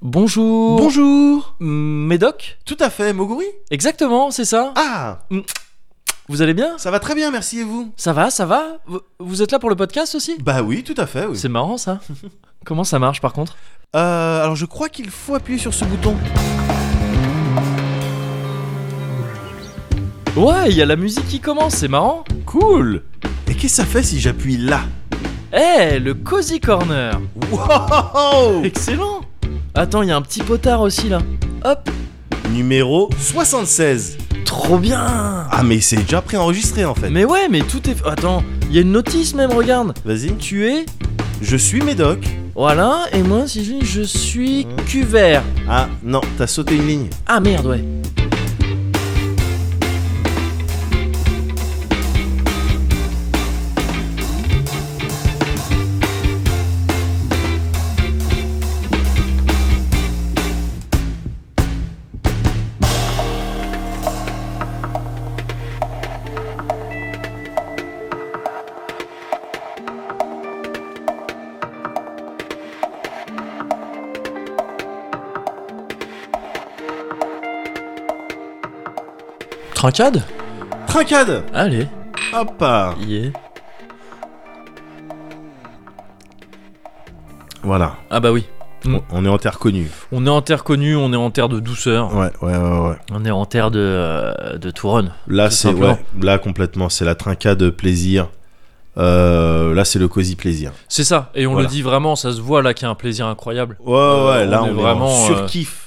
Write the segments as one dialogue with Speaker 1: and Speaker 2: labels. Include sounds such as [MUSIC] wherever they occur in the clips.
Speaker 1: Bonjour.
Speaker 2: Bonjour
Speaker 1: Mm, Médoc
Speaker 2: Tout à fait, Moguri
Speaker 1: Exactement, c'est ça.
Speaker 2: Ah
Speaker 1: Vous allez bien
Speaker 2: Ça va très bien, merci et vous
Speaker 1: Ça va, ça va Vous- Vous êtes là pour le podcast aussi
Speaker 2: Bah oui, tout à fait, oui.
Speaker 1: C'est marrant ça. [LAUGHS] Comment ça marche par contre
Speaker 2: Euh, alors je crois qu'il faut appuyer sur ce bouton.
Speaker 1: Ouais, il y a la musique qui commence, c'est marrant.
Speaker 2: Cool Et qu'est-ce que ça fait si j'appuie là
Speaker 1: Eh, le Cozy Corner
Speaker 2: Wow
Speaker 1: Excellent Attends, il y a un petit potard aussi là. Hop
Speaker 2: Numéro 76
Speaker 1: Trop bien
Speaker 2: Ah mais c'est déjà préenregistré en fait.
Speaker 1: Mais ouais, mais tout est... Attends, il y a une notice même, regarde.
Speaker 2: Vas-y.
Speaker 1: Tu es...
Speaker 2: Je suis Médoc.
Speaker 1: Voilà, et moi, Sylvie, je suis cuvert.
Speaker 2: Ah non, t'as sauté une ligne.
Speaker 1: Ah merde, ouais. Trincade
Speaker 2: Trincade
Speaker 1: Allez,
Speaker 2: Hop ah.
Speaker 1: y est.
Speaker 2: Voilà,
Speaker 1: Ah bah oui. Mm.
Speaker 2: on- on est en terre connue.
Speaker 1: On est en terre connue, on est en terre de douceur.
Speaker 2: Ouais, ouais, ouais, ouais.
Speaker 1: On est en terre de, euh, de Touronne.
Speaker 2: Là,
Speaker 1: Tout
Speaker 2: c'est
Speaker 1: simplement.
Speaker 2: ouais, là complètement, c'est la trincade plaisir. Euh, là, c'est le cosy plaisir.
Speaker 1: C'est ça, et on
Speaker 2: Voilà.
Speaker 1: le dit vraiment, ça se voit là qu'il y a un plaisir incroyable.
Speaker 2: Ouais, ouais,
Speaker 1: Euh,
Speaker 2: là,
Speaker 1: on
Speaker 2: on
Speaker 1: est
Speaker 2: est,
Speaker 1: vraiment,
Speaker 2: vraiment
Speaker 1: euh,
Speaker 2: sur kiff.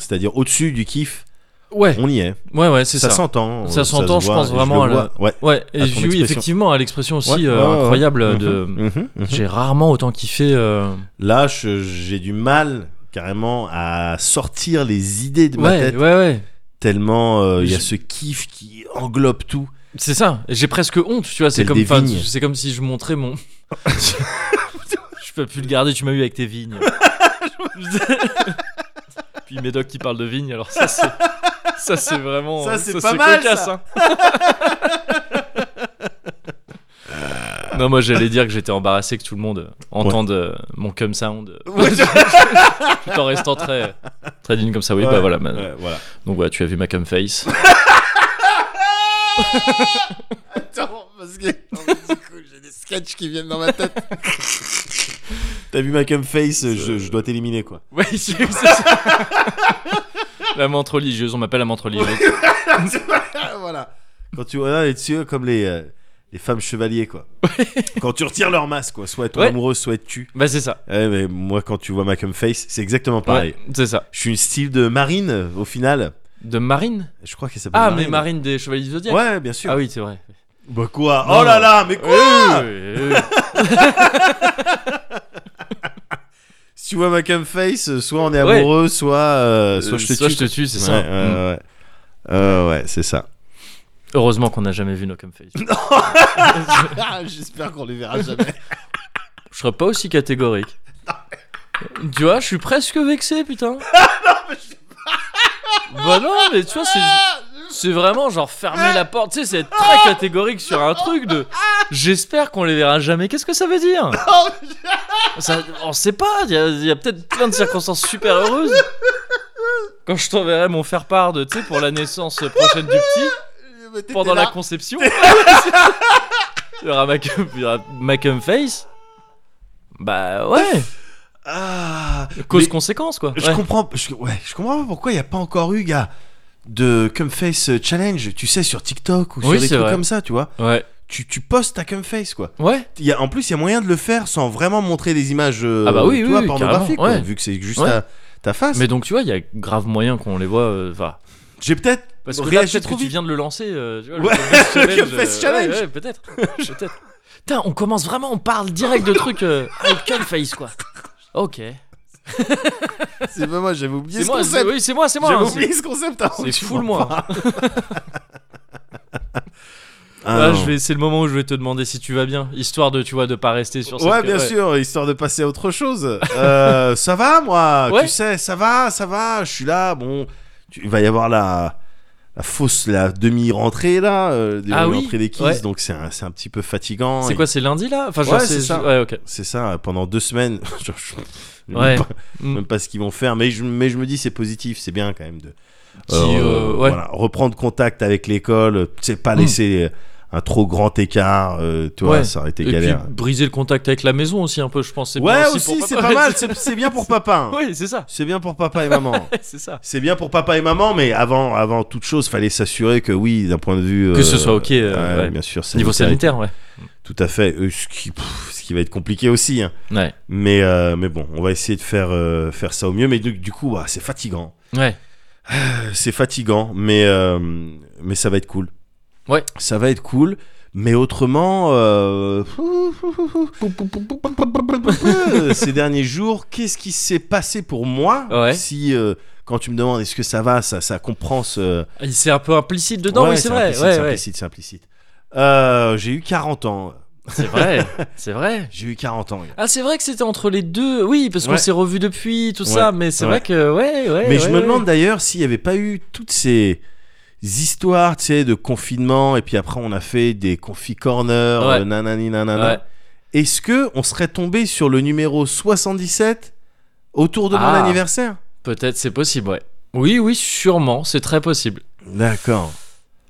Speaker 2: C'est-à-dire au-dessus du kiff,
Speaker 1: Ouais,
Speaker 2: on y est.
Speaker 1: Mmh. ouais, ouais, c'est ça.
Speaker 2: Ça s'entend.
Speaker 1: Ça
Speaker 2: euh,
Speaker 1: s'entend,
Speaker 2: se
Speaker 1: je
Speaker 2: voit,
Speaker 1: pense
Speaker 2: et le
Speaker 1: vraiment à la-
Speaker 2: vois, Ouais.
Speaker 1: Ouais, et
Speaker 2: À ton
Speaker 1: oui,
Speaker 2: expression.
Speaker 1: effectivement, à l'expression aussi
Speaker 2: Ouais,
Speaker 1: euh,
Speaker 2: ouais, ouais.
Speaker 1: incroyable
Speaker 2: Mhm,
Speaker 1: de.
Speaker 2: mhm, mhm.
Speaker 1: J'ai rarement autant kiffé. euh,
Speaker 2: Là, je- j'ai du mal carrément à sortir les idées de ma
Speaker 1: Ouais,
Speaker 2: tête
Speaker 1: ouais, ouais.
Speaker 2: tellement euh, il y a
Speaker 1: Je-
Speaker 2: ce kiff qui englobe tout.
Speaker 1: C'est ça. J'ai presque honte, tu vois. C'est
Speaker 2: Tel
Speaker 1: comme,
Speaker 2: des
Speaker 1: enfin,
Speaker 2: vignes.
Speaker 1: c'est comme si je montrais
Speaker 2: [LAUGHS]
Speaker 1: mon. je peux plus le garder. Tu m'as eu avec tes
Speaker 2: [LAUGHS]
Speaker 1: vignes. Puis Médoc qui parle de vignes, alors ça c'est, ça c'est vraiment,
Speaker 2: Ça, c'est pas mal,
Speaker 1: cocasse,
Speaker 2: ça.
Speaker 1: hein. non, moi j'allais dire que j'étais embarrassé que tout le monde entende euh, mon cum sound euh,
Speaker 2: Ouais,
Speaker 1: [LAUGHS] tout en restant très, très digne comme ça. Oui, bah
Speaker 2: Ouais,
Speaker 1: voilà. man.
Speaker 2: ouais, voilà.
Speaker 1: Donc voilà, tu as vu ma cum face.
Speaker 2: [LAUGHS] Attends, parce que j'ai des sketchs qui viennent dans ma tête. T'as vu ma cum face, je, je dois t'éliminer quoi.
Speaker 1: Oui, [LAUGHS] c'est c'est ça. La menthe religieuse, on m'appelle la menthe religieuse.
Speaker 2: [LAUGHS] voilà. Quand tu vois là, les dessus comme les, euh, les femmes chevaliers quoi. quand tu retires leur masque quoi, soit ton
Speaker 1: Ouais.
Speaker 2: amoureux, soit tu.
Speaker 1: Bah c'est ça.
Speaker 2: Ouais, mais moi quand tu vois ma cum face, c'est exactement pareil.
Speaker 1: Ouais, c'est ça.
Speaker 2: Je suis une style de Marine euh, au final.
Speaker 1: De Marine
Speaker 2: Je crois qu'elle s'appelle
Speaker 1: Ah,
Speaker 2: Marine.
Speaker 1: mais Marine des Chevaliers du Zodiac.
Speaker 2: Ouais, bien sûr. Ah
Speaker 1: Ah oui, c'est vrai.
Speaker 2: Bah quoi
Speaker 1: Non, euh,
Speaker 2: Oh là
Speaker 1: non.
Speaker 2: là, mais quoi
Speaker 1: Oui, oui, oui, oui.
Speaker 2: Si tu vois ma cum face, euh, soit on est
Speaker 1: Ouais.
Speaker 2: amoureux, soit, euh, soit
Speaker 1: Euh,
Speaker 2: je te
Speaker 1: soit
Speaker 2: tue.
Speaker 1: je te tue, c'est
Speaker 2: Ouais,
Speaker 1: ça.
Speaker 2: ouais,
Speaker 1: Mm.
Speaker 2: ouais. Euh, ouais, c'est [LAUGHS] ça.
Speaker 1: Heureusement qu'on n'a jamais vu nos cumfaces.
Speaker 2: Ah, J'espère qu'on les verra jamais.
Speaker 1: Je serais pas aussi catégorique. tu vois, je suis presque vexé, putain. Bah non, mais tu vois, c'est. C'est vraiment genre fermer la porte, tu sais, c'est être très catégorique sur un truc de. J'espère qu'on les verra jamais. Qu'est-ce que ça veut dire ça, On sait pas, il y a, il y a peut-être plein de circonstances super heureuses. Quand je t'enverrai mon faire-part de, tu sais, pour la naissance prochaine du petit, pendant la conception. [LAUGHS] il y aura ma cum- il y aura ma cum face. Bah ouais,
Speaker 2: Ah, mais
Speaker 1: cause-conséquence quoi.
Speaker 2: je
Speaker 1: Ouais.
Speaker 2: comprends. Je, ouais, je comprends pas pourquoi il y a pas encore eu gars de cumface euh, challenge. Tu sais sur TikTok ou sur
Speaker 1: Oui,
Speaker 2: des
Speaker 1: c'est
Speaker 2: trucs
Speaker 1: vrai.
Speaker 2: comme ça, tu vois.
Speaker 1: Ouais.
Speaker 2: Tu, tu postes ta cumface quoi.
Speaker 1: Ouais.
Speaker 2: Il y a, en plus, il y a moyen de le faire sans vraiment montrer des images. euh,
Speaker 1: Ah bah oui,
Speaker 2: tu
Speaker 1: oui,
Speaker 2: vois,
Speaker 1: oui,
Speaker 2: pornographiques,
Speaker 1: carrément,
Speaker 2: quoi,
Speaker 1: ouais.
Speaker 2: Vu que c'est juste
Speaker 1: Ouais.
Speaker 2: ta, ta face.
Speaker 1: Mais donc tu vois, il y a grave moyen qu'on les voit. euh, Enfin,
Speaker 2: j'ai peut-être
Speaker 1: parce que là,
Speaker 2: réagi
Speaker 1: peut-être que
Speaker 2: trop
Speaker 1: tu
Speaker 2: vite.
Speaker 1: viens de le lancer. euh, tu vois,
Speaker 2: Ouais,
Speaker 1: Cumface
Speaker 2: [LAUGHS] le Cumface
Speaker 1: euh,
Speaker 2: Challenge.
Speaker 1: Ouais, ouais, peut-être. peut-être. Putain, on commence vraiment, on parle direct de trucs. Euh, avec Cumface quoi. Ok.
Speaker 2: [LAUGHS] C'est pas moi, j'avais oublié
Speaker 1: C'est
Speaker 2: ce
Speaker 1: moi, c'est-
Speaker 2: concept.
Speaker 1: oui, c'est moi, c'est moi.
Speaker 2: J'avais
Speaker 1: hein, c'est-
Speaker 2: oublié ce concept. avant
Speaker 1: C'est
Speaker 2: que tu
Speaker 1: full
Speaker 2: m'en
Speaker 1: [LAUGHS] moi.
Speaker 2: parles. Ah,
Speaker 1: Là,
Speaker 2: non.
Speaker 1: je vais, c'est le moment où je vais te demander si tu vas bien, histoire de, tu vois, de pas rester sur. cette-
Speaker 2: Ouais, bien sûr, histoire de passer à autre chose. Euh, [LAUGHS] ça va, moi,
Speaker 1: Ouais.
Speaker 2: tu sais, ça va, ça va, je suis là, bon, tu- il va y avoir la, la fausse, la demi-rentrée là, euh, des-
Speaker 1: Ah oui,
Speaker 2: l'entrée des Kiss,
Speaker 1: ouais.
Speaker 2: donc c'est un, c'est un petit peu fatigant.
Speaker 1: C'est
Speaker 2: Et-
Speaker 1: quoi, c'est lundi là Enfin, genre,
Speaker 2: Ouais, c'est ça.
Speaker 1: Ouais, ok.
Speaker 2: C'est ça, euh, pendant deux semaines, [LAUGHS] je- je- je-
Speaker 1: Ouais.
Speaker 2: même, pas,
Speaker 1: Mm.
Speaker 2: même pas ce qu'ils vont faire, mais je, mais je me dis c'est positif, c'est bien quand même de
Speaker 1: Qui, euh, ouais. Mm.
Speaker 2: voilà, reprendre contact avec l'école, euh, tu sais, pas laisser un trop grand écart, euh, tu vois,
Speaker 1: Ouais.
Speaker 2: ça aurait été
Speaker 1: Et
Speaker 2: galère.
Speaker 1: puis briser le contact avec la maison aussi un peu, je pense. c'est
Speaker 2: ouais,
Speaker 1: bien
Speaker 2: aussi,
Speaker 1: pour
Speaker 2: c'est
Speaker 1: papa.
Speaker 2: pas mal, c'est c'est bien pour papa. hein.
Speaker 1: [LAUGHS] Oui, c'est ça.
Speaker 2: C'est bien pour papa et maman.
Speaker 1: c'est ça.
Speaker 2: C'est bien pour papa et maman, mais avant, avant toute chose, fallait s'assurer que oui, d'un point de vue
Speaker 1: Que ce soit ok, euh,
Speaker 2: ouais,
Speaker 1: ouais.
Speaker 2: bien sûr,
Speaker 1: Niveau
Speaker 2: sanitaire,
Speaker 1: sanitaire, ouais.
Speaker 2: tout à fait. Euh, ce qui, pff, ce qui va être compliqué aussi. hein.
Speaker 1: Ouais.
Speaker 2: Mais euh, mais bon, on va essayer de faire euh, faire ça au mieux. Mais du, du coup, bah, c'est fatigant.
Speaker 1: Ouais.
Speaker 2: Euh, C'est fatigant, mais euh, mais ça va être cool.
Speaker 1: Ouais.
Speaker 2: Ça va être cool. Mais autrement, euh, [LAUGHS] ces derniers jours, qu'est-ce qui s'est passé pour moi
Speaker 1: Ouais.
Speaker 2: Si euh, quand tu me demandes est-ce que ça va, ça, ça comprend ce.
Speaker 1: Il C'est un peu implicite dedans,
Speaker 2: Ouais,
Speaker 1: Euh, oui, c'est vrai.
Speaker 2: implicite,
Speaker 1: ouais,
Speaker 2: c'est
Speaker 1: ouais.
Speaker 2: implicite, c'est implicite. Euh, j'ai eu 40 ans.
Speaker 1: C'est vrai.
Speaker 2: [LAUGHS]
Speaker 1: C'est vrai.
Speaker 2: J'ai eu 40 ans. gars.
Speaker 1: Ah, c'est vrai que c'était entre les deux. Oui, parce qu'on
Speaker 2: Ouais.
Speaker 1: s'est revus depuis, tout
Speaker 2: Ouais.
Speaker 1: ça. Mais c'est
Speaker 2: Ouais.
Speaker 1: vrai que, ouais, ouais.
Speaker 2: Mais je
Speaker 1: ouais,
Speaker 2: me
Speaker 1: ouais.
Speaker 2: demande d'ailleurs s'il n'y avait pas eu toutes ces histoires, tu sais, de confinement, et puis après on a fait des confis corners,
Speaker 1: Ouais.
Speaker 2: euh, nanani nanana.
Speaker 1: Ouais.
Speaker 2: Est-ce que on serait tombé sur le numéro 77 autour de mon
Speaker 1: Ah.
Speaker 2: anniversaire
Speaker 1: Peut-être, c'est possible, ouais. Oui, oui, sûrement, c'est très possible.
Speaker 2: D'accord.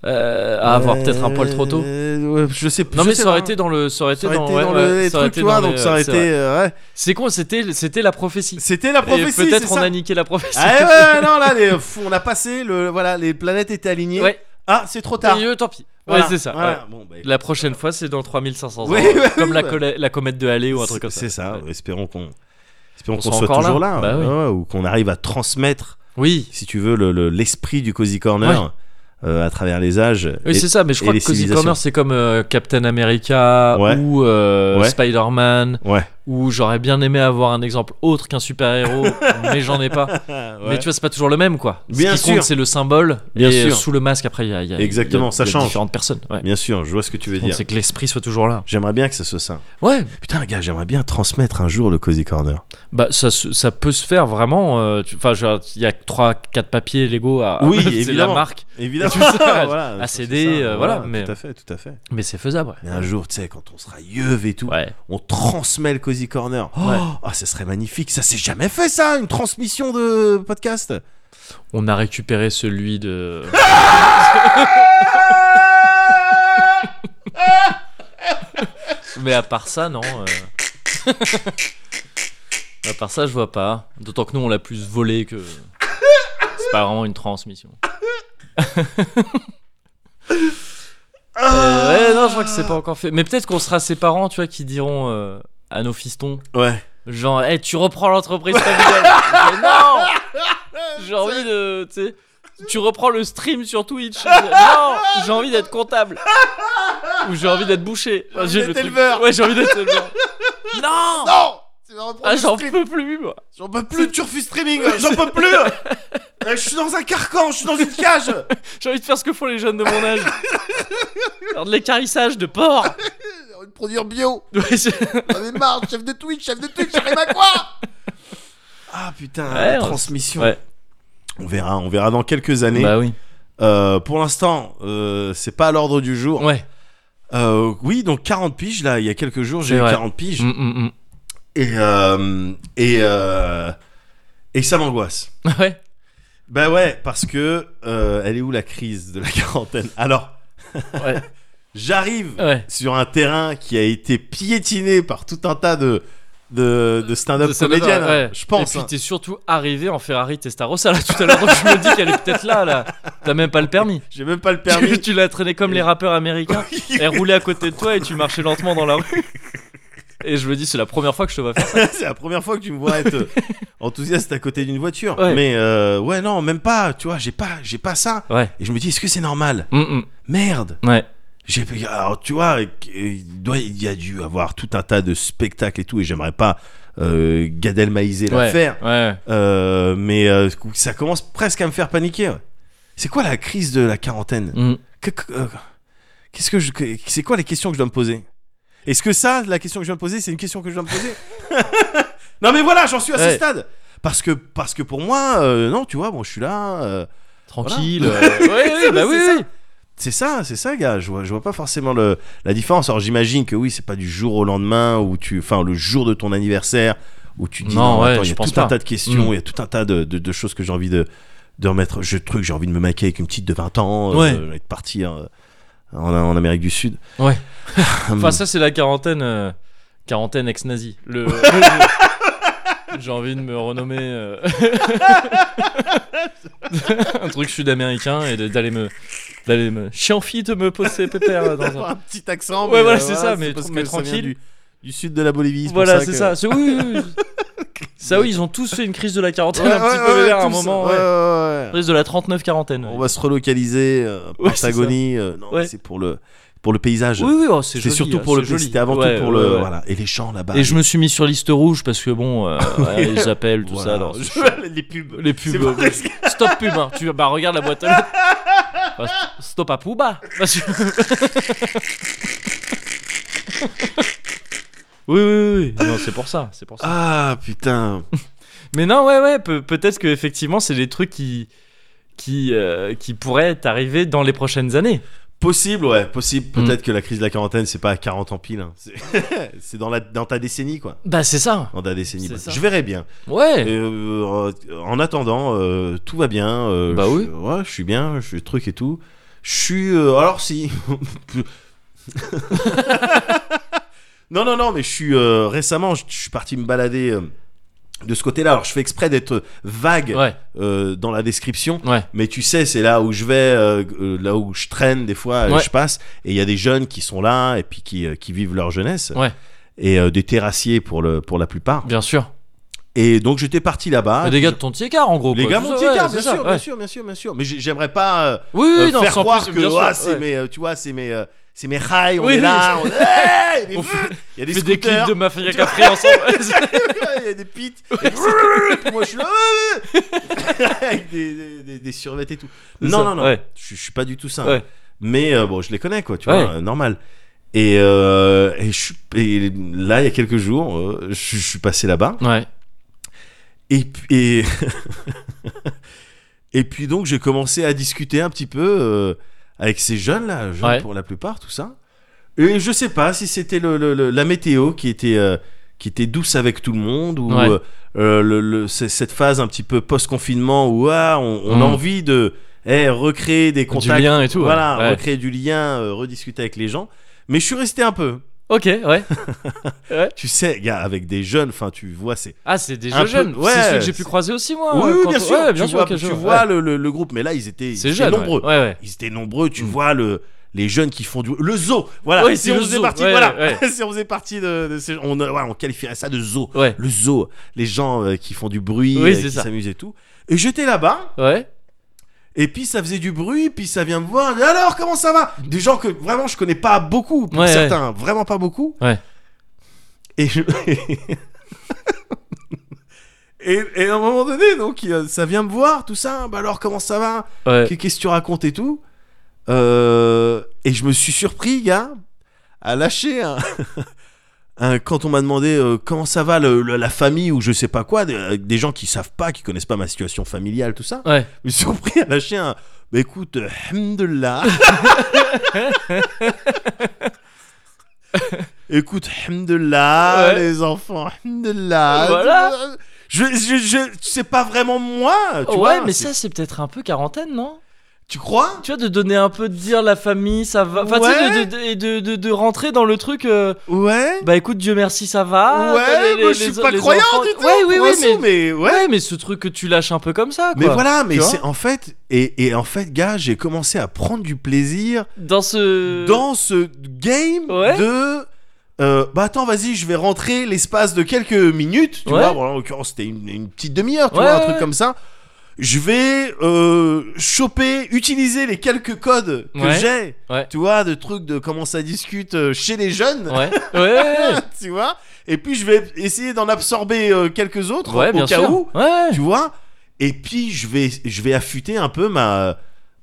Speaker 1: Euh, à avoir peut-être un poil trop tôt.
Speaker 2: Euh, ouais, je sais
Speaker 1: Non,
Speaker 2: je
Speaker 1: mais
Speaker 2: sais
Speaker 1: ça aurait
Speaker 2: pas.
Speaker 1: été dans le. Ça aurait été
Speaker 2: Ça aurait
Speaker 1: dans
Speaker 2: été
Speaker 1: ouais,
Speaker 2: dans
Speaker 1: ouais,
Speaker 2: le les
Speaker 1: ça aurait
Speaker 2: trucs,
Speaker 1: été
Speaker 2: tu vois,
Speaker 1: dans
Speaker 2: donc
Speaker 1: les-
Speaker 2: ça aurait
Speaker 1: c'est vrai.
Speaker 2: été. euh, ouais.
Speaker 1: C'est con, c'était c'était la prophétie.
Speaker 2: C'était la prophétie.
Speaker 1: Et
Speaker 2: c'est
Speaker 1: peut-être on
Speaker 2: ça
Speaker 1: a niqué la prophétie.
Speaker 2: Ah ouais, ouais, non, là, les- pff, on a passé, le, voilà, les planètes étaient alignées.
Speaker 1: [LAUGHS] Ouais.
Speaker 2: Ah, c'est trop tard.
Speaker 1: Et, euh, tant pis.
Speaker 2: Voilà,
Speaker 1: Ouais, c'est ça.
Speaker 2: voilà.
Speaker 1: ouais.
Speaker 2: Bon, bah,
Speaker 1: La prochaine fois, c'est dans 3500 ans.
Speaker 2: Oui, oui, oui,
Speaker 1: comme la,
Speaker 2: bah.
Speaker 1: colla- la comète de Halley ou un
Speaker 2: C'est-
Speaker 1: truc comme ça.
Speaker 2: C'est ça, Bah,
Speaker 1: Ouais.
Speaker 2: espérons qu'on espérons
Speaker 1: On
Speaker 2: qu'on
Speaker 1: soit
Speaker 2: soit,
Speaker 1: encore
Speaker 2: toujours là,
Speaker 1: là. Bah
Speaker 2: ouais,
Speaker 1: oui.
Speaker 2: ouais, ou qu'on arrive à transmettre,
Speaker 1: Oui.
Speaker 2: si tu veux, le- le- l'esprit du Cozy Corner euh, à travers les âges.
Speaker 1: Oui,
Speaker 2: Et-
Speaker 1: c'est ça, mais je
Speaker 2: et
Speaker 1: crois
Speaker 2: les
Speaker 1: que Cozy
Speaker 2: civilisations.
Speaker 1: Corner, c'est comme euh, Captain America
Speaker 2: Ouais.
Speaker 1: ou euh,
Speaker 2: Ouais.
Speaker 1: Spider-Man,
Speaker 2: Ouais.
Speaker 1: ou j'aurais bien aimé avoir un exemple autre qu'un
Speaker 2: [LAUGHS]
Speaker 1: super-héros, mais j'en ai pas. Mais tu vois, c'est pas toujours le même, quoi.
Speaker 2: Bien
Speaker 1: Ce qui compte,
Speaker 2: sûr.
Speaker 1: c'est le symbole,
Speaker 2: Bien
Speaker 1: et euh,
Speaker 2: sûr.
Speaker 1: sous le masque, après, il y a, il y a-
Speaker 2: Exactement,
Speaker 1: il y a-
Speaker 2: ça
Speaker 1: il y a
Speaker 2: change.
Speaker 1: différentes personnes. Ouais.
Speaker 2: Bien sûr, je vois ce que tu veux
Speaker 1: Donc,
Speaker 2: dire.
Speaker 1: C'est que l'esprit soit toujours là.
Speaker 2: J'aimerais bien que ça soit ça.
Speaker 1: Ouais,
Speaker 2: Putain, gars, j'aimerais bien transmettre un jour le Cozy Corner.
Speaker 1: bah ça, se- ça peut se faire vraiment. euh, tu- Enfin, genre, il y a 3-4 papiers Lego à.
Speaker 2: Oui,
Speaker 1: [LAUGHS] c'est la
Speaker 2: évidemment.
Speaker 1: marque.
Speaker 2: Évidemment, [LAUGHS]
Speaker 1: Tout ça, [LAUGHS]
Speaker 2: voilà,
Speaker 1: à
Speaker 2: c'est
Speaker 1: CD,
Speaker 2: ça,
Speaker 1: euh, voilà, mais-
Speaker 2: Tout à fait, tout à fait.
Speaker 1: Mais c'est faisable.
Speaker 2: Mais un jour, tu sais, quand on sera yeuve et tout,
Speaker 1: Ouais.
Speaker 2: on transmet le Cozy Corner. Oh,
Speaker 1: Ouais.
Speaker 2: ah, ça serait magnifique. Ça s'est jamais fait, ça, une transmission de podcast.
Speaker 1: On a récupéré celui de. Mais à part ça, non. euh. à part ça, je vois pas. D'autant que nous, on l'a plus volé que. C'est pas vraiment une transmission. Euh, ouais, non, je crois que c'est pas encore fait. Mais peut-être qu'on sera ses parents, tu vois, qui diront euh, à nos fistons
Speaker 2: Ouais.
Speaker 1: Genre, hey, tu reprends l'entreprise familiale. Mais non Euh, J'ai envie de. Tu sais, tu reprends le stream sur Twitch. [LAUGHS] Non J'ai envie d'être comptable. Ou j'ai envie d'être bouché.
Speaker 2: J'ai envie
Speaker 1: J'ai le
Speaker 2: d'être
Speaker 1: truc-
Speaker 2: éleveur.
Speaker 1: Ouais, j'ai envie d'être
Speaker 2: [LAUGHS]
Speaker 1: éleveur. Non
Speaker 2: Non Tu vas reprendre
Speaker 1: Ah,
Speaker 2: le
Speaker 1: j'en
Speaker 2: stream.
Speaker 1: peux plus, moi.
Speaker 2: J'en peux plus de Turfu Streaming J'en peux plus Euh, Je suis dans un carcan, je suis dans une cage
Speaker 1: J'ai envie de faire ce que font les jeunes de mon
Speaker 2: [LAUGHS]
Speaker 1: âge. Faire de l'écarissage de porc.
Speaker 2: J'ai envie de produire bio
Speaker 1: [LAUGHS] Ouais, c'est-
Speaker 2: J'en ai marre, chef de Twitch, chef de Twitch, j'arrive à quoi Ah putain,
Speaker 1: Ouais,
Speaker 2: la
Speaker 1: on-
Speaker 2: transmission
Speaker 1: ouais.
Speaker 2: On verra, on verra dans quelques années.
Speaker 1: Bah oui.
Speaker 2: Euh, pour l'instant, euh, c'est pas à l'ordre du jour.
Speaker 1: Ouais.
Speaker 2: Euh, oui, donc 40 piges, là, il y a quelques jours, j'ai
Speaker 1: C'est
Speaker 2: eu
Speaker 1: vrai.
Speaker 2: 40 piges.
Speaker 1: Mm, mm,
Speaker 2: Et, euh, et, euh, et ça m'angoisse.
Speaker 1: mm. Ouais.
Speaker 2: Bah ouais, parce que euh, elle est où la crise de la [LAUGHS] quarantaine Alors,
Speaker 1: Ouais.
Speaker 2: j'arrive
Speaker 1: Ouais.
Speaker 2: sur un terrain qui a été piétiné par tout un tas de de, de stand-up
Speaker 1: De stand-up,
Speaker 2: comédiennes,
Speaker 1: ouais.
Speaker 2: hein, je pense.
Speaker 1: Et
Speaker 2: hein.
Speaker 1: puis t'es surtout arrivé en Ferrari Testarossa là tout à l'heure. donc je me dis qu'elle est peut-être là là. T'as même pas le permis.
Speaker 2: J'ai même pas le
Speaker 1: Tu, [LAUGHS]
Speaker 2: permis.
Speaker 1: tu l'as traînée comme les rappeurs américains. Elle roulait à côté de toi et tu marchais lentement dans la rue. Et je me dis c'est la première fois que je te vois faire. ça.
Speaker 2: [LAUGHS] C'est la première fois que tu me vois être
Speaker 1: [LAUGHS]
Speaker 2: enthousiaste à côté d'une voiture.
Speaker 1: Ouais.
Speaker 2: Mais euh, ouais, non, même pas. Tu vois, j'ai pas, j'ai pas ça.
Speaker 1: Ouais.
Speaker 2: Et je me dis, est-ce que c'est normal
Speaker 1: Mm,
Speaker 2: Merde.
Speaker 1: mm. Ouais.
Speaker 2: J'ai, alors, tu vois, il doit- il y a dû avoir tout un tas de spectacles et tout, et j'aimerais pas euh, Gad Elmaleh
Speaker 1: Ouais.
Speaker 2: l'affaire,
Speaker 1: Ouais.
Speaker 2: euh, mais euh, ça commence presque à me faire paniquer. ouais. C'est quoi la crise de la quarantaine
Speaker 1: Mm.
Speaker 2: Que- que- euh, Qu'est-ce que je, que- c'est quoi les questions que je dois me poser Est-ce que ça, la question que je dois me poser, c'est une question que je dois me poser Non, mais voilà, j'en suis à
Speaker 1: Ouais.
Speaker 2: ce stade parce que, parce que pour moi, euh, non, tu vois, bon, je suis là. euh,
Speaker 1: tranquille. euh, [LAUGHS] ouais, ouais, bah oui,
Speaker 2: C'est ça.
Speaker 1: oui.
Speaker 2: C'est ça, c'est ça, gars. Je vois, je vois pas forcément le, la différence. Alors j'imagine que oui, c'est pas du jour au lendemain ou tu, enfin le jour de ton anniversaire où tu dis
Speaker 1: Non, ouais,
Speaker 2: attends, il y
Speaker 1: je
Speaker 2: a
Speaker 1: pense
Speaker 2: tout
Speaker 1: pas.
Speaker 2: un tas de questions,
Speaker 1: Mm.
Speaker 2: il y a tout un tas de, de- de choses que j'ai envie de, de remettre. Je truc, j'ai envie de me maquer avec une petite de 20 ans, euh,
Speaker 1: Ouais.
Speaker 2: et de partir euh, en, en Amérique du Sud.
Speaker 1: Ouais.
Speaker 2: [LAUGHS] Hum.
Speaker 1: Enfin, ça, c'est la quarantaine. euh, quarantaine ex-nazi. [LAUGHS] Le. le- J'ai envie de me renommer. euh, [LAUGHS] un truc sud-américain et de- d'aller me. D'aller me. Chianfi de me poser pépère dans un.
Speaker 2: un petit accent.
Speaker 1: Ouais,
Speaker 2: mais, euh,
Speaker 1: voilà, c'est ça, mais
Speaker 2: parce
Speaker 1: tr- mais
Speaker 2: que ça vient
Speaker 1: tranquille.
Speaker 2: Du, du sud de la Bolivie. c'est pour
Speaker 1: Voilà, c'est
Speaker 2: que-
Speaker 1: ça. C'est- Oui, oui, oui.
Speaker 2: [LAUGHS]
Speaker 1: Ça, oui, ils ont tous fait une crise de la quarantaine
Speaker 2: Ouais,
Speaker 1: un petit
Speaker 2: ouais,
Speaker 1: peu
Speaker 2: ouais,
Speaker 1: vénère à un
Speaker 2: tous,
Speaker 1: moment.
Speaker 2: ouais,
Speaker 1: ouais.
Speaker 2: ouais, ouais.
Speaker 1: Crise de la 39-quarantaine.
Speaker 2: On
Speaker 1: ouais.
Speaker 2: va se relocaliser. euh,
Speaker 1: Ouais, c'est ça.
Speaker 2: Patagonie. euh, non,
Speaker 1: Ouais.
Speaker 2: c'est pour le pour le paysage.
Speaker 1: Oui, oui, oh, c'est
Speaker 2: C'était
Speaker 1: joli,
Speaker 2: surtout
Speaker 1: hein,
Speaker 2: pour le
Speaker 1: c'est joli.
Speaker 2: c'était avant
Speaker 1: Ouais,
Speaker 2: tout pour
Speaker 1: ouais,
Speaker 2: le
Speaker 1: ouais.
Speaker 2: voilà bah, et les gens là-bas.
Speaker 1: Et je me suis mis sur liste rouge parce que bon,
Speaker 2: [LAUGHS]
Speaker 1: euh, ouais, ils appellent tout
Speaker 2: Voilà,
Speaker 1: ça. non. [LAUGHS]
Speaker 2: c'est [LAUGHS]
Speaker 1: Je-
Speaker 2: chaud.
Speaker 1: les pubs. Les
Speaker 2: C'est
Speaker 1: pubs.
Speaker 2: pour
Speaker 1: euh, [LAUGHS] Stop pub. hein. Tu bah regarde la
Speaker 2: [LAUGHS]
Speaker 1: boîte à lettres. Bah, stop à Pouba. Parce que- [LAUGHS] oui, oui, oui, oui. Non, c'est pour ça. C'est pour ça.
Speaker 2: Ah putain.
Speaker 1: Mais non, ouais, ouais. peut- Peut-être que effectivement, c'est des trucs qui qui euh, qui pourraient t'arriver dans les prochaines années.
Speaker 2: Possible ouais,
Speaker 1: Mm.
Speaker 2: possible peut-être que la crise de la quarantaine c'est pas à 40 ans pile hein. C'est- [LAUGHS] C'est dans la dans ta décennie quoi.
Speaker 1: Bah c'est ça.
Speaker 2: Dans ta décennie.
Speaker 1: C'est
Speaker 2: bah,
Speaker 1: ça.
Speaker 2: Je verrai bien.
Speaker 1: Ouais.
Speaker 2: Euh, euh, en attendant euh, tout va bien euh,
Speaker 1: Bah
Speaker 2: je-
Speaker 1: oui.
Speaker 2: Ouais, je suis bien, je suis truc et tout. Je suis euh, alors si [LAUGHS] Non, non, non, mais je suis euh, récemment, je je suis parti me balader euh, de ce côté-là. Alors, je fais exprès d'être vague
Speaker 1: Ouais.
Speaker 2: euh, dans la description,
Speaker 1: Ouais.
Speaker 2: mais tu sais, c'est là où je vais, euh, euh, là où je traîne des fois, euh,
Speaker 1: Ouais.
Speaker 2: je passe, et il y a des jeunes qui sont là et puis qui, euh, qui vivent leur jeunesse.
Speaker 1: Ouais.
Speaker 2: Et euh, des terrassiers pour, le, pour la plupart.
Speaker 1: Bien sûr.
Speaker 2: Et donc, j'étais parti là-bas.
Speaker 1: Bah, des gars de ton petit écart en gros.
Speaker 2: Ah, Les
Speaker 1: quoi.
Speaker 2: gars
Speaker 1: C'est ça,
Speaker 2: m'ont dit,
Speaker 1: ouais,
Speaker 2: Tiens,
Speaker 1: c'est
Speaker 2: bien
Speaker 1: ça,
Speaker 2: sûr,
Speaker 1: ouais.
Speaker 2: bien sûr, bien sûr, bien sûr. Mais j'ai- j'aimerais pas euh,
Speaker 1: Oui, oui,
Speaker 2: euh,
Speaker 1: non,
Speaker 2: faire
Speaker 1: sans
Speaker 2: croire
Speaker 1: plus,
Speaker 2: que
Speaker 1: bien sûr,
Speaker 2: ah, c'est
Speaker 1: ouais.
Speaker 2: mes, euh, tu vois, c'est mes, euh, c'est mes rails, on
Speaker 1: Oui,
Speaker 2: est
Speaker 1: oui.
Speaker 2: là, on est- Hey, il y a des-
Speaker 1: On fait-
Speaker 2: il y a des
Speaker 1: fait des clips
Speaker 2: scooters.
Speaker 1: de
Speaker 2: [LAUGHS]
Speaker 1: Mafia Capri ensemble.
Speaker 2: il y a des pites. Et puis moi, je suis là. [LAUGHS] Avec des, des, des, des survettes et tout.
Speaker 1: C'est
Speaker 2: Non,
Speaker 1: ça,
Speaker 2: non, non.
Speaker 1: ouais.
Speaker 2: Je, je suis pas du tout ça. hein.
Speaker 1: Ouais.
Speaker 2: Mais euh, bon, je les connais, quoi, tu
Speaker 1: Ouais.
Speaker 2: vois, euh, normal. Et, euh, et, je suis- et là, il y a quelques jours, euh, je, je suis passé là-bas.
Speaker 1: ouais.
Speaker 2: Et, puis- et... [LAUGHS] et puis donc, j'ai commencé à discuter un petit peu euh, avec ces jeunes-là, jeunes
Speaker 1: Ouais.
Speaker 2: pour la plupart, tout ça. Et je sais pas si c'était le, le- le- la météo qui était, euh, qui était douce avec tout le monde, ou
Speaker 1: Ouais.
Speaker 2: euh, euh, le- le- c'est- cette phase un petit peu post-confinement où ah, on, on a
Speaker 1: Mm.
Speaker 2: envie de eh, recréer des contacts.
Speaker 1: Du lien et tout. ouais.
Speaker 2: Voilà,
Speaker 1: Ouais.
Speaker 2: recréer du lien, euh, rediscuter avec les gens. Mais je suis resté un peu.
Speaker 1: Ok, ouais.
Speaker 2: Tu sais, gars, avec des jeunes, enfin, tu vois, c'est
Speaker 1: Ah, c'est déjà
Speaker 2: Un peu-
Speaker 1: jeune.
Speaker 2: ouais.
Speaker 1: C'est ceux que j'ai pu croiser aussi, moi.
Speaker 2: Oui, oui,
Speaker 1: quand-
Speaker 2: bien sûr.
Speaker 1: Ouais, bien
Speaker 2: tu
Speaker 1: sûr,
Speaker 2: vois,
Speaker 1: ok,
Speaker 2: tu
Speaker 1: je
Speaker 2: vois
Speaker 1: ouais.
Speaker 2: le, le- le groupe, mais là, ils étaient, ils
Speaker 1: C'est
Speaker 2: étaient
Speaker 1: jeune. ouais.
Speaker 2: nombreux.
Speaker 1: Ouais, ouais.
Speaker 2: Ils étaient nombreux, tu
Speaker 1: Mm.
Speaker 2: vois le, les jeunes qui font du. Le zoo Voilà,
Speaker 1: Oui,
Speaker 2: si,
Speaker 1: c'est
Speaker 2: on
Speaker 1: le
Speaker 2: faisait
Speaker 1: zoo,
Speaker 2: partie,
Speaker 1: ouais,
Speaker 2: voilà.
Speaker 1: ouais.
Speaker 2: [LAUGHS] si on faisait partie de, de ces gens, on, euh, ouais, on qualifierait ça de zoo.
Speaker 1: Ouais.
Speaker 2: Le zoo, les gens euh, qui font du bruit,
Speaker 1: Oui,
Speaker 2: euh,
Speaker 1: c'est
Speaker 2: qui
Speaker 1: ça.
Speaker 2: s'amusent et tout. Et j'étais là-bas,
Speaker 1: Ouais.
Speaker 2: et puis ça faisait du bruit, puis ça vient me voir. Et alors, comment ça va Des gens que vraiment je connais pas beaucoup, pour
Speaker 1: Ouais, ouais.
Speaker 2: certains, vraiment pas beaucoup.
Speaker 1: Ouais.
Speaker 2: Et je. [LAUGHS] Et, et à un moment donné, donc, il, euh, ça vient me voir, tout ça. Bah alors, comment ça va
Speaker 1: Ouais.
Speaker 2: Qu- Qu'est-ce que tu racontes et tout Euh, Et je me suis surpris, gars, à lâcher un. [LAUGHS] un- quand on m'a demandé euh, comment ça va le- le- la famille ou je sais pas quoi, des, avec des gens qui savent pas, qui connaissent pas ma situation familiale, tout ça,
Speaker 1: Ouais.
Speaker 2: je me suis surpris à lâcher un. Bah écoute, euh,
Speaker 1: [LAUGHS]
Speaker 2: hamdullah. écoute, hamdullah,
Speaker 1: Ouais.
Speaker 2: les enfants, hamdullah.
Speaker 1: Voilà.
Speaker 2: Je, je, je, c'est pas vraiment moi, tu vois.
Speaker 1: ouais, mais
Speaker 2: c'est-
Speaker 1: ça, c'est peut-être un peu quarantaine, non
Speaker 2: tu crois
Speaker 1: Tu vois, de donner un peu de dire la famille, ça va. Enfin, tu sais, de, de, et de, de, de rentrer dans le truc. euh,
Speaker 2: Ouais.
Speaker 1: Bah écoute, Dieu merci, ça va. T'as
Speaker 2: ouais,
Speaker 1: Ah, bah, les-
Speaker 2: moi
Speaker 1: les-
Speaker 2: je suis
Speaker 1: les-
Speaker 2: pas
Speaker 1: les
Speaker 2: croyant
Speaker 1: enfants-
Speaker 2: du tout.
Speaker 1: Ouais, oui,
Speaker 2: pour
Speaker 1: oui,
Speaker 2: un
Speaker 1: mais.
Speaker 2: sou, mais ouais.
Speaker 1: Ouais, mais ce truc que tu lâches un peu comme ça,
Speaker 2: Mais
Speaker 1: quoi.
Speaker 2: voilà, mais
Speaker 1: vois
Speaker 2: c'est en fait et, et en fait, gars, j'ai commencé à prendre du plaisir
Speaker 1: Dans ce.
Speaker 2: dans ce game
Speaker 1: Euh. ouais.
Speaker 2: de euh, bah attends, vas-y, je vais rentrer l'espace de quelques minutes, tu
Speaker 1: Ouais.
Speaker 2: vois, bon, en l'occurrence c'était une, une petite demi-heure, tu
Speaker 1: Ouais,
Speaker 2: vois, un
Speaker 1: ouais,
Speaker 2: truc
Speaker 1: ouais.
Speaker 2: comme ça. Je vais euh, choper, utiliser les quelques codes que
Speaker 1: Ouais.
Speaker 2: j'ai,
Speaker 1: Ouais.
Speaker 2: tu vois, de trucs de comment ça discute euh, chez les jeunes,
Speaker 1: Ouais. Ouais.
Speaker 2: tu vois. Et puis je vais essayer d'en absorber euh, quelques autres
Speaker 1: Ouais,
Speaker 2: [LAUGHS] au
Speaker 1: bien
Speaker 2: cas
Speaker 1: sûr.
Speaker 2: où,
Speaker 1: Ouais.
Speaker 2: tu vois. Et puis je vais, je vais affûter un peu ma,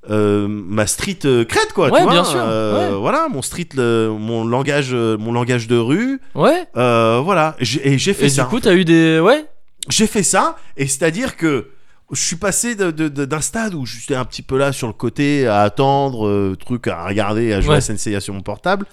Speaker 2: euh, ma street euh, crête quoi,
Speaker 1: Ouais,
Speaker 2: tu vois.
Speaker 1: bien sûr,
Speaker 2: Euh,
Speaker 1: ouais.
Speaker 2: Voilà, mon street, le- mon langage, euh, mon langage de rue.
Speaker 1: Ouais.
Speaker 2: Euh, voilà, J'ai- et j'ai fait
Speaker 1: Et
Speaker 2: ça.
Speaker 1: du coup, t'as eu des. Ouais.
Speaker 2: J'ai fait ça, et c'est à dire que je suis passé de- de- de- d'un stade où j'étais un petit peu là sur le côté à attendre, euh, truc à regarder, à jouer
Speaker 1: Ouais.
Speaker 2: à Senseiya sur mon portable,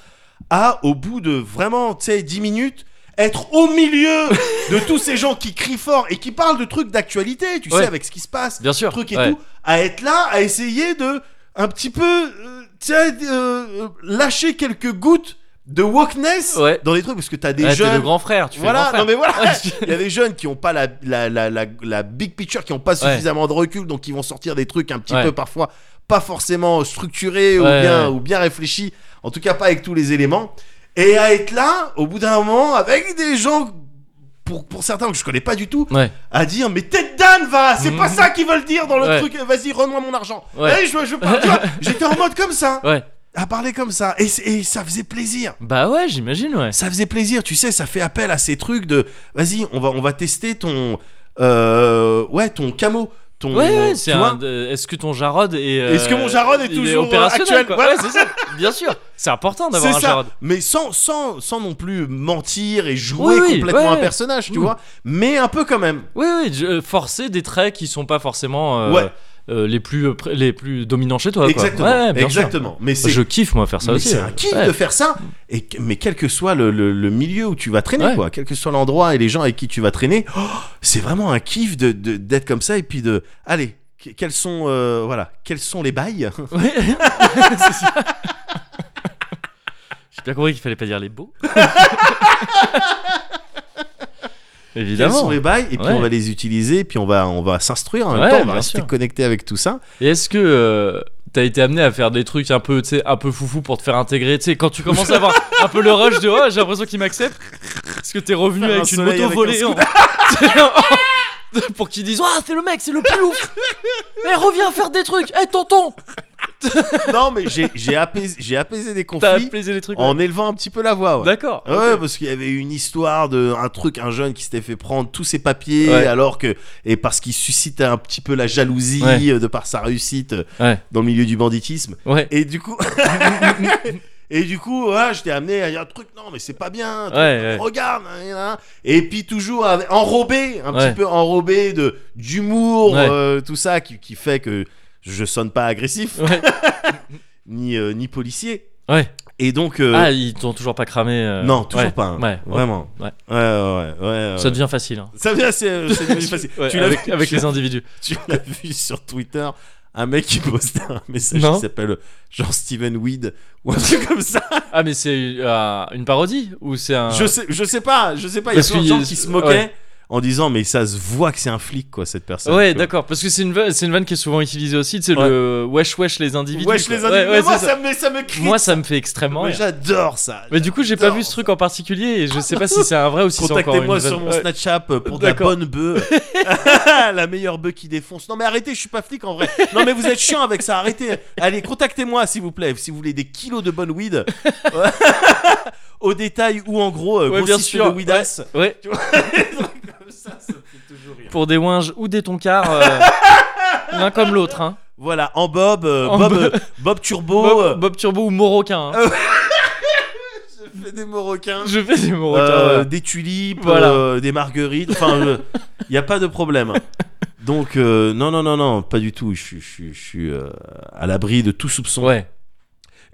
Speaker 2: à au bout de vraiment, tu sais, 10 minutes, être au milieu
Speaker 1: [LAUGHS]
Speaker 2: de tous ces gens qui crient fort et qui parlent de trucs d'actualité, tu
Speaker 1: Ouais.
Speaker 2: sais, avec ce qui se passe,
Speaker 1: Bien sûr.
Speaker 2: truc et
Speaker 1: ouais.
Speaker 2: tout, à être là, à essayer de un petit peu, euh, tu sais, euh, lâcher quelques gouttes de wokeness
Speaker 1: Ouais.
Speaker 2: dans les trucs, parce que t'as des
Speaker 1: Ouais, t'es
Speaker 2: jeunes
Speaker 1: le grand frère, tu fais
Speaker 2: voilà,
Speaker 1: le grand
Speaker 2: non mais voilà,
Speaker 1: Ouais, tu-
Speaker 2: il y a des jeunes qui ont pas la, la, la, la, la big picture, qui ont pas
Speaker 1: Ouais.
Speaker 2: suffisamment de recul, donc ils vont sortir des trucs un petit
Speaker 1: Ouais.
Speaker 2: peu parfois pas forcément structurés
Speaker 1: Ouais,
Speaker 2: ou, bien,
Speaker 1: ouais.
Speaker 2: ou bien réfléchis, en tout cas pas avec tous les éléments, et à être là, au bout d'un moment, avec des gens, pour, pour certains que je connais pas du tout,
Speaker 1: Ouais.
Speaker 2: à dire mais tête d'âne va c'est
Speaker 1: Mhm.
Speaker 2: pas ça qu'ils veulent dire dans le
Speaker 1: Ouais.
Speaker 2: truc vas-y rends-moi mon argent
Speaker 1: Ouais.
Speaker 2: Allez, je, je parle,
Speaker 1: [LAUGHS]
Speaker 2: tu vois, j'étais en mode comme ça
Speaker 1: frère. Ouais.
Speaker 2: à parler comme ça et, c'est- et ça faisait plaisir
Speaker 1: Bah ouais, j'imagine, ouais.
Speaker 2: ça faisait plaisir tu sais ça fait appel à ces trucs de vas-y on va on va tester ton euh, ouais ton camo ton
Speaker 1: Ouais, ouais,
Speaker 2: tu
Speaker 1: c'est
Speaker 2: vois.
Speaker 1: un. de- Est-ce que ton Jarod est. euh,
Speaker 2: Est-ce que mon Jarod est
Speaker 1: il
Speaker 2: toujours, euh,
Speaker 1: opérationnel,
Speaker 2: actuel
Speaker 1: quoi.
Speaker 2: Voilà.
Speaker 1: Ouais, c'est ça. Bien sûr. C'est important d'avoir
Speaker 2: C'est
Speaker 1: un
Speaker 2: ça.
Speaker 1: Jarod.
Speaker 2: mais sans, sans sans non plus mentir et
Speaker 1: Oui,
Speaker 2: jouer
Speaker 1: oui,
Speaker 2: complètement
Speaker 1: ouais,
Speaker 2: un
Speaker 1: ouais.
Speaker 2: personnage tu
Speaker 1: Mm.
Speaker 2: vois mais un peu quand même
Speaker 1: Oui, oui, je- euh, forcer des traits qui sont pas forcément euh,
Speaker 2: Ouais.
Speaker 1: euh, les, plus, euh, pr- les plus dominants chez toi. quoi.
Speaker 2: exactement
Speaker 1: Ouais, ouais, bien sûr.
Speaker 2: exactement mais c'est
Speaker 1: Je kiffe, moi, faire ça
Speaker 2: Mais
Speaker 1: aussi.
Speaker 2: C'est
Speaker 1: ouais.
Speaker 2: un
Speaker 1: [LAUGHS]
Speaker 2: kiff
Speaker 1: Ouais.
Speaker 2: de faire ça. Et, que- mais quel que soit le, le- le milieu où tu vas traîner,
Speaker 1: Ouais.
Speaker 2: quoi, quel que soit l'endroit et les gens avec qui tu vas traîner, oh, c'est vraiment un kiff de de- d'être comme ça et puis de. Allez, que- quels sont euh, voilà, quels sont les bails [LAUGHS]
Speaker 1: Ouais. C'est ça. J'ai bien compris qu'il fallait pas dire les
Speaker 2: [LAUGHS]
Speaker 1: beaux.
Speaker 2: Quels
Speaker 1: Évidemment.
Speaker 2: sont les bails Et puis
Speaker 1: Ouais.
Speaker 2: on va les utiliser, puis on va on va s'instruire en même
Speaker 1: Ouais,
Speaker 2: temps, on va
Speaker 1: bien
Speaker 2: rester
Speaker 1: sûr.
Speaker 2: connecté avec tout ça.
Speaker 1: Et est-ce que euh, t'as été amené à faire des trucs un peu, tu sais, un peu foufou pour te faire intégrer Tu sais, quand tu commences à avoir un peu le rush de oh, j'ai l'impression qu'il m'accepte. Est-ce que t'es revenu
Speaker 2: Faire un
Speaker 1: avec une
Speaker 2: soleil
Speaker 1: moto
Speaker 2: avec
Speaker 1: volée
Speaker 2: un
Speaker 1: [LAUGHS] en- pour qu'ils disent ah c'est le mec, c'est le plus ouf. Eh reviens faire des trucs. Eh tonton,
Speaker 2: non, mais j'ai j'ai apaisé, j'ai apaisé des
Speaker 1: t'as
Speaker 2: conflits
Speaker 1: plaisé les trucs. ouais.
Speaker 2: en élevant un petit peu la voix. ouais.
Speaker 1: D'accord.
Speaker 2: Ouais, parce qu'il y avait une histoire de un truc, un jeune qui s'était fait prendre tous ses papiers,
Speaker 1: Ouais.
Speaker 2: alors que et parce qu'il suscite un petit peu la jalousie
Speaker 1: Ouais.
Speaker 2: euh, de par sa réussite euh,
Speaker 1: Ouais.
Speaker 2: dans le milieu du banditisme.
Speaker 1: Ouais.
Speaker 2: Et du coup, [LAUGHS] et du coup, voilà, j'étais amené à dire un truc. Non, mais c'est pas bien. un truc,
Speaker 1: Ouais, ouais.
Speaker 2: Regarde. hein, hein, hein. Et puis toujours avec- enrobé, un
Speaker 1: Ouais.
Speaker 2: petit peu enrobé de d'humour,
Speaker 1: Ouais.
Speaker 2: euh, tout ça qui, qui fait que je sonne pas agressif
Speaker 1: Ouais.
Speaker 2: ni euh, ni policier.
Speaker 1: Ouais.
Speaker 2: Et donc. euh,
Speaker 1: Ah, ils t'ont toujours pas cramé. euh,
Speaker 2: non, toujours
Speaker 1: ouais.
Speaker 2: pas. hein.
Speaker 1: Ouais. ouais.
Speaker 2: Vraiment.
Speaker 1: Ouais.
Speaker 2: Ouais, ouais, ouais. ouais,
Speaker 1: Ça devient facile.
Speaker 2: [LAUGHS]
Speaker 1: hein.
Speaker 2: ça vient, c'est euh, c'est
Speaker 1: [LAUGHS]
Speaker 2: devenu facile.
Speaker 1: Ouais,
Speaker 2: tu l'as
Speaker 1: avec,
Speaker 2: vu,
Speaker 1: avec
Speaker 2: tu [LAUGHS]
Speaker 1: les
Speaker 2: l'as-
Speaker 1: individus.
Speaker 2: tu l'as vu sur Twitter, un mec qui postait un message
Speaker 1: Non.
Speaker 2: qui s'appelle euh, genre Steven Weed ou un truc comme ça.
Speaker 1: Ah, mais c'est euh, une parodie ou c'est un.
Speaker 2: Je sais, je sais pas, je sais pas. Il y a
Speaker 1: Ah. Parce
Speaker 2: plein de
Speaker 1: qu'il y a-
Speaker 2: gens qui se moquaient
Speaker 1: ouais.
Speaker 2: en disant mais ça se voit que c'est un flic quoi cette personne.
Speaker 1: ouais,
Speaker 2: tu vois.
Speaker 1: d'accord. Parce que c'est une, vanne- c'est une vanne qui est souvent utilisée aussi. C'est
Speaker 2: Ouais.
Speaker 1: le wesh wesh les individus.
Speaker 2: Wesh
Speaker 1: quoi.
Speaker 2: les individus.
Speaker 1: Ouais, ouais,
Speaker 2: Mais moi
Speaker 1: c'est
Speaker 2: ça.
Speaker 1: ça.
Speaker 2: me ça me crie.
Speaker 1: Moi, ça me fait extrêmement
Speaker 2: Mais
Speaker 1: rire.
Speaker 2: j'adore ça.
Speaker 1: Mais du coup, j'ai pas
Speaker 2: J'adore
Speaker 1: vu ce truc en particulier et je sais pas si c'est un vrai ou si c'est encore une
Speaker 2: Contactez-moi sur
Speaker 1: vanne.
Speaker 2: mon
Speaker 1: Ouais.
Speaker 2: Snapchat euh, pour de la
Speaker 1: D'accord. [LAUGHS]
Speaker 2: bonne bœuf. [LAUGHS] la meilleure bœuf qui défonce. Non mais arrêtez, je suis pas flic en vrai. Non mais vous êtes chiant avec ça, arrêtez. Allez, contactez-moi s'il vous plaît, si vous voulez des kilos de bonne weed. [LAUGHS] Ouais. Au détail ou en gros, euh,
Speaker 1: Ouais, bien
Speaker 2: grossiste
Speaker 1: sûr,
Speaker 2: de weedass.
Speaker 1: Ouais,
Speaker 2: [LAUGHS] Ça, ça fait toujours rire.
Speaker 1: pour des winges ou des toncards,
Speaker 2: [LAUGHS]
Speaker 1: euh, l'un comme l'autre. hein.
Speaker 2: Voilà, en Bob, euh,
Speaker 1: En
Speaker 2: Bob,
Speaker 1: Bob.
Speaker 2: euh, Bob Turbo,
Speaker 1: Bob, Bob Turbo ou Morocain. hein.
Speaker 2: euh, je fais des Marocains,
Speaker 1: Je fais des Morocains.
Speaker 2: euh,
Speaker 1: voilà.
Speaker 2: des tulipes,
Speaker 1: Voilà.
Speaker 2: euh, des marguerites. Enfin, il n'y a pas
Speaker 1: [LAUGHS]
Speaker 2: de problème. Donc euh, non, non, non, non, pas du tout. Je suis, je suis- je suis euh, à l'abri de tout soupçon.
Speaker 1: Ouais.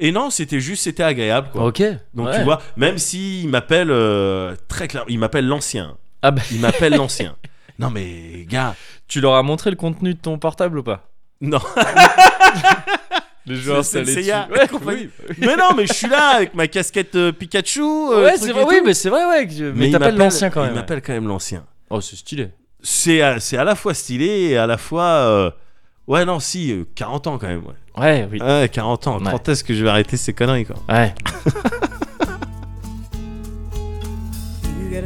Speaker 2: Et non, c'était juste, c'était agréable, quoi.
Speaker 1: Ok.
Speaker 2: Donc
Speaker 1: Ouais.
Speaker 2: tu vois, même s'il m'appelle euh, très clair, il m'appelle l'ancien.
Speaker 1: Ah bah.
Speaker 2: Il m'appelle l'ancien. [LAUGHS] Non mais gars,
Speaker 1: Tu leur as montré le contenu de ton portable ou pas
Speaker 2: [LAUGHS] non.
Speaker 1: [LAUGHS] Les
Speaker 2: jeux installés dessus.
Speaker 1: Ouais,
Speaker 2: Oui,
Speaker 1: oui.
Speaker 2: mais non, mais je suis là avec ma casquette euh, Pikachu. euh,
Speaker 1: ouais,
Speaker 2: truc
Speaker 1: c'est
Speaker 2: et
Speaker 1: vrai, oui,
Speaker 2: tout.
Speaker 1: mais c'est vrai, ouais. que- Mais,
Speaker 2: il
Speaker 1: t'appelles
Speaker 2: m'appelle-
Speaker 1: l'ancien quand même.
Speaker 2: Il
Speaker 1: ouais.
Speaker 2: m'appelle quand même l'ancien.
Speaker 1: Oh, c'est stylé.
Speaker 2: C'est à, c'est à la fois stylé et à la fois euh, ouais non si euh, 40 ans quand même. Ouais,
Speaker 1: Ouais, oui.
Speaker 2: Ouais, 40 ans.
Speaker 1: Ouais.
Speaker 2: Quand est-ce que je vais arrêter ces conneries quoi
Speaker 1: Ouais.
Speaker 3: You got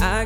Speaker 3: I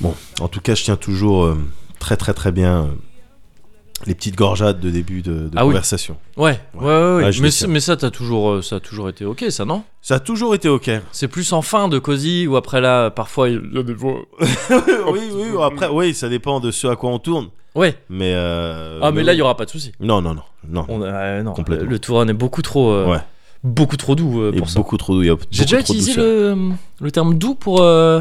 Speaker 2: Bon, en tout cas, je tiens toujours euh, très très très bien euh, les petites gorgeades de début de, de
Speaker 1: Ah oui.
Speaker 2: conversation.
Speaker 1: Ouais, ouais, ouais. ouais.
Speaker 2: Ah, je
Speaker 1: mais,
Speaker 2: le
Speaker 1: c-
Speaker 2: tiens.
Speaker 1: mais ça, t'as toujours, euh, ça a toujours été ok, ça, non
Speaker 2: Ça a toujours été ok.
Speaker 1: C'est plus en fin de Cozy ou après là, parfois il y a des voix.
Speaker 2: oui, oui, après, oui, ça dépend de ce à quoi on tourne.
Speaker 1: Ouais.
Speaker 2: Mais. euh,
Speaker 1: Ah, mais là, il
Speaker 2: oui.
Speaker 1: y aura pas de souci.
Speaker 2: Non, non, non. non.
Speaker 1: On, euh, non,
Speaker 2: Complètement.
Speaker 1: Le tour est beaucoup trop, euh,
Speaker 2: Ouais.
Speaker 1: beaucoup trop doux euh,
Speaker 2: Et
Speaker 1: pour ça.
Speaker 2: beaucoup trop douillop.
Speaker 1: J'ai déjà utilisé le, le terme doux pour, euh,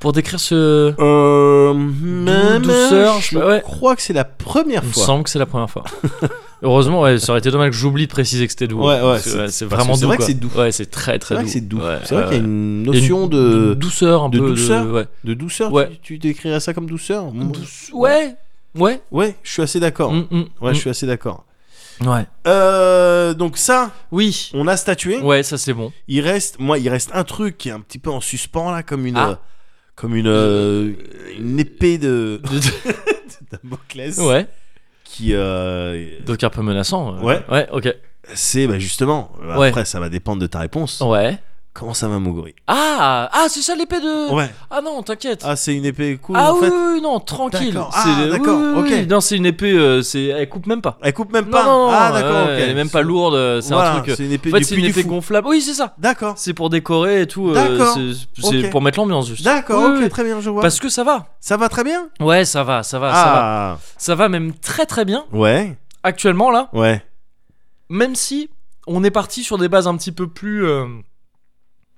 Speaker 1: pour décrire ce.
Speaker 2: Euh, même,
Speaker 1: douceur, je sais
Speaker 2: je
Speaker 1: pas, ouais.
Speaker 2: crois que c'est la première
Speaker 1: Il me
Speaker 2: fois.
Speaker 1: semble que c'est la première
Speaker 2: [LAUGHS]
Speaker 1: fois. Heureusement, ouais, ça aurait été dommage que j'oublie de préciser que c'était doux.
Speaker 2: Ouais, ouais,
Speaker 1: Parce que,
Speaker 2: c'est-
Speaker 1: c'est
Speaker 2: parce
Speaker 1: vraiment
Speaker 2: que c'est
Speaker 1: doux.
Speaker 2: vrai que
Speaker 1: quoi.
Speaker 2: c'est doux.
Speaker 1: Ouais, c'est très très
Speaker 2: C'est vrai
Speaker 1: doux.
Speaker 2: que c'est doux.
Speaker 1: Ouais,
Speaker 2: c'est vrai
Speaker 1: ouais,
Speaker 2: qu'il y a une
Speaker 1: ouais. Il y a
Speaker 2: notion
Speaker 1: une
Speaker 2: de,
Speaker 1: douceur un
Speaker 2: de
Speaker 1: peu.
Speaker 2: douceur.
Speaker 1: ouais.
Speaker 2: de douceur.
Speaker 1: Ouais.
Speaker 2: Tu, tu décrirais ça comme douceur Moi-
Speaker 1: Douce- ouais, ouais.
Speaker 2: Ouais, je suis assez d'accord.
Speaker 1: Mm, mm,
Speaker 2: Ouais,
Speaker 1: mm.
Speaker 2: je suis assez d'accord.
Speaker 1: Ouais.
Speaker 2: Euh, donc ça,
Speaker 1: Oui.
Speaker 2: on a statué.
Speaker 1: Ouais, ça c'est
Speaker 2: [LAUGHS]
Speaker 1: bon.
Speaker 2: Il reste, moi, il reste un truc qui est un petit peu en suspens là, comme une,
Speaker 1: Ah.
Speaker 2: euh, comme une, euh, une épée de [LAUGHS] Damoclès
Speaker 1: ouais.
Speaker 2: qui, euh,
Speaker 1: Donc un peu menaçant. euh.
Speaker 2: Ouais.
Speaker 1: Ouais, ok.
Speaker 2: c'est bah, justement. euh,
Speaker 1: Ouais. Oh.
Speaker 2: Après, ça va dépendre de ta réponse.
Speaker 1: Ouais.
Speaker 2: Comment ça va, Moguri
Speaker 1: Ah, ah c'est ça l'épée de.
Speaker 2: Ouais.
Speaker 1: Ah non, t'inquiète.
Speaker 2: Ah, c'est une épée cool
Speaker 1: Ah
Speaker 2: en
Speaker 1: oui,
Speaker 2: fait.
Speaker 1: oui, oui, non, tranquille.
Speaker 2: D'accord.
Speaker 1: C'est-
Speaker 2: Ah,
Speaker 1: oui,
Speaker 2: d'accord,
Speaker 1: oui, oui.
Speaker 2: ok.
Speaker 1: Non, c'est une épée, euh, c'est... elle coupe même pas.
Speaker 2: Elle coupe même
Speaker 1: Non,
Speaker 2: pas.
Speaker 1: non, non,
Speaker 2: ah d'accord.
Speaker 1: ouais,
Speaker 2: ok.
Speaker 1: Elle est même pas lourde, euh, c'est
Speaker 2: Voilà,
Speaker 1: un truc. euh,
Speaker 2: C'est une épée
Speaker 1: En fait,
Speaker 2: du
Speaker 1: c'est
Speaker 2: puits
Speaker 1: une
Speaker 2: du
Speaker 1: épée
Speaker 2: fou.
Speaker 1: gonflable. Oui, c'est ça.
Speaker 2: D'accord.
Speaker 1: C'est pour décorer et tout. euh,
Speaker 2: D'accord.
Speaker 1: c'est c'est
Speaker 2: Ok.
Speaker 1: pour mettre l'ambiance, juste.
Speaker 2: D'accord.
Speaker 1: Oui,
Speaker 2: ok,
Speaker 1: oui.
Speaker 2: très bien, je vois.
Speaker 1: Parce que ça va.
Speaker 2: Ça va très bien.
Speaker 1: Ouais, ça va, ça va, ça va.
Speaker 2: ah.
Speaker 1: Ça va même très très bien.
Speaker 2: Ouais.
Speaker 1: Actuellement, là,
Speaker 2: Ouais.
Speaker 1: même si on est parti sur des bases un petit peu plus. euh,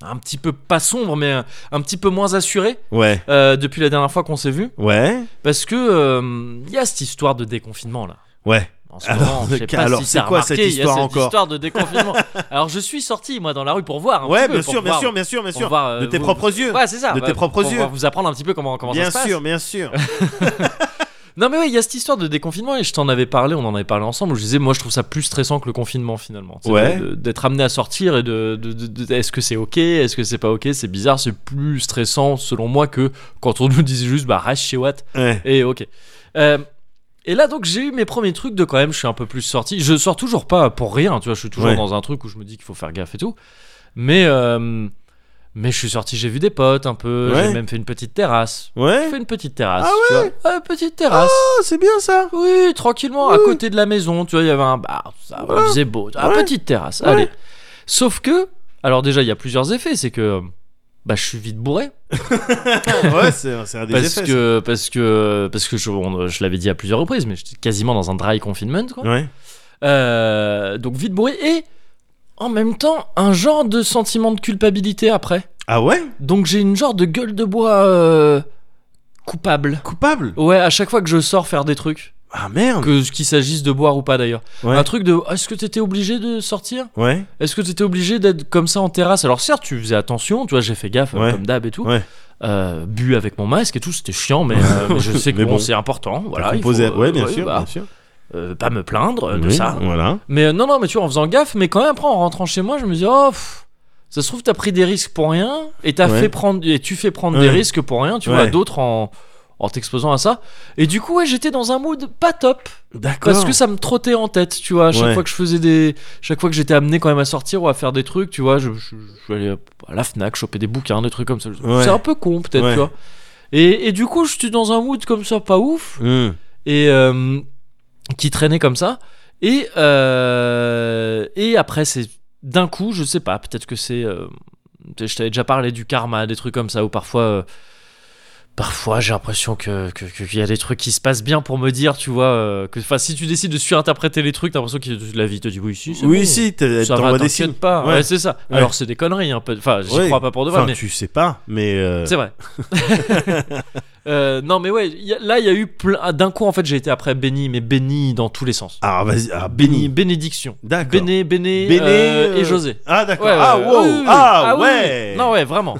Speaker 1: un petit peu pas sombres, mais euh, un petit peu moins assurées
Speaker 2: Ouais.
Speaker 1: euh, depuis la dernière fois qu'on s'est vu.
Speaker 2: Ouais.
Speaker 1: Parce que. euh, Il y a cette histoire de déconfinement, là.
Speaker 2: Ouais.
Speaker 1: En ce
Speaker 2: Alors,
Speaker 1: moment, je
Speaker 2: [LAUGHS]
Speaker 1: sais
Speaker 2: le-
Speaker 1: pas
Speaker 2: alors,
Speaker 1: si
Speaker 2: c'est
Speaker 1: t'as
Speaker 2: quoi
Speaker 1: remarqué,
Speaker 2: cette
Speaker 1: il y a
Speaker 2: histoire
Speaker 1: cette
Speaker 2: encore
Speaker 1: histoire de
Speaker 2: [LAUGHS]
Speaker 1: déconfinement. alors, je suis sorti, moi, dans la rue pour voir. un
Speaker 2: Ouais,
Speaker 1: petit peu,
Speaker 2: bien
Speaker 1: pour
Speaker 2: sûr, bien
Speaker 1: voir-
Speaker 2: sûr, bien sûr, bien
Speaker 1: pour
Speaker 2: sûr.
Speaker 1: voir, euh,
Speaker 2: De tes
Speaker 1: vous-
Speaker 2: propres yeux.
Speaker 1: Ouais, c'est ça.
Speaker 2: De
Speaker 1: bah,
Speaker 2: tes propres
Speaker 1: pour
Speaker 2: yeux.
Speaker 1: voir- vous apprendre un petit peu comment, comment
Speaker 2: Bien
Speaker 1: ça se
Speaker 2: sûr,
Speaker 1: passe.
Speaker 2: bien sûr.
Speaker 1: Non, mais oui, il y a cette histoire de déconfinement et je t'en avais parlé, on en avait parlé ensemble. où Je disais, moi, je trouve ça plus stressant que le confinement finalement. C'est
Speaker 2: Ouais.
Speaker 1: de- de- D'être amené à sortir et de. de- de- de- Est-ce que c'est ok Est-ce que c'est pas ok C'est bizarre, c'est plus stressant selon moi que quand on nous disait juste, bah, reste chez Watt
Speaker 2: Ouais.
Speaker 1: et ok. Euh, et là, donc, j'ai eu mes premiers trucs de quand même, je suis un peu plus sorti. Je sors toujours pas pour rien, tu vois, je suis toujours
Speaker 2: Ouais.
Speaker 1: dans un truc où je me dis qu'il faut faire gaffe et tout. Mais, euh, mais je suis sorti, j'ai vu des potes un peu,
Speaker 2: Ouais.
Speaker 1: j'ai même fait une petite terrasse. J'ai
Speaker 2: [LAUGHS] Ouais.
Speaker 1: fait une petite terrasse,
Speaker 2: Ah
Speaker 1: tu vois. Ouais, petite terrasse.
Speaker 2: Oh, c'est bien ça.
Speaker 1: oui, tranquillement, à
Speaker 2: Oui.
Speaker 1: côté de la maison, tu vois, il y avait un bar, ça
Speaker 2: Ouais.
Speaker 1: il faisait beau. Ah,
Speaker 2: Ouais.
Speaker 1: petite terrasse,
Speaker 2: Ouais.
Speaker 1: allez. Sauf que, alors déjà, il y a plusieurs effets, c'est que, bah, je suis vite bourré.
Speaker 2: [LAUGHS] ouais, c'est c'est un des
Speaker 1: parce
Speaker 2: effets.
Speaker 1: que parce que parce que je, on- je l'avais dit à plusieurs reprises mais j'étais quasiment dans un dry confinement quoi.
Speaker 2: ça. Ouais.
Speaker 1: Euh, donc vite bourré et en même temps un genre de sentiment de culpabilité après
Speaker 2: Ah ouais
Speaker 1: donc j'ai une genre de gueule de bois euh, coupable
Speaker 2: Coupable
Speaker 1: ouais à chaque fois que je sors faire des trucs
Speaker 2: Ah merde.
Speaker 1: que qu'il s'agisse de boire ou pas d'ailleurs
Speaker 2: Ouais.
Speaker 1: un truc de est-ce que t'étais obligé de sortir
Speaker 2: Ouais.
Speaker 1: est-ce que tu étais obligé d'être comme ça en terrasse Alors certes, tu faisais attention, tu vois, j'ai fait gaffe euh,
Speaker 2: Ouais.
Speaker 1: comme d'hab et tout.
Speaker 2: Ouais.
Speaker 1: Euh, bu avec mon masque et tout, c'était chiant, mais, euh, mais je
Speaker 2: [LAUGHS]
Speaker 1: sais que
Speaker 2: Mais
Speaker 1: bon,
Speaker 2: bon.
Speaker 1: c'est important. Voilà,
Speaker 2: T'as
Speaker 1: il
Speaker 2: composé-
Speaker 1: faut, euh,
Speaker 2: ouais, bien
Speaker 1: ouais,
Speaker 2: sûr,
Speaker 1: bah,
Speaker 2: bien sûr.
Speaker 1: euh, pas me plaindre euh, de
Speaker 2: Oui,
Speaker 1: ça.
Speaker 2: Voilà.
Speaker 1: Mais euh, non, non, mais tu vois, en faisant gaffe, mais quand même après en rentrant chez moi, je me dis oh, pff, ça se trouve t'as pris des risques pour rien et t'as
Speaker 2: Ouais.
Speaker 1: fait prendre et tu fais prendre
Speaker 2: Ouais.
Speaker 1: des risques pour rien, tu vois, à
Speaker 2: Ouais.
Speaker 1: d'autres en en t'exposant à ça. Et du coup, ouais, j'étais dans un mood pas top.
Speaker 2: D'accord.
Speaker 1: Parce que ça me trottait en tête, tu vois. à Chaque
Speaker 2: Ouais.
Speaker 1: fois que je faisais des. Chaque fois que j'étais amené quand même à sortir ou à faire des trucs, tu vois, je, je, je allais à la Fnac choper des bouquins, des trucs comme ça.
Speaker 2: Ouais.
Speaker 1: C'est un peu con, peut-être,
Speaker 2: Ouais.
Speaker 1: tu vois. Et, et du coup, je suis dans un mood comme ça, pas ouf,
Speaker 2: Hmm.
Speaker 1: et euh, qui traînait comme ça. Et, euh, et après, c'est d'un coup, je sais pas, peut-être que c'est. euh, je t'avais déjà parlé du karma, des trucs comme ça, où parfois. euh, Parfois, j'ai l'impression que que- que- qu'il y a des trucs qui se passent bien pour me dire, tu vois, euh, que enfin, si tu décides de surinterpréter les trucs, t'as l'impression que la vie te dit oui, si, c'est
Speaker 2: Oui,
Speaker 1: bon,
Speaker 2: si, t'as-
Speaker 1: ça va,
Speaker 2: t'envoies des
Speaker 1: t'inquiète
Speaker 2: signes.
Speaker 1: pas. Ouais,
Speaker 2: Ouais.
Speaker 1: c'est ça.
Speaker 2: Ouais.
Speaker 1: Alors, c'est des conneries, hein, peut- enfin, j'y
Speaker 2: Ouais.
Speaker 1: crois pas pour de vrai,
Speaker 2: Enfin,
Speaker 1: mais
Speaker 2: tu sais pas, mais. euh,
Speaker 1: c'est vrai. [LAUGHS] Euh, non, mais ouais, il y a- là, il y a eu plein. ah, D'un coup, en fait, j'ai été après béni, mais béni dans tous les sens.
Speaker 2: Ah, vas-y. Ah,
Speaker 1: Béni,
Speaker 2: béni.
Speaker 1: bénédiction.
Speaker 2: D'accord.
Speaker 1: Béné, Béné,
Speaker 2: Béné,
Speaker 1: euh, et
Speaker 2: euh,
Speaker 1: José.
Speaker 2: Ah, d'accord.
Speaker 1: Ouais,
Speaker 2: ah,
Speaker 1: ouais,
Speaker 2: wow.
Speaker 1: oui, oui, oui.
Speaker 2: Ah, [LAUGHS]
Speaker 1: oui,
Speaker 2: ouais.
Speaker 1: oui. Non, ouais, vraiment.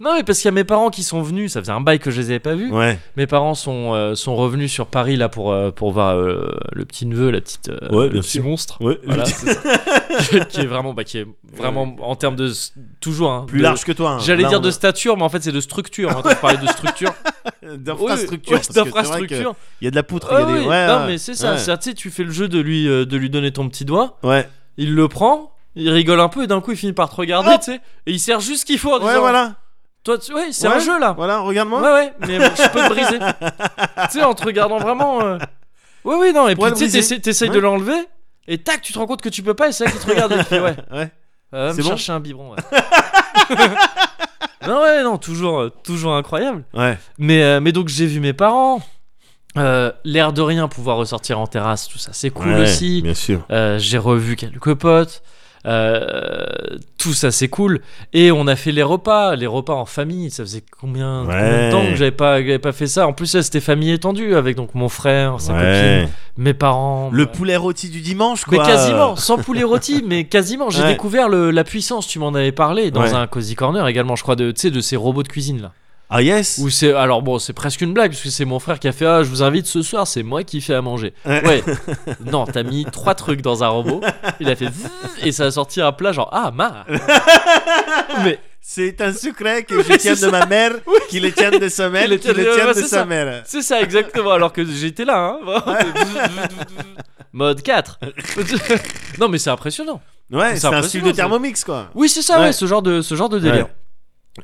Speaker 1: Non, mais parce qu'il y a mes parents qui sont venus, ça faisait un bail que je les avais pas vus.
Speaker 2: Ouais.
Speaker 1: Mes parents sont, euh, sont revenus sur Paris là pour, euh, pour voir euh, le petit neveu, la petite, euh,
Speaker 2: Ouais,
Speaker 1: le
Speaker 2: bien
Speaker 1: petit
Speaker 2: sûr.
Speaker 1: monstre.
Speaker 2: Ouais.
Speaker 1: Voilà, c'est
Speaker 2: [LAUGHS]
Speaker 1: ça. qui est vraiment, bah, qui est vraiment en termes de s- toujours hein,
Speaker 2: Plus
Speaker 1: de-
Speaker 2: large que toi. hein.
Speaker 1: J'allais
Speaker 2: Là,
Speaker 1: dire
Speaker 2: on
Speaker 1: de
Speaker 2: a-
Speaker 1: stature, mais en fait c'est de structure. hein, quand on parlait de
Speaker 2: [LAUGHS]
Speaker 1: structure,
Speaker 2: d'infrastructure.
Speaker 1: Ouais,
Speaker 2: parce que c'est vrai
Speaker 1: d'infrastructure.
Speaker 2: que Il y a de la poutre, il y
Speaker 1: Ah
Speaker 2: a des.
Speaker 1: oui,
Speaker 2: Ouais,
Speaker 1: non
Speaker 2: ouais.
Speaker 1: mais c'est ça.
Speaker 2: Ouais.
Speaker 1: c'est- Tu sais, tu fais le jeu de lui euh, de lui donner ton petit doigt.
Speaker 2: Ouais.
Speaker 1: Il le prend, il rigole un peu et d'un coup il finit par te regarder,
Speaker 2: Hop.
Speaker 1: tu sais. Et il sert juste ce qu'il faut en
Speaker 2: Ah Ouais,
Speaker 1: disant,
Speaker 2: voilà.
Speaker 1: Toi, tu- ouais, c'est
Speaker 2: Ouais,
Speaker 1: un jeu là.
Speaker 2: Voilà,
Speaker 1: Ouais,
Speaker 2: regarde-moi.
Speaker 1: ouais, mais bon, je peux te
Speaker 2: [LAUGHS]
Speaker 1: briser. tu sais, en te regardant vraiment. euh, Ouais, oui, non, et
Speaker 2: pourrais
Speaker 1: puis
Speaker 2: le
Speaker 1: tu sais,
Speaker 2: briser.
Speaker 1: t'essa- t'essayes
Speaker 2: Ouais.
Speaker 1: de l'enlever, et tac, tu te rends compte que tu peux pas, et c'est ça qui te regarde et qui fait, ouais.
Speaker 2: Ouais.
Speaker 1: Euh, va
Speaker 2: C'est
Speaker 1: me
Speaker 2: bon
Speaker 1: chercher un biberon, ouais. [LAUGHS] non, ouais, non, toujours, euh, toujours incroyable.
Speaker 2: Ouais.
Speaker 1: Mais, euh, mais donc, j'ai vu mes parents. Euh, L'air de rien, pouvoir ressortir en terrasse, tout ça, c'est cool
Speaker 2: Ouais,
Speaker 1: aussi.
Speaker 2: Bien sûr.
Speaker 1: Euh, j'ai revu quelques potes. euh, tout ça c'est cool et on a fait les repas les repas en famille ça faisait combien, combien
Speaker 2: Ouais.
Speaker 1: de temps que j'avais pas que j'avais pas fait ça en plus là, c'était famille étendue avec donc mon frère sa
Speaker 2: Ouais.
Speaker 1: copine mes parents
Speaker 2: Le
Speaker 1: ma-
Speaker 2: poulet rôti du dimanche,
Speaker 1: mais
Speaker 2: quoi.
Speaker 1: quasiment sans poulet
Speaker 2: [LAUGHS]
Speaker 1: rôti mais quasiment j'ai
Speaker 2: Ouais.
Speaker 1: découvert le- la puissance tu m'en avais parlé dans
Speaker 2: Ouais.
Speaker 1: un cozy corner également je crois de tu sais de ces robots de cuisine là
Speaker 2: Ah, yes.
Speaker 1: où c'est alors bon c'est presque une blague parce que c'est mon frère qui a fait ah je vous invite ce soir c'est moi qui fais à manger
Speaker 2: Ouais.
Speaker 1: ouais non t'as mis trois trucs dans un robot il a fait zzz, et ça a sorti un plat genre ah ma mais
Speaker 2: C'est un sucré que
Speaker 1: Ouais,
Speaker 2: je tiens
Speaker 1: c'est
Speaker 2: de ma mère, qui le tient de sa mère,
Speaker 1: Qui le
Speaker 2: qui
Speaker 1: tient
Speaker 2: le
Speaker 1: de-
Speaker 2: tient
Speaker 1: ouais,
Speaker 2: de
Speaker 1: c'est
Speaker 2: sa
Speaker 1: ça.
Speaker 2: mère.
Speaker 1: c'est ça exactement alors que j'étais là hein, vraiment. mode 4 [LAUGHS] non mais c'est impressionnant
Speaker 2: Ouais,
Speaker 1: C'est
Speaker 2: c'est un
Speaker 1: impressionnant,
Speaker 2: style de
Speaker 1: ça.
Speaker 2: Thermomix, quoi.
Speaker 1: oui c'est ça
Speaker 2: Ouais.
Speaker 1: ouais. ce genre de ce genre de délire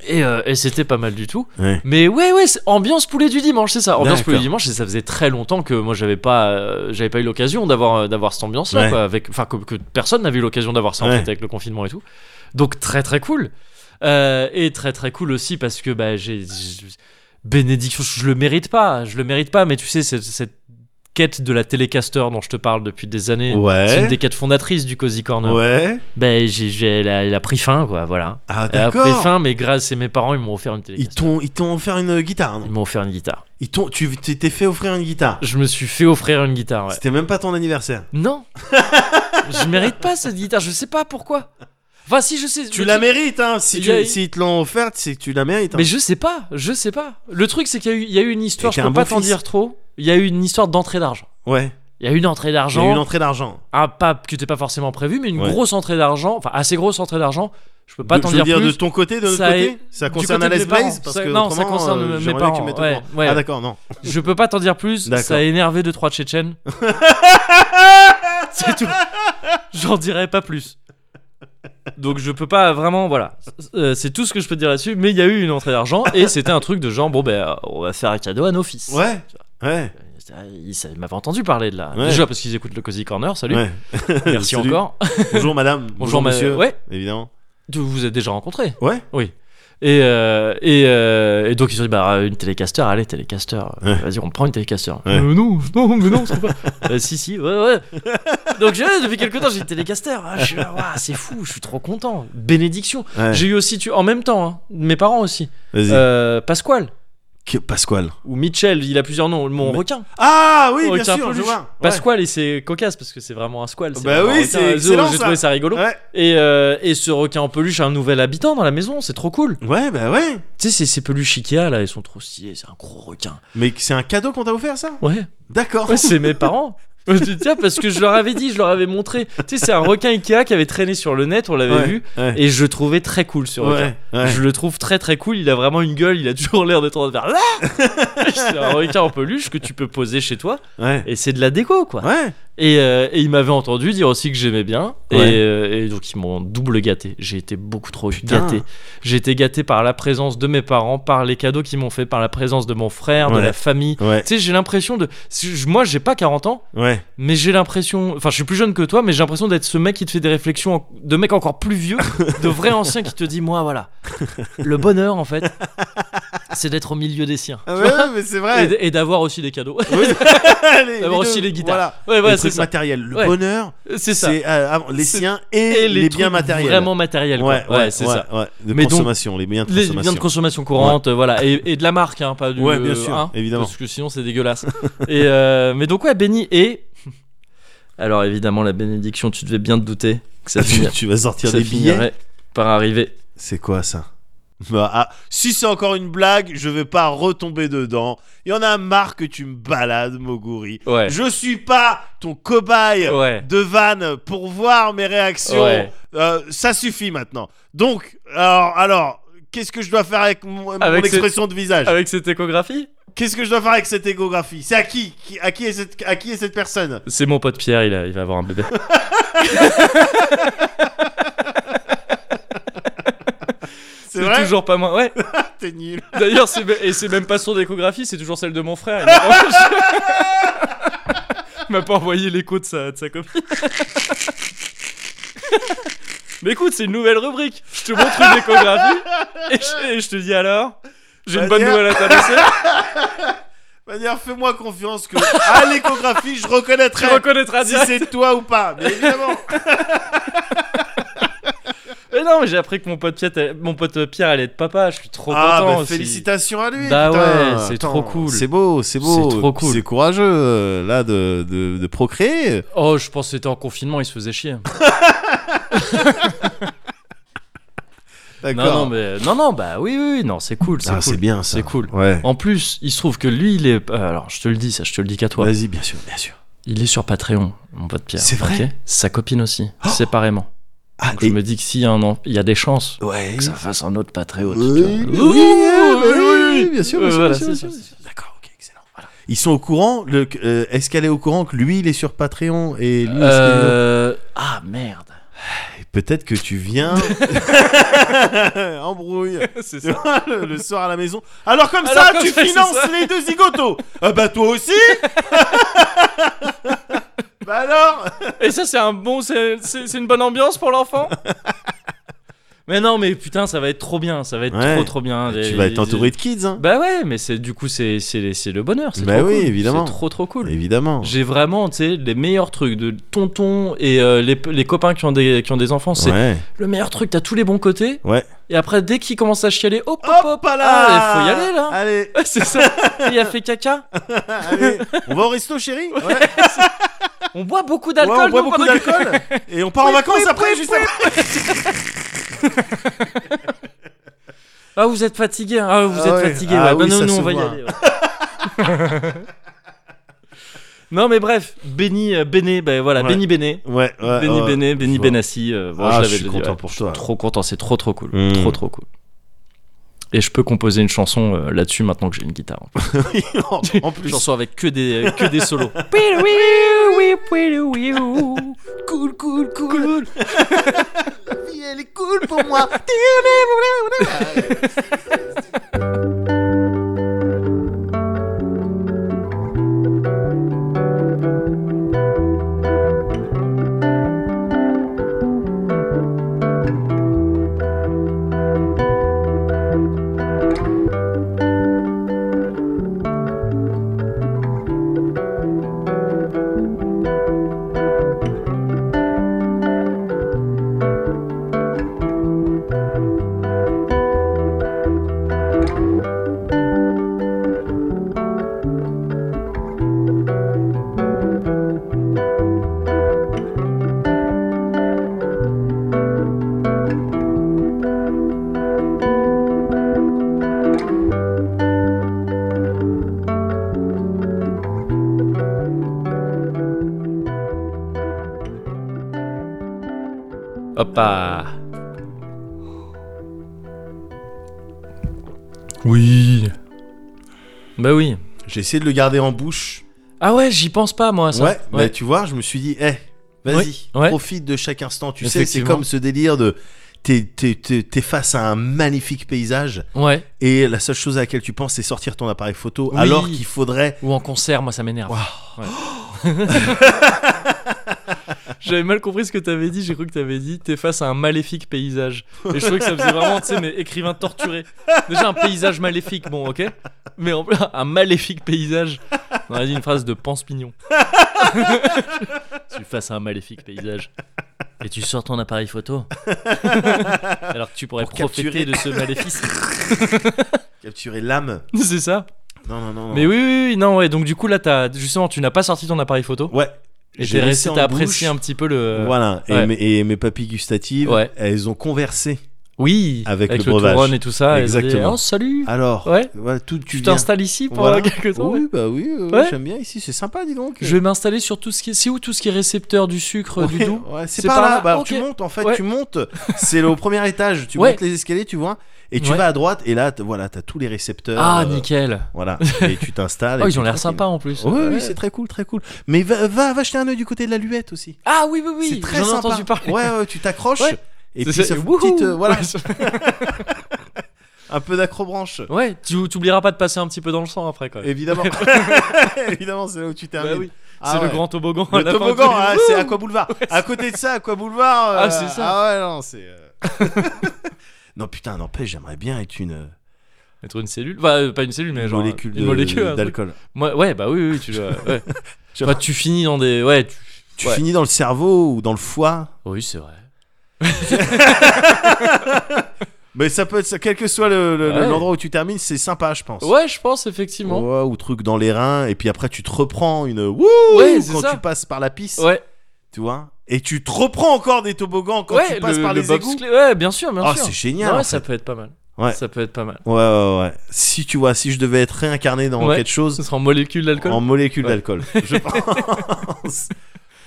Speaker 1: Et, euh, et c'était pas mal du tout.
Speaker 2: Ouais.
Speaker 1: Mais ouais, ouais, c'est ambiance poulet du dimanche, c'est ça. Ambiance
Speaker 2: D'accord.
Speaker 1: poulet du dimanche, et ça faisait très longtemps que moi j'avais pas, euh, j'avais pas eu l'occasion d'avoir, euh, d'avoir cette ambiance-là,
Speaker 2: Ouais.
Speaker 1: quoi, avec, enfin que, que personne n'avait eu l'occasion d'avoir ça en
Speaker 2: Ouais.
Speaker 1: fait avec le confinement et tout. Donc très très cool. Euh, et très très cool aussi parce que bah j'ai, j'ai- bénédiction, je le mérite pas, je le mérite pas, mais tu sais c'est- cette quête de la télécaster dont je te parle depuis des années. C'est une
Speaker 2: Ouais.
Speaker 1: des quêtes fondatrices du Cozy Corner.
Speaker 2: Ouais.
Speaker 1: Ben, j'ai, j'ai- elle, a, elle a pris fin, quoi, voilà.
Speaker 2: Ah,
Speaker 1: Et Après
Speaker 2: d'accord.
Speaker 1: fin, mais grâce à mes parents, ils m'ont offert une
Speaker 2: Ils
Speaker 1: télécaster.
Speaker 2: t'ont, ils t'ont offert une guitare,
Speaker 1: Ils
Speaker 2: non
Speaker 1: m'ont offert une guitare.
Speaker 2: Ils t'ont, tu tu t'es fait offrir une guitare.
Speaker 1: Je me suis fait offrir une guitare, ouais.
Speaker 2: C'était même pas ton anniversaire.
Speaker 1: Non [LAUGHS] Je mérite pas cette guitare, je sais pas pourquoi. Enfin, si, je sais.
Speaker 2: Tu
Speaker 1: le
Speaker 2: la
Speaker 1: truc-
Speaker 2: mérites, hein. Si
Speaker 1: Il
Speaker 2: tu,
Speaker 1: y a-
Speaker 2: s'ils te l'ont offerte, c'est que tu la mérites. hein.
Speaker 1: Mais je sais pas, je sais pas. Le truc, c'est qu'il y, a eu- il y a eu une histoire, je
Speaker 2: Et t'es
Speaker 1: peux
Speaker 2: un
Speaker 1: pas
Speaker 2: bon
Speaker 1: t'en
Speaker 2: fils.
Speaker 1: dire trop. Il y a eu une histoire d'entrée d'argent.
Speaker 2: Ouais.
Speaker 1: Il y a eu une entrée
Speaker 2: J'ai eu
Speaker 1: d'argent,
Speaker 2: une entrée d'argent.
Speaker 1: un pas que t'es pas forcément prévu, mais une
Speaker 2: Ouais.
Speaker 1: grosse entrée d'argent, enfin assez grosse entrée d'argent. Je peux pas
Speaker 2: De-
Speaker 1: t'en
Speaker 2: je
Speaker 1: dire,
Speaker 2: veux dire
Speaker 1: plus.
Speaker 2: de ton côté, de notre
Speaker 1: Ça
Speaker 2: côté
Speaker 1: est-
Speaker 2: Ça
Speaker 1: du
Speaker 2: concerne
Speaker 1: côté de
Speaker 2: Alex
Speaker 1: mes parents.
Speaker 2: Blaze parce
Speaker 1: Ça-
Speaker 2: que
Speaker 1: non, ça
Speaker 2: autrement,
Speaker 1: concerne
Speaker 2: euh,
Speaker 1: mes
Speaker 2: j'aimerais bien que tu
Speaker 1: parents,
Speaker 2: mettes au
Speaker 1: ouais,
Speaker 2: courant.
Speaker 1: ouais.
Speaker 2: Ah d'accord, non.
Speaker 1: Je peux pas t'en dire plus,
Speaker 2: D'accord.
Speaker 1: ça a énervé deux trois
Speaker 2: [LAUGHS]
Speaker 1: Tchétchènes. C'est tout. J'en dirai pas plus. Donc je peux pas vraiment, voilà. Euh, C'est tout ce que je peux te dire là-dessus. Mais il y a eu une entrée d'argent et c'était un truc de genre bon ben euh, on va faire un cadeau à nos fils.
Speaker 2: Ouais. Ouais.
Speaker 1: Ils, ça- ils m'avaient entendu parler de là.
Speaker 2: Ouais.
Speaker 1: Déjà parce qu'ils écoutent le Cozy Corner. Salut.
Speaker 2: ouais.
Speaker 1: [LAUGHS] Merci
Speaker 2: Salut.
Speaker 1: encore.
Speaker 2: Bonjour madame. Bonjour,
Speaker 1: ma-
Speaker 2: monsieur.
Speaker 1: Ouais.
Speaker 2: Évidemment.
Speaker 1: Vous vous êtes déjà rencontrés.
Speaker 2: Ouais.
Speaker 1: Oui. Et, euh, et, euh, et donc ils ont dit bah une télécaster, allez télécaster,
Speaker 2: Ouais.
Speaker 1: vas-y on prend une télécaster.
Speaker 2: Ouais.
Speaker 1: Euh, non, non, mais non, [LAUGHS] c'est pas. Euh, si si, ouais ouais. Donc j'ai depuis quelque temps j'ai une télécaster, Ah, je suis là, Waouh, c'est fou, je suis trop content, bénédiction.
Speaker 2: Ouais.
Speaker 1: J'ai eu aussi tu en même temps, hein, mes parents aussi,
Speaker 2: Vas-y.
Speaker 1: euh, Pasquale
Speaker 2: Que- Pasquale.
Speaker 1: ou Mitchell, il a plusieurs noms, mon
Speaker 2: Mais-
Speaker 1: requin.
Speaker 2: Ah oui,
Speaker 1: Oh,
Speaker 2: bien
Speaker 1: c'est un
Speaker 2: sûr, je
Speaker 1: peluche.
Speaker 2: vois. Ouais.
Speaker 1: Pasquale et c'est cocasse parce que c'est vraiment un squal. c'est
Speaker 2: Bah
Speaker 1: vraiment un
Speaker 2: oui,
Speaker 1: requin.
Speaker 2: c'est
Speaker 1: Zo,
Speaker 2: excellent,
Speaker 1: J'ai
Speaker 2: ça.
Speaker 1: trouvé ça rigolo.
Speaker 2: Ouais.
Speaker 1: Et, euh, et ce requin en peluche a un nouvel habitant dans la maison, c'est trop cool.
Speaker 2: Ouais, bah ouais.
Speaker 1: Tu sais, ces, ces peluches Ikea là, ils sont trop stylés, c'est un gros requin.
Speaker 2: Mais c'est un cadeau qu'on t'a offert, ça
Speaker 1: Ouais, [LAUGHS]
Speaker 2: D'accord.
Speaker 1: ouais c'est mes parents. Je dis, Tiens, parce que je leur avais dit, je leur avais montré. Tu sais, c'est un requin Ikea qui avait traîné sur le net, on l'avait
Speaker 2: Ouais,
Speaker 1: vu,
Speaker 2: [LAUGHS] Ouais.
Speaker 1: et je le trouvais très cool ce requin.
Speaker 2: Ouais. ouais.
Speaker 1: Je le trouve très très cool, il a vraiment une gueule, il a toujours l'air d'être en train de faire. [LAUGHS] Ah c'est un requin en peluche que tu peux poser chez toi,
Speaker 2: Ouais.
Speaker 1: et c'est de la déco quoi.
Speaker 2: Ouais.
Speaker 1: Et, euh, et ils m'avaient entendu dire aussi que j'aimais bien.
Speaker 2: Ouais.
Speaker 1: Et, euh, et donc ils m'ont double gâté. J'ai été beaucoup trop
Speaker 2: Putain.
Speaker 1: gâté. J'ai été gâté par la présence de mes parents, par les cadeaux qu'ils m'ont fait, par la présence de mon frère,
Speaker 2: Ouais.
Speaker 1: de la famille.
Speaker 2: Ouais.
Speaker 1: Tu sais, j'ai l'impression de. si je- Moi, j'ai pas 40 ans,
Speaker 2: Ouais.
Speaker 1: mais j'ai l'impression. Enfin, je suis plus jeune que toi, mais j'ai l'impression d'être ce mec qui te fait des réflexions en- de mec encore plus vieux, de vrai ancien qui te dit Moi, voilà. Le bonheur, en fait, c'est d'être au milieu des siens.
Speaker 2: Ah ouais, ouais, mais c'est
Speaker 1: Et
Speaker 2: vrai.
Speaker 1: d- Et d'avoir aussi des cadeaux.
Speaker 2: [LAUGHS]
Speaker 1: [LAUGHS]
Speaker 2: Allez,
Speaker 1: D'avoir
Speaker 2: les
Speaker 1: aussi
Speaker 2: deux,
Speaker 1: les guitares.
Speaker 2: Voilà.
Speaker 1: Ouais, ouais,
Speaker 2: les
Speaker 1: c'est
Speaker 2: trucs
Speaker 1: ça.
Speaker 2: matériels. Le
Speaker 1: Ouais.
Speaker 2: bonheur,
Speaker 1: C'est ça.
Speaker 2: c'est euh, avant, les
Speaker 1: C'est-
Speaker 2: siens et, les, biens
Speaker 1: trucs
Speaker 2: matériels.
Speaker 1: Vraiment matériels. quoi.
Speaker 2: Ouais,
Speaker 1: Ouais,
Speaker 2: ouais,
Speaker 1: c'est
Speaker 2: ouais,
Speaker 1: ça.
Speaker 2: ouais. De
Speaker 1: Mais donc,
Speaker 2: consommation, les biens de
Speaker 1: Les biens
Speaker 2: consommation.
Speaker 1: de consommation courante, euh, voilà, et, et de la marque, hein, pas du.
Speaker 2: Ouais, bien
Speaker 1: euh,
Speaker 2: sûr,
Speaker 1: hein,
Speaker 2: évidemment.
Speaker 1: Parce que sinon, c'est dégueulasse. [LAUGHS] et euh, mais donc, ouais, béni. Et. [LAUGHS] Alors, évidemment, la bénédiction,
Speaker 2: [LAUGHS]
Speaker 1: tu devais bien te douter que ça,
Speaker 2: tu,
Speaker 1: finir-
Speaker 2: tu vas sortir
Speaker 1: ça
Speaker 2: des billets.
Speaker 1: finirait par arriver.
Speaker 2: C'est quoi ça [LAUGHS] Bah, ah, si c'est encore une blague, je vais pas retomber dedans. Il y en a marre que tu me balades, Moguri.
Speaker 1: Ouais.
Speaker 2: Je suis pas ton cobaye
Speaker 1: Ouais.
Speaker 2: de vanne pour voir mes réactions.
Speaker 1: Ouais.
Speaker 2: Euh, ça suffit maintenant. Donc, alors, alors qu'est-ce que je dois faire avec mon, mon
Speaker 1: Avec ce-
Speaker 2: expression de visage
Speaker 1: Avec cette échographie
Speaker 2: Qu'est-ce que je dois faire avec cette échographie C'est à qui, Qui- à, qui est cette, à qui est cette personne
Speaker 1: C'est mon pote Pierre, il, a- il va avoir un bébé.
Speaker 2: C'est vrai
Speaker 1: toujours pas moi. Ouais.
Speaker 2: T'es nul.
Speaker 1: D'ailleurs, c'est me- et c'est même pas son échographie, c'est toujours celle de mon frère. Il m'a Il m'a pas envoyé l'écho de sa, de sa copine. Mais écoute, c'est une nouvelle rubrique. Je te montre une échographie et je, et je te dis alors. J'ai une
Speaker 2: Bah,
Speaker 1: bonne
Speaker 2: tiens.
Speaker 1: nouvelle à t'annoncer.
Speaker 2: Bah, D'ailleurs, fais-moi confiance que à l'échographie, je
Speaker 1: Tu
Speaker 2: reconnaîtrai
Speaker 1: reconnaîtras
Speaker 2: si
Speaker 1: direct.
Speaker 2: c'est toi ou pas. Mais
Speaker 1: [LAUGHS]
Speaker 2: évidemment.
Speaker 1: Mais non, mais j'ai appris que mon pote Pierre, elle- mon pote Pierre allait être papa. Je suis trop
Speaker 2: ah,
Speaker 1: content.
Speaker 2: bah,
Speaker 1: aussi.
Speaker 2: félicitations à lui.
Speaker 1: Bah
Speaker 2: putain.
Speaker 1: ouais, c'est
Speaker 2: Attends,
Speaker 1: trop cool.
Speaker 2: C'est beau, c'est beau.
Speaker 1: C'est trop cool.
Speaker 2: C'est courageux euh, là de, de, de procréer.
Speaker 1: Oh, je pense que c'était en confinement, il se faisait chier.
Speaker 2: D'accord.
Speaker 1: Non, non, mais non, non, bah oui, oui, oui, non, c'est cool, c'est
Speaker 2: Ah,
Speaker 1: cool.
Speaker 2: c'est bien ça.
Speaker 1: C'est cool.
Speaker 2: Ouais.
Speaker 1: En plus, il se trouve que lui, il est. euh, alors, je te le dis, ça, je te le dis qu'à toi.
Speaker 2: Vas-y, bien sûr, bien sûr.
Speaker 1: Il est sur Patreon, mon pote Pierre.
Speaker 2: C'est vrai
Speaker 1: ok Sa copine aussi,
Speaker 2: Oh
Speaker 1: séparément.
Speaker 2: Ah,
Speaker 1: Donc,
Speaker 2: et...
Speaker 1: Je me dis que s'il y a un, en- il y a des chances
Speaker 2: Ouais.
Speaker 1: que ça fasse un autre Patreon.
Speaker 2: Oui,
Speaker 1: tu vois.
Speaker 2: oui, oui,
Speaker 1: Ouh,
Speaker 2: oui, oui, bien sûr,
Speaker 1: Euh,
Speaker 2: bien sûr,
Speaker 1: voilà,
Speaker 2: bien
Speaker 1: c'est
Speaker 2: sûr, bien
Speaker 1: ça,
Speaker 2: sûr,
Speaker 1: c'est
Speaker 2: bien
Speaker 1: ça.
Speaker 2: sûr. D'accord, ok, excellent. Voilà. Ils sont au courant. Le, euh, est-ce qu'elle est au courant que lui, il est sur Patreon et lui, est-ce qu'il est au
Speaker 1: Euh, Ah merde.
Speaker 2: Et Peut-être que tu viens. [LAUGHS] Embrouille.
Speaker 1: [LAUGHS]
Speaker 2: [LAUGHS]
Speaker 1: c'est
Speaker 2: Tu vois, le, le soir à la maison. Alors comme
Speaker 1: Alors
Speaker 2: ça,
Speaker 1: comme
Speaker 2: tu
Speaker 1: ça, c'est
Speaker 2: finances
Speaker 1: ça.
Speaker 2: les deux zigotos.
Speaker 1: [LAUGHS]
Speaker 2: ah bah toi aussi. bah alors.
Speaker 1: Et ça, c'est un bon, c'est c'est- c'est une bonne ambiance pour l'enfant. [LAUGHS] mais non, mais putain, ça va être trop bien, ça va être
Speaker 2: Ouais.
Speaker 1: trop trop bien.
Speaker 2: Tu vas être entouré de kids, hein.
Speaker 1: Bah ouais, mais c'est du coup c'est c'est c'est le bonheur. c'est
Speaker 2: Bah
Speaker 1: trop
Speaker 2: oui,
Speaker 1: cool.
Speaker 2: évidemment.
Speaker 1: C'est trop trop cool.
Speaker 2: Évidemment.
Speaker 1: J'ai vraiment, tu sais, les meilleurs trucs de tonton et euh, les, les copains qui ont des, qui ont des enfants, c'est
Speaker 2: Ouais.
Speaker 1: le meilleur truc, t'as tous les bons côtés.
Speaker 2: Ouais.
Speaker 1: Et après, dès qu'ils commencent à chialer, hop, hop, hop,
Speaker 2: Hop là.
Speaker 1: ah, il faut y aller là.
Speaker 2: Allez,
Speaker 1: Ouais, C'est ça. Il a fait caca.
Speaker 2: allez. On va au resto, chérie. Ouais.
Speaker 1: On boit beaucoup
Speaker 2: Ouais, on
Speaker 1: d'alcool.
Speaker 2: boit
Speaker 1: nous,
Speaker 2: beaucoup
Speaker 1: pendant que-
Speaker 2: d'alcool. Et on part en
Speaker 1: Oui,
Speaker 2: vacances
Speaker 1: oui,
Speaker 2: après,
Speaker 1: oui,
Speaker 2: juste
Speaker 1: oui,
Speaker 2: après.
Speaker 1: Ah, vous êtes fatigué. hein. Ah, vous
Speaker 2: Ah
Speaker 1: êtes
Speaker 2: ouais.
Speaker 1: fatigué.
Speaker 2: Ah
Speaker 1: ouais.
Speaker 2: oui,
Speaker 1: non, non,
Speaker 2: ça
Speaker 1: non,
Speaker 2: se
Speaker 1: on va y
Speaker 2: voit.
Speaker 1: aller. ouais. [LAUGHS] non, mais bref, Benny, euh, Béné, ben voilà,
Speaker 2: Ouais.
Speaker 1: Benny Béné.
Speaker 2: Ouais, ouais.
Speaker 1: Benny
Speaker 2: ouais.
Speaker 1: Béné, Benny
Speaker 2: vois.
Speaker 1: Benassi. euh, bon,
Speaker 2: Ah,
Speaker 1: je
Speaker 2: je
Speaker 1: l'avais
Speaker 2: suis
Speaker 1: dit,
Speaker 2: content
Speaker 1: ouais. Hmm.
Speaker 2: pour toi.
Speaker 1: Trop content, c'est trop trop cool.
Speaker 2: Mm.
Speaker 1: Trop trop cool. Et je peux composer une chanson euh, là-dessus maintenant que j'ai une guitare.
Speaker 2: [LAUGHS] En- en plus.
Speaker 1: J'en sors avec que des, euh, que des [LAUGHS] solos. cool, cool, cool.
Speaker 2: elle est cool pour moi.
Speaker 1: Hoppa. Oui. Bah oui.
Speaker 2: J'ai essayé de le garder en bouche.
Speaker 1: Ah ouais, j'y pense pas moi à ça.
Speaker 2: Ouais, bah tu vois, je me suis dit, eh, vas-y,
Speaker 1: Ouais, ouais.
Speaker 2: profite de chaque instant. Tu sais, c'est
Speaker 1: Effectivement.
Speaker 2: comme ce délire de. T'es, t'es- t'es- t'es face à un magnifique paysage
Speaker 1: Ouais.
Speaker 2: et la seule chose à laquelle tu penses, c'est sortir ton appareil photo,
Speaker 1: Oui.
Speaker 2: alors qu'il faudrait.
Speaker 1: Ou en concert, moi ça m'énerve. [LAUGHS] J'avais mal compris ce que t'avais dit, j'ai cru que t'avais dit t'es face à un maléfique paysage. Et je trouvais que ça faisait vraiment, tu sais, mais écrivain torturé. Déjà un paysage maléfique, bon ok. Mais en plus, un maléfique paysage. On aurait dit une phrase de Pense [LAUGHS] Pignon. tu es face à un maléfique paysage. Et tu sors ton appareil [LAUGHS] photo. Alors que tu pourrais
Speaker 2: Pour
Speaker 1: profiter
Speaker 2: capturer.
Speaker 1: de ce maléfice.
Speaker 2: Capturer l'âme.
Speaker 1: [LAUGHS] C'est ça.
Speaker 2: Non, non, non. non.
Speaker 1: Mais oui, oui, oui, non, ouais. Donc du coup là, t'as- justement, tu n'as pas sorti ton appareil photo.
Speaker 2: Ouais.
Speaker 1: Et
Speaker 2: J'ai
Speaker 1: t'es resté,
Speaker 2: laissé en
Speaker 1: t'as apprécié
Speaker 2: bouche.
Speaker 1: un petit peu le.
Speaker 2: Voilà. Et,
Speaker 1: Euh, ouais.
Speaker 2: mes, et mes papilles gustatives,
Speaker 1: Ouais.
Speaker 2: elles ont conversé
Speaker 1: Oui,
Speaker 2: Avec le
Speaker 1: le
Speaker 2: breuvage.
Speaker 1: touron et tout ça. et elle dit,
Speaker 2: Exactement.
Speaker 1: oh, salut
Speaker 2: Alors,
Speaker 1: Ouais.
Speaker 2: voilà, tout, tu
Speaker 1: Tu
Speaker 2: viens.
Speaker 1: t'installes ici pour
Speaker 2: Voilà.
Speaker 1: quelque temps ouais.
Speaker 2: Oui, bah oui, euh,
Speaker 1: Ouais.
Speaker 2: j'aime bien ici, c'est sympa, dis donc.
Speaker 1: Je vais m'installer sur tout ce qui est... C'est où tout ce qui est récepteur du sucre, du
Speaker 2: Ouais,
Speaker 1: doux
Speaker 2: ouais, c'est
Speaker 1: C'est
Speaker 2: par
Speaker 1: par
Speaker 2: là,
Speaker 1: là
Speaker 2: bah,
Speaker 1: Ok.
Speaker 2: tu montes en fait,
Speaker 1: Ouais.
Speaker 2: tu montes, c'est le- au premier étage, tu
Speaker 1: Ouais.
Speaker 2: montes les escaliers, tu vois, et tu
Speaker 1: Ouais.
Speaker 2: vas à droite, et là, t- voilà, t'as tous les récepteurs.
Speaker 1: Ah,
Speaker 2: euh,
Speaker 1: nickel [LAUGHS]
Speaker 2: Voilà, et tu t'installes.
Speaker 1: Oh,
Speaker 2: et
Speaker 1: ils ont
Speaker 2: puis
Speaker 1: l'air
Speaker 2: tranquille.
Speaker 1: sympas en plus.
Speaker 2: Oui, oui,
Speaker 1: Ouais.
Speaker 2: c'est très cool, très cool. Mais va, va, va jeter un œil du côté de la luette aussi.
Speaker 1: Ah oui, oui,
Speaker 2: c'est
Speaker 1: oui,
Speaker 2: très
Speaker 1: j'en ai
Speaker 2: sympa.
Speaker 1: entendu parler.
Speaker 2: Ouais, ouais, tu t'accroches,
Speaker 1: Ouais.
Speaker 2: et
Speaker 1: C'est
Speaker 2: puis ça
Speaker 1: ça,
Speaker 2: fait une
Speaker 1: wouhou.
Speaker 2: petite, euh, voilà,
Speaker 1: Ouais, ça-
Speaker 2: un peu d'accrobranche.
Speaker 1: [LAUGHS] Ouais, tu t'oublieras pas de passer un petit peu dans le sang après quoi. [LAUGHS]
Speaker 2: Évidemment, [LAUGHS] évidemment, c'est là où tu termines.
Speaker 1: Bah oui,
Speaker 2: Ah
Speaker 1: c'est
Speaker 2: ouais.
Speaker 1: le grand toboggan. à
Speaker 2: Le
Speaker 1: la fin,
Speaker 2: toboggan,
Speaker 1: tu fais,
Speaker 2: hein,
Speaker 1: Wouh
Speaker 2: c'est Aqua Boulevard. à côté de ça, Aqua Boulevard. euh,
Speaker 1: Ah, c'est ça.
Speaker 2: Ah ouais, non, c'est. euh, [LAUGHS] non, putain, n'empêche, j'aimerais bien être une euh,
Speaker 1: Être une cellule, bah, euh, pas une cellule, mais
Speaker 2: une
Speaker 1: genre
Speaker 2: molécule
Speaker 1: une
Speaker 2: de-
Speaker 1: molécule un truc.
Speaker 2: d'alcool.
Speaker 1: Moi, ouais, bah oui, oui, tu dois.
Speaker 2: [LAUGHS]
Speaker 1: ouais.
Speaker 2: J'aimerais-
Speaker 1: Bah, tu finis dans des, ouais. tu-
Speaker 2: Tu
Speaker 1: Ouais.
Speaker 2: finis dans le cerveau ou dans le foie.
Speaker 1: Oui, c'est vrai.
Speaker 2: Mais ça peut être ça, quel que soit le- le-
Speaker 1: Ouais.
Speaker 2: l'endroit où tu termines, c'est sympa, je pense.
Speaker 1: Ouais, je pense effectivement.
Speaker 2: Ouais, ou truc dans les reins, et puis après tu te reprends une wouh
Speaker 1: Ouais, c'est
Speaker 2: quand
Speaker 1: ça.
Speaker 2: tu passes par la piste,
Speaker 1: Ouais,
Speaker 2: tu vois, et tu te reprends encore des toboggans quand
Speaker 1: ouais,
Speaker 2: tu passes
Speaker 1: le,
Speaker 2: par
Speaker 1: le
Speaker 2: les égouts.
Speaker 1: bobsleigh- Ouais, bien sûr, bien
Speaker 2: Ah,
Speaker 1: sûr.
Speaker 2: c'est génial. en
Speaker 1: Ouais,
Speaker 2: fait.
Speaker 1: ça peut être pas mal.
Speaker 2: Ouais.
Speaker 1: Ça peut être pas mal.
Speaker 2: Ouais, ouais, ouais. Si tu vois, si je devais être réincarné dans
Speaker 1: Ouais.
Speaker 2: quelque chose,
Speaker 1: Ce sera en molécule d'alcool.
Speaker 2: En molécule
Speaker 1: Ouais.
Speaker 2: d'alcool. [LAUGHS] Je pense.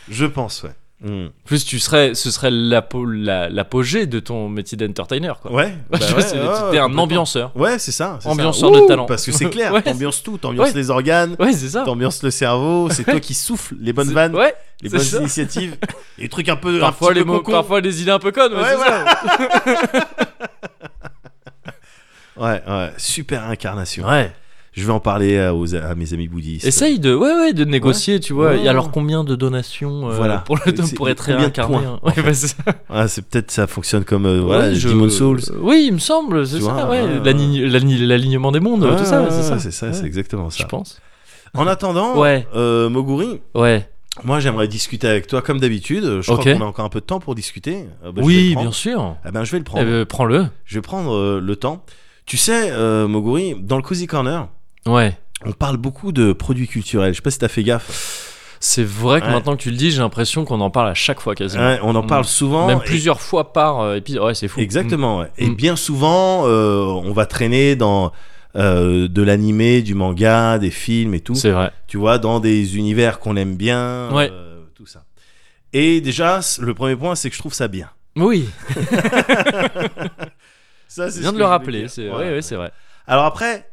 Speaker 2: Je pense, ouais. Mm.
Speaker 1: Plus tu serais, ce serait l'apo- la- l'apogée de ton métier d'entertainer quoi.
Speaker 2: Ouais. bah [LAUGHS]
Speaker 1: Tu
Speaker 2: ouais,
Speaker 1: vois, c'est-
Speaker 2: ouais,
Speaker 1: t'es
Speaker 2: ouais,
Speaker 1: un
Speaker 2: complètement.
Speaker 1: ambianceur.
Speaker 2: Ouais, c'est ça. c'est ça.
Speaker 1: Ambianceur de talent.
Speaker 2: Parce que c'est clair,
Speaker 1: Ouais.
Speaker 2: t'ambiances tout, t'ambiances
Speaker 1: Ouais.
Speaker 2: les organes,
Speaker 1: Ouais, c'est ça.
Speaker 2: t'ambiances le cerveau, c'est toi qui souffle les bonnes
Speaker 1: C'est-
Speaker 2: vannes,
Speaker 1: Ouais.
Speaker 2: les
Speaker 1: c'est
Speaker 2: bonnes
Speaker 1: ça.
Speaker 2: initiatives, [LAUGHS] les trucs un peu. un
Speaker 1: Parfois
Speaker 2: petit
Speaker 1: les
Speaker 2: peu
Speaker 1: mots,
Speaker 2: cocons.
Speaker 1: parfois les idées un peu connes. ouais,
Speaker 2: Ouais,
Speaker 1: c'est ça.
Speaker 2: voilà. [LAUGHS] ouais, ouais, super incarnation.
Speaker 1: Ouais.
Speaker 2: Je vais en parler euh, aux, à mes amis bouddhistes.
Speaker 1: Essaye de, ouais, ouais, de négocier, tu vois.
Speaker 2: Ouais.
Speaker 1: Et alors combien de donations euh,
Speaker 2: Voilà.
Speaker 1: pour le
Speaker 2: C'est-
Speaker 1: pour être
Speaker 2: combien de
Speaker 1: réincarné hein
Speaker 2: points,
Speaker 1: Ouais, bah, c'est ça.
Speaker 2: Ah, c'est peut-être ça fonctionne comme euh, voilà,
Speaker 1: Ouais, je-
Speaker 2: Demon Souls.
Speaker 1: Oui, il me semble, c'est
Speaker 2: Tu
Speaker 1: ça.
Speaker 2: vois,
Speaker 1: ouais,
Speaker 2: ouais.
Speaker 1: L'ani- l'ani- l'alignement des mondes,
Speaker 2: Ouais,
Speaker 1: tout ça,
Speaker 2: ouais,
Speaker 1: c'est ça.
Speaker 2: c'est ça, c'est
Speaker 1: Ouais.
Speaker 2: exactement
Speaker 1: Je
Speaker 2: ça.
Speaker 1: pense.
Speaker 2: En attendant,
Speaker 1: Ouais.
Speaker 2: euh, Moguri,
Speaker 1: Ouais.
Speaker 2: moi j'aimerais discuter avec toi comme d'habitude. Je
Speaker 1: Ok.
Speaker 2: crois qu'on a encore un peu de temps pour discuter. Euh, bah, je vais le
Speaker 1: oui,
Speaker 2: prendre.
Speaker 1: bien sûr.
Speaker 2: Ah ben, je vais le
Speaker 1: Eh
Speaker 2: prendre.
Speaker 1: ben, Prends-le.
Speaker 2: Je vais prendre euh, le temps. Tu sais, euh, Moguri, dans le Cozy Corner,
Speaker 1: Ouais.
Speaker 2: on parle beaucoup de produits culturels. Je sais pas si t'as fait gaffe.
Speaker 1: C'est vrai que
Speaker 2: Ouais.
Speaker 1: maintenant que tu le dis, j'ai l'impression qu'on en parle à chaque fois quasiment.
Speaker 2: Ouais, on en
Speaker 1: Mm.
Speaker 2: parle souvent.
Speaker 1: Même
Speaker 2: et-
Speaker 1: plusieurs fois par euh, épisode. Ouais, c'est fou.
Speaker 2: Exactement. ouais. Et
Speaker 1: Mm.
Speaker 2: bien souvent, euh, on va traîner dans euh, de l'animé, du manga, des films et tout.
Speaker 1: Mm. C'est vrai.
Speaker 2: tu vois, dans des univers qu'on aime bien,
Speaker 1: Ouais.
Speaker 2: euh, tout ça. Et déjà, c- le premier point, c'est que je trouve ça bien.
Speaker 1: Oui,
Speaker 2: Ça,
Speaker 1: je
Speaker 2: [LAUGHS] c'est
Speaker 1: viens de le
Speaker 2: ce que je voulais
Speaker 1: rappeler.
Speaker 2: dire.
Speaker 1: C'est
Speaker 2: Voilà.
Speaker 1: ouais, ouais, c'est vrai.
Speaker 2: Alors après,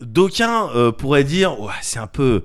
Speaker 2: d'aucuns euh, pourraient dire, ouais, c'est un peu,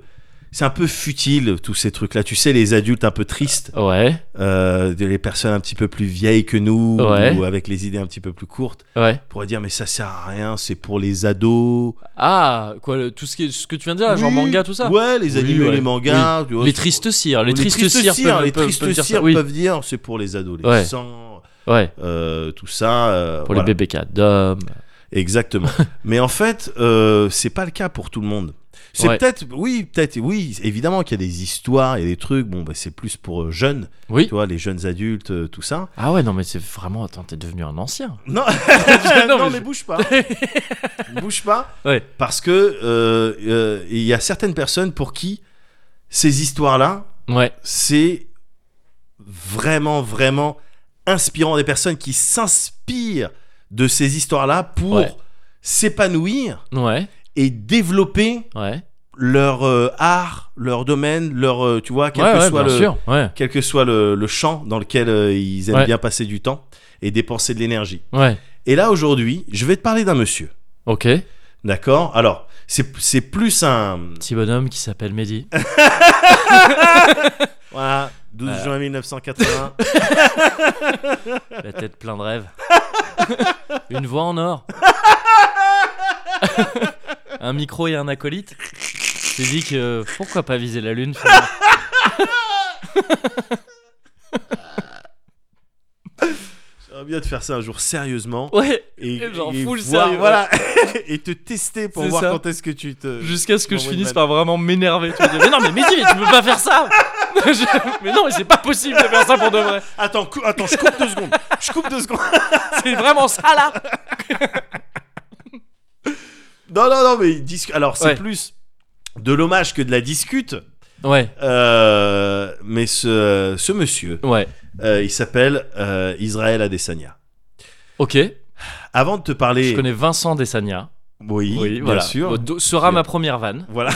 Speaker 2: c'est un peu futile tous ces trucs-là. Tu sais, les adultes un peu tristes,
Speaker 1: Ouais,
Speaker 2: euh, de- les personnes un petit peu plus vieilles que nous,
Speaker 1: Ouais.
Speaker 2: ou avec les idées un petit peu plus courtes,
Speaker 1: ouais.
Speaker 2: pourraient dire, mais ça sert à rien, c'est pour les ados.
Speaker 1: Ah, quoi, le- tout ce, qui est- ce que tu viens de dire, Ah, genre
Speaker 2: Oui,
Speaker 1: manga, tout ça.
Speaker 2: Ouais, les
Speaker 1: Oui,
Speaker 2: animés,
Speaker 1: ouais.
Speaker 2: les mangas, tu vois,
Speaker 1: Les
Speaker 2: c'est-
Speaker 1: tristes cires, les, tristes, cires,
Speaker 2: cires,
Speaker 1: peuvent,
Speaker 2: les
Speaker 1: peuvent-
Speaker 2: tristes
Speaker 1: peuvent dire ça.
Speaker 2: cires
Speaker 1: Oui,
Speaker 2: peuvent dire, c'est pour les adolescents.
Speaker 1: ouais,
Speaker 2: euh, tout ça. euh,
Speaker 1: pour
Speaker 2: voilà.
Speaker 1: les bébés d'hommes. [LAUGHS]
Speaker 2: Exactement. Mais en fait, euh, c'est pas le cas pour tout le monde. C'est
Speaker 1: Ouais.
Speaker 2: peut-être, oui, peut-être, oui, évidemment qu'il y a des histoires, il y a des trucs. Bon, bah, c'est plus pour euh, jeunes,
Speaker 1: Oui.
Speaker 2: tu vois, les jeunes adultes, euh,
Speaker 1: [LAUGHS]
Speaker 2: tout ça.
Speaker 1: Ah ouais, non, mais c'est vraiment. Attends, t'es devenu un ancien.
Speaker 2: Non,
Speaker 1: [LAUGHS] Non,
Speaker 2: [LAUGHS] non,
Speaker 1: mais
Speaker 2: mais,
Speaker 1: je-
Speaker 2: bouge
Speaker 1: [LAUGHS]
Speaker 2: pas, bouge pas,
Speaker 1: Ouais.
Speaker 2: parce que euh, euh, il y a certaines personnes pour qui ces histoires-là,
Speaker 1: ouais,
Speaker 2: c'est vraiment, vraiment inspirant des personnes qui s'inspirent de ces histoires-là pour
Speaker 1: Ouais.
Speaker 2: s'épanouir
Speaker 1: ouais,
Speaker 2: et développer
Speaker 1: ouais.
Speaker 2: leur euh, art, leur domaine, leur, euh, tu vois, quel,
Speaker 1: ouais,
Speaker 2: que,
Speaker 1: ouais,
Speaker 2: soit
Speaker 1: bien
Speaker 2: le,
Speaker 1: sûr. Ouais,
Speaker 2: quel que soit le, le champ dans lequel euh, ils aiment
Speaker 1: Ouais.
Speaker 2: bien passer du temps et dépenser de l'énergie.
Speaker 1: ouais.
Speaker 2: Et là, aujourd'hui, je vais te parler d'un monsieur,
Speaker 1: Ok.
Speaker 2: d'accord Alors, c'est c'est plus un...
Speaker 1: Petit bonhomme qui s'appelle Mehdi.
Speaker 2: Voilà, 12
Speaker 1: Voilà.
Speaker 2: Ah, juin 1980.
Speaker 1: La tête plein de rêves. [LAUGHS] Une voix en or. [LAUGHS] un micro et un acolyte. J'ai dit que euh, pourquoi pas viser la lune finalement.
Speaker 2: J'aimerais bien de faire ça un jour sérieusement.
Speaker 1: [LAUGHS] Ouais,
Speaker 2: et,
Speaker 1: Et genre
Speaker 2: et
Speaker 1: full
Speaker 2: voir-
Speaker 1: sérieux, [LAUGHS]
Speaker 2: voilà [LAUGHS] et te tester pour
Speaker 1: C'est
Speaker 2: voir
Speaker 1: ça.
Speaker 2: quand est-ce que tu te
Speaker 1: jusqu'à ce que
Speaker 2: Non,
Speaker 1: je
Speaker 2: oui,
Speaker 1: finisse
Speaker 2: man.
Speaker 1: par vraiment m'énerver. Tu vas dire, mais non, mais Mehdi, mais tu peux pas faire ça [LAUGHS] Je- Mais non, mais c'est pas possible de faire ça pour de vrai.
Speaker 2: attends cou- attends je coupe deux secondes je coupe deux secondes
Speaker 1: C'est vraiment ça là
Speaker 2: non non non mais ils discu- alors c'est
Speaker 1: Ouais.
Speaker 2: plus de l'hommage que de la discute
Speaker 1: Ouais,
Speaker 2: Euh, mais ce, ce monsieur
Speaker 1: ouais.
Speaker 2: euh, il s'appelle euh, Israël Adesanya
Speaker 1: Ok.
Speaker 2: Avant de te parler.
Speaker 1: Je connais Vincent Desagna.
Speaker 2: Oui,
Speaker 1: Oui,
Speaker 2: bien
Speaker 1: voilà.
Speaker 2: sûr.
Speaker 1: Bon, do- sera
Speaker 2: Bien.
Speaker 1: ma première vanne. [LAUGHS]
Speaker 2: Voilà,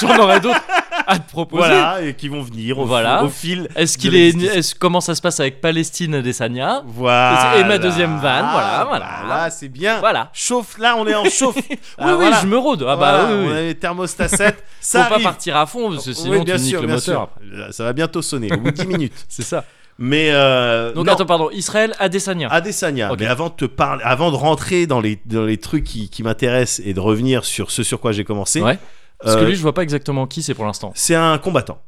Speaker 1: J'en aurai d'autres à te proposer.
Speaker 2: voilà, et qui vont venir au,
Speaker 1: Voilà.
Speaker 2: au fil.
Speaker 1: Est-ce
Speaker 2: de
Speaker 1: qu'il est,
Speaker 2: l'existence.
Speaker 1: est-ce- comment ça se passe avec Palestine Desagna
Speaker 2: Voilà.
Speaker 1: Et ma deuxième vanne, voilà, voilà.
Speaker 2: Voilà, c'est bien.
Speaker 1: Voilà.
Speaker 2: Chauffe, là, on est en chauffe.
Speaker 1: [LAUGHS] Ah, Oui, oui, je me rôde. Ah bah oui, oui.
Speaker 2: On a les
Speaker 1: [LAUGHS]
Speaker 2: thermostats 7.
Speaker 1: Faut
Speaker 2: Ça
Speaker 1: pas
Speaker 2: arrive.
Speaker 1: partir à fond parce que
Speaker 2: Oui,
Speaker 1: sinon
Speaker 2: bien
Speaker 1: tu niques
Speaker 2: sûr,
Speaker 1: le
Speaker 2: bien
Speaker 1: moteur.
Speaker 2: sûr. Là, Ça va bientôt sonner, au bout de 10 [LAUGHS] minutes.
Speaker 1: C'est ça.
Speaker 2: Mais. euh,
Speaker 1: Donc
Speaker 2: non.
Speaker 1: attends, pardon. Israël Adesanya.
Speaker 2: Adesanya.
Speaker 1: Ah. Ok.
Speaker 2: Mais avant de te parler, avant de rentrer dans les, dans les trucs qui, qui m'intéressent et de revenir sur ce sur quoi j'ai commencé,
Speaker 1: Ouais. Parce que
Speaker 2: euh,
Speaker 1: lui, je vois pas exactement qui c'est pour l'instant.
Speaker 2: c'est un combattant.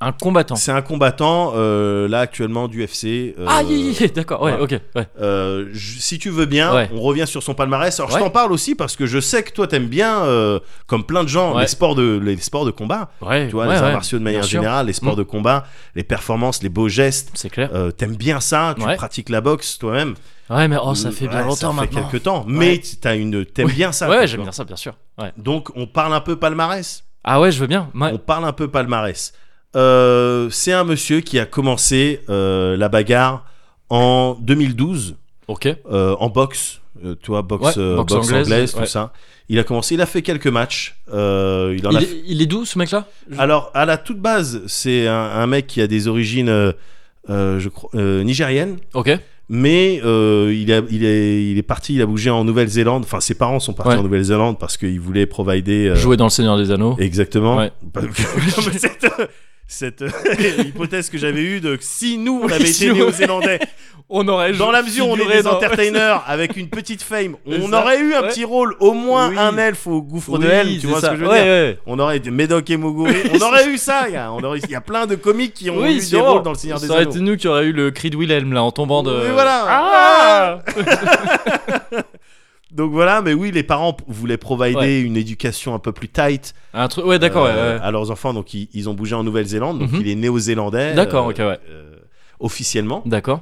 Speaker 1: Un combattant.
Speaker 2: C'est un combattant euh, là actuellement du FC. euh,
Speaker 1: Ah, yeah, yeah, yeah, d'accord. Ouais,
Speaker 2: voilà.
Speaker 1: ok. Ouais.
Speaker 2: euh, je- si tu veux bien,
Speaker 1: Ouais.
Speaker 2: on revient sur son palmarès. Alors
Speaker 1: Ouais.
Speaker 2: je t'en parle aussi parce que je sais que toi t'aimes bien, euh, comme plein de gens,
Speaker 1: Ouais.
Speaker 2: les sports de les sports de combat.
Speaker 1: Ouais,
Speaker 2: Tu vois,
Speaker 1: ouais,
Speaker 2: les arts
Speaker 1: ouais.
Speaker 2: martiaux de manière
Speaker 1: sûr.
Speaker 2: générale, les sports
Speaker 1: Mm.
Speaker 2: de combat, les performances, les beaux gestes.
Speaker 1: C'est clair.
Speaker 2: Euh, t'aimes bien ça, tu
Speaker 1: Ouais.
Speaker 2: pratiques la boxe toi-même.
Speaker 1: Ouais, mais oh, ça fait
Speaker 2: Euh, Mmh, Ouais,
Speaker 1: bien longtemps
Speaker 2: ça fait
Speaker 1: maintenant. hein.
Speaker 2: quelques temps, mais t'as une, t'aimes bien ça. quoi,
Speaker 1: Ouais,
Speaker 2: tu
Speaker 1: j'aime
Speaker 2: vois.
Speaker 1: bien ça, bien sûr. Ouais.
Speaker 2: Donc on parle un peu palmarès.
Speaker 1: Ah ouais, je veux bien. Ouais.
Speaker 2: On parle un peu palmarès. Euh, c'est un monsieur qui a commencé euh, la bagarre en 2012
Speaker 1: Ok.
Speaker 2: euh, en boxe. Euh, toi, boxe,
Speaker 1: Ouais,
Speaker 2: euh,
Speaker 1: boxe
Speaker 2: boxe,
Speaker 1: anglaise,
Speaker 2: anglaise,
Speaker 1: ouais.
Speaker 2: tout ça. Il a commencé, il a fait quelques matchs. Euh, il en a
Speaker 1: Il
Speaker 2: fait-
Speaker 1: est, il est d'où ce mec-là
Speaker 2: Alors, à la toute base, c'est un, un mec qui a des origines, euh, euh, je crois, euh, nigériennes.
Speaker 1: Ok.
Speaker 2: Mais euh, il, a- il est, il est parti, il a bougé en Nouvelle-Zélande. Enfin, ses parents sont partis
Speaker 1: Ouais.
Speaker 2: en Nouvelle-Zélande parce qu'ils voulaient provider. euh,
Speaker 1: Jouer dans le Seigneur des Anneaux.
Speaker 2: Exactement.
Speaker 1: Ouais.
Speaker 2: Pas- [LAUGHS] Comme cette cette [LAUGHS] hypothèse que j'avais eue de que si nous on
Speaker 1: Oui,
Speaker 2: avait
Speaker 1: si
Speaker 2: été
Speaker 1: on- [LAUGHS]
Speaker 2: néo-zélandais,
Speaker 1: On aurait
Speaker 2: dans la mesure où on est
Speaker 1: figuré
Speaker 2: des
Speaker 1: dans- [LAUGHS]
Speaker 2: entertainers avec une petite fame,
Speaker 1: C'est
Speaker 2: on
Speaker 1: ça.
Speaker 2: aurait eu un
Speaker 1: Ouais.
Speaker 2: petit rôle, au moins
Speaker 1: Oui.
Speaker 2: un elfe au
Speaker 1: Oui,
Speaker 2: gouffre de Helm,
Speaker 1: c'est
Speaker 2: tu vois
Speaker 1: ça.
Speaker 2: ce que je veux
Speaker 1: Ouais,
Speaker 2: dire
Speaker 1: ouais.
Speaker 2: On aurait été Médoc et Moguri,
Speaker 1: [LAUGHS]
Speaker 2: on aurait eu ça, gars. On aurait- il y a plein de comiques qui ont
Speaker 1: Oui,
Speaker 2: eu des
Speaker 1: sûrement.
Speaker 2: rôles dans le Seigneur des
Speaker 1: Ça aurait
Speaker 2: Anneaux.
Speaker 1: été nous qui aurait eu le cri de Wilhelm là en tombant de.
Speaker 2: Oui, voilà.
Speaker 1: Ah
Speaker 2: Donc voilà, mais oui, les parents p- voulaient provider
Speaker 1: Ouais.
Speaker 2: une éducation un peu plus tight
Speaker 1: Un truc. Ouais, d'accord. ouais,
Speaker 2: euh,
Speaker 1: ouais.
Speaker 2: à leurs enfants. Donc ils, ils ont bougé en Nouvelle-Zélande, donc
Speaker 1: Mhm.
Speaker 2: il est néo-zélandais.
Speaker 1: D'accord, ok, ouais.
Speaker 2: euh, officiellement.
Speaker 1: D'accord.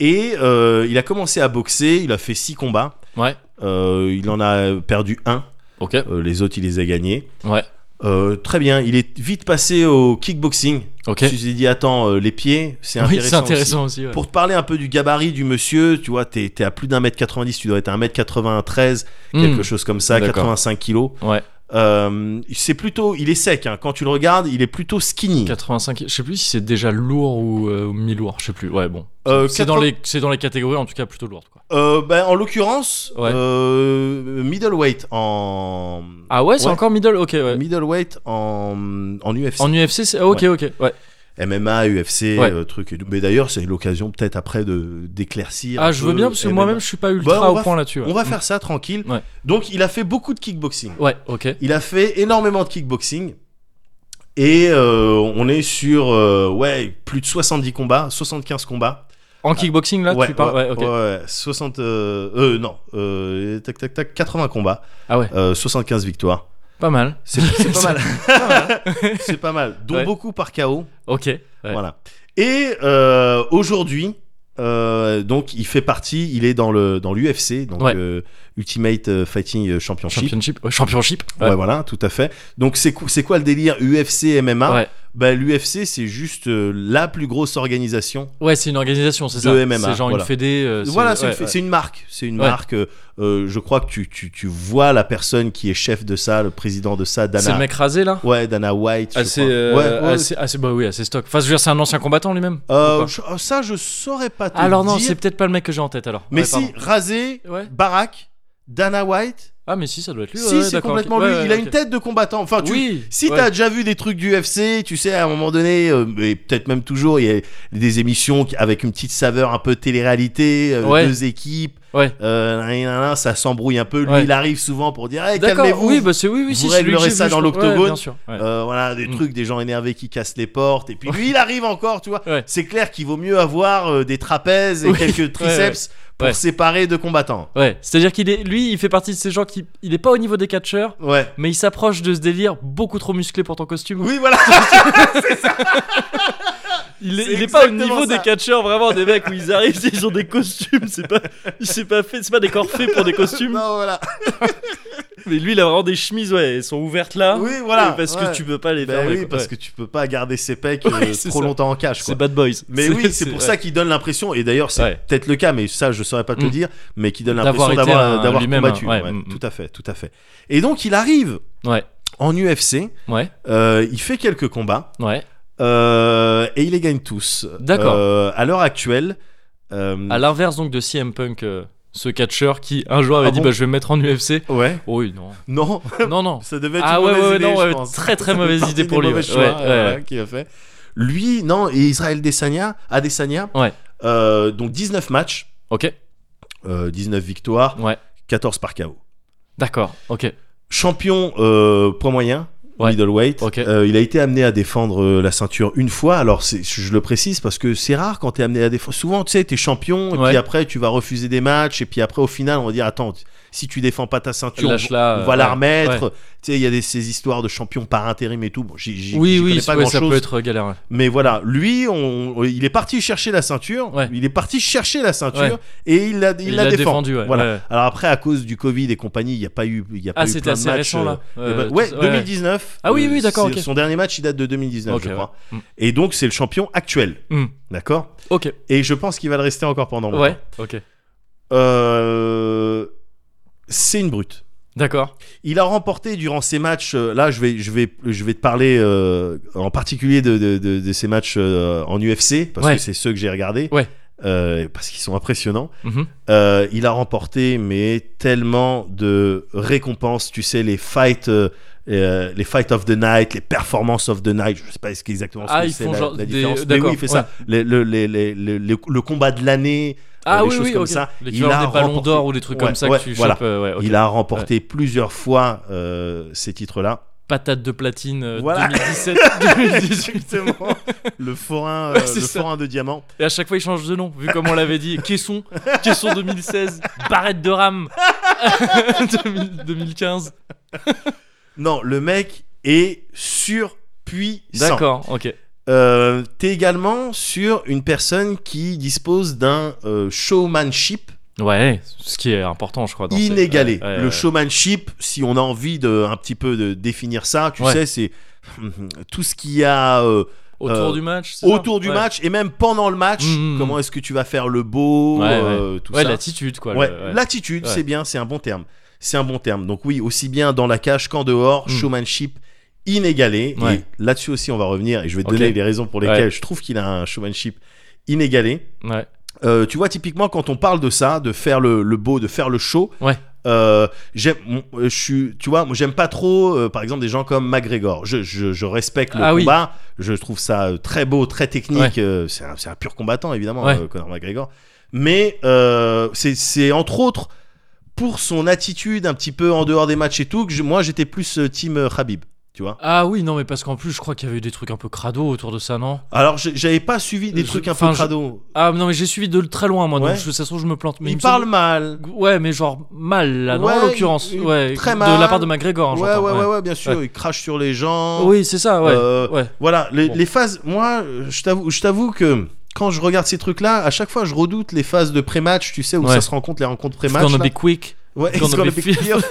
Speaker 2: Et euh, il a commencé à boxer, il a fait six combats.
Speaker 1: Ouais.
Speaker 2: Euh, il en a perdu un,
Speaker 1: Ok.
Speaker 2: euh, les autres il les a gagnés.
Speaker 1: Ouais.
Speaker 2: Euh, très bien, il est vite passé au kickboxing.
Speaker 1: Ok.
Speaker 2: Je me suis dit, attends, euh, les pieds, c'est
Speaker 1: Oui,
Speaker 2: intéressant.
Speaker 1: c'est
Speaker 2: aussi.
Speaker 1: intéressant aussi. ouais.
Speaker 2: Pour te parler un peu du gabarit du monsieur, tu vois, t'es t'es à plus d'un mètre 90, tu dois être à un mètre 93, quelque
Speaker 1: Hmm.
Speaker 2: chose comme ça,
Speaker 1: D'accord.
Speaker 2: 85 kilos.
Speaker 1: Ouais.
Speaker 2: Euh, c'est plutôt, il est sec, hein. quand tu le regardes, il est plutôt skinny.
Speaker 1: 85. Je sais plus si c'est déjà lourd ou euh, ou mi-lourd. Je sais plus. Ouais, bon.
Speaker 2: Euh,
Speaker 1: C'est dans
Speaker 2: 80
Speaker 1: les c'est dans les catégories en tout cas plutôt lourdes quoi.
Speaker 2: Euh, ben, en l'occurrence,
Speaker 1: Ouais.
Speaker 2: euh, middleweight en
Speaker 1: Ah ouais, c'est
Speaker 2: Ouais.
Speaker 1: encore middle. Ok. Ouais.
Speaker 2: middleweight en en UFC,
Speaker 1: En UFC, c'est ah, ok,
Speaker 2: Ouais.
Speaker 1: ok, ouais.
Speaker 2: MMA, UFC,
Speaker 1: Ouais.
Speaker 2: euh, truc. et tout. Mais d'ailleurs, c'est l'occasion peut-être après de d'éclaircir.
Speaker 1: Ah,
Speaker 2: un
Speaker 1: je
Speaker 2: peu
Speaker 1: veux bien parce que
Speaker 2: MMA.
Speaker 1: moi-même je suis pas ultra
Speaker 2: Bah, on
Speaker 1: au
Speaker 2: va
Speaker 1: point
Speaker 2: f-
Speaker 1: là-dessus. ouais.
Speaker 2: On va faire ça tranquille.
Speaker 1: Ouais.
Speaker 2: Donc, il a fait beaucoup de kickboxing.
Speaker 1: Ouais, ok.
Speaker 2: Il a fait énormément de kickboxing. Et euh, on est sur euh, ouais plus de 70 combats, 75 combats.
Speaker 1: En kickboxing là,
Speaker 2: Ah. ouais,
Speaker 1: tu parles. Ouais, ok.
Speaker 2: ouais, ouais, 60 euh, euh, non euh, tac tac tac 80 combats
Speaker 1: Ah ouais,
Speaker 2: euh, 75 victoires
Speaker 1: pas mal.
Speaker 2: c'est
Speaker 1: [LAUGHS]
Speaker 2: c'est pas mal [LAUGHS] c'est pas mal dont
Speaker 1: hein. Ouais.
Speaker 2: beaucoup par KO
Speaker 1: Ok. ouais.
Speaker 2: voilà et euh, aujourd'hui euh, donc il fait partie il est dans le dans l'UFC donc
Speaker 1: Ouais.
Speaker 2: euh, Ultimate Fighting Championship
Speaker 1: Championship. ouais, championship.
Speaker 2: Ouais.
Speaker 1: Ouais.
Speaker 2: voilà, tout à fait. Donc, c'est cou- c'est quoi le délire UFC MMA
Speaker 1: Ouais.
Speaker 2: bah, L'UFC, c'est juste euh, la plus grosse organisation
Speaker 1: Ouais, c'est une organisation, c'est
Speaker 2: De
Speaker 1: ça.
Speaker 2: MMA,
Speaker 1: C'est genre
Speaker 2: voilà.
Speaker 1: une fédé. euh,
Speaker 2: Voilà, c'est
Speaker 1: ouais,
Speaker 2: une, fa-
Speaker 1: ouais.
Speaker 2: c'est une marque. C'est une
Speaker 1: Ouais.
Speaker 2: marque. euh, euh, je crois que tu, tu, tu vois la personne qui est chef de ça, le président de ça,
Speaker 1: C'est
Speaker 2: Dana.
Speaker 1: le mec rasé là.
Speaker 2: Ouais, Dana White. je
Speaker 1: Assez,
Speaker 2: crois.
Speaker 1: euh,
Speaker 2: Ouais, ouais.
Speaker 1: assez, assez- bah oui, assez stock. Enfin, je veux dire, c'est un ancien combattant lui-même.
Speaker 2: Euh,
Speaker 1: ou pas
Speaker 2: je- oh, ça, je saurais pas te
Speaker 1: Alors non,
Speaker 2: dire.
Speaker 1: c'est peut-être pas le mec que j'ai en tête alors.
Speaker 2: Mais
Speaker 1: Ouais,
Speaker 2: si,
Speaker 1: pardon.
Speaker 2: rasé,
Speaker 1: Ouais.
Speaker 2: Barack, Dana White.
Speaker 1: Ah mais si, ça doit être lui.
Speaker 2: si,
Speaker 1: ouais,
Speaker 2: c'est
Speaker 1: d'accord,
Speaker 2: complètement
Speaker 1: ok.
Speaker 2: lui.
Speaker 1: Ouais, ouais,
Speaker 2: Il a
Speaker 1: ok.
Speaker 2: une tête de combattant. Enfin, tu.
Speaker 1: Oui.
Speaker 2: Si
Speaker 1: ouais.
Speaker 2: t'as déjà vu des trucs du UFC, tu sais, à un moment donné, euh, mais peut-être même toujours, il y a des émissions qui- avec une petite saveur un peu télé-réalité, euh,
Speaker 1: Ouais.
Speaker 2: deux équipes,
Speaker 1: Ouais.
Speaker 2: euh, nan, nan, nan, ça s'embrouille un peu. Lui,
Speaker 1: Ouais.
Speaker 2: il arrive souvent pour dire, hey,
Speaker 1: D'accord.
Speaker 2: calmez-vous.
Speaker 1: Oui, bah c'est oui, oui.
Speaker 2: Vous
Speaker 1: si, c'est lui que
Speaker 2: réglerez
Speaker 1: j'ai
Speaker 2: ça
Speaker 1: vu,
Speaker 2: dans
Speaker 1: je crois. Ouais,
Speaker 2: l'octogone.
Speaker 1: bien sûr. ouais.
Speaker 2: Euh, voilà, des
Speaker 1: Mm.
Speaker 2: trucs, des gens énervés qui cassent les portes. Et puis
Speaker 1: Ouais.
Speaker 2: lui, il arrive encore, tu vois.
Speaker 1: Ouais.
Speaker 2: C'est clair qu'il vaut mieux avoir euh, des trapèzes et
Speaker 1: Oui. [LAUGHS]
Speaker 2: quelques triceps pour
Speaker 1: Ouais.
Speaker 2: séparer de combattants.
Speaker 1: Ouais, c'est-à-dire qu'il est, lui, il fait partie de ces gens qui, il est pas au niveau des catcheurs,
Speaker 2: Ouais.
Speaker 1: mais il s'approche de ce délire beaucoup trop musclé pour ton costume.
Speaker 2: Oui,
Speaker 1: [LAUGHS]
Speaker 2: voilà.
Speaker 1: il est,
Speaker 2: c'est
Speaker 1: il est pas au
Speaker 2: exactement
Speaker 1: niveau
Speaker 2: ça.
Speaker 1: des catcheurs vraiment des mecs où ils arrivent, [LAUGHS] ils ont des costumes, c'est pas, c'est pas fait, c'est pas des corps faits pour des costumes.
Speaker 2: non, voilà.
Speaker 1: Mais lui, il a vraiment des chemises, ouais, elles sont ouvertes là.
Speaker 2: Oui, voilà,
Speaker 1: Ah. Parce
Speaker 2: ouais.
Speaker 1: que tu peux pas les
Speaker 2: Ben
Speaker 1: fermer.
Speaker 2: oui,
Speaker 1: quoi.
Speaker 2: parce
Speaker 1: Ouais.
Speaker 2: que tu peux pas garder ses pecs
Speaker 1: Ouais,
Speaker 2: euh,
Speaker 1: c'est
Speaker 2: trop
Speaker 1: ça.
Speaker 2: longtemps en cache.
Speaker 1: c'est
Speaker 2: Quoi.
Speaker 1: Bad Boys.
Speaker 2: Mais [LAUGHS] oui, c'est pour ça qu'il donne l'impression, et d'ailleurs c'est
Speaker 1: Ouais.
Speaker 2: peut-être le cas, mais ça je saurais pas te le
Speaker 1: Mm.
Speaker 2: dire, mais qui donne
Speaker 1: D'avoir
Speaker 2: l'impression
Speaker 1: été
Speaker 2: d'avoir
Speaker 1: un-
Speaker 2: d'avoir
Speaker 1: lui-même,
Speaker 2: combattu.
Speaker 1: hein, ouais,
Speaker 2: Ouais,
Speaker 1: mm, mm.
Speaker 2: Tout à fait, tout à fait. Et donc il arrive
Speaker 1: Ouais,
Speaker 2: en UFC,
Speaker 1: ouais,
Speaker 2: euh, il fait quelques combats
Speaker 1: ouais.
Speaker 2: euh, et il les gagne tous.
Speaker 1: D'accord.
Speaker 2: Euh, à l'heure actuelle, euh,
Speaker 1: À l'inverse donc de CM Punk, euh, ce catcheur qui un jour avait
Speaker 2: Ah
Speaker 1: dit
Speaker 2: bon
Speaker 1: bah je vais me mettre en UFC.
Speaker 2: ouais,
Speaker 1: Oh oui,
Speaker 2: [LAUGHS]
Speaker 1: non.
Speaker 2: non,
Speaker 1: Non, non.
Speaker 2: ça devait être
Speaker 1: Ah
Speaker 2: une
Speaker 1: ouais,
Speaker 2: mauvaise
Speaker 1: ouais, ouais,
Speaker 2: idée,
Speaker 1: non,
Speaker 2: je
Speaker 1: ouais,
Speaker 2: pense.
Speaker 1: très,
Speaker 2: [LAUGHS]
Speaker 1: très mauvaise
Speaker 2: Partie
Speaker 1: idée
Speaker 2: des
Speaker 1: pour lui,
Speaker 2: mauvais
Speaker 1: ouais,
Speaker 2: choix,
Speaker 1: ouais,
Speaker 2: euh,
Speaker 1: ouais.
Speaker 2: voilà, qu'il a fait. Lui, non, et Israël Desania, Adesanya,
Speaker 1: Ouais.
Speaker 2: euh, donc 19 matchs,
Speaker 1: Ok.
Speaker 2: euh, 19 victoires,
Speaker 1: Ouais.
Speaker 2: 14 par KO.
Speaker 1: D'accord. Ok.
Speaker 2: champion euh, poids moyen
Speaker 1: Ouais.
Speaker 2: middleweight
Speaker 1: Ok.
Speaker 2: Euh, il a été amené à défendre euh, la ceinture une fois alors c'est- je le précise parce que c'est rare quand t'es amené à défendre souvent tu sais t'es champion et
Speaker 1: Ouais.
Speaker 2: puis après tu vas refuser des matchs et puis après au final on va dire attends si tu défends pas ta ceinture on-
Speaker 1: Lâche-la,
Speaker 2: on
Speaker 1: euh,
Speaker 2: va la
Speaker 1: ouais,
Speaker 2: remettre
Speaker 1: ouais.
Speaker 2: tu sais il y a des, ces histoires de champion par intérim et tout bon, j'y, j'y-
Speaker 1: Oui,
Speaker 2: j'y
Speaker 1: oui,
Speaker 2: connais pas
Speaker 1: ouais,
Speaker 2: grand
Speaker 1: ça
Speaker 2: chose
Speaker 1: peut être galère. ouais.
Speaker 2: mais voilà lui on, il est parti chercher la ceinture
Speaker 1: Ouais.
Speaker 2: il est parti chercher la ceinture
Speaker 1: Ouais.
Speaker 2: et il la, il
Speaker 1: Il
Speaker 2: la
Speaker 1: l'a
Speaker 2: défend.
Speaker 1: défendu, ouais,
Speaker 2: voilà
Speaker 1: ouais.
Speaker 2: alors après à cause du covid et compagnie il n'y a pas eu il y a pas
Speaker 1: Ah,
Speaker 2: eu
Speaker 1: c'était
Speaker 2: plein de
Speaker 1: assez
Speaker 2: matchs,
Speaker 1: récent là.
Speaker 2: euh,
Speaker 1: Euh,
Speaker 2: eh ben, ouais,
Speaker 1: tout-
Speaker 2: 2019.
Speaker 1: Ah oui, oui, d'accord,
Speaker 2: euh, c'est-
Speaker 1: ok.
Speaker 2: Son dernier match, il date de 2019,
Speaker 1: Ok,
Speaker 2: je crois.
Speaker 1: ouais. Mm.
Speaker 2: Et donc, c'est le champion actuel,
Speaker 1: Hmm.
Speaker 2: d'accord
Speaker 1: Ok.
Speaker 2: Et je pense qu'il va le rester encore pendant longtemps.
Speaker 1: Ouais. Ok.
Speaker 2: Euh, C'est une brute.
Speaker 1: D'accord.
Speaker 2: Il a remporté durant ces matchs. euh, Là, je vais, je vais, je vais te parler euh, en particulier de, de, de, de ces matchs euh, en UFC parce
Speaker 1: Ouais.
Speaker 2: que c'est ceux que j'ai regardés.
Speaker 1: Ouais.
Speaker 2: Euh, parce qu'ils sont impressionnants.
Speaker 1: Mhm.
Speaker 2: Euh, il a remporté mais tellement de récompenses, tu sais les fights, euh, euh, les fights of the night, les performances of the night. Je sais pas ce qu'est exactement ce
Speaker 1: Ah,
Speaker 2: que
Speaker 1: ils
Speaker 2: c'est
Speaker 1: font
Speaker 2: la,
Speaker 1: genre
Speaker 2: la
Speaker 1: des-
Speaker 2: différence. Mais
Speaker 1: d'accord,
Speaker 2: oui, il fait ça. Le, le- les- les- les- le- le combat de l'année,
Speaker 1: Ah
Speaker 2: des
Speaker 1: oui,
Speaker 2: choses
Speaker 1: oui,
Speaker 2: comme
Speaker 1: ok.
Speaker 2: ça.
Speaker 1: L'équivalent
Speaker 2: Il a
Speaker 1: des ballons
Speaker 2: remporté-
Speaker 1: d'or ou des trucs
Speaker 2: Ouais,
Speaker 1: comme ça
Speaker 2: ouais,
Speaker 1: que tu
Speaker 2: voilà.
Speaker 1: chopes. euh, ouais, ok.
Speaker 2: il a remporté plusieurs fois euh, ces titres-là.
Speaker 1: [LAUGHS] Patate de platine euh,
Speaker 2: Voilà. [LAUGHS]
Speaker 1: 2017, 2018.
Speaker 2: Exactement. [LAUGHS] le forain, euh,
Speaker 1: Ouais, c'est
Speaker 2: le
Speaker 1: ça.
Speaker 2: forain de diamant.
Speaker 1: Et à chaque fois, il change de nom, vu comme on l'avait dit. Caisson, Caisson 2016, Barrette de Rame, [LAUGHS] 2000 2015.
Speaker 2: Non, le mec est surpuissant.
Speaker 1: D'accord, ok.
Speaker 2: Euh, t'es également sur une personne qui dispose d'un euh, showmanship
Speaker 1: Ouais, ce qui est important, je crois. dans ces-
Speaker 2: inégalé.
Speaker 1: ouais, ouais,
Speaker 2: le
Speaker 1: ouais.
Speaker 2: showmanship, si on a envie de un petit peu de définir ça, tu
Speaker 1: Ouais.
Speaker 2: sais, c'est hmm, tout ce qu'il y a euh,
Speaker 1: Autour
Speaker 2: euh,
Speaker 1: du match. c'est ça
Speaker 2: autour du
Speaker 1: Ouais.
Speaker 2: match et même pendant le match.
Speaker 1: Mhm.
Speaker 2: Comment est-ce que tu vas faire le beau,
Speaker 1: Ouais,
Speaker 2: euh, tout
Speaker 1: Ouais,
Speaker 2: ça.
Speaker 1: l'attitude, quoi. le-
Speaker 2: Ouais,
Speaker 1: ouais.
Speaker 2: L'attitude,
Speaker 1: Ouais.
Speaker 2: c'est bien, c'est un bon terme. C'est un bon terme. Donc oui, aussi bien dans la cage qu'en dehors,
Speaker 1: Mm.
Speaker 2: showmanship inégalé.
Speaker 1: Ouais.
Speaker 2: Et là-dessus aussi, on va revenir et je vais te
Speaker 1: Ok.
Speaker 2: donner les raisons pour lesquelles
Speaker 1: Ouais.
Speaker 2: je trouve qu'il a un showmanship inégalé.
Speaker 1: Ouais.
Speaker 2: Euh, tu vois, typiquement, quand on parle de ça, de faire le, le beau, de faire le show.
Speaker 1: Ouais.
Speaker 2: euh, j'aime, mon- euh, je suis, tu vois, moi j'aime pas trop, euh, par exemple, des gens comme McGregor. Je, je, je respecte le
Speaker 1: Ah oui.
Speaker 2: combat, je trouve ça euh, très beau, très technique.
Speaker 1: Ouais.
Speaker 2: euh, c'est, un, c'est un pur combattant, évidemment,
Speaker 1: Ouais.
Speaker 2: euh, Conor McGregor. Mais euh, c'est, c'est entre autres pour son attitude un petit peu en dehors des matchs et tout que je- moi j'étais plus euh, team euh, Khabib, tu vois.
Speaker 1: Ah oui, non, mais parce qu'en plus, je crois qu'il y avait eu des trucs un peu crado autour de ça, non
Speaker 2: Alors j'ai- j'avais pas suivi des
Speaker 1: Je-
Speaker 2: trucs un peu
Speaker 1: enfin, je-
Speaker 2: crado.
Speaker 1: Ah non, mais j'ai suivi de très loin, moi,
Speaker 2: Ouais.
Speaker 1: donc je- ça se trouve, je me plante. Mais
Speaker 2: il
Speaker 1: me semble-
Speaker 2: parle mal.
Speaker 1: Ouais, mais genre mal, là, non,
Speaker 2: Ouais,
Speaker 1: en l'occurrence.
Speaker 2: il- il-
Speaker 1: Ouais,
Speaker 2: très
Speaker 1: De la
Speaker 2: mal.
Speaker 1: part de McGregor, hein,
Speaker 2: Ouais, ouais,
Speaker 1: j'entends.
Speaker 2: ouais, ouais, bien sûr. Il crache sur les gens.
Speaker 1: Oui, c'est ça, Ah ouais.
Speaker 2: Euh,
Speaker 1: ouais.
Speaker 2: Voilà, les,
Speaker 1: Bon.
Speaker 2: les phases. Moi, euh, je t'avoue, je t'avoue que quand je regarde ces trucs-là, à chaque fois, je redoute les phases de pré-match. Tu sais où
Speaker 1: Ouais.
Speaker 2: ça se rencontre les rencontres
Speaker 1: It's
Speaker 2: pré-match.
Speaker 1: gonna
Speaker 2: là.
Speaker 1: be quick.
Speaker 2: Ouais,
Speaker 1: it's
Speaker 2: [LAUGHS]
Speaker 1: gonna be fierce.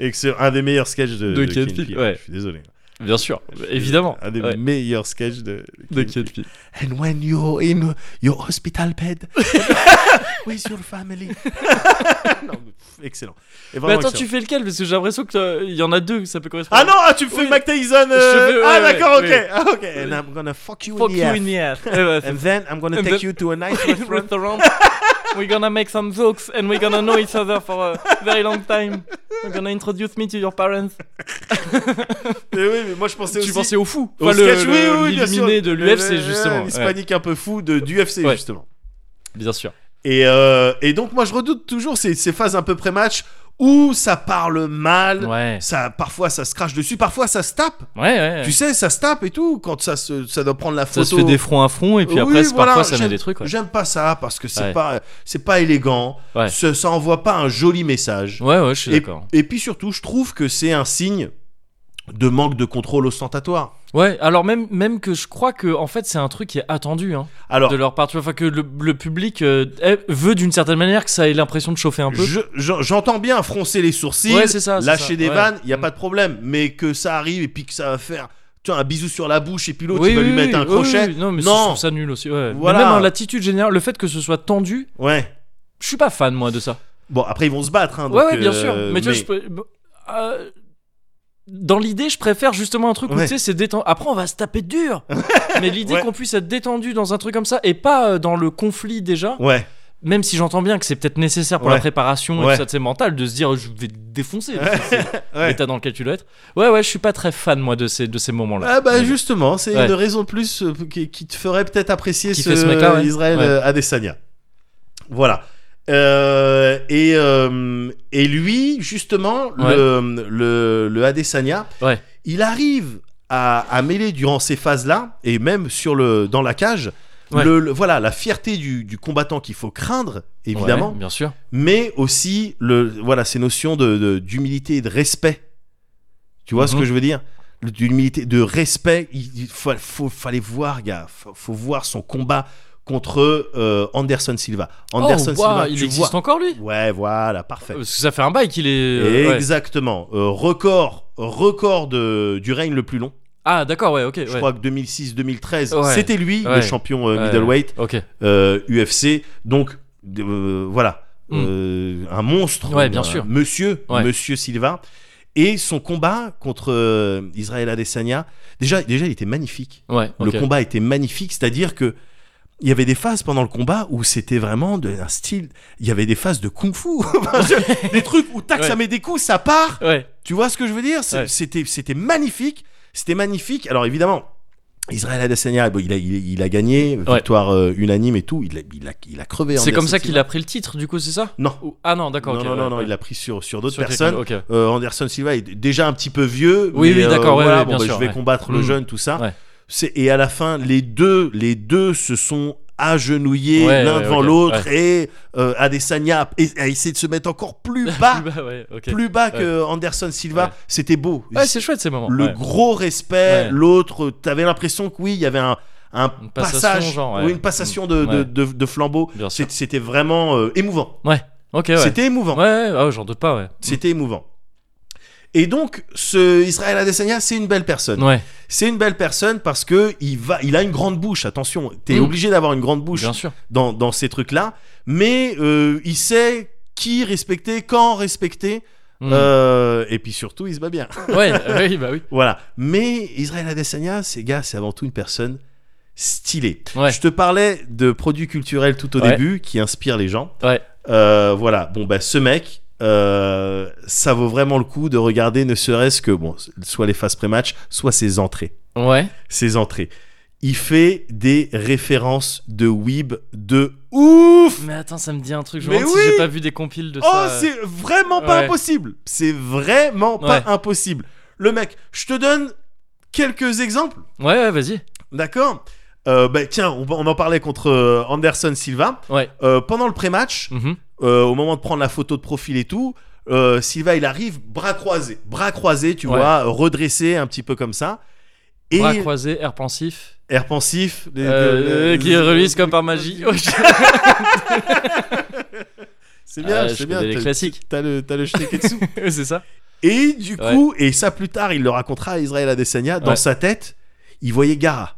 Speaker 2: Et que c'est un des meilleurs sketchs de,
Speaker 1: De Key and Peele, ouais.
Speaker 2: Je suis désolé.
Speaker 1: Bien sûr, Euh, évidemment.
Speaker 2: Un Ah, des
Speaker 1: Ouais.
Speaker 2: meilleurs sketchs de,
Speaker 1: De
Speaker 2: Key
Speaker 1: Kid
Speaker 2: and
Speaker 1: Pete.
Speaker 2: Peele. And when you're in your hospital
Speaker 1: [LAUGHS]
Speaker 2: bed with your family. Non, mais pff, excellent. Et
Speaker 1: Mais
Speaker 2: vraiment
Speaker 1: attends,
Speaker 2: excellent.
Speaker 1: tu fais lequel Parce que j'ai l'impression qu'il y en a deux, ça peut correspondre.
Speaker 2: Ah non, ah, tu me fais
Speaker 1: Oui.
Speaker 2: Mac Tyson. euh,
Speaker 1: Je veux-
Speaker 2: ah
Speaker 1: ouais,
Speaker 2: d'accord,
Speaker 1: ouais,
Speaker 2: ok.
Speaker 1: ouais.
Speaker 2: Ah, ok. And I'm gonna fuck you
Speaker 1: Fuck
Speaker 2: in the
Speaker 1: you
Speaker 2: ass.
Speaker 1: in the [LAUGHS] ass. Ouais, bah,
Speaker 2: And then I'm gonna
Speaker 1: And
Speaker 2: take
Speaker 1: then-
Speaker 2: you to
Speaker 1: [LAUGHS]
Speaker 2: a nice
Speaker 1: c'est-
Speaker 2: restaurant.
Speaker 1: restaurant. We're gonna make some jokes and we're gonna know each other for a very long time. You're gonna introduce me to your parents.
Speaker 2: Mais Eh oui, mais moi je pensais
Speaker 1: Tu
Speaker 2: Ah, aussi
Speaker 1: pensais au fou
Speaker 2: au
Speaker 1: Enfin, le-
Speaker 2: sketch,
Speaker 1: le-
Speaker 2: oui, oui, bien sûr. Euh,
Speaker 1: L'illuminé de
Speaker 2: Le-
Speaker 1: l'UFC,
Speaker 2: le-
Speaker 1: justement. Ouais,
Speaker 2: L'hispanique un peu fou de, du UFC,
Speaker 1: Ouais.
Speaker 2: justement.
Speaker 1: Bien sûr.
Speaker 2: Et, euh, et donc moi je redoute toujours ces, ces phases un peu pré-match où ça parle mal.
Speaker 1: Ouais.
Speaker 2: Ça, parfois ça se crache dessus, parfois ça se tape.
Speaker 1: Ouais, ouais.
Speaker 2: Tu sais, ça se tape et tout quand ça, se, ça doit prendre la
Speaker 1: ça
Speaker 2: photo.
Speaker 1: se fait des fronts à front et puis
Speaker 2: Oui,
Speaker 1: après, c'est-
Speaker 2: voilà,
Speaker 1: parfois, ça met
Speaker 2: j'aime-
Speaker 1: des trucs. ouais.
Speaker 2: J'aime pas ça parce que c'est
Speaker 1: Ouais.
Speaker 2: pas c'est pas élégant.
Speaker 1: Ouais.
Speaker 2: Ça, ça envoie pas un joli message.
Speaker 1: Ouais, ouais, je suis
Speaker 2: et,
Speaker 1: d'accord.
Speaker 2: et puis surtout, je trouve que c'est un signe de manque de contrôle ostentatoire.
Speaker 1: Ouais, alors même, même que je crois que en fait c'est un truc qui est attendu hein,
Speaker 2: Alors,
Speaker 1: de leur part. Tu vois, enfin que le, le public euh, eh, veut d'une certaine manière que ça ait l'impression de chauffer un peu.
Speaker 2: je- je- j'entends bien froncer les sourcils,
Speaker 1: Ouais, c'est ça, c'est
Speaker 2: lâcher
Speaker 1: ça,
Speaker 2: des
Speaker 1: ouais.
Speaker 2: vannes, il y a
Speaker 1: Mm.
Speaker 2: pas de problème, mais que ça arrive et puis que ça va faire tu vois, un bisou sur la bouche et puis l'autre
Speaker 1: Oui,
Speaker 2: il va
Speaker 1: oui,
Speaker 2: lui
Speaker 1: oui,
Speaker 2: mettre un
Speaker 1: oui,
Speaker 2: crochet.
Speaker 1: oui, non, mais
Speaker 2: Non.
Speaker 1: je trouve ça nul aussi. ouais. Mais
Speaker 2: Voilà.
Speaker 1: même dans l'attitude générale, le fait que ce soit tendu,
Speaker 2: Ouais.
Speaker 1: je suis pas fan moi de ça.
Speaker 2: Bon, après ils vont se battre hein,
Speaker 1: ouais,
Speaker 2: donc,
Speaker 1: ouais, bien
Speaker 2: euh,
Speaker 1: sûr. Mais, tu vois, je peux- bon, euh, dans l'idée, je préfère justement un truc où
Speaker 2: Ouais.
Speaker 1: tu sais, c'est détendu. Après, on va se taper
Speaker 2: [LAUGHS]
Speaker 1: dur. mais l'idée
Speaker 2: Ouais.
Speaker 1: qu'on puisse être détendu dans un truc comme ça et pas euh, dans le conflit déjà.
Speaker 2: Ouais.
Speaker 1: Même si j'entends bien que c'est peut-être nécessaire pour
Speaker 2: Ouais.
Speaker 1: la préparation et
Speaker 2: Ouais.
Speaker 1: tout ça, c'est mental de se dire je vais te défoncer.
Speaker 2: [LAUGHS]
Speaker 1: C'est
Speaker 2: Ouais.
Speaker 1: L'état dans lequel tu dois être. Ouais, ouais, je suis pas très fan moi de ces de ces moments-là.
Speaker 2: Ah bah
Speaker 1: Mais-
Speaker 2: justement, c'est
Speaker 1: Mmh. Ouais.
Speaker 2: une raison de plus euh, qui, qui te ferait peut-être apprécier
Speaker 1: Qui
Speaker 2: ce,
Speaker 1: fait ce mec-là, ouais.
Speaker 2: Israël
Speaker 1: Ouais.
Speaker 2: euh, Adesanya. Voilà. Euh, et, euh, et lui, justement, le, le, le Adesanya,
Speaker 1: Ouais.
Speaker 2: il arrive à, à mêler durant ces phases-là, et même sur le, dans la cage,
Speaker 1: Ouais.
Speaker 2: le, le- voilà, la fierté du, du combattant qu'il faut craindre, évidemment,
Speaker 1: Ouais, bien sûr.
Speaker 2: mais aussi le, voilà, ces notions de- de- d'humilité et de respect. Tu vois ce
Speaker 1: Mhm.
Speaker 2: que je veux dire Le- D'humilité, de respect. Il, il fa- faut- fallait voir, gars. Faut, faut voir son combat contre euh, Anderson Silva. Anderson
Speaker 1: oh, waouh,
Speaker 2: Silva,
Speaker 1: il
Speaker 2: tu
Speaker 1: existe
Speaker 2: vois.
Speaker 1: encore lui
Speaker 2: Ouais, voilà, parfait.
Speaker 1: Parce que ça fait un bail qu'il est. euh, ouais.
Speaker 2: Exactement. Euh, record, record de, du règne le plus long.
Speaker 1: Ah, d'accord, ouais, ok.
Speaker 2: Je
Speaker 1: ouais.
Speaker 2: crois que 2006-2013,
Speaker 1: Ouais.
Speaker 2: c'était lui
Speaker 1: Ouais.
Speaker 2: le champion euh,
Speaker 1: Ouais.
Speaker 2: middleweight
Speaker 1: Ok.
Speaker 2: euh, UFC. Donc euh, voilà,
Speaker 1: Mm.
Speaker 2: Euh, un monstre,
Speaker 1: Ouais, bien
Speaker 2: un
Speaker 1: sûr.
Speaker 2: monsieur,
Speaker 1: Ouais.
Speaker 2: Monsieur Silva. Et son combat contre euh, Israël Adesanya, déjà, déjà, il était magnifique.
Speaker 1: Ouais, ok.
Speaker 2: Le combat était magnifique, c'est-à-dire que il y avait des phases pendant le combat où c'était vraiment de, un style. Il y avait des phases de kung-fu, [LAUGHS] Enfin, je- des trucs où tac,
Speaker 1: Ouais.
Speaker 2: ça met des coups, ça part.
Speaker 1: Ouais,
Speaker 2: Tu vois ce que je veux dire C'est-
Speaker 1: Ouais.
Speaker 2: C'était c'était magnifique, c'était magnifique. Alors évidemment, Israël Adesanya, bon, il, a, il, il a gagné,
Speaker 1: Ouais.
Speaker 2: victoire euh, unanime et tout. Il a, il a, il a crevé.
Speaker 1: c'est
Speaker 2: Anderson
Speaker 1: comme ça qu'il
Speaker 2: Silva.
Speaker 1: a pris le titre, du coup, c'est ça
Speaker 2: Non.
Speaker 1: Ou- Ah non, d'accord,
Speaker 2: non,
Speaker 1: ok.
Speaker 2: non,
Speaker 1: ouais,
Speaker 2: non, non,
Speaker 1: ouais.
Speaker 2: il a pris sur, sur d'autres
Speaker 1: Sur quelqu'un
Speaker 2: personnes.
Speaker 1: d'autre, ok.
Speaker 2: Euh, Anderson Silva est déjà un petit peu vieux.
Speaker 1: Oui,
Speaker 2: mais,
Speaker 1: oui,
Speaker 2: euh,
Speaker 1: d'accord, ouais,
Speaker 2: voilà,
Speaker 1: ouais,
Speaker 2: bon,
Speaker 1: bien
Speaker 2: bah,
Speaker 1: sûr,
Speaker 2: je vais
Speaker 1: ouais.
Speaker 2: combattre le
Speaker 1: Mm.
Speaker 2: jeune, tout ça.
Speaker 1: Ouais.
Speaker 2: C'est- Et à la fin, les deux, les deux se sont agenouillés
Speaker 1: Ouais,
Speaker 2: l'un
Speaker 1: ouais,
Speaker 2: devant
Speaker 1: ok,
Speaker 2: l'autre et euh, Adesanya a a essayé de se mettre encore
Speaker 1: [LAUGHS]
Speaker 2: plus
Speaker 1: Plus bas,
Speaker 2: bas,
Speaker 1: Bah ouais, ok.
Speaker 2: Ah plus bas que Anderson Silva.
Speaker 1: Ouais.
Speaker 2: C'était beau.
Speaker 1: Ouais, c'est chouette ces moments.
Speaker 2: le
Speaker 1: ouais.
Speaker 2: gros respect,
Speaker 1: Ouais.
Speaker 2: l'autre, t'avais l'impression que oui, il y avait un, un
Speaker 1: Une passation,
Speaker 2: passage,
Speaker 1: genre, ouais.
Speaker 2: ou une passation de, de,
Speaker 1: Ouais.
Speaker 2: de, de flambeau.
Speaker 1: Bien sûr.
Speaker 2: C'est- C'était vraiment euh, émouvant.
Speaker 1: Ok, ouais.
Speaker 2: C'était émouvant.
Speaker 1: Ouais, ouais, ah, j'en doute pas, ouais.
Speaker 2: C'était émouvant. Et donc, ce Israël Adesanya, c'est une belle personne.
Speaker 1: Ouais,
Speaker 2: C'est une belle personne parce que il va, il a une grande bouche. Attention, t'es
Speaker 1: Mm.
Speaker 2: obligé d'avoir une grande bouche
Speaker 1: bien sûr.
Speaker 2: dans, dans ces trucs-là, mais euh, il sait qui respecter, quand respecter,
Speaker 1: Mm.
Speaker 2: euh, et puis surtout, il se bat bien.
Speaker 1: Ouais, [LAUGHS] oui, bah oui.
Speaker 2: Voilà. Mais Israël Adesanya, ces gars, c'est avant tout une personne stylée.
Speaker 1: Ouais.
Speaker 2: Je te parlais de produits culturels tout au
Speaker 1: Ouais.
Speaker 2: début qui inspirent les gens.
Speaker 1: Ouais.
Speaker 2: Euh, voilà. Bon, bah, ce mec, euh, ça vaut vraiment le coup de regarder, ne serait-ce que, bon, soit les phases pré-match, soit ses entrées.
Speaker 1: Ouais.
Speaker 2: Ses entrées. Il fait des références de Weeb de ouf!
Speaker 1: Mais attends, ça me dit un truc. Je me
Speaker 2: Mais
Speaker 1: demande
Speaker 2: oui
Speaker 1: si j'ai pas vu des compiles de
Speaker 2: Oh,
Speaker 1: ça. euh.
Speaker 2: c'est vraiment pas
Speaker 1: Ouais.
Speaker 2: impossible. C'est vraiment pas
Speaker 1: Ouais.
Speaker 2: impossible. Le mec, je te donne quelques exemples.
Speaker 1: Ouais, ouais, vas-y.
Speaker 2: D'accord Euh, bah, Tiens, on, on en parlait contre euh, Anderson Silva.
Speaker 1: Ouais.
Speaker 2: Euh, pendant le pré-match,
Speaker 1: Mhm.
Speaker 2: euh, au moment de prendre la photo de profil et tout, euh, Silva, il arrive bras croisés. Bras croisés, tu
Speaker 1: Ouais.
Speaker 2: vois, redressé un petit peu comme ça. Et
Speaker 1: Bras croisés, air pensif.
Speaker 2: air pensif. les-
Speaker 1: euh,
Speaker 2: les-
Speaker 1: qui release comme par magie. Ouais, je-
Speaker 2: [LAUGHS] C'est bien,
Speaker 1: Ah, je
Speaker 2: c'est bien.
Speaker 1: connais les
Speaker 2: t'as- [LAUGHS]
Speaker 1: classiques.
Speaker 2: T'as le, t'as le Shteketsu.
Speaker 1: [LAUGHS] c'est ça.
Speaker 2: et du coup, et ça plus tard, il le racontera à Israël Adesanya, dans
Speaker 1: Ouais.
Speaker 2: sa tête, il voyait Gara.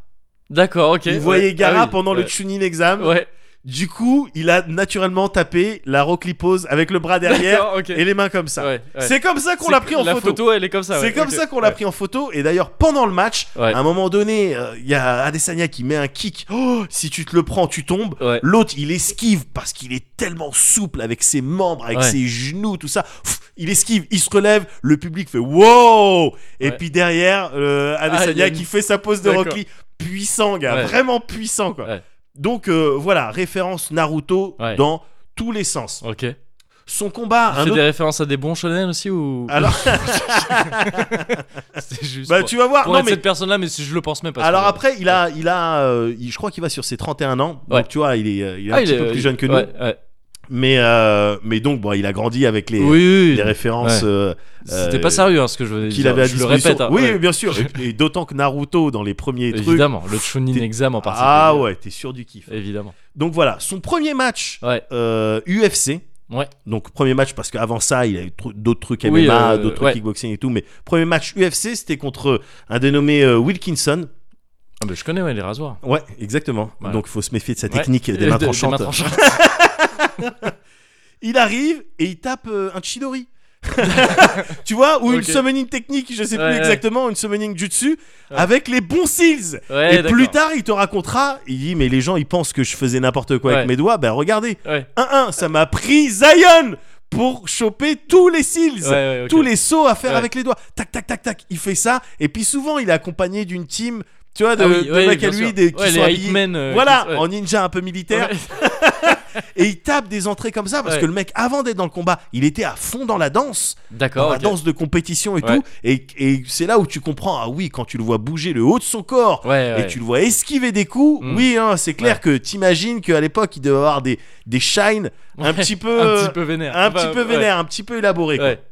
Speaker 1: D'accord, ok.
Speaker 2: il
Speaker 1: ouais.
Speaker 2: voyait Gara
Speaker 1: Ah oui,
Speaker 2: pendant le
Speaker 1: ouais.
Speaker 2: Chunin exam.
Speaker 1: Ouais.
Speaker 2: Du coup, il a naturellement tapé la Rockly pose avec le bras derrière
Speaker 1: D'accord, [LAUGHS] ok.
Speaker 2: et les mains comme ça.
Speaker 1: Ouais, ouais.
Speaker 2: C'est comme ça qu'on l'a pris en
Speaker 1: la
Speaker 2: photo.
Speaker 1: elle est comme ça.
Speaker 2: C'est
Speaker 1: ouais,
Speaker 2: comme
Speaker 1: ok.
Speaker 2: ça qu'on l'a
Speaker 1: Ouais.
Speaker 2: pris en photo. Et d'ailleurs, pendant le match,
Speaker 1: Ouais.
Speaker 2: à un moment donné, euh, il y a Adesanya qui met un kick. Oh, si tu te le prends, tu tombes.
Speaker 1: Ouais.
Speaker 2: L'autre, il esquive parce qu'il est tellement souple avec ses membres, avec
Speaker 1: Ouais.
Speaker 2: ses genoux, tout ça. Pff, il esquive, il se relève, le public fait wow Et
Speaker 1: Ouais.
Speaker 2: puis derrière, euh,
Speaker 1: Ah, il y a
Speaker 2: Adesanya
Speaker 1: une-
Speaker 2: qui fait sa pose de
Speaker 1: D'accord.
Speaker 2: Rocky. Puissant, gars,
Speaker 1: Ouais.
Speaker 2: vraiment puissant, quoi.
Speaker 1: Ouais.
Speaker 2: Donc euh, voilà, référence Naruto
Speaker 1: Ouais.
Speaker 2: dans tous les sens.
Speaker 1: Ok. Tu
Speaker 2: Son combat, hein, un
Speaker 1: fais
Speaker 2: autre-
Speaker 1: des références à des bons shonen aussi ou
Speaker 2: [LAUGHS]
Speaker 1: [LAUGHS]
Speaker 2: Alors,
Speaker 1: c'est juste
Speaker 2: bah,
Speaker 1: pour-
Speaker 2: tu vas voir.
Speaker 1: pour
Speaker 2: Non,
Speaker 1: être
Speaker 2: mais
Speaker 1: cette personne-là, mais si je le pense même pas.
Speaker 2: Alors
Speaker 1: c'est-
Speaker 2: après, il a, il a, euh, il- je crois qu'il va sur ses 31 ans.
Speaker 1: Ouais.
Speaker 2: Donc tu vois, il est, euh, il est un
Speaker 1: Ah,
Speaker 2: petit peu plus jeune que nous.
Speaker 1: ouais, ouais.
Speaker 2: Mais, euh, mais donc, bon, il a grandi avec les,
Speaker 1: Oui, oui,
Speaker 2: les
Speaker 1: oui.
Speaker 2: références
Speaker 1: Ouais.
Speaker 2: euh,
Speaker 1: C'était
Speaker 2: euh,
Speaker 1: pas sérieux hein, ce que je veux dire.
Speaker 2: qu'il avait à
Speaker 1: je le
Speaker 2: disposition.
Speaker 1: répète. hein,
Speaker 2: oui,
Speaker 1: ouais.
Speaker 2: bien
Speaker 1: [LAUGHS]
Speaker 2: sûr. Et, et d'autant que Naruto, dans les premiers trucs.
Speaker 1: Évidemment, le Chunin
Speaker 2: T'es-
Speaker 1: exam en particulier.
Speaker 2: Ah ouais, t'es sûr du kiff.
Speaker 1: Évidemment.
Speaker 2: Donc voilà, son premier match
Speaker 1: Ouais.
Speaker 2: euh, UFC.
Speaker 1: Ouais.
Speaker 2: Donc premier match parce qu'avant ça, il a eu tr- d'autres trucs MMA,
Speaker 1: Oui, euh,
Speaker 2: d'autres trucs
Speaker 1: ouais.
Speaker 2: kickboxing et tout. Mais premier match UFC, c'était contre un dénommé euh, Wilkinson.
Speaker 1: Ah, bah, je connais ouais, les rasoirs.
Speaker 2: Ouais, exactement.
Speaker 1: Ouais.
Speaker 2: Donc il faut se méfier de sa
Speaker 1: Ouais. [LAUGHS]
Speaker 2: technique
Speaker 1: Et
Speaker 2: des mains
Speaker 1: de-
Speaker 2: tranchantes.
Speaker 1: tranchantes.
Speaker 2: Il arrive et il tape euh, un
Speaker 1: [LAUGHS]
Speaker 2: Chidori. tu vois, ou une
Speaker 1: Ok.
Speaker 2: summoning technique, je sais
Speaker 1: Ouais,
Speaker 2: plus
Speaker 1: ouais.
Speaker 2: exactement, une summoning jutsu
Speaker 1: Ouais.
Speaker 2: avec les bons seals.
Speaker 1: Ouais, Eh,
Speaker 2: et
Speaker 1: d'accord.
Speaker 2: plus tard, il te racontera, il dit mais les gens ils pensent que je faisais n'importe quoi avec
Speaker 1: Ouais.
Speaker 2: mes doigts, ben regardez,
Speaker 1: Ouais.
Speaker 2: 1-1, ça m'a pris Zion pour choper tous les seals.
Speaker 1: Ouais, ouais, ok.
Speaker 2: Tous les sauts à faire
Speaker 1: Ouais.
Speaker 2: avec les doigts. Tac, tac, tac, tac. Il fait ça. Et puis souvent, il est accompagné d'une team, tu vois, de,
Speaker 1: Ah oui,
Speaker 2: de
Speaker 1: ouais,
Speaker 2: mecs
Speaker 1: bien
Speaker 2: à lui
Speaker 1: sûr.
Speaker 2: des, qui
Speaker 1: Ouais, les
Speaker 2: sont habillés-
Speaker 1: Hitmen, euh,
Speaker 2: voilà,
Speaker 1: qui- ouais.
Speaker 2: en ninja un peu militaire.
Speaker 1: Ouais.
Speaker 2: [LAUGHS] Et il tape des entrées comme ça parce
Speaker 1: Ouais.
Speaker 2: que le mec, avant d'être dans le combat, il était à fond dans la danse, dans
Speaker 1: D'accord.
Speaker 2: la
Speaker 1: ok.
Speaker 2: danse de compétition et
Speaker 1: Ouais.
Speaker 2: tout. Et, et c'est là où tu comprends, ah oui, quand tu le vois bouger le haut de son corps
Speaker 1: Ouais,
Speaker 2: et
Speaker 1: ouais.
Speaker 2: tu le vois esquiver des coups,
Speaker 1: Mm.
Speaker 2: oui, hein, c'est clair que t'imagines qu'à l'époque, il devait avoir des, des shines un
Speaker 1: Ouais,
Speaker 2: petit peu.
Speaker 1: un petit peu vénère.
Speaker 2: un
Speaker 1: Enfin,
Speaker 2: petit peu
Speaker 1: Ah, bah, ouais.
Speaker 2: vénère, un petit peu élaboré. quoi.
Speaker 1: Ouais.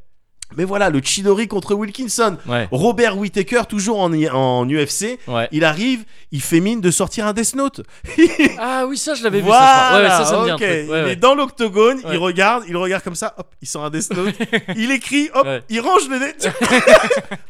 Speaker 2: Mais voilà, le Chidori contre Wilkinson.
Speaker 1: Ouais.
Speaker 2: Robert Whittaker, toujours en, en UFC,
Speaker 1: Ouais.
Speaker 2: il arrive, il fait mine de sortir un Death Note.
Speaker 1: Ah oui, ça je l'avais vu. Ça, je crois.
Speaker 2: voilà,
Speaker 1: ouais, ouais, ça, ça me dit
Speaker 2: ok.
Speaker 1: un truc. Ouais,
Speaker 2: il
Speaker 1: ouais.
Speaker 2: est dans l'octogone,
Speaker 1: Ouais.
Speaker 2: il regarde, il regarde comme ça, hop, il sort un Death Note, il écrit, hop,
Speaker 1: Ouais.
Speaker 2: il range le nez,
Speaker 1: [LAUGHS]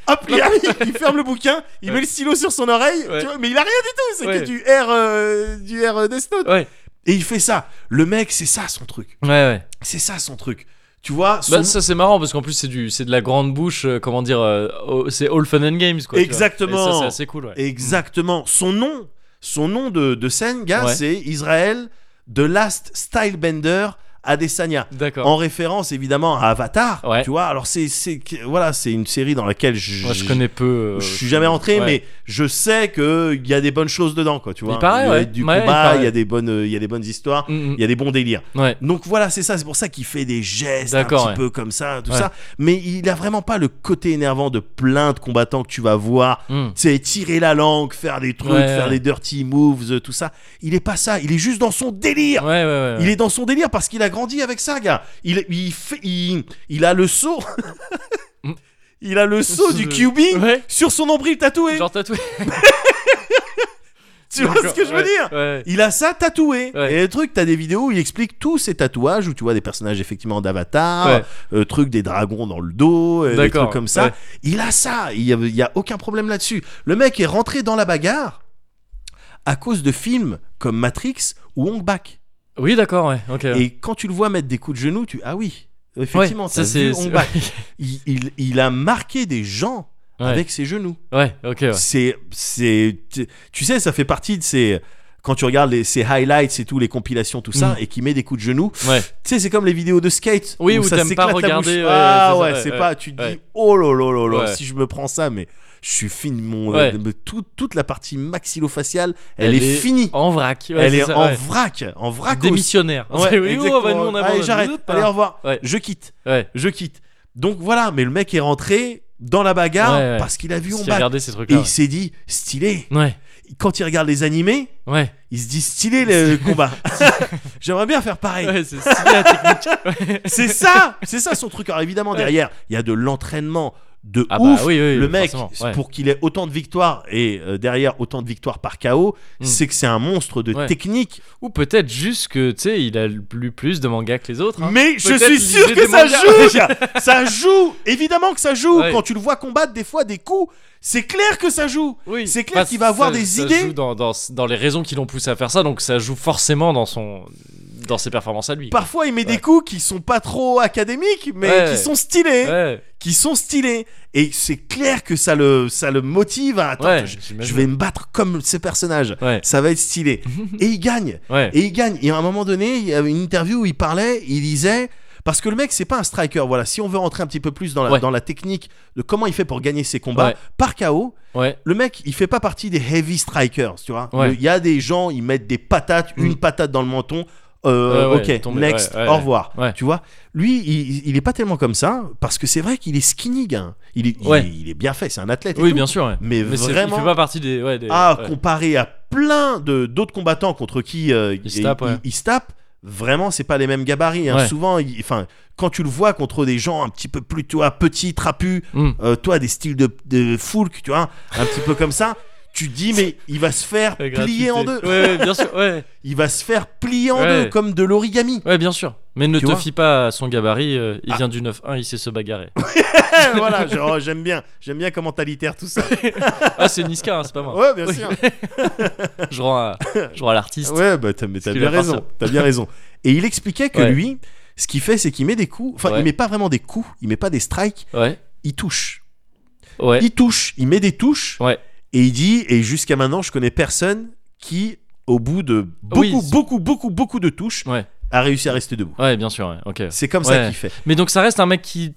Speaker 2: hop, il, arrive, il ferme le bouquin, il
Speaker 1: Ouais.
Speaker 2: met le stylo sur son oreille, tu
Speaker 1: Ouais.
Speaker 2: vois, mais il a rien du tout, c'est que
Speaker 1: Ouais.
Speaker 2: du R, euh, du R euh, Death Note.
Speaker 1: Ouais.
Speaker 2: Et il fait ça. Le mec, c'est ça son truc,
Speaker 1: Ouais, ouais.
Speaker 2: c'est ça son truc. Tu vois, son-
Speaker 1: Bah, ça c'est marrant parce qu'en plus c'est du c'est de la grande bouche euh, comment dire euh, oh, c'est all fun and games quoi tu vois.
Speaker 2: Exactement.
Speaker 1: Et ça c'est assez cool ouais.
Speaker 2: Exactement. Son nom, son nom de, de scène, gars,
Speaker 1: Ouais.
Speaker 2: c'est Israël The Last Stylebender Adesanya.
Speaker 1: D'accord.
Speaker 2: En référence évidemment à Avatar,
Speaker 1: Ouais.
Speaker 2: tu vois. Alors c'est c'est voilà, c'est une série dans laquelle je,
Speaker 1: Moi je connais peu. euh,
Speaker 2: je suis jamais rentré,
Speaker 1: ouais.
Speaker 2: mais je sais que il y a des bonnes choses dedans, quoi. Tu vois,
Speaker 1: Il paraît,
Speaker 2: y a
Speaker 1: ouais.
Speaker 2: du
Speaker 1: Ouais, il
Speaker 2: combat, il y a
Speaker 1: paraît.
Speaker 2: des bonnes, il y a des bonnes histoires, il
Speaker 1: Mm, mm.
Speaker 2: y a des bons délires.
Speaker 1: Ouais.
Speaker 2: Donc voilà, c'est ça, c'est pour ça qu'il fait des gestes un petit
Speaker 1: D'accord, ouais.
Speaker 2: peu comme ça, tout
Speaker 1: Ouais.
Speaker 2: ça. Mais il a vraiment pas le côté énervant de plein de combattants que tu vas voir.
Speaker 1: Mm.
Speaker 2: Tu sais, tirer la langue, faire des trucs,
Speaker 1: Ouais,
Speaker 2: faire
Speaker 1: ouais.
Speaker 2: des dirty moves, euh, tout ça. Il est pas ça, il est juste dans son délire.
Speaker 1: Ouais ouais ouais.
Speaker 2: Il est dans son délire parce qu'il a grandi avec ça, gars. Il, il, fait, il, il a
Speaker 1: [LAUGHS]
Speaker 2: le saut.
Speaker 1: Mm.
Speaker 2: il a le saut du
Speaker 1: de-
Speaker 2: cubing
Speaker 1: Ouais.
Speaker 2: sur son nombril tatoué.
Speaker 1: Genre tatoué.
Speaker 2: [LAUGHS] tu vois ce que je veux
Speaker 1: Ouais,
Speaker 2: dire
Speaker 1: ouais.
Speaker 2: Il a ça tatoué.
Speaker 1: Ouais.
Speaker 2: Et le truc, t'as des vidéos où il explique tous ses tatouages, où tu vois des personnages effectivement d'Avatar,
Speaker 1: Ouais.
Speaker 2: euh, truc des dragons dans le dos, euh, des
Speaker 1: D'accord,
Speaker 2: trucs comme ça.
Speaker 1: ouais.
Speaker 2: Il a ça. Il y a, il y a aucun problème là-dessus. Le mec est rentré dans la bagarre à cause de films comme Matrix ou Hong Bak.
Speaker 1: Oui d'accord ouais. Ok. ouais.
Speaker 2: Et quand tu le vois mettre des coups de genoux, tu ah oui, effectivement,
Speaker 1: Ouais,
Speaker 2: t'as vu Hong Bak.
Speaker 1: [LAUGHS] ouais.
Speaker 2: Il, il- il a marqué des gens avec ses genoux.
Speaker 1: Ouais, ok, ouais.
Speaker 2: C'est, c'est, tu- tu sais, ça fait partie de ces. Quand tu regardes les, ces highlights et tout, les compilations, tout ça,
Speaker 1: Mhm.
Speaker 2: et qui met des coups de genoux,
Speaker 1: Ouais.
Speaker 2: tu sais, c'est comme les vidéos de skate.
Speaker 1: Oui, où
Speaker 2: ça
Speaker 1: t'aimes pas
Speaker 2: s'éclate la
Speaker 1: regarder,
Speaker 2: bouche.
Speaker 1: ouais,
Speaker 2: ah
Speaker 1: c'est ça,
Speaker 2: ouais,
Speaker 1: ouais,
Speaker 2: c'est
Speaker 1: ouais,
Speaker 2: pas. Tu te dis,
Speaker 1: ouais.
Speaker 2: oh là là là là,
Speaker 1: Ouais.
Speaker 2: si je me prends ça, mais je suis fini. Mon,
Speaker 1: Ouais.
Speaker 2: euh, tout- toute la partie maxillofaciale, elle, est, finie.
Speaker 1: En vrac. ouais,
Speaker 2: elle
Speaker 1: c'est
Speaker 2: est
Speaker 1: ça,
Speaker 2: en
Speaker 1: ouais.
Speaker 2: vrac. En vrac au-
Speaker 1: Démissionnaire.
Speaker 2: Ouais,
Speaker 1: oui, oh, bah, nous, on
Speaker 2: exactement.
Speaker 1: abandonne.
Speaker 2: Allez, j'arrête.
Speaker 1: Hop,
Speaker 2: Allez, au revoir.
Speaker 1: Ouais.
Speaker 2: Je quitte.
Speaker 1: Ouais.
Speaker 2: Je quitte. Donc voilà, mais le mec est rentré dans la bagarre
Speaker 1: Ouais, ouais.
Speaker 2: parce qu'il a vu on
Speaker 1: Si
Speaker 2: bat.
Speaker 1: regardez ces
Speaker 2: Et
Speaker 1: trucs-là.
Speaker 2: il s'est dit, stylé.
Speaker 1: Ouais. ouais,
Speaker 2: Quand il regarde les animés,
Speaker 1: ouais.
Speaker 2: il se dit stylé le
Speaker 1: [LAUGHS]
Speaker 2: combat. [LAUGHS] J'aimerais bien faire pareil.
Speaker 1: Ouais, c'est stylé la
Speaker 2: [LAUGHS]
Speaker 1: technique. Ouais.
Speaker 2: C'est ça, c'est ça son truc. Alors évidemment derrière, il y a de l'entraînement de
Speaker 1: Ah bah
Speaker 2: ouf.
Speaker 1: oui, oui,
Speaker 2: le mec,
Speaker 1: forcément, ouais.
Speaker 2: pour qu'il ait autant de victoires et euh, derrière autant de victoires par KO,
Speaker 1: Mm.
Speaker 2: c'est que c'est un monstre de
Speaker 1: Ouais.
Speaker 2: technique.
Speaker 1: Ou peut-être juste que, tu sais, il a lu plus de mangas que les autres. hein.
Speaker 2: Mais je
Speaker 1: Peut-être
Speaker 2: suis
Speaker 1: lisez
Speaker 2: sûr que
Speaker 1: des
Speaker 2: ça
Speaker 1: mangas. [LAUGHS]
Speaker 2: joue, gars. ça joue. Évidemment que ça joue.
Speaker 1: Ouais.
Speaker 2: Quand tu le vois combattre des fois des coups, c'est clair que ça joue.
Speaker 1: Oui.
Speaker 2: C'est clair
Speaker 1: Enfin,
Speaker 2: qu'il va avoir
Speaker 1: ça-
Speaker 2: des
Speaker 1: ça
Speaker 2: idées.
Speaker 1: joue dans, dans, dans les raisons qui l'ont poussé à faire ça, donc ça joue forcément dans son dans ses performances à lui.
Speaker 2: Parfois il met des
Speaker 1: Ouais.
Speaker 2: coups qui sont pas trop académiques, mais
Speaker 1: Ouais.
Speaker 2: qui sont stylés.
Speaker 1: Ouais.
Speaker 2: qui sont stylés et c'est clair que ça le ça le motive à attends
Speaker 1: Ouais,
Speaker 2: je,
Speaker 1: j'imagine.
Speaker 2: je vais me battre comme ce personnage
Speaker 1: Ouais.
Speaker 2: ça va
Speaker 1: [LAUGHS]
Speaker 2: être stylé et il gagne
Speaker 1: Ouais.
Speaker 2: et il gagne et à un moment donné il y avait une interview où il parlait il disait parce que le mec c'est pas un striker voilà si on veut rentrer un petit peu plus dans la,
Speaker 1: Ouais.
Speaker 2: dans la technique de comment il fait pour gagner ses combats
Speaker 1: Ouais.
Speaker 2: par KO
Speaker 1: Ouais.
Speaker 2: le mec il fait pas partie des heavy strikers tu vois
Speaker 1: Ouais.
Speaker 2: Le- il y a des gens ils mettent des patates
Speaker 1: Mm.
Speaker 2: une patate dans le menton euh,
Speaker 1: Ouais, ouais,
Speaker 2: ok
Speaker 1: tomber,
Speaker 2: next
Speaker 1: ouais, ouais,
Speaker 2: au
Speaker 1: ouais.
Speaker 2: revoir
Speaker 1: Ouais.
Speaker 2: tu vois lui il, il est pas tellement comme ça parce que c'est vrai qu'il est skinny gars il est, il
Speaker 1: Ouais.
Speaker 2: est- il est bien fait c'est un athlète et
Speaker 1: Oui,
Speaker 2: tout.
Speaker 1: bien sûr. ouais.
Speaker 2: mais,
Speaker 1: c'est-
Speaker 2: vraiment
Speaker 1: Il fait pas partie des. Ouais, des
Speaker 2: ah
Speaker 1: ouais.
Speaker 2: comparé à plein de d'autres combatants contre qui euh,
Speaker 1: Il se tape, ouais.
Speaker 2: il se tape vraiment c'est pas les mêmes gabarits hein.
Speaker 1: Ouais.
Speaker 2: souvent il- enfin quand tu le vois contre des gens un petit peu plus tu vois petits trapus
Speaker 1: Mm.
Speaker 2: euh, toi des styles de, de Foulk tu vois un petit peu comme ça tu te dis mais il va se
Speaker 1: [LAUGHS]
Speaker 2: faire
Speaker 1: Avec
Speaker 2: plier en deux
Speaker 1: gratuité. Ouais, ouais, bien sûr. Ouais,
Speaker 2: il va se faire plier en
Speaker 1: Ouais.
Speaker 2: deux comme de
Speaker 1: [LAUGHS]
Speaker 2: l'origami
Speaker 1: ouais, bien sûr. Mais ne
Speaker 2: Tu
Speaker 1: te
Speaker 2: vois
Speaker 1: fie pas à son gabarit. euh, il
Speaker 2: Ah.
Speaker 1: vient du 9-1, il sait se bagarrer. Eh,
Speaker 2: voilà [LAUGHS] genre, j'aime bien j'aime bien comment t'as litère
Speaker 1: [LAUGHS]
Speaker 2: tout ça
Speaker 1: ah, c'est Niska, hein, c'est pas moi.
Speaker 2: ouais bien
Speaker 1: Oui.
Speaker 2: sûr
Speaker 1: Je rends à, je rends à l'artiste.
Speaker 2: Ouais, bah t'as, mais t'as
Speaker 1: qu'il
Speaker 2: bien
Speaker 1: va faire
Speaker 2: raison.
Speaker 1: ça.
Speaker 2: T'as bien raison. Et il expliquait que
Speaker 1: Ouais.
Speaker 2: lui, ce qu'il fait, c'est qu'il met des coups. Enfin,
Speaker 1: Ouais.
Speaker 2: il met pas vraiment des coups. Il met pas des strikes.
Speaker 1: Ouais,
Speaker 2: Il touche.
Speaker 1: ouais.
Speaker 2: Il touche. Il met des touches.
Speaker 1: Ouais.
Speaker 2: Et il dit. Et jusqu'à maintenant, je connais personne qui, au bout de beaucoup,
Speaker 1: Oui, c'est-
Speaker 2: beaucoup, beaucoup, beaucoup de touches,
Speaker 1: Ouais.
Speaker 2: a réussi à rester debout.
Speaker 1: Ouais, bien sûr, ouais, ok.
Speaker 2: C'est comme
Speaker 1: Ouais.
Speaker 2: ça qu'il fait.
Speaker 1: Mais donc ça reste un mec qui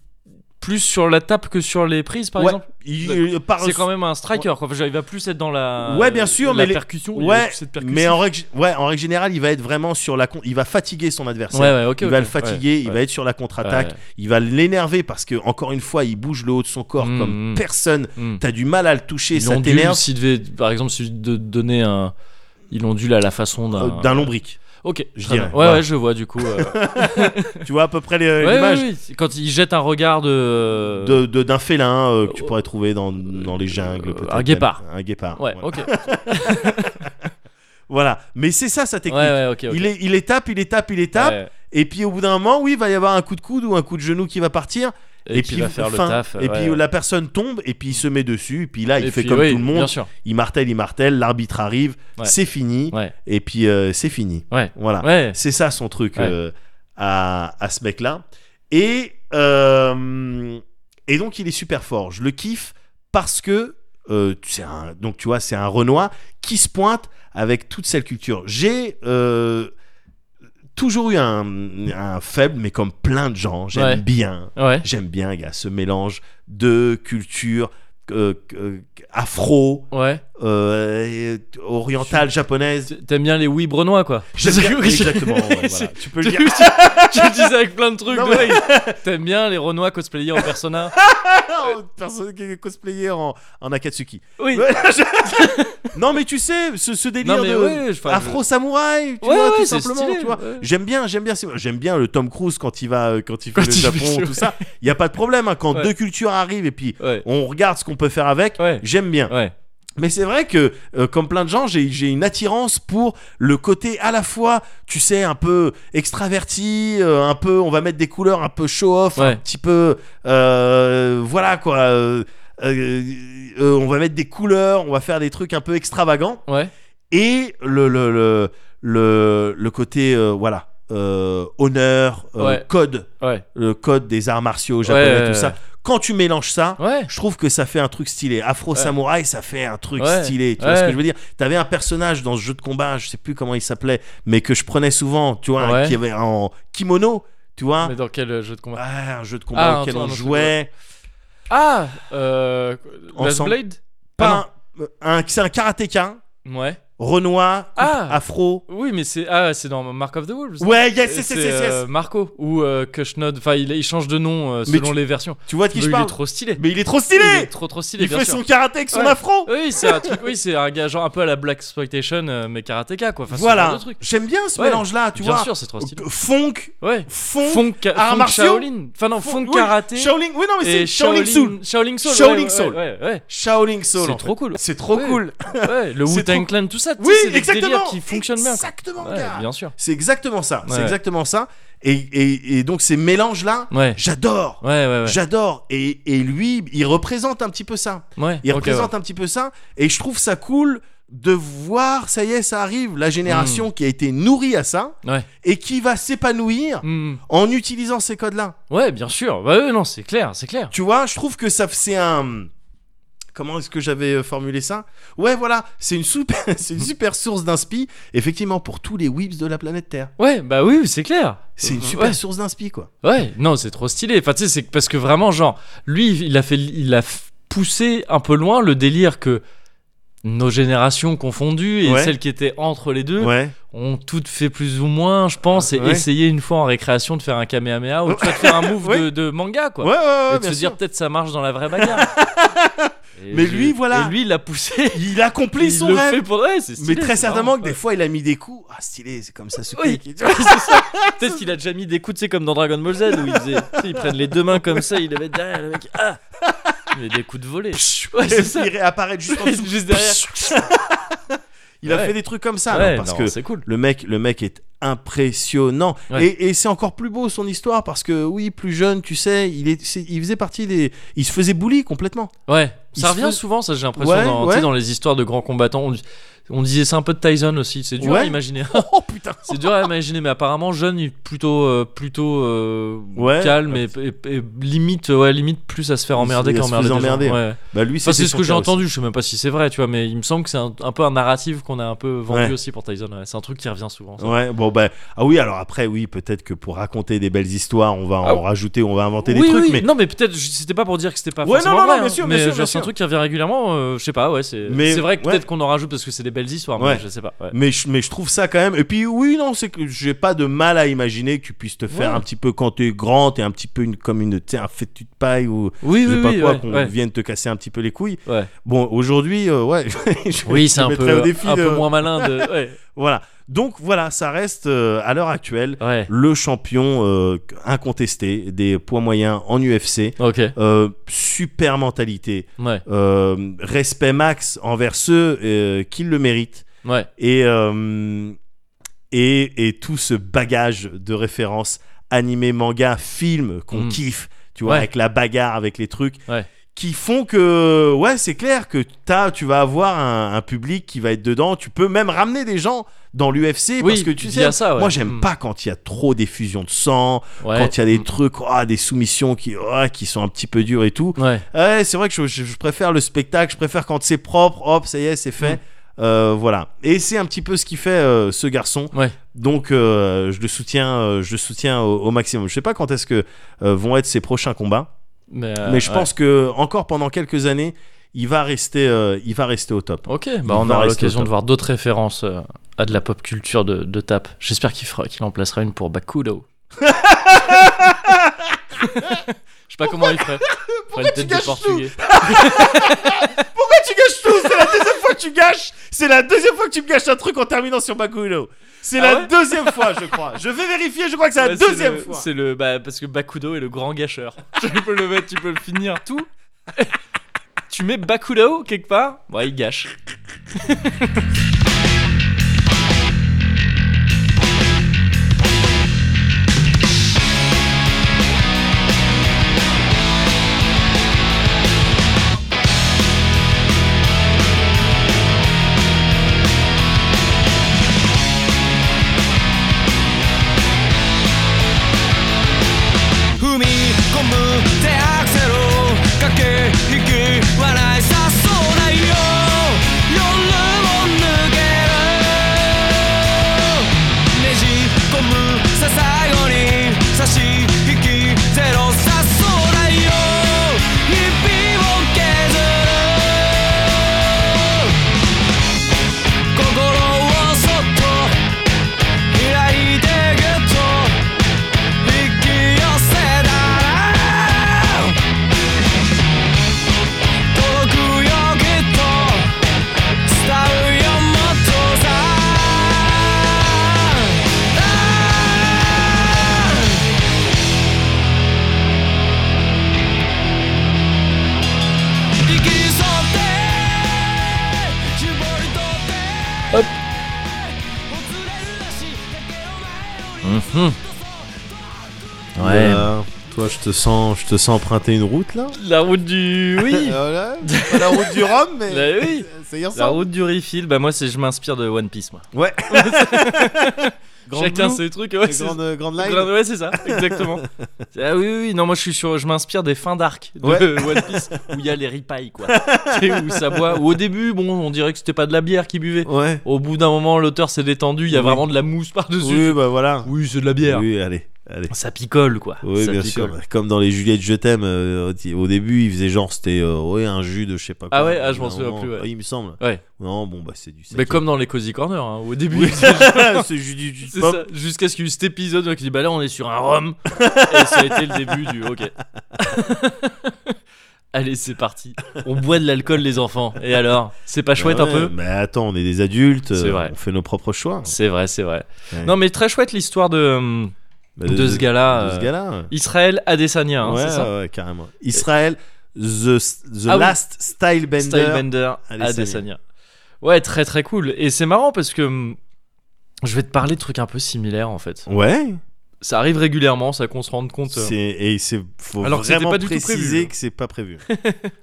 Speaker 1: plus sur la tape que sur les prises par
Speaker 2: Ouais.
Speaker 1: exemple
Speaker 2: Il-
Speaker 1: D'accord.
Speaker 2: euh, par-
Speaker 1: c'est quand même un striker quoi. Enfin, il va plus être dans la
Speaker 2: Ouais, bien sûr,
Speaker 1: la
Speaker 2: mais les-
Speaker 1: percussion il va
Speaker 2: Ouais,
Speaker 1: plus être
Speaker 2: mais
Speaker 1: percussif.
Speaker 2: en règle, ouais, en règle générale, il va être vraiment sur la. con- Il va fatiguer son adversaire.
Speaker 1: ouais ouais ok
Speaker 2: il
Speaker 1: ok,
Speaker 2: va le fatiguer,
Speaker 1: ouais,
Speaker 2: il
Speaker 1: ouais.
Speaker 2: va être sur la contre-attaque, il va l'énerver parce que encore une fois, il bouge le haut de son corps
Speaker 1: Mm,
Speaker 2: comme
Speaker 1: mm.
Speaker 2: personne.
Speaker 1: Mm.
Speaker 2: T'as du mal à le toucher,
Speaker 1: il
Speaker 2: ça
Speaker 1: ondule
Speaker 2: t'énerve
Speaker 1: s'il devait par exemple s'il de donner un il ondule à la façon d'un
Speaker 2: euh, d'un lombric.
Speaker 1: ok
Speaker 2: je
Speaker 1: très bien.
Speaker 2: dirais,
Speaker 1: ouais
Speaker 2: ouais.
Speaker 1: ouais je vois du coup
Speaker 2: [LAUGHS]
Speaker 1: euh,
Speaker 2: Tu vois à peu près les-
Speaker 1: ouais,
Speaker 2: l'image
Speaker 1: ouais, ouais. quand il jette un regard de
Speaker 2: de- de- d'un félin euh, que tu
Speaker 1: euh,
Speaker 2: pourrais trouver dans, dans les jungles.
Speaker 1: euh,
Speaker 2: peut-être
Speaker 1: un
Speaker 2: même.
Speaker 1: guépard.
Speaker 2: Un guépard.
Speaker 1: ouais
Speaker 2: voilà.
Speaker 1: ok ouais
Speaker 2: Voilà. Mais c'est ça sa [LAUGHS] technique.
Speaker 1: ouais ok ok
Speaker 2: Il, est, il les tape, il les tape, il les tape.
Speaker 1: Ouais,
Speaker 2: Et puis au bout d'un moment, oui, il va y avoir un coup de coude ou un coup de genou qui va partir.
Speaker 1: et, puis
Speaker 2: puis
Speaker 1: il va faire le
Speaker 2: fin.
Speaker 1: taf ouais.
Speaker 2: Et puis la personne tombe. Et puis il se met dessus. Et puis là, il
Speaker 1: Et
Speaker 2: fait
Speaker 1: puis,
Speaker 2: comme
Speaker 1: oui,
Speaker 2: tout le
Speaker 1: bien
Speaker 2: monde.
Speaker 1: sûr
Speaker 2: Il martèle, il martèle. L'arbitre arrive.
Speaker 1: Ouais.
Speaker 2: C'est fini.
Speaker 1: ouais
Speaker 2: Et puis euh, c'est fini.
Speaker 1: ouais
Speaker 2: Voilà.
Speaker 1: ouais
Speaker 2: C'est ça son truc
Speaker 1: Ouais.
Speaker 2: euh, à, à ce mec-là. Et, euh, et donc il est super fort. Je le kiffe parce que euh, c'est un, donc tu vois, c'est un Renoir qui se pointe avec toute cette culture. J'ai euh, toujours eu un, un faible, mais comme plein de gens, j'aime
Speaker 1: Ouais.
Speaker 2: bien.
Speaker 1: ouais
Speaker 2: J'aime bien, gars, ce mélange de culture euh, euh, afro,
Speaker 1: ouais
Speaker 2: euh, orientale, japonaise.
Speaker 1: T- T'aimes bien les oui brenois quoi.
Speaker 2: [LAUGHS] J'aime
Speaker 1: C'est-
Speaker 2: bien- exactement, ouais,
Speaker 1: [LAUGHS]
Speaker 2: voilà.
Speaker 1: C'est-
Speaker 2: Tu peux le dire. [LAUGHS]
Speaker 1: Tu, [LAUGHS] tu le disais avec plein de trucs.
Speaker 2: Non,
Speaker 1: ouais.
Speaker 2: [LAUGHS]
Speaker 1: T'aimes bien les renois cosplayés en persona.
Speaker 2: Oh, personne qui est cosplayé en, en Akatsuki.
Speaker 1: Oui.
Speaker 2: Ouais, non, mais tu sais, ce, ce délire
Speaker 1: Non mais
Speaker 2: de
Speaker 1: ouais, je- enfin, je-
Speaker 2: afro samouraï, tu
Speaker 1: Ouais,
Speaker 2: vois,
Speaker 1: ouais,
Speaker 2: tout
Speaker 1: c'est
Speaker 2: simplement.
Speaker 1: stylé,
Speaker 2: tu vois.
Speaker 1: ouais.
Speaker 2: J'aime bien, j'aime bien, ces- j'aime bien le Tom Cruise quand il va, euh, quand il fait
Speaker 1: Quand
Speaker 2: le
Speaker 1: il
Speaker 2: Japon,
Speaker 1: fait-
Speaker 2: tout ça. Il y a pas de problème hein, quand
Speaker 1: Ouais.
Speaker 2: deux cultures arrivent et puis
Speaker 1: Ouais.
Speaker 2: on regarde ce qu'on peut faire avec.
Speaker 1: Ouais.
Speaker 2: J'aime bien.
Speaker 1: Ouais.
Speaker 2: Mais c'est vrai que, euh, comme plein de gens, j'ai j'ai une attirance pour le côté à la fois, tu sais, un peu extraverti, euh, un peu, on va mettre des couleurs un peu show-off,
Speaker 1: Ouais.
Speaker 2: un petit peu, euh, voilà quoi, euh, euh, euh, on va mettre des couleurs, on va faire des trucs un peu extravagants,
Speaker 1: Ouais.
Speaker 2: et le, le, le, le, le côté, euh, voilà, euh, honneur, euh,
Speaker 1: Ouais.
Speaker 2: code,
Speaker 1: Ouais.
Speaker 2: le code des arts martiaux japonais,
Speaker 1: Ouais.
Speaker 2: tout ça. Quand tu mélanges ça,
Speaker 1: Ouais.
Speaker 2: je trouve que ça fait un truc stylé. Afro
Speaker 1: Ouais.
Speaker 2: Samouraï, ça fait un truc
Speaker 1: Ouais.
Speaker 2: stylé. Tu vois
Speaker 1: Ouais.
Speaker 2: ce que je veux dire T'avais un personnage dans ce jeu de combat, je sais plus comment il s'appelait, mais que je prenais souvent, tu vois,
Speaker 1: Ouais.
Speaker 2: qui avait en kimono, tu vois.
Speaker 1: Mais dans quel euh, jeu de combat
Speaker 2: Ah, un jeu de combat
Speaker 1: Ah,
Speaker 2: auquel
Speaker 1: un
Speaker 2: on
Speaker 1: truc,
Speaker 2: jouait.
Speaker 1: Ah. Euh, Last
Speaker 2: Ensemble.
Speaker 1: Blade. Ah,
Speaker 2: Pas un, un- c'est un karatéka,
Speaker 1: non. Ouais.
Speaker 2: Renoir,
Speaker 1: Ah.
Speaker 2: Afro.
Speaker 1: Oui, mais c'est ah, c'est dans Mark of the Wolves.
Speaker 2: Ouais, yes, yes, yes, yes, yes.
Speaker 1: euh, Marco ou euh, Kushnod. Enfin, il, il change de nom euh,
Speaker 2: Mais
Speaker 1: selon
Speaker 2: tu-
Speaker 1: les versions.
Speaker 2: Tu vois de qui
Speaker 1: Mais
Speaker 2: je
Speaker 1: il est
Speaker 2: parle
Speaker 1: trop stylé.
Speaker 2: Mais il est trop
Speaker 1: Il est
Speaker 2: stylé
Speaker 1: trop trop stylé.
Speaker 2: Il
Speaker 1: bien
Speaker 2: fait
Speaker 1: sûr.
Speaker 2: son karaté avec son
Speaker 1: Ouais.
Speaker 2: afro
Speaker 1: Oui, c'est un truc. Oui, c'est un gars genre un peu à la Black Exploitation, euh, mais karatéka quoi. Enfin, ce genre
Speaker 2: Voilà.
Speaker 1: de truc.
Speaker 2: J'aime bien ce
Speaker 1: Ouais.
Speaker 2: mélange-là, tu
Speaker 1: Bien
Speaker 2: vois.
Speaker 1: sûr, c'est trop stylé.
Speaker 2: Funk,
Speaker 1: Ouais.
Speaker 2: funk,
Speaker 1: Funk, ca-
Speaker 2: arts
Speaker 1: funk
Speaker 2: martiaux.
Speaker 1: Shaolin. Enfin non, funk
Speaker 2: oui,
Speaker 1: karaté.
Speaker 2: Shaolin, oui, non, mais
Speaker 1: et
Speaker 2: c'est Shaolin Soul.
Speaker 1: Shaolin Soul.
Speaker 2: Shaolin
Speaker 1: ouais, ouais,
Speaker 2: Soul.
Speaker 1: Ouais, ouais, ouais.
Speaker 2: Shaolin Soul.
Speaker 1: C'est
Speaker 2: en
Speaker 1: trop
Speaker 2: fait.
Speaker 1: cool.
Speaker 2: C'est trop
Speaker 1: Ouais.
Speaker 2: cool.
Speaker 1: Ouais, le
Speaker 2: [LAUGHS] C'est
Speaker 1: Wu-Tang
Speaker 2: trop-
Speaker 1: Clan, tout ça. tu sais,
Speaker 2: Oui,
Speaker 1: c'est des
Speaker 2: exactement.
Speaker 1: délires qui fonctionnent bien. quoi.
Speaker 2: Exactement,
Speaker 1: Ouais,
Speaker 2: gars.
Speaker 1: bien sûr.
Speaker 2: C'est exactement ça. C'est
Speaker 1: Ouais.
Speaker 2: exactement ça. Et, et, et donc ces mélanges là,
Speaker 1: Ouais.
Speaker 2: j'adore.
Speaker 1: Ouais, ouais, ouais.
Speaker 2: J'adore et, et lui, il représente un petit peu ça.
Speaker 1: ouais.
Speaker 2: Il
Speaker 1: ok,
Speaker 2: représente un petit peu ça et je trouve ça cool de voir ça y est, ça arrive la génération
Speaker 1: Mm.
Speaker 2: qui a été nourrie à ça
Speaker 1: Ouais. Ouais.
Speaker 2: et qui va s'épanouir
Speaker 1: Hmm.
Speaker 2: en utilisant ces codes là.
Speaker 1: Ouais, bien sûr. Bah ouais, non, c'est clair, c'est clair.
Speaker 2: Tu vois, je trouve que ça c'est un Comment est-ce que j'avais euh, formulé ça Ouais, voilà, c'est une super, [LAUGHS] c'est une super source d'inspi, effectivement, pour tous les whips de la planète Terre.
Speaker 1: Ouais, bah oui, c'est clair.
Speaker 2: C'est une
Speaker 1: Euh,
Speaker 2: super
Speaker 1: ouais.
Speaker 2: source d'inspi, quoi.
Speaker 1: Ouais, non, c'est trop stylé. Enfin, tu sais, c'est que- parce que vraiment, genre, lui, il a fait, il a f- poussé un peu loin le délire que nos générations confondues et
Speaker 2: Ouais.
Speaker 1: celles qui étaient entre les deux
Speaker 2: Ouais.
Speaker 1: ont toutes fait plus ou moins, je pense, et
Speaker 2: Ouais.
Speaker 1: essayer une fois en récréation de faire un kamehameha ou tu vois, de faire un move
Speaker 2: [LAUGHS] Ouais.
Speaker 1: de, de manga, quoi.
Speaker 2: Ouais, ouais, ouais,
Speaker 1: et de
Speaker 2: bien
Speaker 1: se
Speaker 2: sûr. [LAUGHS]
Speaker 1: dire peut-être ça marche dans la vraie bagarre. et Et
Speaker 2: Mais
Speaker 1: je-
Speaker 2: lui, voilà.
Speaker 1: Et lui, il l'a poussé.
Speaker 2: Il accomplit
Speaker 1: il
Speaker 2: son
Speaker 1: le
Speaker 2: rêve.
Speaker 1: fait pour. Ouais, c'est stylé,
Speaker 2: mais très
Speaker 1: c'est marrant.
Speaker 2: certainement que des fois, il a mis des coups. Ah, stylé, c'est comme ça, ce
Speaker 1: Oui.
Speaker 2: clic.
Speaker 1: Peut-être qu'il a déjà mis des coups, tu sais, comme dans Dragon Ball Z où ils, faisaient, tu sais, ils prennent les deux mains comme ça, ils les mettent derrière le mec. Ah Mais des coups de volet. Ouais, c'est ça.
Speaker 2: il réapparaît juste en dessous.
Speaker 1: Juste derrière. Ah,
Speaker 2: [LAUGHS] Il a
Speaker 1: Ouais.
Speaker 2: fait des trucs comme ça.
Speaker 1: Ouais,
Speaker 2: non, parce
Speaker 1: non,
Speaker 2: que
Speaker 1: c'est cool.
Speaker 2: le mec, le mec est impressionnant.
Speaker 1: Ouais.
Speaker 2: Et, et c'est encore plus beau son histoire parce que, oui, plus jeune, tu sais, il, est, c'est- il faisait partie des. Il se faisait
Speaker 1: [LAUGHS]
Speaker 2: bully complètement.
Speaker 1: Ouais,
Speaker 2: Il
Speaker 1: ça
Speaker 2: se
Speaker 1: revient
Speaker 2: fait-
Speaker 1: souvent, ça j'ai l'impression,
Speaker 2: Ouais,
Speaker 1: dans, tu sais,
Speaker 2: ouais.
Speaker 1: dans les histoires de grands combattants. On, on disait ça un peu de Tyson aussi, c'est dur à
Speaker 2: Ouais.
Speaker 1: imaginer. [LAUGHS]
Speaker 2: Oh putain!
Speaker 1: c'est dur à imaginer, mais apparemment jeune, il est plutôt, euh, plutôt euh,
Speaker 2: Ouais.
Speaker 1: calme et, et- et limite, ouais, limite plus à se faire
Speaker 2: Il se-
Speaker 1: emmerder
Speaker 2: il se
Speaker 1: qu'emmerder.
Speaker 2: faisait
Speaker 1: des gens.
Speaker 2: emmerder.
Speaker 1: Ouais.
Speaker 2: Bah, lui,
Speaker 1: Enfin, c'est
Speaker 2: c'était
Speaker 1: ce
Speaker 2: son
Speaker 1: que
Speaker 2: cas
Speaker 1: j'ai
Speaker 2: aussi.
Speaker 1: entendu, je sais même pas si c'est vrai, tu vois, mais il me semble que c'est un, un peu un narratif qu'on a un peu vendu
Speaker 2: Ouais.
Speaker 1: aussi pour Tyson. ouais. C'est un truc qui revient souvent. ça.
Speaker 2: Ouais, bon, bah. Ah oui, alors après, oui, peut-être que pour raconter des belles histoires, on va
Speaker 1: Ah.
Speaker 2: en rajouter, on va inventer
Speaker 1: oui,
Speaker 2: des trucs,
Speaker 1: oui,
Speaker 2: mais.
Speaker 1: non, mais peut-être, je- c'était pas pour dire que c'était pas
Speaker 2: Ouais,
Speaker 1: forcément
Speaker 2: non, non, non,
Speaker 1: vrai,
Speaker 2: bien
Speaker 1: hein,
Speaker 2: sûr, bien
Speaker 1: mais
Speaker 2: sûr,
Speaker 1: genre,
Speaker 2: bien
Speaker 1: c'est un
Speaker 2: sûr.
Speaker 1: truc qui revient régulièrement, euh, je sais pas, ouais, c'est
Speaker 2: Mais-
Speaker 1: c'est vrai que
Speaker 2: ouais.
Speaker 1: peut-être qu'on en rajoute parce que c'est des belles histoires, mais
Speaker 2: Ouais.
Speaker 1: je sais pas. ouais.
Speaker 2: Mais je, mais je trouve ça quand même. Et puis oui, non, c'est que j'ai pas de mal à imaginer que tu puisses te faire
Speaker 1: Ouais.
Speaker 2: un petit peu quand t'es grand, t'es un petit peu une, comme une, tu sais, un fétu de paille ou
Speaker 1: Oui,
Speaker 2: je sais
Speaker 1: oui,
Speaker 2: pas
Speaker 1: oui,
Speaker 2: quoi,
Speaker 1: ouais,
Speaker 2: qu'on
Speaker 1: ouais.
Speaker 2: vienne te casser un petit peu les couilles.
Speaker 1: Ouais.
Speaker 2: Bon, aujourd'hui, euh, ouais. [LAUGHS] je-
Speaker 1: Oui,
Speaker 2: je
Speaker 1: c'est
Speaker 2: te
Speaker 1: un
Speaker 2: mettrai
Speaker 1: peu, euh,
Speaker 2: au défi
Speaker 1: un
Speaker 2: de-
Speaker 1: peu moins malin de. Ouais,
Speaker 2: Voilà. Donc voilà, ça reste euh, à l'heure actuelle [LAUGHS]
Speaker 1: ouais.
Speaker 2: le champion euh, incontesté des poids moyens en UFC.
Speaker 1: ok,
Speaker 2: Euh, super mentalité,
Speaker 1: ouais,
Speaker 2: Euh, respect max envers ceux euh, qui le méritent.
Speaker 1: ouais.
Speaker 2: et, euh, et, et tout ce bagage de références animés, manga, films qu'on
Speaker 1: Mm.
Speaker 2: kiffe, tu vois,
Speaker 1: Ouais.
Speaker 2: avec la bagarre, avec les trucs,
Speaker 1: Ouais.
Speaker 2: qui font que, ouais, c'est clair que t'as, tu vas avoir un, un public qui va être dedans. Tu peux même ramener des gens dans l'UFC parce
Speaker 1: Oui,
Speaker 2: que tu
Speaker 1: via
Speaker 2: sais,
Speaker 1: ça, ouais.
Speaker 2: moi j'aime
Speaker 1: Mm.
Speaker 2: pas quand il y a trop d'effusions de sang,
Speaker 1: ouais.
Speaker 2: quand il y a des
Speaker 1: Mm.
Speaker 2: trucs, ah, des soumissions qui, ah, qui sont un petit peu dures et tout.
Speaker 1: Ouais,
Speaker 2: Ouais, c'est vrai que je, je- je préfère le spectacle, je préfère quand c'est propre, hop, ça y est, c'est fait.
Speaker 1: Mm.
Speaker 2: Euh, voilà. Et c'est un petit peu ce qui fait euh, ce garçon.
Speaker 1: ouais.
Speaker 2: Donc euh, je le soutiens, euh, je le soutiens au, au maximum. Je sais pas quand est-ce que euh, vont être ses prochains combats,
Speaker 1: Mais, euh,
Speaker 2: mais je
Speaker 1: ouais.
Speaker 2: pense que encore pendant quelques années, il va rester, euh, il va rester au top.
Speaker 1: Ok,
Speaker 2: Il
Speaker 1: bah on
Speaker 2: va
Speaker 1: aura
Speaker 2: rester
Speaker 1: l'occasion
Speaker 2: au
Speaker 1: de voir d'autres références euh, à de la pop culture de, de Tap. J'espère qu'il fera, qu'il en placera une pour [LAUGHS] Bakudo. Je sais pas comment il ferait. Pourquoi
Speaker 2: tu gâches Pourquoi tu gâches tout C'est la deuxième fois que tu gâches. C'est la deuxième fois que tu me gâches un truc en terminant sur Bakudo. C'est
Speaker 1: Ah
Speaker 2: la
Speaker 1: ouais
Speaker 2: deuxième fois, je crois. Je vais vérifier. Je crois que c'est la
Speaker 1: Ouais, c'est
Speaker 2: deuxième
Speaker 1: le-
Speaker 2: fois.
Speaker 1: C'est le bah, parce que Bakudo est le grand gâcheur. [LAUGHS] tu peux le mettre, tu peux le finir tout. [LAUGHS] tu mets Bakudo quelque part, bah il gâche.
Speaker 4: 踏み込む手アクセルを駆け引き笑いさそうないよ夜を抜けるねじ込むさ最後に差し引きゼロさそうないよ日々を削る心をそっと開いてギュッと引き寄せだろう届くよきっと伝うよもっとさああ生き添って絞り取って
Speaker 1: Hop.
Speaker 4: ほつれるなしだけお前より
Speaker 1: Ouais.
Speaker 2: Voilà. euh, toi, je te sens, je te sens emprunter une route là.
Speaker 1: La route du oui.
Speaker 2: Voilà. Euh, Pas la route du Rhum, mais
Speaker 1: [LAUGHS] La- oui.
Speaker 2: ça y
Speaker 1: La
Speaker 2: ressemble.
Speaker 1: route du refill, bah moi c'est je m'inspire de One Piece moi.
Speaker 2: Ouais. Grande
Speaker 1: Chacun
Speaker 2: Blue,
Speaker 1: ses trucs. Ouais,
Speaker 2: et
Speaker 1: c'est-
Speaker 2: grande, grande line.
Speaker 1: Grande- ouais, c'est ça, exactement. [LAUGHS] ah oui, oui, oui, non, moi je suis sur, je m'inspire des fins d'arc de [LAUGHS]
Speaker 2: Ouais.
Speaker 1: One Piece où il y a les ripailles quoi. Tu sais, où ça boit. Où au début, bon, on dirait que c'était pas de la bière qui buvait.
Speaker 2: Ouais.
Speaker 1: Au bout d'un moment, l'auteur s'est détendu, il y a
Speaker 2: Oui.
Speaker 1: vraiment de la mousse par-dessus.
Speaker 2: Oui, bah voilà.
Speaker 1: Oui, c'est de la bière.
Speaker 2: Oui, allez, allez.
Speaker 1: Ça picole quoi.
Speaker 2: Oui,
Speaker 1: Ça
Speaker 2: bien
Speaker 1: picole.
Speaker 2: sûr. Comme dans les Juliette Je t'aime, euh, au début, ils faisaient genre, c'était euh, ouais, un jus de je sais pas quoi.
Speaker 1: Ah ouais, ah, je
Speaker 2: Au bout
Speaker 1: m'en
Speaker 2: d'un
Speaker 1: souviens
Speaker 2: moment,
Speaker 1: plus, ouais.
Speaker 2: Il me semble.
Speaker 1: Ouais.
Speaker 2: Non, bon, bah c'est du saké.
Speaker 1: Mais comme dans les Cozy Corner, hein, au début. [LAUGHS]
Speaker 2: Oui, c'est jus du, du
Speaker 1: C'est
Speaker 2: pop.
Speaker 1: ça, jusqu'à ce qu'il y ait eu cet épisode qui dit bah là on est sur un rhum et ça a été le début du ok. [LAUGHS] Allez, c'est parti. [LAUGHS] Bah On boit de l'alcool, les enfants. Et alors C'est pas chouette
Speaker 2: Ah Ouais,
Speaker 1: un peu
Speaker 2: Mais attends, on est des adultes,
Speaker 1: C'est
Speaker 2: euh,
Speaker 1: vrai.
Speaker 2: on fait nos propres choix.
Speaker 1: C'est vrai, c'est vrai.
Speaker 2: Ouais.
Speaker 1: Non, mais très chouette l'histoire de, euh,
Speaker 2: Bah,
Speaker 1: de ce gars-là.
Speaker 2: De ce
Speaker 1: euh,
Speaker 2: gars-là.
Speaker 1: Israël Adesanya, hein,
Speaker 2: ouais,
Speaker 1: c'est ça
Speaker 2: ouais, carrément. Israël, The, the
Speaker 1: Ah oui.
Speaker 2: Last Style Bender.
Speaker 1: Stylebender
Speaker 2: Adesanya.
Speaker 1: Adesanya. Ouais, très très cool. Et c'est marrant parce que hum, je vais te parler de trucs un peu similaires en fait.
Speaker 2: Ouais,
Speaker 1: Ça arrive régulièrement, ça qu'on se rende compte. euh,
Speaker 2: c'est et c'est faut
Speaker 1: Alors que c'était
Speaker 2: vraiment
Speaker 1: pas du tout prévu.
Speaker 2: préciser que c'est
Speaker 1: [LAUGHS]
Speaker 2: pas prévu.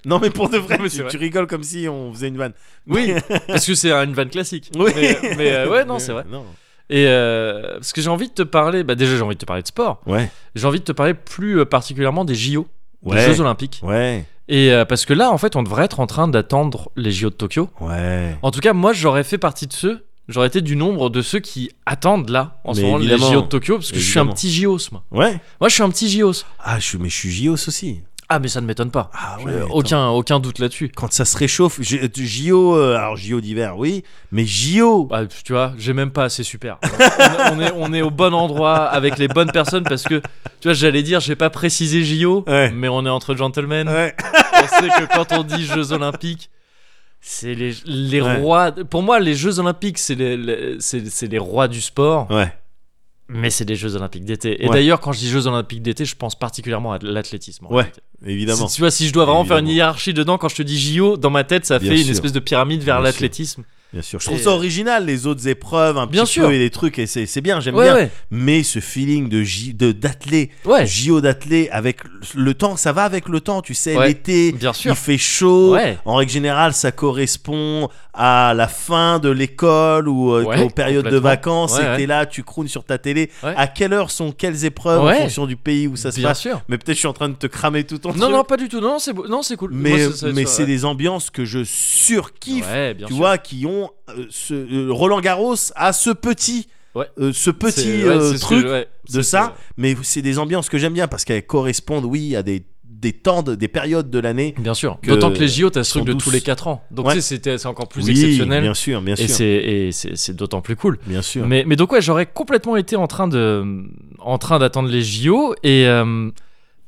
Speaker 2: non mais pour de vrai,
Speaker 1: Non, mais
Speaker 2: tu,
Speaker 1: c'est vrai.
Speaker 2: tu rigoles comme si on faisait une vanne.
Speaker 1: Oui, [LAUGHS] parce que c'est une vanne
Speaker 2: [LAUGHS]
Speaker 1: classique.
Speaker 2: Oui.
Speaker 1: Mais, mais, euh, ouais, non,
Speaker 2: Mais,
Speaker 1: c'est vrai.
Speaker 2: non.
Speaker 1: Et euh, parce que j'ai envie de te parler, bah déjà j'ai envie de te parler de sport.
Speaker 2: Ouais.
Speaker 1: J'ai envie de te parler plus euh, particulièrement des JO, des
Speaker 2: Ouais.
Speaker 1: Jeux Olympiques.
Speaker 2: Ouais.
Speaker 1: Et euh, parce que là, en fait, on devrait être en train d'attendre les JO de Tokyo.
Speaker 2: Ouais.
Speaker 1: En tout cas, moi, j'aurais fait partie de ceux. J'aurais été du nombre de ceux qui attendent là, en ce
Speaker 2: Mais
Speaker 1: moment, les
Speaker 2: évidemment.
Speaker 1: JO de Tokyo, parce que
Speaker 2: Évidemment.
Speaker 1: je suis un petit JOS, moi.
Speaker 2: Ouais.
Speaker 1: Moi, je suis un petit JOS.
Speaker 2: Ah, je suis mais je suis JOS aussi.
Speaker 1: Ah, mais ça ne m'étonne pas.
Speaker 2: Ah
Speaker 1: Je-
Speaker 2: ouais. attends.
Speaker 1: aucun, aucun doute là-dessus.
Speaker 2: Quand ça se réchauffe, J- euh, JO euh, alors JO d'hiver, oui, mais JO.
Speaker 1: Bah, tu vois, j'ai même pas assez super. [LAUGHS] on, on est, on est au bon endroit avec les bonnes personnes parce que, tu vois, j'allais dire, j'ai pas précisé JO,
Speaker 2: Ouais.
Speaker 1: mais on est entre gentlemen.
Speaker 2: Ouais. [LAUGHS]
Speaker 1: On sait que quand on dit Jeux Olympiques, c'est les, les
Speaker 2: Ouais.
Speaker 1: rois. Pour moi, les Jeux Olympiques, c'est les, les- c'est- c'est les rois du sport.
Speaker 2: Ouais.
Speaker 1: mais c'est des Jeux Olympiques d'été. Et
Speaker 2: Ouais.
Speaker 1: d'ailleurs, quand je dis Jeux Olympiques d'été, je pense particulièrement à l'athlétisme. en
Speaker 2: Ouais,
Speaker 1: réalité.
Speaker 2: Évidemment.
Speaker 1: Si, tu vois, si je dois vraiment faire une
Speaker 2: Évidemment.
Speaker 1: hiérarchie dedans, quand je te dis JO, dans ma tête, ça
Speaker 2: Bien
Speaker 1: fait une
Speaker 2: sûr.
Speaker 1: espèce de pyramide vers
Speaker 2: Bien
Speaker 1: l'athlétisme.
Speaker 2: Bien sûr. Je
Speaker 1: Et-
Speaker 2: trouve ça original les autres épreuves, un
Speaker 1: Bien
Speaker 2: petit
Speaker 1: sûr.
Speaker 2: peu et des trucs et c'est c'est bien, j'aime
Speaker 1: Ouais,
Speaker 2: bien.
Speaker 1: ouais,
Speaker 2: Mais ce feeling de J de d'athlé
Speaker 1: ouais,
Speaker 2: JO d'athlé avec le temps, ça va avec le temps, tu sais,
Speaker 1: Ouais,
Speaker 2: l'été,
Speaker 1: bien sûr.
Speaker 2: il fait chaud.
Speaker 1: Ouais.
Speaker 2: En règle générale, ça correspond à la fin de l'école ou euh,
Speaker 1: Ouais,
Speaker 2: aux périodes de
Speaker 1: complètement.
Speaker 2: vacances.
Speaker 1: Ouais,
Speaker 2: et
Speaker 1: ouais.
Speaker 2: t'es là, tu crônes sur ta télé.
Speaker 1: Ouais.
Speaker 2: À quelle heure sont quelles épreuves
Speaker 1: Ouais.
Speaker 2: en fonction du pays où ça se
Speaker 1: bien
Speaker 2: passe
Speaker 1: sûr.
Speaker 2: Mais peut-être je suis en train de te cramer tout ton
Speaker 1: Non,
Speaker 2: truc.
Speaker 1: non, pas du tout. Non, c'est beau- non, c'est cool.
Speaker 2: Mais,
Speaker 1: Moi, ça- ça-
Speaker 2: mais
Speaker 1: ça-
Speaker 2: c'est des ambiances que je surkiffe.
Speaker 1: Ouais, bien
Speaker 2: tu
Speaker 1: sûr.
Speaker 2: vois, qui ont euh, ce euh, Roland Garros a ce petit,
Speaker 1: Ouais.
Speaker 2: euh, ce
Speaker 1: C'est-
Speaker 2: petit
Speaker 1: ouais,
Speaker 2: euh,
Speaker 1: c'est ce que-
Speaker 2: truc
Speaker 1: ouais,
Speaker 2: de
Speaker 1: c'est ce
Speaker 2: ça, mais c'est des ambiances que j'aime bien parce qu'elles correspondent, oui, à des, des temps, de- des périodes de l'année.
Speaker 1: que- Bien sûr.
Speaker 2: que-
Speaker 1: D'autant que les JO, t'as ce truc
Speaker 2: sont
Speaker 1: de
Speaker 2: douces.
Speaker 1: tous les 4 ans. Donc,
Speaker 2: Ouais.
Speaker 1: tu sais, c'était- c'est encore plus
Speaker 2: Oui,
Speaker 1: exceptionnel.
Speaker 2: Bien sûr, bien
Speaker 1: et
Speaker 2: sûr.
Speaker 1: c'est- et c'est c'est d'autant plus cool.
Speaker 2: Bien sûr.
Speaker 1: Mais, mais donc ouais, j'aurais complètement été en train de, en train d'attendre les JO et euh,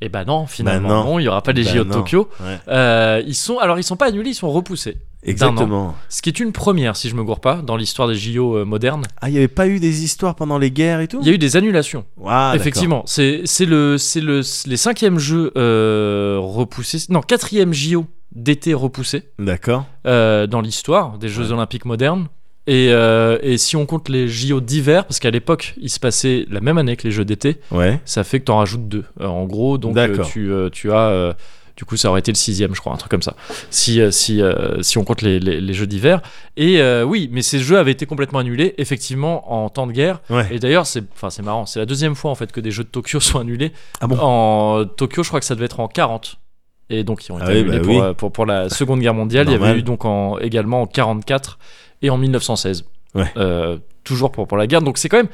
Speaker 1: et bah non, finalement
Speaker 2: Bah non.
Speaker 1: non. il y aura pas les
Speaker 2: Bah
Speaker 1: JO de
Speaker 2: non.
Speaker 1: Tokyo.
Speaker 2: Ouais.
Speaker 1: Euh, ils sont, alors ils sont pas annulés, ils sont repoussés.
Speaker 2: Exactement.
Speaker 1: Ce qui est une première, si je me gourre pas, dans l'histoire des JO euh, modernes.
Speaker 2: Ah, il n'y avait pas eu des histoires pendant les guerres et tout
Speaker 1: Il y a eu des annulations.
Speaker 2: Ah, d'accord.
Speaker 1: Effectivement, c'est c'est le c'est le les cinquièmes Jeux euh, repoussés, non quatrième JO d'été repoussés
Speaker 2: D'accord.
Speaker 1: euh, dans l'histoire des Jeux
Speaker 2: Ouais.
Speaker 1: Olympiques modernes. Et, euh, et si on compte les JO d'hiver, parce qu'à l'époque, il se passait la même année que les Jeux d'été,
Speaker 2: Ouais.
Speaker 1: ça fait que t'en rajoutes deux euh, en gros donc euh,
Speaker 2: D'accord.
Speaker 1: tu, euh, tu as euh, du coup ça aurait été le sixième je crois un truc comme ça si euh, si euh, si on compte les, les- les jeux d'hiver et euh, oui mais ces jeux avaient été complètement annulés effectivement en temps de guerre
Speaker 2: Ouais.
Speaker 1: et d'ailleurs c'est enfin c'est marrant c'est la deuxième fois en fait que des jeux de Tokyo [LAUGHS] sont annulés
Speaker 2: Ah bon
Speaker 1: en Tokyo je crois que ça devait être en 40 et donc ils ont été
Speaker 2: Ah oui,
Speaker 1: annulés
Speaker 2: bah
Speaker 1: pour,
Speaker 2: oui.
Speaker 1: euh, pour pour la Seconde Guerre mondiale il y avait
Speaker 2: Normal.
Speaker 1: eu donc en également en 44 et en 1916
Speaker 2: Ouais.
Speaker 1: Euh, toujours pour pour la guerre donc c'est quand même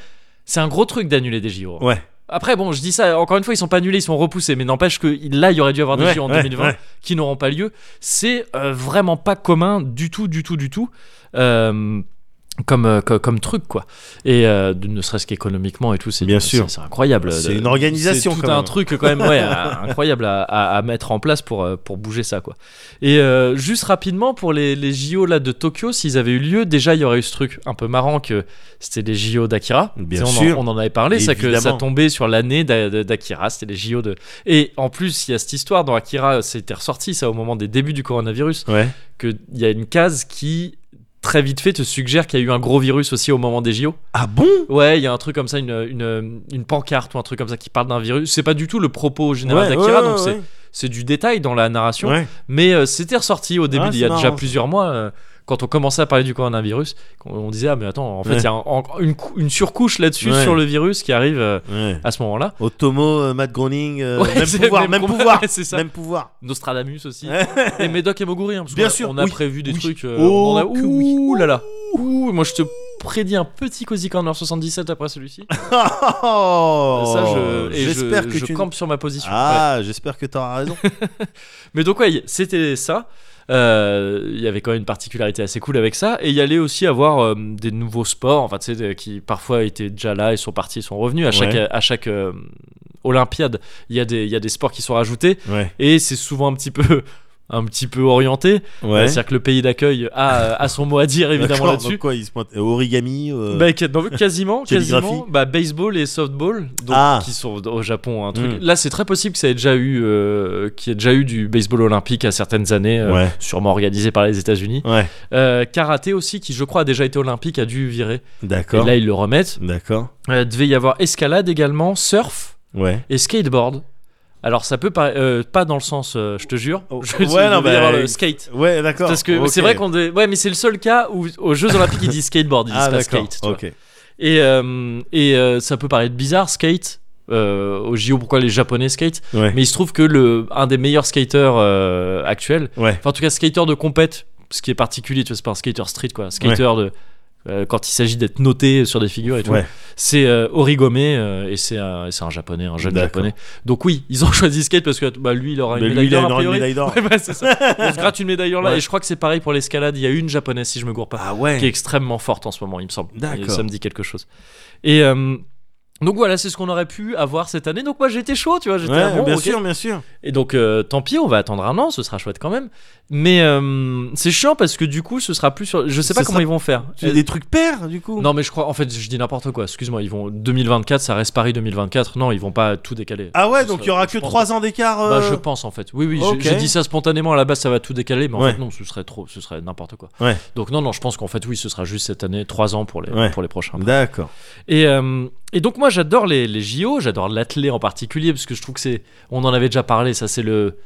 Speaker 1: c'est un gros truc d'annuler des JO.
Speaker 2: Ouais.
Speaker 1: Après, bon, je dis ça, encore une fois, ils sont pas annulés, ils sont repoussés, mais n'empêche que là, il y aurait dû avoir des
Speaker 2: Ouais,
Speaker 1: JO en
Speaker 2: ouais,
Speaker 1: 2020
Speaker 2: ouais.
Speaker 1: qui n'auront pas lieu. C'est euh, vraiment pas commun du tout, du tout, du tout. Euh, comme, euh, co- comme truc quoi et euh, de- ne serait-ce qu'économiquement et tout c'est
Speaker 2: Bien
Speaker 1: c'est-
Speaker 2: sûr.
Speaker 1: c'est incroyable
Speaker 2: C'est une
Speaker 1: De-
Speaker 2: organisation,
Speaker 1: c'est tout
Speaker 2: quand
Speaker 1: un
Speaker 2: même.
Speaker 1: truc quand même
Speaker 2: [LAUGHS]
Speaker 1: ouais à- incroyable à, à- à mettre en place pour euh, pour bouger ça quoi et euh, juste rapidement pour les, les JO là de Tokyo s'ils avaient eu lieu déjà il y aurait eu ce truc un peu marrant que c'était les JO d'Akira
Speaker 2: Bien
Speaker 1: Tu sais, on en-
Speaker 2: sûr.
Speaker 1: on on en avait parlé, ça que
Speaker 2: Évidemment.
Speaker 1: ça tombait sur l'année d'A- d'A- d'Akira, c'était les JO de. Et en plus, il y a cette histoire dans Akira, c'était ressorti ça au moment des débuts du coronavirus,
Speaker 2: Ouais.
Speaker 1: qu'il y a une case qui très vite fait te suggère qu'il y a eu un gros virus aussi au moment des JO.
Speaker 2: Ah bon
Speaker 1: Ouais, il y a un truc comme ça, une, une, une pancarte ou un truc comme ça qui parle d'un virus. C'est pas du tout le propos général
Speaker 2: Ouais,
Speaker 1: d'Akira,
Speaker 2: ouais,
Speaker 1: donc c'est-
Speaker 2: ouais.
Speaker 1: c'est du détail dans la narration.
Speaker 2: Ouais.
Speaker 1: Mais euh, c'était ressorti au début,
Speaker 2: Ah,
Speaker 1: il y a
Speaker 2: c'est
Speaker 1: déjà
Speaker 2: marrant, ça.
Speaker 1: plusieurs mois, euh, quand on commençait à parler du coronavirus, on, on disait, ah mais attends, en fait, il
Speaker 2: Ouais.
Speaker 1: y a un- en- une, cou- une surcouche là-dessus
Speaker 2: Ouais.
Speaker 1: sur le virus qui arrive euh,
Speaker 2: Ouais.
Speaker 1: à ce moment-là.
Speaker 2: Otomo, euh, Matt Groening, euh,
Speaker 1: Ouais,
Speaker 2: même
Speaker 1: c'est-
Speaker 2: pouvoir,
Speaker 1: même
Speaker 2: même
Speaker 1: combat, [LAUGHS]
Speaker 2: pouvoir,
Speaker 1: ouais, c'est ça.
Speaker 2: même pouvoir.
Speaker 1: Nostradamus aussi. et Médoc et Moguri, hein, parce
Speaker 2: Bien
Speaker 1: qu'on a-
Speaker 2: sûr,
Speaker 1: on a
Speaker 2: oui,
Speaker 1: prévu des
Speaker 2: oui.
Speaker 1: trucs. euh,
Speaker 2: Oh,
Speaker 1: on en a...
Speaker 2: que oui.
Speaker 1: Ouh là là. Ouh, moi je te prédit un petit Cozy Corner 77 après celui-ci. Ça,
Speaker 2: Oh,
Speaker 1: je, et
Speaker 2: J'espère
Speaker 1: je,
Speaker 2: que
Speaker 1: je
Speaker 2: tu.
Speaker 1: campe sur ma position. Ouais.
Speaker 2: Ah, j'espère que t'auras raison.
Speaker 1: [LAUGHS] Mais donc ouais, y- c'était ça. Euh, Il y avait quand même une particularité assez cool avec ça. Et il y allait aussi avoir euh, des nouveaux sports, enfin, tu sais, de- qui parfois étaient déjà là et sont partis et sont revenus. À chaque,
Speaker 2: Ouais.
Speaker 1: à chaque euh, Olympiade, il y, a des- il y a des sports qui sont rajoutés.
Speaker 2: Ouais,
Speaker 1: Et c'est souvent un petit peu... [LAUGHS] Un petit peu orienté,
Speaker 2: ouais.
Speaker 1: c'est-à-dire que le pays d'accueil a, a son mot à dire Bah, évidemment
Speaker 2: D'accord,
Speaker 1: là-dessus.
Speaker 2: donc quoi, il se pointe- Origami. euh,
Speaker 1: Bah, qu- donc, quasiment,
Speaker 2: [LAUGHS] Calligraphie.
Speaker 1: quasiment. Bah, baseball et softball, donc,
Speaker 2: Ah.
Speaker 1: qui sont au Japon un truc.
Speaker 2: Mm.
Speaker 1: Là, c'est très possible que ça ait déjà eu, euh, qu'il y ait déjà eu du baseball olympique à certaines années, euh,
Speaker 2: Ouais.
Speaker 1: sûrement organisé par les États-Unis.
Speaker 2: Ouais,
Speaker 1: Euh, karaté aussi, qui je crois a déjà été olympique, a dû virer. Et
Speaker 2: d'accord.
Speaker 1: là, ils le remettent.
Speaker 2: D'accord.
Speaker 1: Euh, devait y avoir escalade également, surf
Speaker 2: Ouais.
Speaker 1: et skateboard. Alors, ça peut pas, pas dans le sens, euh, je te jure.
Speaker 2: Oh,
Speaker 1: [LAUGHS] Je-
Speaker 2: ouais,
Speaker 1: il
Speaker 2: non,
Speaker 1: devait y
Speaker 2: bah,
Speaker 1: avoir le
Speaker 2: il-
Speaker 1: skate.
Speaker 2: Ouais, d'accord.
Speaker 1: Parce que c'est
Speaker 2: Ok.
Speaker 1: vrai qu'on. devait- Ouais, mais c'est le seul cas où aux Jeux Olympiques ils disent skateboard, ils disent
Speaker 2: Ah,
Speaker 1: pas
Speaker 2: d'accord.
Speaker 1: skate. tu vois.
Speaker 2: Ok.
Speaker 1: Et, euh, et euh, ça peut paraître bizarre, skate. euh, au JO, pourquoi les Japonais skate
Speaker 2: Ouais.
Speaker 1: Mais il se trouve que le, un des meilleurs skateurs euh, actuels,
Speaker 2: Ouais.
Speaker 1: enfin en tout cas skateur de compète, ce qui est particulier, tu vois, c'est pas un skater street quoi, skater de. euh, quand il s'agit d'être noté sur des figures et tout,
Speaker 2: Ouais.
Speaker 1: c'est euh, Origome euh, et c'est un, c'est un japonais, un jeune
Speaker 2: D'accord.
Speaker 1: japonais. Donc oui, ils ont [LAUGHS] choisi skate parce que bah, lui il aura
Speaker 2: Mais
Speaker 1: une médaille
Speaker 2: lui, il a
Speaker 1: d'or. a
Speaker 2: une
Speaker 1: priori.
Speaker 2: médaille d'or.
Speaker 1: [LAUGHS] Ouais, bah, c'est ça. On se gratte une médaille d'or là
Speaker 2: [LAUGHS] Ouais.
Speaker 1: et je crois que c'est pareil pour l'escalade. Il y a une japonaise si je me gourre pas
Speaker 2: Ah
Speaker 1: qui est
Speaker 2: ouais.
Speaker 1: extrêmement forte en ce moment, il me semble.
Speaker 2: D'accord.
Speaker 1: Ça me dit quelque chose. Et euh, donc voilà, c'est ce qu'on aurait pu avoir cette année. Donc moi j'étais chaud, tu vois, j'étais ah
Speaker 2: Ouais,
Speaker 1: bon,
Speaker 2: bien
Speaker 1: ok.
Speaker 2: sûr, bien sûr.
Speaker 1: Et donc euh, tant pis, on va attendre un an, ce sera chouette quand même. Mais euh, c'est chiant parce que du coup, ce sera plus sur. Je sais
Speaker 2: Ce
Speaker 1: pas comment
Speaker 2: sera-
Speaker 1: ils vont faire.
Speaker 2: Tu as
Speaker 1: Euh,
Speaker 2: des trucs pairs, du coup
Speaker 1: Non mais je crois, en fait, je dis n'importe quoi. Excuse-moi, ils vont 2024, ça reste Paris 2024. Non, ils vont pas tout décaler.
Speaker 2: Ah ouais,
Speaker 1: Ce
Speaker 2: donc
Speaker 1: sera-
Speaker 2: il y aura
Speaker 1: je
Speaker 2: que
Speaker 1: pense
Speaker 2: 3 ans d'écart.
Speaker 1: Bah,
Speaker 2: euh,
Speaker 1: je pense en fait. Oui, oui, j'ai-
Speaker 2: ok.
Speaker 1: j'ai dit ça spontanément à la base, ça va tout décaler, mais en
Speaker 2: Ouais.
Speaker 1: fait, non, ce serait trop, ce serait n'importe quoi.
Speaker 2: Ouais.
Speaker 1: Donc, non, non, je pense qu'en fait, oui, ce sera juste cette année, 3 ans pour les,
Speaker 2: Ouais.
Speaker 1: pour les prochains.
Speaker 2: D'accord.
Speaker 1: Et, euh, et donc, moi, j'adore les, les JO, j'adore l'athlé en particulier, parce que je trouve que c'est. On en avait déjà parlé, ça, c'est le.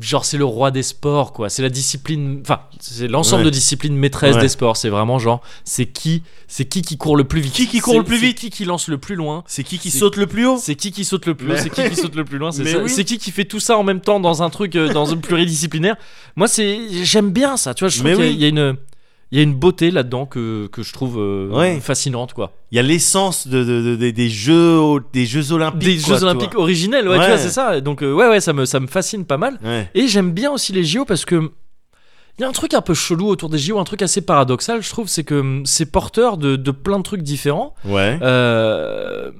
Speaker 1: Genre, c'est le roi des sports, quoi. C'est la discipline. Enfin, c'est l'ensemble de
Speaker 2: Ouais.
Speaker 1: disciplines maîtresses
Speaker 2: Ouais.
Speaker 1: des sports. C'est vraiment genre, c'est qui, c'est qui qui court le plus vite.
Speaker 2: Qui qui court
Speaker 1: C'est-
Speaker 2: le plus
Speaker 1: c'est
Speaker 2: vite
Speaker 1: Qui qui lance le plus loin.
Speaker 2: C'est qui qui
Speaker 1: C'est-
Speaker 2: saute le plus haut
Speaker 1: C'est qui qui saute le plus haut,
Speaker 2: Mais
Speaker 1: c'est
Speaker 2: [LAUGHS]
Speaker 1: qui qui saute le plus loin, c'est
Speaker 2: Mais
Speaker 1: ça.
Speaker 2: oui.
Speaker 1: C'est qui qui fait tout ça en même temps dans un truc, euh, dans un pluridisciplinaire. Moi, c'est, j'aime bien ça, tu vois. Je trouve
Speaker 2: Mais
Speaker 1: qu'il y a-
Speaker 2: oui.
Speaker 1: il y, a une, il y a une beauté là-dedans que, que je trouve euh,
Speaker 2: Ouais.
Speaker 1: fascinante, quoi.
Speaker 2: Il y a l'essence de, de- de- des- des jeux, au- des jeux
Speaker 1: Des
Speaker 2: olympiques. quoi,
Speaker 1: Jeux
Speaker 2: tu
Speaker 1: Olympiques originels, ouais, tu
Speaker 2: Ouais.
Speaker 1: vois, c'est ça. Donc, euh, ouais, ouais, ça me, ça me fascine pas mal.
Speaker 2: vois. Ouais.
Speaker 1: Et j'aime bien aussi les JO parce que il y a un truc un peu chelou autour des JO, un truc assez paradoxal, je trouve, c'est que hum, c'est porteur de, de plein de trucs différents.
Speaker 2: Ouais.
Speaker 1: Euh,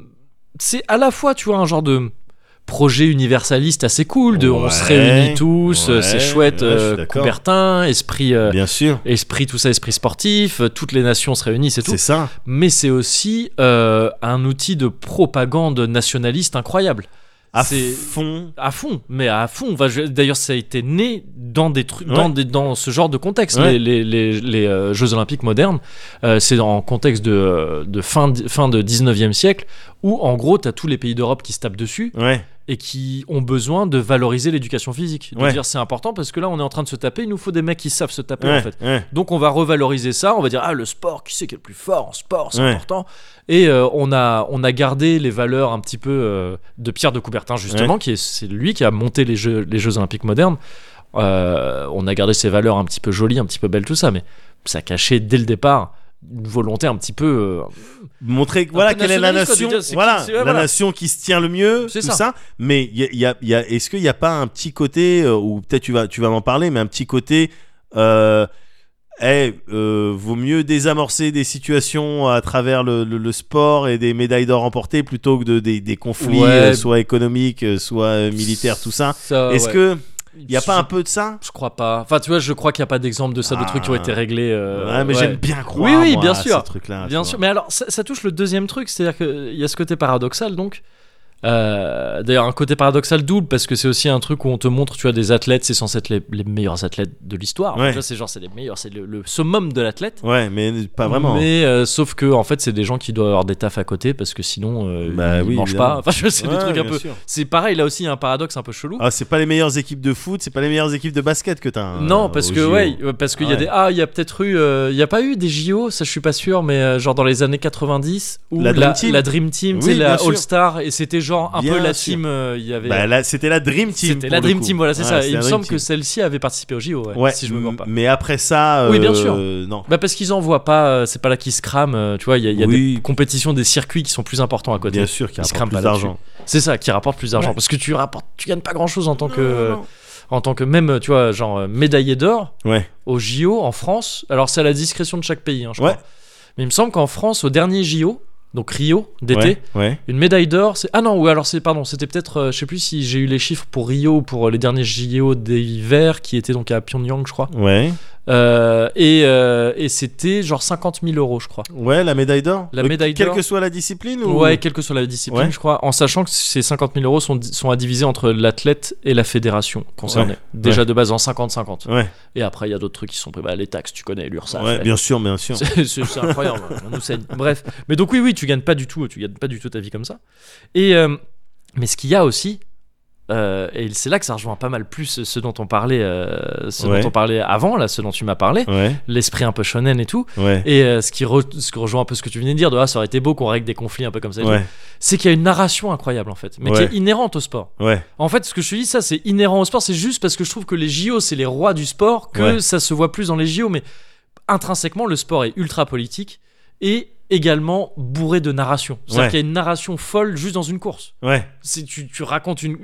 Speaker 1: c'est à la fois, tu vois, un genre de projet universaliste assez cool, de on
Speaker 2: Ouais,
Speaker 1: se réunit tous, euh,
Speaker 2: ouais,
Speaker 1: c'est chouette,
Speaker 2: ouais, je suis
Speaker 1: euh,
Speaker 2: d'accord.
Speaker 1: Coubertin, esprit, euh,
Speaker 2: Bien sûr.
Speaker 1: esprit tout ça, esprit sportif, euh, toutes les nations se réunissent et tout.
Speaker 2: C'est ça.
Speaker 1: Mais c'est aussi euh, un outil de propagande nationaliste incroyable.
Speaker 2: À
Speaker 1: C'est-
Speaker 2: fond.
Speaker 1: À fond, mais à fond. Enfin, je- D'ailleurs, ça a été né dans des trucs, dans,
Speaker 2: Ouais.
Speaker 1: des- dans ce genre de contexte.
Speaker 2: Ouais.
Speaker 1: Les, les- les- les, euh, Jeux Olympiques modernes, euh, c'est en contexte de, euh, de fin, di- fin de 19e siècle, où en gros, t'as tous les pays d'Europe qui se tapent dessus
Speaker 2: Ouais.
Speaker 1: et qui ont besoin de valoriser l'éducation physique. De
Speaker 2: Ouais.
Speaker 1: dire c'est important parce que là, on est en train de se taper, il nous faut des mecs qui savent se taper
Speaker 2: ouais,
Speaker 1: en fait.
Speaker 2: ouais.
Speaker 1: Donc on va revaloriser ça, on va dire ah le sport, qui c'est qui est le plus fort en sport, c'est
Speaker 2: Ouais.
Speaker 1: important. Et euh, on a on a gardé les valeurs un petit peu euh, de Pierre de Coubertin justement, qui est c'est lui qui a monté les jeux les jeux olympiques modernes. Euh, on a gardé ces valeurs un petit peu jolies, un petit peu belles tout ça, mais ça cachait dès le départ une volonté un petit peu euh,
Speaker 2: Montrer que,
Speaker 1: Un
Speaker 2: voilà
Speaker 1: peu
Speaker 2: quelle est la
Speaker 1: nationaliste, quoi,
Speaker 2: nation,
Speaker 1: de dire, c'est qui-
Speaker 2: voilà,
Speaker 1: c'est- ouais,
Speaker 2: la
Speaker 1: voilà.
Speaker 2: nation qui se tient le mieux,
Speaker 1: C'est
Speaker 2: tout
Speaker 1: ça.
Speaker 2: ça. Mais il y a- il y a- il y a- est-ce qu'il n'y a pas un petit côté euh, ou peut-être tu vas, tu vas m'en parler, mais un petit côté, euh, eh, euh, vaut mieux désamorcer des situations à travers le, le- le sport et des médailles d'or remportées plutôt que de, des, des conflits,
Speaker 1: Ouais.
Speaker 2: euh, soit économiques, euh, soit euh, militaires, tout ça.
Speaker 1: Ah
Speaker 2: Est-ce que il n'y a pas un peu de ça
Speaker 1: je crois pas. Enfin, tu vois, je crois qu'il n'y a pas d'exemple de ça, de
Speaker 2: Ah.
Speaker 1: trucs qui ont été réglés. euh,
Speaker 2: Ouais, mais
Speaker 1: ouais.
Speaker 2: j'aime bien croire
Speaker 1: Oui, oui,
Speaker 2: moi,
Speaker 1: bien
Speaker 2: à
Speaker 1: sûr.
Speaker 2: ces trucs-là.
Speaker 1: Bien
Speaker 2: tu
Speaker 1: sûr,
Speaker 2: vois.
Speaker 1: mais alors ça, ça touche le deuxième truc, c'est-à-dire qu'il y a ce côté paradoxal donc. Euh, D'ailleurs, un côté paradoxal double parce que c'est aussi un truc où on te montre, tu as des athlètes, c'est censé être les, les meilleurs athlètes de l'histoire.
Speaker 2: Ouais.
Speaker 1: Tu vois, C'est genre, c'est les meilleurs, c'est le, le summum de l'athlète.
Speaker 2: Ouais, mais pas Ah, vraiment.
Speaker 1: Mais euh, sauf que, en fait, c'est des gens qui doivent avoir des tafs à côté parce que sinon, euh,
Speaker 2: Bah
Speaker 1: ils
Speaker 2: oui,
Speaker 1: mangent
Speaker 2: évidemment.
Speaker 1: pas. Enfin, je- c'est des
Speaker 2: Ouais,
Speaker 1: trucs un
Speaker 2: bien
Speaker 1: peu.
Speaker 2: sûr.
Speaker 1: C'est pareil, là aussi, il y a un paradoxe un peu chelou.
Speaker 2: Ah, c'est pas les meilleures équipes de foot, c'est pas les meilleures équipes de basket que t'as. euh,
Speaker 1: Non, parce
Speaker 2: au
Speaker 1: que
Speaker 2: JO.
Speaker 1: ouais, ouais, parce qu'il y a
Speaker 2: Ouais.
Speaker 1: des ah, il y a peut-être eu, euh, il y a pas eu des JO, ça je suis pas sûr, mais euh, genre dans les années 90 où
Speaker 2: La Dream Team.
Speaker 1: la Dream Team,
Speaker 2: Oui,
Speaker 1: c'est la
Speaker 2: bien sûr.
Speaker 1: All Star et c'était genre un
Speaker 2: Bien
Speaker 1: peu la
Speaker 2: sûr.
Speaker 1: team. euh, Il y avait.
Speaker 2: Bah, là, c'était la Dream Team.
Speaker 1: C'était
Speaker 2: pour
Speaker 1: la
Speaker 2: le
Speaker 1: Dream
Speaker 2: coup.
Speaker 1: Team, voilà, c'est
Speaker 2: Ouais,
Speaker 1: ça.
Speaker 2: c'était
Speaker 1: Il
Speaker 2: la
Speaker 1: me
Speaker 2: Dream
Speaker 1: semble que
Speaker 2: Team.
Speaker 1: celle-ci avait participé au JO, ouais,
Speaker 2: Ouais,
Speaker 1: si je me trompe pas.
Speaker 2: Mais après ça.
Speaker 1: Oui, bien
Speaker 2: euh,
Speaker 1: sûr.
Speaker 2: Non.
Speaker 1: Bah parce qu'ils envoient pas, euh, c'est pas là qu'ils se crament, euh, tu vois, il y a, il y a
Speaker 2: Oui.
Speaker 1: des compétitions, des circuits qui sont plus importants à côté.
Speaker 2: Bien sûr qu'il
Speaker 1: Ils
Speaker 2: y
Speaker 1: se
Speaker 2: a
Speaker 1: crament
Speaker 2: encore plus
Speaker 1: pas
Speaker 2: d'argent.
Speaker 1: C'est ça, qui rapporte plus d'argent,
Speaker 2: Ouais.
Speaker 1: parce que tu rapportes, tu gagnes pas grand chose en tant que, en tant que même, tu vois, genre euh, médaillé d'or
Speaker 2: Ouais.
Speaker 1: au JO en France. Alors c'est à la discrétion de chaque pays, hein, je
Speaker 2: Ouais.
Speaker 1: crois. Mais il me semble qu'en France, au dernier JO, donc Rio d'été,
Speaker 2: Ouais. Ouais.
Speaker 1: une médaille d'or, c'est ah non, ou alors c'est pardon, c'était peut-être, euh, je sais plus si j'ai eu les chiffres pour Rio ou pour euh, les derniers JO d'hiver qui étaient donc à Pyongyang, je crois.
Speaker 2: Ouais.
Speaker 1: Euh, et euh, et c'était genre 50 000 euros, je crois.
Speaker 2: Ouais, la médaille d'or.
Speaker 1: La
Speaker 2: Euh,
Speaker 1: médaille
Speaker 2: Quelle
Speaker 1: d'or.
Speaker 2: que soit la discipline ou...
Speaker 1: Ouais, quelle que soit la discipline,
Speaker 2: Ouais.
Speaker 1: je crois, en sachant que ces 50 000 euros sont, di- sont à diviser entre l'athlète et la fédération concernée. Déjà de base en 50-50.
Speaker 2: Ouais,
Speaker 1: Et après, il y a d'autres trucs qui sont pris. Bah, les taxes, tu connais, l'URSSAF.
Speaker 2: ouais,
Speaker 1: la-
Speaker 2: bien sûr, bien sûr.
Speaker 1: [LAUGHS] C'est c'est- c'est incroyable, hein, on nous saigne. Bref, mais donc oui, oui, tu gagnes pas du tout, tu gagnes pas du tout ta vie comme ça. Et euh, mais ce qu'il y a aussi, euh, et c'est là que ça rejoint pas mal plus ce- ce dont on parlait, euh, ce
Speaker 2: Ouais.
Speaker 1: dont on parlait avant là, ce dont tu m'as parlé,
Speaker 2: Ouais,
Speaker 1: l'esprit un peu shonen et tout,
Speaker 2: ouais,
Speaker 1: et euh, ce qui re- ce qui rejoint un peu ce que tu venais de dire, de ah ça aurait été beau qu'on règle des conflits un peu comme ça, et
Speaker 2: ouais,
Speaker 1: tout. [LAUGHS] c'est qu'il y a une narration incroyable en fait, mais
Speaker 2: Ouais.
Speaker 1: qui est inhérente au sport.
Speaker 2: ouais,
Speaker 1: En fait, ce que je te dis, ça, c'est inhérent au sport. C'est juste parce que je trouve que les JO, c'est les rois du sport, que
Speaker 2: Ouais.
Speaker 1: ça se voit plus dans les JO. Mais intrinsèquement, le sport est ultra politique et également bourré de narration. C'est-à-dire
Speaker 2: Ouais.
Speaker 1: qu'il y a une narration folle juste dans une course.
Speaker 2: ouais,
Speaker 1: C'est, tu, tu racontes une.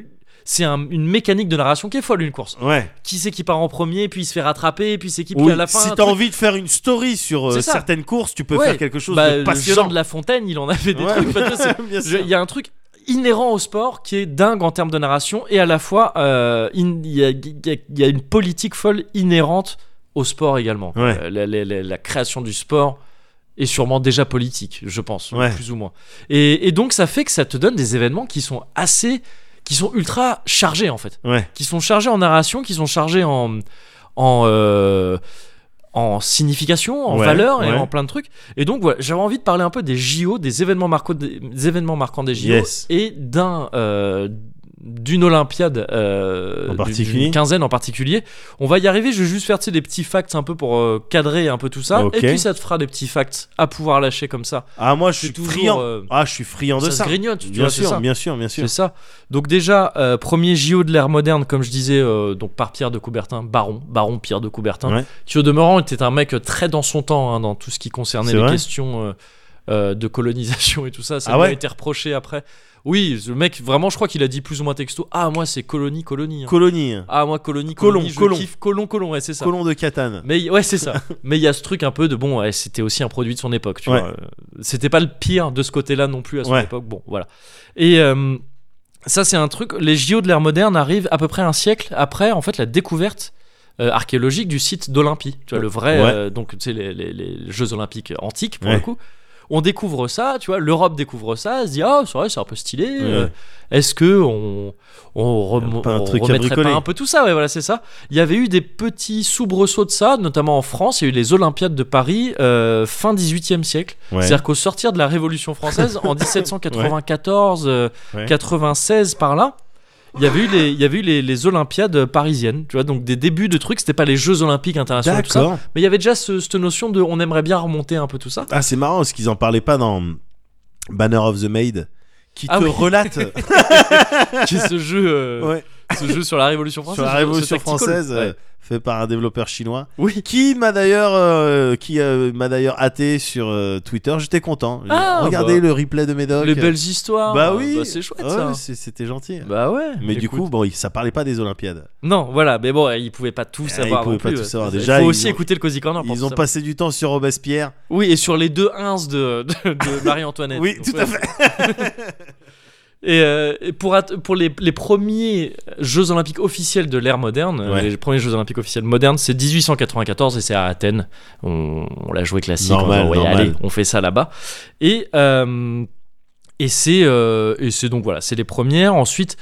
Speaker 1: C'est un- une mécanique de narration qui est folle, une course.
Speaker 2: ouais.
Speaker 1: Qui c'est qui part en premier, puis il se fait rattraper, puis c'est qui, puis
Speaker 2: Oui,
Speaker 1: à la fin.
Speaker 2: si
Speaker 1: un
Speaker 2: t'as
Speaker 1: truc-
Speaker 2: envie de faire une story sur euh,
Speaker 1: C'est ça.
Speaker 2: certaines courses, tu peux
Speaker 1: Ouais.
Speaker 2: faire quelque chose
Speaker 1: Bah,
Speaker 2: de
Speaker 1: Le Jean
Speaker 2: passionnant.
Speaker 1: de La Fontaine, il en a fait des
Speaker 2: Ouais.
Speaker 1: trucs. Enfin, tu
Speaker 2: [LAUGHS]
Speaker 1: vois, c'est-
Speaker 2: Bien
Speaker 1: Je-
Speaker 2: sûr.
Speaker 1: Il y a un truc inhérent au sport qui est dingue en termes de narration et à la fois euh, in- il y, a- il y a- il y a une politique folle inhérente au sport également.
Speaker 2: Ouais.
Speaker 1: Euh, la, la- la- la création du sport est sûrement déjà politique, je pense,
Speaker 2: Ouais.
Speaker 1: plus ou moins. Et, et donc ça fait que ça te donne des événements qui sont assez, qui sont ultra chargés en fait,
Speaker 2: Ouais,
Speaker 1: qui sont chargés en narration, qui sont chargés en en euh, en signification, en
Speaker 2: Ouais,
Speaker 1: valeur et
Speaker 2: ouais.
Speaker 1: en plein de trucs. Et donc voilà, j'avais envie de parler un peu des JO, des événements, marquants des, des événements marquants des JO
Speaker 2: Yes.
Speaker 1: et d'un euh, d'une olympiade euh,
Speaker 2: En
Speaker 1: d'une-
Speaker 2: particulier.
Speaker 1: d'une quinzaine en particulier. On va y arriver, je vais juste faire tu sais, des petits facts un peu pour euh, cadrer un peu tout ça
Speaker 2: Ok.
Speaker 1: et puis ça te fera des petits facts à pouvoir lâcher comme ça.
Speaker 2: Ah, moi, je
Speaker 1: C'est
Speaker 2: suis
Speaker 1: toujours,
Speaker 2: friand.
Speaker 1: euh,
Speaker 2: Ah, je suis friand de
Speaker 1: ça,
Speaker 2: ça.
Speaker 1: se grignote, tu
Speaker 2: Bien
Speaker 1: vois, c'est
Speaker 2: sûr,
Speaker 1: ça.
Speaker 2: bien sûr, bien sûr.
Speaker 1: C'est ça. Donc déjà, euh, premier JO de l'ère moderne, comme je disais, euh, donc par Pierre de Coubertin, baron, baron Pierre de Coubertin,
Speaker 2: Ouais.
Speaker 1: qui au demeurant était un mec euh, très dans son temps hein, dans tout ce qui concernait
Speaker 2: C'est
Speaker 1: les
Speaker 2: vrai
Speaker 1: questions euh, euh, de colonisation et tout ça. Ça
Speaker 2: Ah
Speaker 1: lui a
Speaker 2: ouais
Speaker 1: été reproché après. Oui, le mec, vraiment, je crois qu'il a dit plus ou moins texto. Ah moi c'est colonie, colonie. hein.
Speaker 2: Colonie, hein.
Speaker 1: ah moi colonie,
Speaker 2: Colon,
Speaker 1: colonie. je
Speaker 2: colon.
Speaker 1: kiffe. colon, colon, ouais c'est ça.
Speaker 2: colon de Catane.
Speaker 1: Mais il- ouais, c'est
Speaker 2: [LAUGHS]
Speaker 1: ça. Mais il y a ce truc un peu de bon, ouais, c'était aussi un produit de son époque. Tu
Speaker 2: Ouais.
Speaker 1: vois. Euh, C'était pas le pire de ce côté-là non plus à son
Speaker 2: Ouais.
Speaker 1: époque. Bon, voilà. Et euh, ça, c'est un truc. Les JO de l'ère moderne arrivent à peu près un siècle après, en fait, la découverte. euh, archéologique du site d'Olympie, tu vois le vrai,
Speaker 2: Ouais.
Speaker 1: euh, donc tu sais les, les- les Jeux olympiques antiques pour le
Speaker 2: Ouais.
Speaker 1: coup. On découvre ça, tu vois, l'Europe découvre ça, elle se dit ah c'est vrai c'est un peu stylé. euh,
Speaker 2: Ouais.
Speaker 1: Est-ce que on on, remo-
Speaker 2: Pas un
Speaker 1: on
Speaker 2: truc à
Speaker 1: remettrait pas
Speaker 2: bricoler.
Speaker 1: un peu tout ça ouais voilà c'est ça il y avait eu des petits soubresauts de ça, notamment en France. Il y a eu les Olympiades de Paris euh, fin 18e siècle.
Speaker 2: Ouais.
Speaker 1: C'est-à-dire qu'au sortir de la Révolution française,
Speaker 2: [LAUGHS]
Speaker 1: en 1794, euh,
Speaker 2: Ouais.
Speaker 1: 96 par là, il y avait eu les, il y avait eu les, les Olympiades parisiennes. Tu vois, donc des débuts de trucs. C'était pas les Jeux Olympiques internationaux, tout ça.
Speaker 2: D'accord.
Speaker 1: Mais il y avait déjà ce- cette notion de on aimerait bien remonter un peu tout
Speaker 2: [LAUGHS]
Speaker 1: ça.
Speaker 2: Ah, c'est marrant parce qu'ils en parlaient pas dans Banner of the Maid qui
Speaker 1: Ah
Speaker 2: te
Speaker 1: oui. [LAUGHS]
Speaker 2: relate
Speaker 1: Qui est ce jeu, euh,
Speaker 2: Ouais.
Speaker 1: ce jeu sur la Révolution française.
Speaker 2: sur la
Speaker 1: ce- ce
Speaker 2: Révolution
Speaker 1: tactical.
Speaker 2: française euh,
Speaker 1: Ouais.
Speaker 2: fait par un développeur chinois.
Speaker 1: Oui.
Speaker 2: qui m'a d'ailleurs euh, qui euh, m'a d'ailleurs hâté sur euh, Twitter. J'étais content.
Speaker 1: Ah,
Speaker 2: Regardez
Speaker 1: bah.
Speaker 2: le replay de Médoc.
Speaker 1: Les belles histoires.
Speaker 2: Bah
Speaker 1: euh,
Speaker 2: oui.
Speaker 1: c'est chouette
Speaker 2: Ouais,
Speaker 1: ça.
Speaker 2: c'est- C'était gentil.
Speaker 1: Bah ouais.
Speaker 2: Mais du
Speaker 1: Écoute.
Speaker 2: coup, bon, il- ça parlait pas des Olympiades.
Speaker 1: Non, voilà, mais bon, ils pouvaient pas tout
Speaker 2: Eh,
Speaker 1: savoir.
Speaker 2: ils pouvaient
Speaker 1: non
Speaker 2: pas
Speaker 1: plus.
Speaker 2: tout savoir.
Speaker 1: Il
Speaker 2: Déjà,
Speaker 1: faut
Speaker 2: ils
Speaker 1: aussi
Speaker 2: ont-
Speaker 1: écouter le Cozy Corner. pour
Speaker 2: Ils
Speaker 1: tout
Speaker 2: ont
Speaker 1: savoir.
Speaker 2: passé du temps sur Robespierre.
Speaker 1: Oui, et sur les deux 1 de, de,
Speaker 2: [LAUGHS]
Speaker 1: de Marie-Antoinette.
Speaker 2: Oui,
Speaker 1: Donc,
Speaker 2: tout
Speaker 1: ouais.
Speaker 2: à fait.
Speaker 1: [LAUGHS] Et, euh, et pour, at- pour les, les premiers Jeux Olympiques officiels de l'ère moderne,
Speaker 2: Ouais.
Speaker 1: les premiers Jeux Olympiques officiels modernes, c'est 1894 et c'est à Athènes. On, on l'a joué classique.
Speaker 2: Normal,
Speaker 1: on, dit, ouais,
Speaker 2: normal.
Speaker 1: allez, on fait ça là-bas. Et, euh, et c'est euh, et c'est donc voilà, c'est les premières. Ensuite,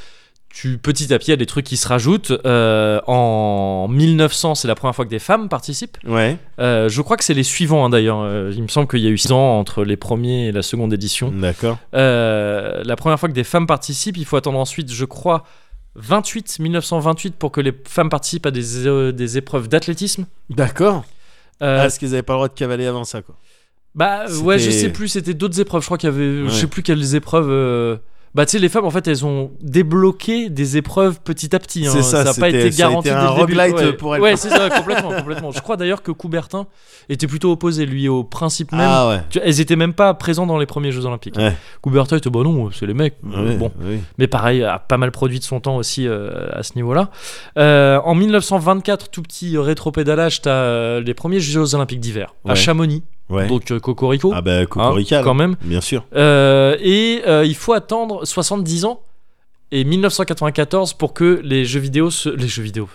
Speaker 1: tu, petit à petit, il y a des trucs qui se rajoutent. Euh, en 1900, c'est la première fois que des femmes participent.
Speaker 2: Ouais,
Speaker 1: Euh, je crois que c'est les suivants hein, d'ailleurs. Euh, il me semble qu'il y a eu 6 ans entre les premiers et la seconde
Speaker 2: Mm.
Speaker 1: édition.
Speaker 2: d'accord.
Speaker 1: Euh, la première fois que des femmes participent, il faut attendre ensuite, je crois, 28, 1928 pour que les femmes participent à des, euh, des épreuves d'athlétisme.
Speaker 2: D'accord.
Speaker 1: Euh,
Speaker 2: Ah, Parce qu'ils avaient pas le droit de cavaler avant ça, quoi.
Speaker 1: bah
Speaker 2: c'était-
Speaker 1: ouais, je sais plus, c'était d'autres épreuves. Je crois qu'il y avait,
Speaker 2: Ouais.
Speaker 1: je sais plus quelles épreuves. euh, Bah, tu sais, les femmes, en fait, elles ont débloqué des épreuves petit à petit. hein.
Speaker 2: C'est ça,
Speaker 1: n'a pas
Speaker 2: c'était-
Speaker 1: été
Speaker 2: ça a
Speaker 1: garanti
Speaker 2: été
Speaker 1: dès
Speaker 2: un
Speaker 1: le début.
Speaker 2: roguelite
Speaker 1: Ouais.
Speaker 2: pour elles.
Speaker 1: Ouais, c'est ça, complètement, complètement. Je crois d'ailleurs que Coubertin était plutôt opposé, lui, au principe même.
Speaker 2: Ah ouais.
Speaker 1: Tu vois, elles étaient même pas présentes dans les premiers Jeux Olympiques.
Speaker 2: Ouais.
Speaker 1: Coubertin était, bah non, c'est les mecs.
Speaker 2: Ouais,
Speaker 1: Bon.
Speaker 2: oui.
Speaker 1: mais pareil, a pas mal produit de son temps aussi euh, à ce niveau-là. Euh, en 1924, tout petit rétropédalage, t'as euh, les premiers Jeux Olympiques d'hiver à
Speaker 2: Ouais.
Speaker 1: Chamonix,
Speaker 2: Ouais.
Speaker 1: donc euh, Cocorico,
Speaker 2: ah bah Cocorical,
Speaker 1: hein, quand même.
Speaker 2: bien sûr.
Speaker 1: Euh, et euh, il faut attendre 70 ans et 1994 pour que les jeux vidéo, se- les jeux
Speaker 2: [LAUGHS]
Speaker 1: vidéo,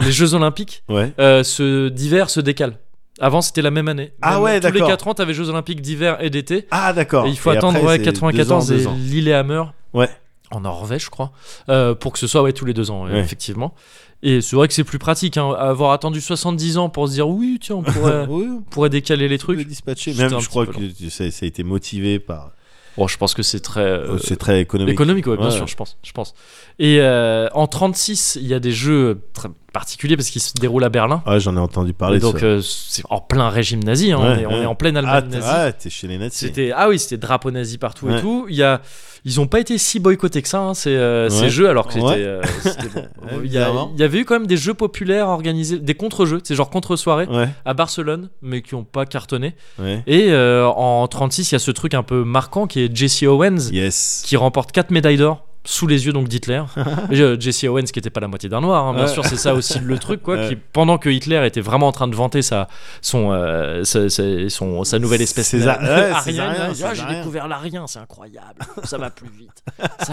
Speaker 1: les Jeux Olympiques
Speaker 2: Ouais.
Speaker 1: euh, se- d'hiver se décalent. Avant, c'était la même année.
Speaker 2: Ah
Speaker 1: Même-
Speaker 2: ouais,
Speaker 1: Tous les
Speaker 2: d'accord.
Speaker 1: 4 ans, t'avais Jeux Olympiques d'hiver et d'été.
Speaker 2: Ah d'accord.
Speaker 1: Et il faut
Speaker 2: Et
Speaker 1: attendre
Speaker 2: après,
Speaker 1: ouais,
Speaker 2: c'est
Speaker 1: 94
Speaker 2: deux ans, deux
Speaker 1: et
Speaker 2: ans.
Speaker 1: Lillehammer.
Speaker 2: Ouais.
Speaker 1: En Norvège, je crois, euh, pour que ce soit ouais, tous les deux ans, euh,
Speaker 2: Ouais.
Speaker 1: effectivement. Et c'est vrai que c'est plus pratique, hein, avoir attendu 70 ans pour se dire oui, tiens, on
Speaker 2: [LAUGHS]
Speaker 1: pourrait,
Speaker 2: Oui, on
Speaker 1: on pourrait décaler euh, les
Speaker 2: peut le
Speaker 1: trucs.
Speaker 2: dispatcher.
Speaker 1: C'était
Speaker 2: Même
Speaker 1: un
Speaker 2: je
Speaker 1: petit
Speaker 2: crois
Speaker 1: peu
Speaker 2: que tu- ça, ça a été motivé par.
Speaker 1: Bon, je pense que c'est très euh,
Speaker 2: c'est très économique.
Speaker 1: économique, ouais, bien
Speaker 2: Ouais.
Speaker 1: sûr, je pense, je pense. Et euh, en 36, il y a des jeux très particuliers parce qu'ils se déroulent à Berlin.
Speaker 2: Ah j'en ai entendu parler.
Speaker 1: Et donc
Speaker 2: ça.
Speaker 1: euh, c'est en plein régime nazi, hein, on,
Speaker 2: Ouais,
Speaker 1: est, on
Speaker 2: ouais.
Speaker 1: est en pleine
Speaker 2: ah
Speaker 1: Allemagne
Speaker 2: t'es
Speaker 1: nazie.
Speaker 2: ah, t'es chez les nazis.
Speaker 1: C'était ah oui, c'était drapeau nazi partout et
Speaker 2: Ouais.
Speaker 1: tout. Il y a ils ont pas été si boycottés que ça hein, ces, euh, ces
Speaker 2: Ouais.
Speaker 1: jeux alors que c'était
Speaker 2: Ouais.
Speaker 1: euh, c'était bon.
Speaker 2: [LAUGHS] Ouais,
Speaker 1: il, y a-
Speaker 2: bizarrement.
Speaker 1: il y avait eu quand même des jeux populaires organisés, des contre-jeux, c'est genre contre-soirées
Speaker 2: Ouais.
Speaker 1: à Barcelone mais qui ont pas cartonné.
Speaker 2: Ouais.
Speaker 1: Et euh, en 36, il y a ce truc un peu marquant qui est Jesse Owens
Speaker 2: Yes.
Speaker 1: qui remporte 4 médailles d'or sous les yeux donc
Speaker 2: [LAUGHS]
Speaker 1: d'Hitler. Et, euh, Jesse Owens qui était pas la moitié d'un noir, hein, bien
Speaker 2: Ouais.
Speaker 1: sûr, c'est ça aussi le truc quoi.
Speaker 2: Ouais.
Speaker 1: Qui, pendant que Hitler était vraiment en train de vanter sa son euh, sa, sa- son- sa nouvelle espèce
Speaker 2: César-
Speaker 1: na-
Speaker 2: ouais,
Speaker 1: arienne,
Speaker 2: césarien,
Speaker 1: hein, il dit, Ah, j'ai
Speaker 2: césarien.
Speaker 1: découvert l'arien, c'est incroyable, ça va plus vite, ça,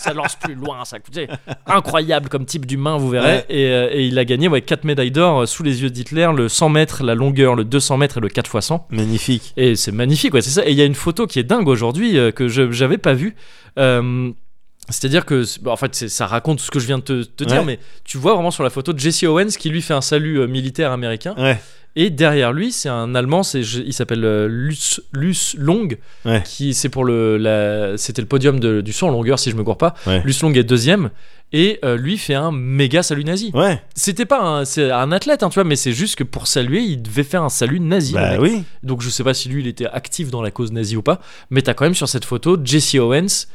Speaker 1: ça lance plus loin, ça coûte incroyable comme type d'humain vous verrez.
Speaker 2: Ouais.
Speaker 1: Et, euh, et il a gagné ouais 4 médailles d'or euh, sous les yeux d'Hitler, le 100 mètres, la longueur, le 200 mètres et le 4 x 100.
Speaker 2: Magnifique.
Speaker 1: Et c'est magnifique, ouais, c'est ça. Et il y a une photo qui est dingue aujourd'hui euh, que je j'avais pas vue. Euh, c'est-à-dire que, c'est- bon, en fait, c'est- ça raconte ce que je viens de te, te dire,
Speaker 2: Ouais.
Speaker 1: mais tu vois vraiment sur la photo Jesse Owens qui lui fait un salut euh, militaire américain.
Speaker 2: Ouais.
Speaker 1: Et derrière lui, c'est un Allemand, c'est, je- il s'appelle euh, Lutz, Lutz Long,
Speaker 2: Ouais.
Speaker 1: qui c'est pour le, la- c'était le podium de- du 100 en longueur, si je me cours pas.
Speaker 2: Ouais.
Speaker 1: Lutz Long est deuxième, et euh, lui fait un méga salut nazi.
Speaker 2: Ouais.
Speaker 1: C'était pas un, c'est un athlète, hein, tu vois, mais c'est juste que pour saluer, il devait faire un salut nazi. le mec.
Speaker 2: Bah oui.
Speaker 1: Donc je sais pas si lui il était actif dans la cause nazie ou pas, mais t'as quand même sur cette photo Jesse Owens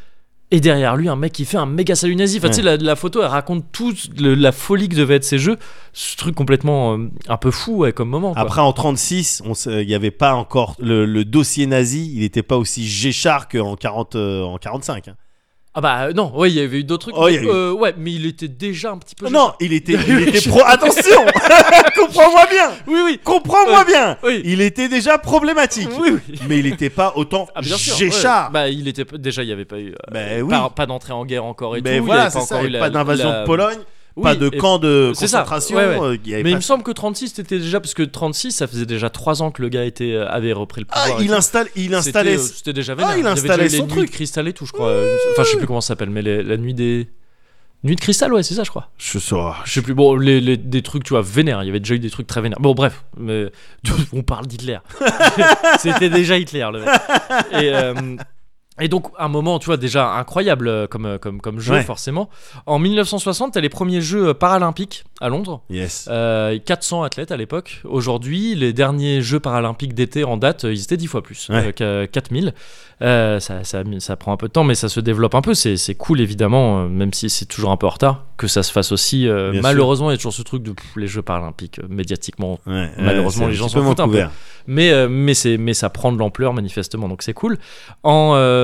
Speaker 1: et derrière lui un mec qui fait un méga salut nazi. Enfin, tu sais, la, la photo elle raconte toute le- la folie que devaient être ces jeux, ce truc complètement euh, un peu fou ouais, comme moment. quoi.
Speaker 2: Après en 36, on se- il n'y avait pas encore le, le dossier nazi, il n'était pas aussi géchard qu'en 40 euh, en 45. hein.
Speaker 1: Ah bah euh, non, ouais, il y avait eu d'autres trucs.
Speaker 2: Oh, il y a eu- Oh,
Speaker 1: Euh, ouais, mais il était déjà un petit peu.
Speaker 2: Non,
Speaker 1: [LAUGHS]
Speaker 2: il était, il
Speaker 1: Oui,
Speaker 2: était
Speaker 1: je-
Speaker 2: pro.
Speaker 1: [LAUGHS]
Speaker 2: Attention, comprends-moi bien,
Speaker 1: Oui, oui,
Speaker 2: comprends-moi
Speaker 1: Ouais.
Speaker 2: bien.
Speaker 1: Oui.
Speaker 2: Il était déjà problématique,
Speaker 1: oui, oui.
Speaker 2: mais il n'était pas autant
Speaker 1: Ah, bien sûr. ouais.
Speaker 2: géchard.
Speaker 1: Bah, il était déjà, il y avait pas eu. euh,
Speaker 2: Ben oui.
Speaker 1: Pas, pas d'entrée en guerre encore et
Speaker 2: mais
Speaker 1: tout. il y
Speaker 2: voilà,
Speaker 1: avait
Speaker 2: c'est
Speaker 1: pas
Speaker 2: ça.
Speaker 1: encore eu
Speaker 2: il y
Speaker 1: la-
Speaker 2: avait pas d'invasion
Speaker 1: la-
Speaker 2: de Pologne,
Speaker 1: Oui,
Speaker 2: pas de
Speaker 1: et-
Speaker 2: camp de
Speaker 1: c'est ça,
Speaker 2: concentration.
Speaker 1: ouais, ouais.
Speaker 2: euh, il y avait
Speaker 1: Mais il
Speaker 2: pas-
Speaker 1: me semble que 36 c'était déjà parce que 36 ça faisait déjà 3 ans que le gars était euh, avait repris le pouvoir.
Speaker 2: Ah,
Speaker 1: et
Speaker 2: il
Speaker 1: tout.
Speaker 2: installe, il
Speaker 1: C'était,
Speaker 2: installait.
Speaker 1: euh, C'était déjà vénère.
Speaker 2: Ah, il
Speaker 1: y avait déjà
Speaker 2: installait
Speaker 1: eu les
Speaker 2: son
Speaker 1: nuits
Speaker 2: truc.
Speaker 1: de cristal et tout, je crois. Euh, Enfin, je sais plus comment ça s'appelle, mais les- la nuit des nuit de cristal, ouais, c'est ça, je crois.
Speaker 2: Je oh, sors.
Speaker 1: Je sais plus. Bon, les, les- des trucs, tu vois, vénères. Il y avait déjà eu des trucs très vénères. Bon, bref, mais [LAUGHS] on parle d'Hitler. [LAUGHS] C'était déjà Hitler, le mec. Et, euh, et donc, un moment, tu vois, déjà incroyable euh, comme, euh, comme, comme jeu,
Speaker 2: Ouais.
Speaker 1: forcément. En 1960, t'as les premiers Jeux euh, paralympiques à Londres.
Speaker 2: Yes.
Speaker 1: Euh, 400 athlètes à l'époque. Aujourd'hui, les derniers Jeux paralympiques d'été en date, euh, ils étaient 10 fois plus,
Speaker 2: Ouais.
Speaker 1: avec 4000. Euh, ça, ça, ça prend un peu de temps, mais ça se développe un peu. C'est c'est cool, évidemment, euh, même si c'est toujours un peu en retard, que ça se fasse aussi. euh,
Speaker 2: Bien sûr.
Speaker 1: malheureusement, il y a toujours ce truc de pff, les Jeux paralympiques, euh, médiatiquement.
Speaker 2: Ouais, ouais,
Speaker 1: [LAUGHS] malheureusement,
Speaker 2: c'est
Speaker 1: les gens
Speaker 2: un petit
Speaker 1: s'en
Speaker 2: peu
Speaker 1: foutent un peu.
Speaker 2: couvert.
Speaker 1: Mais, euh, mais, c'est- mais ça prend de l'ampleur, manifestement, donc c'est cool. En, euh,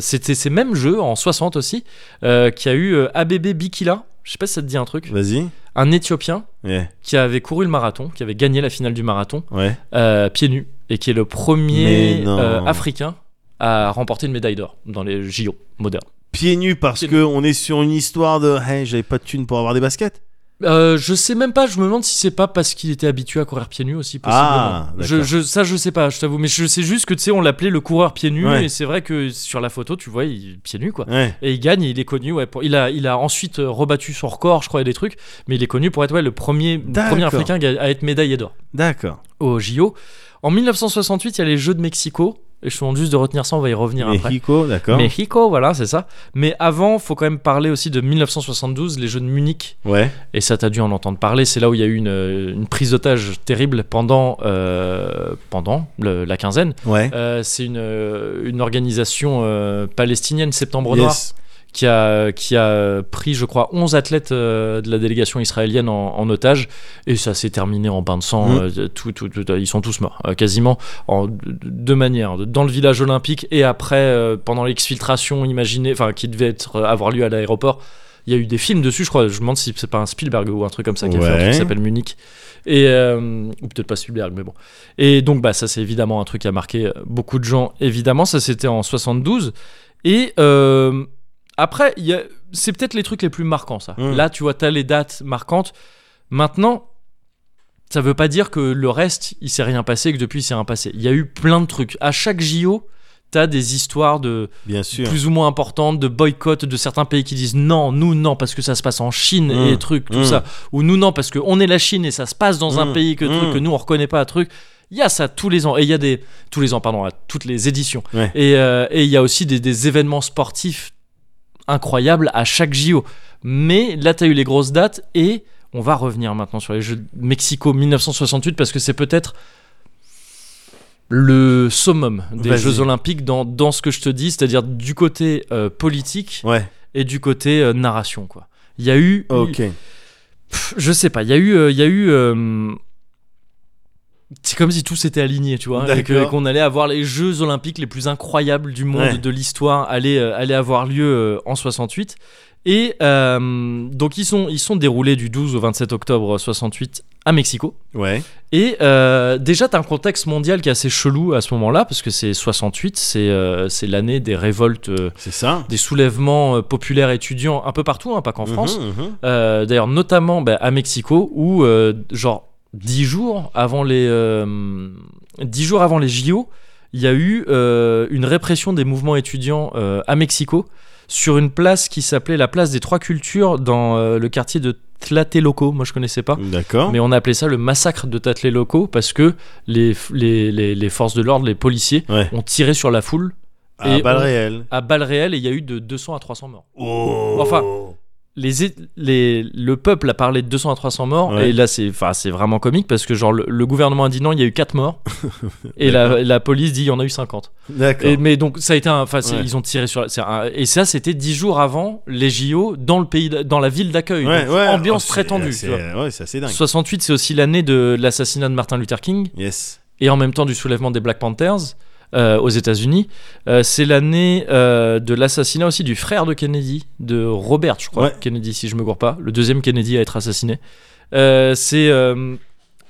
Speaker 1: C'était ces mêmes Jeux, en 60 aussi, euh, qu'il y a eu euh, ABB Bikila. Je sais pas si ça te dit un truc.
Speaker 2: Vas-y.
Speaker 1: Un Éthiopien
Speaker 2: Ouais.
Speaker 1: qui avait couru le marathon, qui avait gagné la finale du marathon,
Speaker 2: Ouais.
Speaker 1: euh, pieds nus, et qui est le
Speaker 2: Mais
Speaker 1: premier
Speaker 2: non.
Speaker 1: euh, Africain à remporter une médaille d'or dans les JO modernes.
Speaker 2: Pieds nus parce
Speaker 1: Pieds
Speaker 2: que on est sur une histoire de. Hey, j'avais pas de thune pour avoir des baskets.
Speaker 1: Euh, je sais même pas, je me demande si c'est pas parce qu'il était habitué à courir pieds nus aussi possiblement.
Speaker 2: Ah,
Speaker 1: je,
Speaker 2: d'accord.
Speaker 1: je, ça je sais pas, je t'avoue, mais je sais juste que tu sais on l'appelait le coureur pieds nus
Speaker 2: Ouais.
Speaker 1: et c'est vrai que sur la photo tu vois il pieds nus quoi.
Speaker 2: Ouais.
Speaker 1: Et il gagne, il est connu, ouais, pour- il, a, il a ensuite euh, rebattu son record je crois et des trucs, mais il est connu pour être ouais, le premier,
Speaker 2: D'accord.
Speaker 1: premier Africain à à être médaillé d'or.
Speaker 2: D'accord.
Speaker 1: aux JO. En 1968, il y a les Jeux de Mexico Et je te demande juste de retenir ça, on va y revenir après.
Speaker 2: Mexico, d'accord.
Speaker 1: Mexico, voilà, c'est ça. Mais avant, faut quand même parler aussi de 1972, les Jeux de Munich.
Speaker 2: Ouais.
Speaker 1: Et ça, t'as dû en entendre parler. C'est là où il y a eu une, une prise d'otage terrible pendant, euh, pendant le- la quinzaine.
Speaker 2: Ouais.
Speaker 1: Euh, c'est une, une organisation euh, palestinienne, Septembre Noir,
Speaker 2: Yes.
Speaker 1: qui a, qui a pris, je crois, 11 athlètes euh, de la délégation israélienne en, en otage. Et ça s'est terminé en bain de sang.
Speaker 2: Mm.
Speaker 1: euh, tout, tout, tout- ils sont tous morts, euh, quasiment, en de- de- deux manières. Dans le village olympique et après, euh, pendant l'exfiltration imaginée, enfin, qui devait être, euh, avoir lieu à l'aéroport. Il y a eu des films dessus, je crois. Je me demande si c'est pas un Spielberg ou un truc comme ça qui a fait un
Speaker 2: Ouais.
Speaker 1: truc qui s'appelle Munich. Et, euh, ou peut-être pas Spielberg, mais bon. Et donc, bah, ça, c'est évidemment un truc qui a marqué beaucoup de gens. Évidemment, ça, c'était en 72. Et euh, après, il y a- c'est peut-être les trucs les plus marquants, ça.
Speaker 2: Mm.
Speaker 1: Là, tu vois, t'as les dates marquantes. Maintenant, ça veut pas dire que le reste, il s'est rien passé, et que depuis, il s'est rien passé. Il y a eu plein de trucs. À chaque JO, t'as des histoires de
Speaker 2: Bien sûr.
Speaker 1: plus ou moins importantes, de boycott de certains pays qui disent non, nous non, parce que ça se passe en Chine
Speaker 2: Mm.
Speaker 1: et trucs, tout
Speaker 2: Mm.
Speaker 1: ça. Ou nous non, parce qu'on est la Chine et ça se passe dans un
Speaker 2: Mm.
Speaker 1: pays que, truc,
Speaker 2: Mm.
Speaker 1: que nous on reconnaît pas, truc. Il y a ça tous les ans. Et il y a des. Tous les ans, pardon, à toutes les éditions.
Speaker 2: Ouais.
Speaker 1: Et euh, et il y a aussi des, des événements sportifs incroyables à chaque JO. Mais là, tu as eu les grosses dates et on va revenir maintenant sur les Jeux de Mexico 1968 parce que c'est peut-être le summum des
Speaker 2: Vas-y.
Speaker 1: Jeux Olympiques dans, dans ce que je te dis, c'est-à-dire du côté euh, politique
Speaker 2: Ouais.
Speaker 1: et du côté euh, narration. quoi. Il y a eu,
Speaker 2: Ah, Ok.
Speaker 1: pff, je sais pas, il y a eu, euh, il y a eu. euh, c'est comme si tout s'était aligné, tu vois, et que-
Speaker 2: D'accord.
Speaker 1: qu'on allait avoir les Jeux Olympiques les plus incroyables du monde,
Speaker 2: Ouais.
Speaker 1: de l'histoire, allaient, euh, allaient avoir lieu euh, en 68. Et euh, donc ils sont, ils sont déroulés du 12 au 27 octobre 68 à Mexico.
Speaker 2: Ouais.
Speaker 1: Et euh, déjà, tu un contexte mondial qui est assez chelou à ce moment-là, parce que c'est 68, c'est euh, c'est l'année des révoltes, euh,
Speaker 2: C'est ça.
Speaker 1: des soulèvements euh, populaires étudiants un peu partout, hein, pas qu'en France.
Speaker 2: Mhm, mhm.
Speaker 1: Euh, D'ailleurs, notamment bah, à Mexico, où euh, genre 10 jours avant les, euh, 10 jours avant les JO, il y a eu euh, une répression des mouvements étudiants euh, à Mexico sur une place qui s'appelait la place des trois cultures dans euh, le quartier de Tlatelolco. Moi, je connaissais pas.
Speaker 2: D'accord.
Speaker 1: Mais on appelait ça le massacre de Tlatelolco parce que les, les, les, les forces de l'ordre, les policiers,
Speaker 2: Ouais.
Speaker 1: ont tiré sur la foule
Speaker 2: À
Speaker 1: et
Speaker 2: balle
Speaker 1: on-
Speaker 2: réelle.
Speaker 1: à balles réelles et il y a eu de 200 à 300 morts.
Speaker 2: Oh.
Speaker 1: Enfin, Les, é- les, le peuple a parlé de 200 à 300 morts
Speaker 2: Ouais.
Speaker 1: et là c'est enfin, c'est vraiment comique parce que genre le, le gouvernement a dit non, il y a eu 4
Speaker 2: [LAUGHS]
Speaker 1: morts et la, la police dit il y en a eu 50.
Speaker 2: D'accord.
Speaker 1: Et, mais donc ça a été un. Enfin, c'est-
Speaker 2: Ouais.
Speaker 1: ils ont tiré sur. la- c'est un- et ça c'était 10 jours avant les JO dans, le pays, d- dans la ville d'accueil.
Speaker 2: Ouais,
Speaker 1: Donc,
Speaker 2: ouais.
Speaker 1: Ambiance
Speaker 2: Oh,
Speaker 1: très
Speaker 2: c'est-
Speaker 1: tendue.
Speaker 2: c'est-
Speaker 1: tu vois.
Speaker 2: Ouais, c'est assez dingue.
Speaker 1: 68 c'est aussi l'année de l'assassinat de Martin Luther King.
Speaker 2: Yes.
Speaker 1: et en même temps du soulèvement des Black Panthers euh, aux États-Unis. Euh, c'est l'année euh, de l'assassinat aussi du frère de Kennedy, de Robert, je crois,
Speaker 2: Ouais.
Speaker 1: Kennedy, si je me gourre pas, le deuxième Kennedy à être assassiné. Euh, c'est, euh,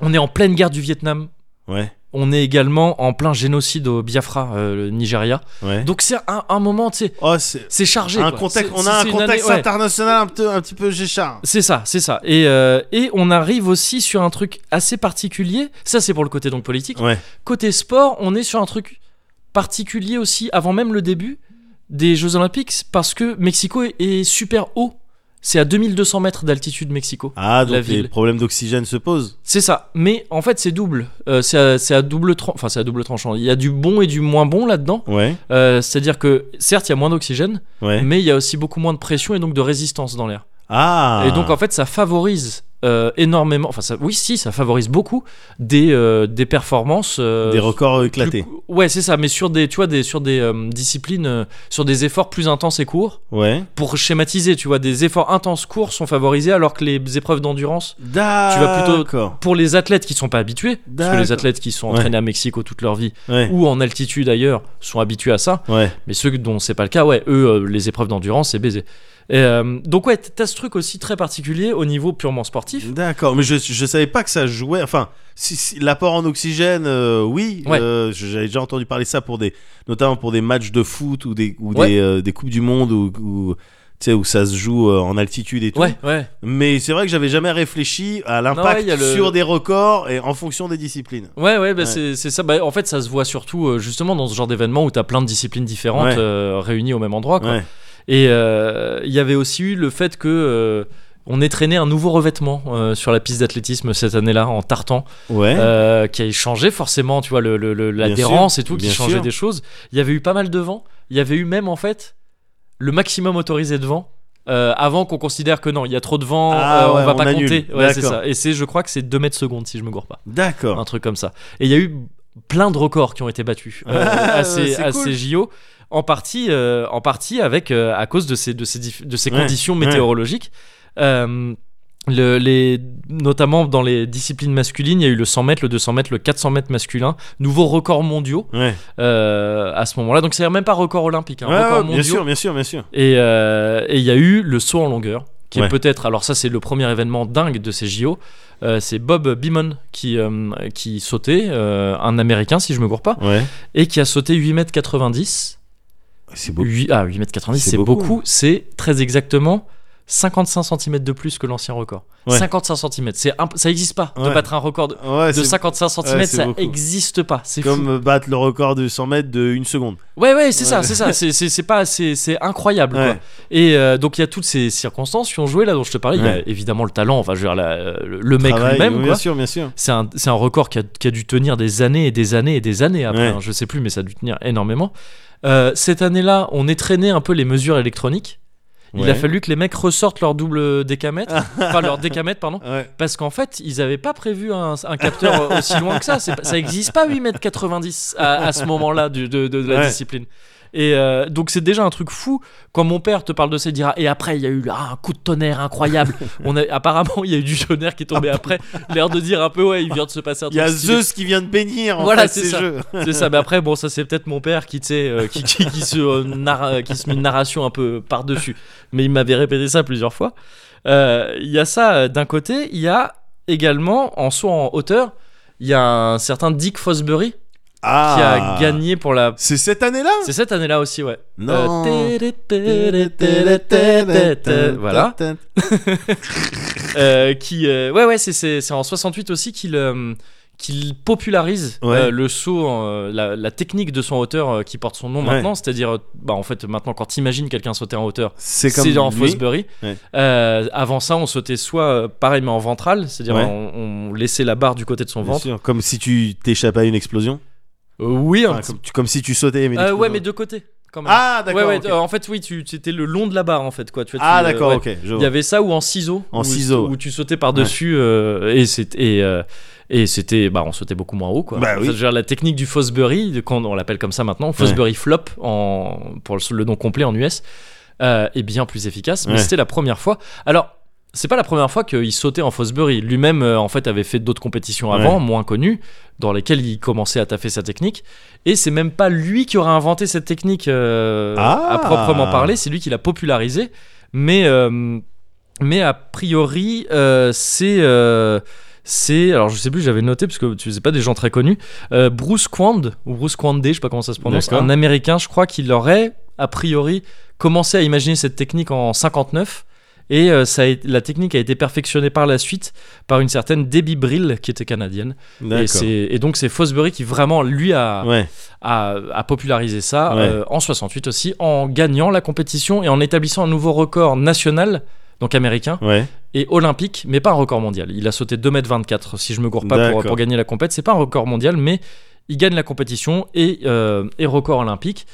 Speaker 1: on est en pleine guerre du Vietnam.
Speaker 2: Ouais.
Speaker 1: On est également en plein génocide au Biafra, euh, le Nigeria.
Speaker 2: Ouais.
Speaker 1: Donc c'est un, un moment, tu sais,
Speaker 2: Oh, c'est.
Speaker 1: c'est chargé.
Speaker 2: Un
Speaker 1: quoi.
Speaker 2: contexte,
Speaker 1: C'est-
Speaker 2: on
Speaker 1: c'est-
Speaker 2: a
Speaker 1: c'est
Speaker 2: un
Speaker 1: une année-
Speaker 2: contexte
Speaker 1: ouais.
Speaker 2: international un petit, un petit peu Géchard.
Speaker 1: C'est ça, c'est ça. Et, euh, et on arrive aussi sur un truc assez particulier. Ça, c'est pour le côté donc politique.
Speaker 2: Ouais.
Speaker 1: Côté sport, on est sur un truc particulier aussi, avant même le début des Jeux Olympiques, parce que Mexico est, est super haut. C'est à 2200 mètres d'altitude, Mexico.
Speaker 2: Ah,
Speaker 1: La
Speaker 2: donc les
Speaker 1: ville.
Speaker 2: problèmes d'oxygène se posent.
Speaker 1: C'est ça. Mais en fait, c'est double. Euh, c'est à, c'est à double tran- enfin, c'est à double tranchant. Il y a du bon et du moins bon là-dedans.
Speaker 2: Ouais.
Speaker 1: Euh, C'est-à-dire que, certes, il y a moins d'oxygène,
Speaker 2: Ouais.
Speaker 1: mais il y a aussi beaucoup moins de pression et donc de résistance dans l'air.
Speaker 2: Ah.
Speaker 1: Et donc en fait ça favorise euh, énormément, enfin ça, oui si ça favorise beaucoup des, euh, des performances. euh,
Speaker 2: des records
Speaker 1: plus-
Speaker 2: éclatés.
Speaker 1: Ouais c'est ça, mais sur des, tu vois, des, sur des euh, disciplines, euh, sur des efforts plus intenses et courts.
Speaker 2: Ouais.
Speaker 1: Pour schématiser, tu vois, des efforts intenses courts sont favorisés alors que les épreuves d'endurance,
Speaker 2: D'accord.
Speaker 1: plutôt- pour les athlètes qui sont pas habitués, parce que les
Speaker 2: D'accord.
Speaker 1: athlètes qui sont
Speaker 2: Ouais.
Speaker 1: entraînés à Mexico toute leur vie
Speaker 2: Ouais.
Speaker 1: ou en altitude ailleurs sont habitués à ça,
Speaker 2: Ouais.
Speaker 1: mais ceux dont c'est pas le cas, ouais, eux, euh, les épreuves d'endurance, c'est baisé. Et, euh, donc ouais, t'as ce truc aussi très particulier au niveau purement sportif.
Speaker 2: D'accord, mais je, je savais pas que ça jouait. Enfin, si, si- l'apport en oxygène, euh, oui.
Speaker 1: Ouais.
Speaker 2: euh, je- J'avais déjà entendu parler ça pour des, notamment pour des matchs de foot ou des ou
Speaker 1: Ouais.
Speaker 2: des, euh, des coupes du monde ou, ou, tu sais, où ça se joue euh, en altitude et tout.
Speaker 1: Ouais, ouais.
Speaker 2: Mais c'est vrai que j'avais jamais réfléchi à
Speaker 1: Non, ouais,
Speaker 2: l'impact
Speaker 1: il y a le-
Speaker 2: sur des records et en fonction des disciplines.
Speaker 1: Ouais, ouais, bah,
Speaker 2: Ouais.
Speaker 1: C'est, c'est ça. Bah, en fait, ça se voit surtout euh, justement dans ce genre d'événement où t'as plein de disciplines différentes
Speaker 2: Ouais.
Speaker 1: euh, réunies au même endroit. quoi.
Speaker 2: Ouais.
Speaker 1: Et euh, il y avait aussi eu le fait que euh, on est traîné un nouveau revêtement euh, sur la piste d'athlétisme cette année-là en tartan
Speaker 2: Ouais.
Speaker 1: euh, qui a changé forcément, tu vois, le- le- le- l'adhérence et tout, qui
Speaker 2: Eh bien
Speaker 1: changeait
Speaker 2: sûr.
Speaker 1: des choses. Il y avait eu pas mal de vent. Il y avait eu même en fait le maximum autorisé de vent. euh, avant qu'on considère que non, il y a trop de vent,
Speaker 2: Ah
Speaker 1: euh,
Speaker 2: ouais,
Speaker 1: on va
Speaker 2: on
Speaker 1: pas
Speaker 2: annule.
Speaker 1: compter. Ouais, c'est
Speaker 2: D'accord.
Speaker 1: ça. Et c'est, je crois que c'est 2 mètres secondes si je me gourre pas, un
Speaker 2: D'accord.
Speaker 1: truc comme ça. Et il y a eu plein de records qui ont été battus euh,
Speaker 2: [LAUGHS] Ah,
Speaker 1: à ces,
Speaker 2: c'est
Speaker 1: à
Speaker 2: cool.
Speaker 1: ces JO, en partie, euh, en partie avec euh, à cause de ces de ces, dif- de ces
Speaker 2: Ouais,
Speaker 1: conditions
Speaker 2: ouais.
Speaker 1: météorologiques. Euh, le- les, notamment dans les disciplines masculines, il y a eu le 100 mètres, le 200 mètres, le 400 mètres masculin, nouveaux records mondiaux
Speaker 2: Ouais.
Speaker 1: euh, à ce moment-là. Donc c'est même pas record olympique, hein,
Speaker 2: Ouais,
Speaker 1: record
Speaker 2: ouais,
Speaker 1: mondiaux.
Speaker 2: bien sûr, bien sûr, bien sûr.
Speaker 1: Et euh, et il y a eu le saut en longueur, qui est
Speaker 2: Ouais.
Speaker 1: peut-être. Alors, ça, c'est le premier événement dingue de ces JO. Euh, c'est Bob Beamon qui, euh, qui sautait, euh, un américain, si je me gourre pas,
Speaker 2: Ouais.
Speaker 1: et qui a sauté 8m90.
Speaker 2: C'est beau.
Speaker 1: 8, ah, 8m90,
Speaker 2: C'est
Speaker 1: c'est
Speaker 2: beaucoup.
Speaker 1: beaucoup. C'est très exactement 55 cm de plus que l'ancien record.
Speaker 2: Ouais.
Speaker 1: 55 cm, c'est imp- ça n'existe pas de
Speaker 2: Ouais.
Speaker 1: battre un record de,
Speaker 2: Ouais,
Speaker 1: de
Speaker 2: c'est
Speaker 1: 55 cm,
Speaker 2: ouais, c'est
Speaker 1: ça
Speaker 2: beaucoup.
Speaker 1: n'existe pas. C'est fou.
Speaker 2: comme euh, battre le record de 100 mètres de une seconde.
Speaker 1: Ouais, ouais, c'est ça,
Speaker 2: Ouais.
Speaker 1: c'est ça, c'est- c'est c'est pas, c'est c'est incroyable.
Speaker 2: Ouais.
Speaker 1: Quoi. Et euh, donc il y a toutes ces circonstances qui ont joué là dont je te parlais. Il y
Speaker 2: Ouais.
Speaker 1: a évidemment le talent, enfin je veux dire la- euh, le mec
Speaker 2: Travail,
Speaker 1: lui-même.
Speaker 2: oui,
Speaker 1: quoi.
Speaker 2: Bien sûr, bien sûr.
Speaker 1: C'est un, c'est un record qui a, qui a dû tenir des années et des années et des années après.
Speaker 2: Ouais.
Speaker 1: hein. je sais plus, mais ça a dû tenir énormément. Euh, cette année-là, on est traîné un peu les mesures électroniques. Il
Speaker 2: Ouais.
Speaker 1: a fallu que les mecs ressortent leur double
Speaker 2: [LAUGHS]
Speaker 1: décamètre, enfin leur décamètre pardon,
Speaker 2: Ouais.
Speaker 1: parce qu'en fait, ils n'avaient pas prévu un, un capteur
Speaker 2: [LAUGHS]
Speaker 1: aussi loin que ça. C'est pas- ça n'existe pas 8m90 à, à ce moment-là du- de, de la
Speaker 2: Ouais.
Speaker 1: discipline. Et euh, donc c'est déjà un truc fou quand mon père te parle de ça, il dira et après il y a eu ah, un coup de tonnerre
Speaker 2: [LAUGHS]
Speaker 1: incroyable. On a, apparemment il y a eu du tonnerre qui est tombé après. L'air de dire un peu ouais il vient de se passer un
Speaker 2: Ah Il y
Speaker 1: truc.
Speaker 2: a
Speaker 1: stylé.
Speaker 2: Zeus qui vient de bénir en
Speaker 1: Voilà,
Speaker 2: fait,
Speaker 1: c'est
Speaker 2: ces
Speaker 1: ça. [LAUGHS]
Speaker 2: jeux.
Speaker 1: C'est ça. Mais après bon ça c'est peut-être mon père qui tu sais euh, qui, qui, qui se euh, narra- euh, qui se met une narration un peu par dessus. Mais il m'avait répété ça plusieurs fois. Euh, Il y a ça euh, d'un côté. Il y a également en saut en hauteur. Il y a un certain Dick Fosbury qui
Speaker 2: Ah.
Speaker 1: a gagné pour la.
Speaker 2: C'est cette année-là
Speaker 1: C'est cette année-là aussi ouais.
Speaker 2: Non.
Speaker 1: Euh, téré, téré, téré, téré, téré, téré, Voilà. Euh, qui, euh, ouais, ouais, c'est- c'est c'est en 68 aussi qu'il euh, qu'il popularise
Speaker 2: Ouais.
Speaker 1: euh, le saut, en, euh, la, la technique de son hauteur euh, qui porte son nom
Speaker 2: Ouais.
Speaker 1: maintenant. C'est-à-dire, euh, bah, en fait, maintenant, quand t'imagines quelqu'un sauter en hauteur,
Speaker 2: C'est comme
Speaker 1: c'est en
Speaker 2: lui.
Speaker 1: Fosbury.
Speaker 2: Ouais.
Speaker 1: Euh, avant ça, on sautait soit euh, pareil, mais en ventral, c'est-à-dire
Speaker 2: Ouais.
Speaker 1: on, on laissait la barre du côté de son
Speaker 2: Bien
Speaker 1: ventre.
Speaker 2: sûr, comme si tu t'échappais à une explosion.
Speaker 1: Euh, oui, un
Speaker 2: Enfin,
Speaker 1: petit-
Speaker 2: comme, tu- comme si tu sautais. Mais une
Speaker 1: euh, ouais,
Speaker 2: explosion.
Speaker 1: mais de côté. Quand même.
Speaker 2: Ah, d'accord.
Speaker 1: Ouais, ouais,
Speaker 2: ok.
Speaker 1: euh, en fait, oui, tu tu étais le long de la barre, en fait, quoi. Tu vois,
Speaker 2: Ah,
Speaker 1: tu, euh,
Speaker 2: d'accord,
Speaker 1: ouais.
Speaker 2: ok. je
Speaker 1: Il y
Speaker 2: vois.
Speaker 1: avait ça ou en ciseaux.
Speaker 2: En
Speaker 1: où-
Speaker 2: ciseaux, ouais.
Speaker 1: Où tu sautais par-dessus euh, et c'était. Et, euh, et c'était, bah, on sautait beaucoup moins haut, quoi.
Speaker 2: Bah oui.
Speaker 1: Ça, genre, la technique du Fosbury, de- quand on l'appelle comme ça maintenant, Fosbury flop en, pour le, le nom complet en US, euh, est bien plus efficace. Mais
Speaker 2: Ouais.
Speaker 1: c'était la première fois. Alors, c'est pas la première fois qu'il sautait en Fosbury. Lui-même, euh, en fait, avait fait d'autres compétitions avant, moins connues, dans lesquelles il commençait à taffer sa technique. Et c'est même pas lui qui aura inventé cette technique euh,
Speaker 2: Ah.
Speaker 1: à proprement parler. C'est lui qui l'a popularisée. Mais, euh, mais a priori, euh, c'est. euh, c'est, alors je sais plus, j'avais noté parce que tu sais pas des gens très connus. euh, Bruce Quand ou Bruce Quandé, je sais pas comment ça se prononce,
Speaker 2: D'accord.
Speaker 1: un Américain, je crois qu'il aurait a priori commencé à imaginer cette technique en 59 et euh, ça a été- la technique a été perfectionnée par la suite par une certaine Debbie Brill qui était canadienne. Et,
Speaker 2: D'accord.
Speaker 1: c'est- et donc c'est Fosbury qui vraiment lui a,
Speaker 2: Ouais.
Speaker 1: a, a popularisé ça
Speaker 2: Ouais.
Speaker 1: euh, en 68 aussi en gagnant la compétition et en établissant un nouveau record national donc américain
Speaker 2: Ouais.
Speaker 1: et olympique, mais pas un record mondial. Il a sauté 2m24, si je me gourre pas, pour,
Speaker 2: D'accord.
Speaker 1: pour gagner la compète. C'est pas un record mondial, mais il gagne la compétition et, euh, et record olympique.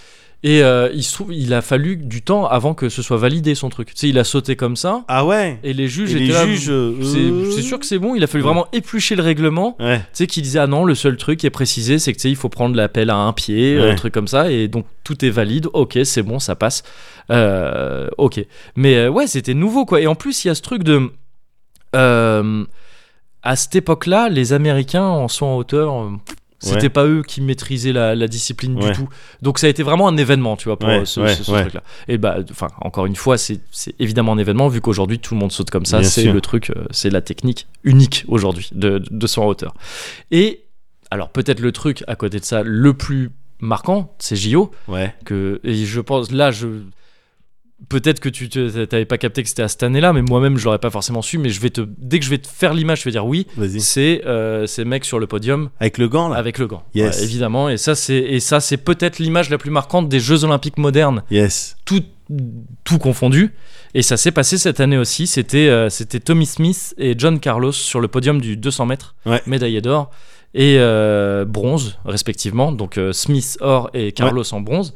Speaker 1: Et euh, il se trouve, il a fallu du temps avant que ce soit validé son truc. Tu sais, il a sauté comme ça,
Speaker 2: Ah ouais.
Speaker 1: et les juges
Speaker 2: Et
Speaker 1: étaient
Speaker 2: les
Speaker 1: là,
Speaker 2: juges. euh,
Speaker 1: C'est c'est sûr que c'est bon, il a fallu
Speaker 2: Ouais.
Speaker 1: vraiment éplucher le règlement.
Speaker 2: Ouais.
Speaker 1: Tu sais, qui disait, ah non, le seul truc qui est précisé, c'est que tu sais, il faut prendre la pelle à un pied, euh,
Speaker 2: Ouais.
Speaker 1: un truc comme ça, et donc tout est valide, ok, c'est bon, ça passe. Euh, ok. Mais euh, ouais, c'était nouveau, quoi. Et en plus, il y a ce truc de. euh, à cette époque-là, les Américains en sont en hauteur. euh, C'était
Speaker 2: Ouais.
Speaker 1: pas eux qui maîtrisaient la, la discipline
Speaker 2: Ouais.
Speaker 1: du tout. Donc ça a été vraiment un événement, tu vois, pour
Speaker 2: Ouais,
Speaker 1: euh, ce,
Speaker 2: ouais,
Speaker 1: ce- ce
Speaker 2: ouais.
Speaker 1: truc-là. Et bah, enfin, encore une fois, c'est c'est évidemment un événement, vu qu'aujourd'hui tout le monde saute comme ça.
Speaker 2: Bien
Speaker 1: C'est
Speaker 2: sûr.
Speaker 1: le truc, euh, c'est la technique unique aujourd'hui de, de son hauteur. Et alors, peut-être le truc à côté de ça, le plus marquant, c'est JO.
Speaker 2: Ouais.
Speaker 1: Que, et je pense, là, je. Peut-être que tu tu- t'avais pas capté que c'était à cette année-là, mais moi-même je l'aurais pas forcément su. Mais je vais te, dès que je vais te faire l'image, je vais dire oui.
Speaker 2: Vas-y.
Speaker 1: C'est euh, ces mecs sur le podium
Speaker 2: Avec le gant là.
Speaker 1: avec le gant,
Speaker 2: Yes.
Speaker 1: Ah. Ouais, évidemment. Et ça, c'est et ça, c'est peut-être l'image la plus marquante des Jeux Olympiques modernes.
Speaker 2: Yes.
Speaker 1: Tout tout confondu. Et ça s'est passé cette année aussi. C'était euh, c'était Tommy Smith et John Carlos sur le podium du 200 mètres,
Speaker 2: Ouais.
Speaker 1: médaillé d'or et euh, bronze respectivement. Donc euh, Smith or et Carlos en bronze,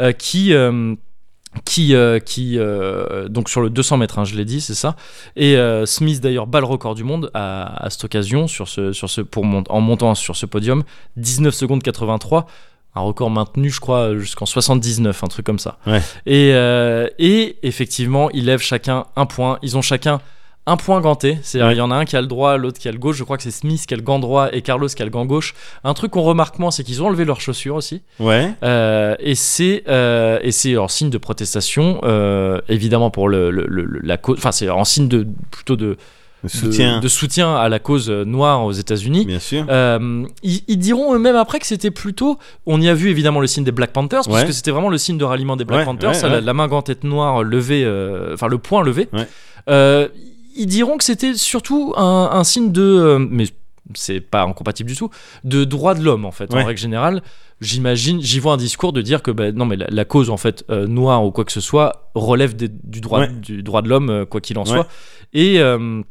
Speaker 1: euh, qui euh, qui, euh, qui euh, donc sur le 200 mètres, hein, je l'ai dit, c'est ça. Et euh, Smith d'ailleurs bat le record du monde à, à cette occasion sur ce, sur ce, pour mont- en montant sur ce podium, 19 secondes 83, un record maintenu je crois jusqu'en 79, un truc comme ça.
Speaker 2: Ouais.
Speaker 1: Et, euh, et effectivement, ils lèvent chacun un point, ils ont chacun un point ganté, c'est-à-dire il y en a un qui a le droit, l'autre qui a le gauche, je crois que c'est Smith qui a le gant droit et Carlos qui a le gant gauche. Un truc qu'on remarque moins, c'est qu'ils ont enlevé leurs chaussures aussi.
Speaker 2: Ouais.
Speaker 1: Euh, et c'est euh, et c'est en signe de protestation, euh, évidemment pour le, le- le- la cause. Enfin, c'est en signe de plutôt de de-
Speaker 2: Le soutien.
Speaker 1: de, soutien à la cause euh, noire aux États-Unis.
Speaker 2: Bien sûr.
Speaker 1: Euh, ils, ils diront eux-mêmes après que c'était plutôt. On y a vu évidemment le signe des Black Panthers, parce
Speaker 2: Ouais.
Speaker 1: que c'était vraiment le signe de ralliement des Black
Speaker 2: Ouais,
Speaker 1: Panthers,
Speaker 2: ouais,
Speaker 1: ça, la-
Speaker 2: ouais.
Speaker 1: La, main gantette noire levée, euh, enfin le poing levé.
Speaker 2: Ouais.
Speaker 1: Euh, ils diront que c'était surtout un, un signe de. euh, mais c'est pas incompatible du tout, de droit de l'homme en fait,
Speaker 2: Ouais.
Speaker 1: en règle générale. J'imagine, j'y vois un discours de dire que bah, non, mais la, la cause en fait euh, noire ou quoi que ce soit relève des- du, droit,
Speaker 2: Ouais.
Speaker 1: du droit de l'homme, euh, quoi qu'il en
Speaker 2: Ouais.
Speaker 1: soit. Et. euh,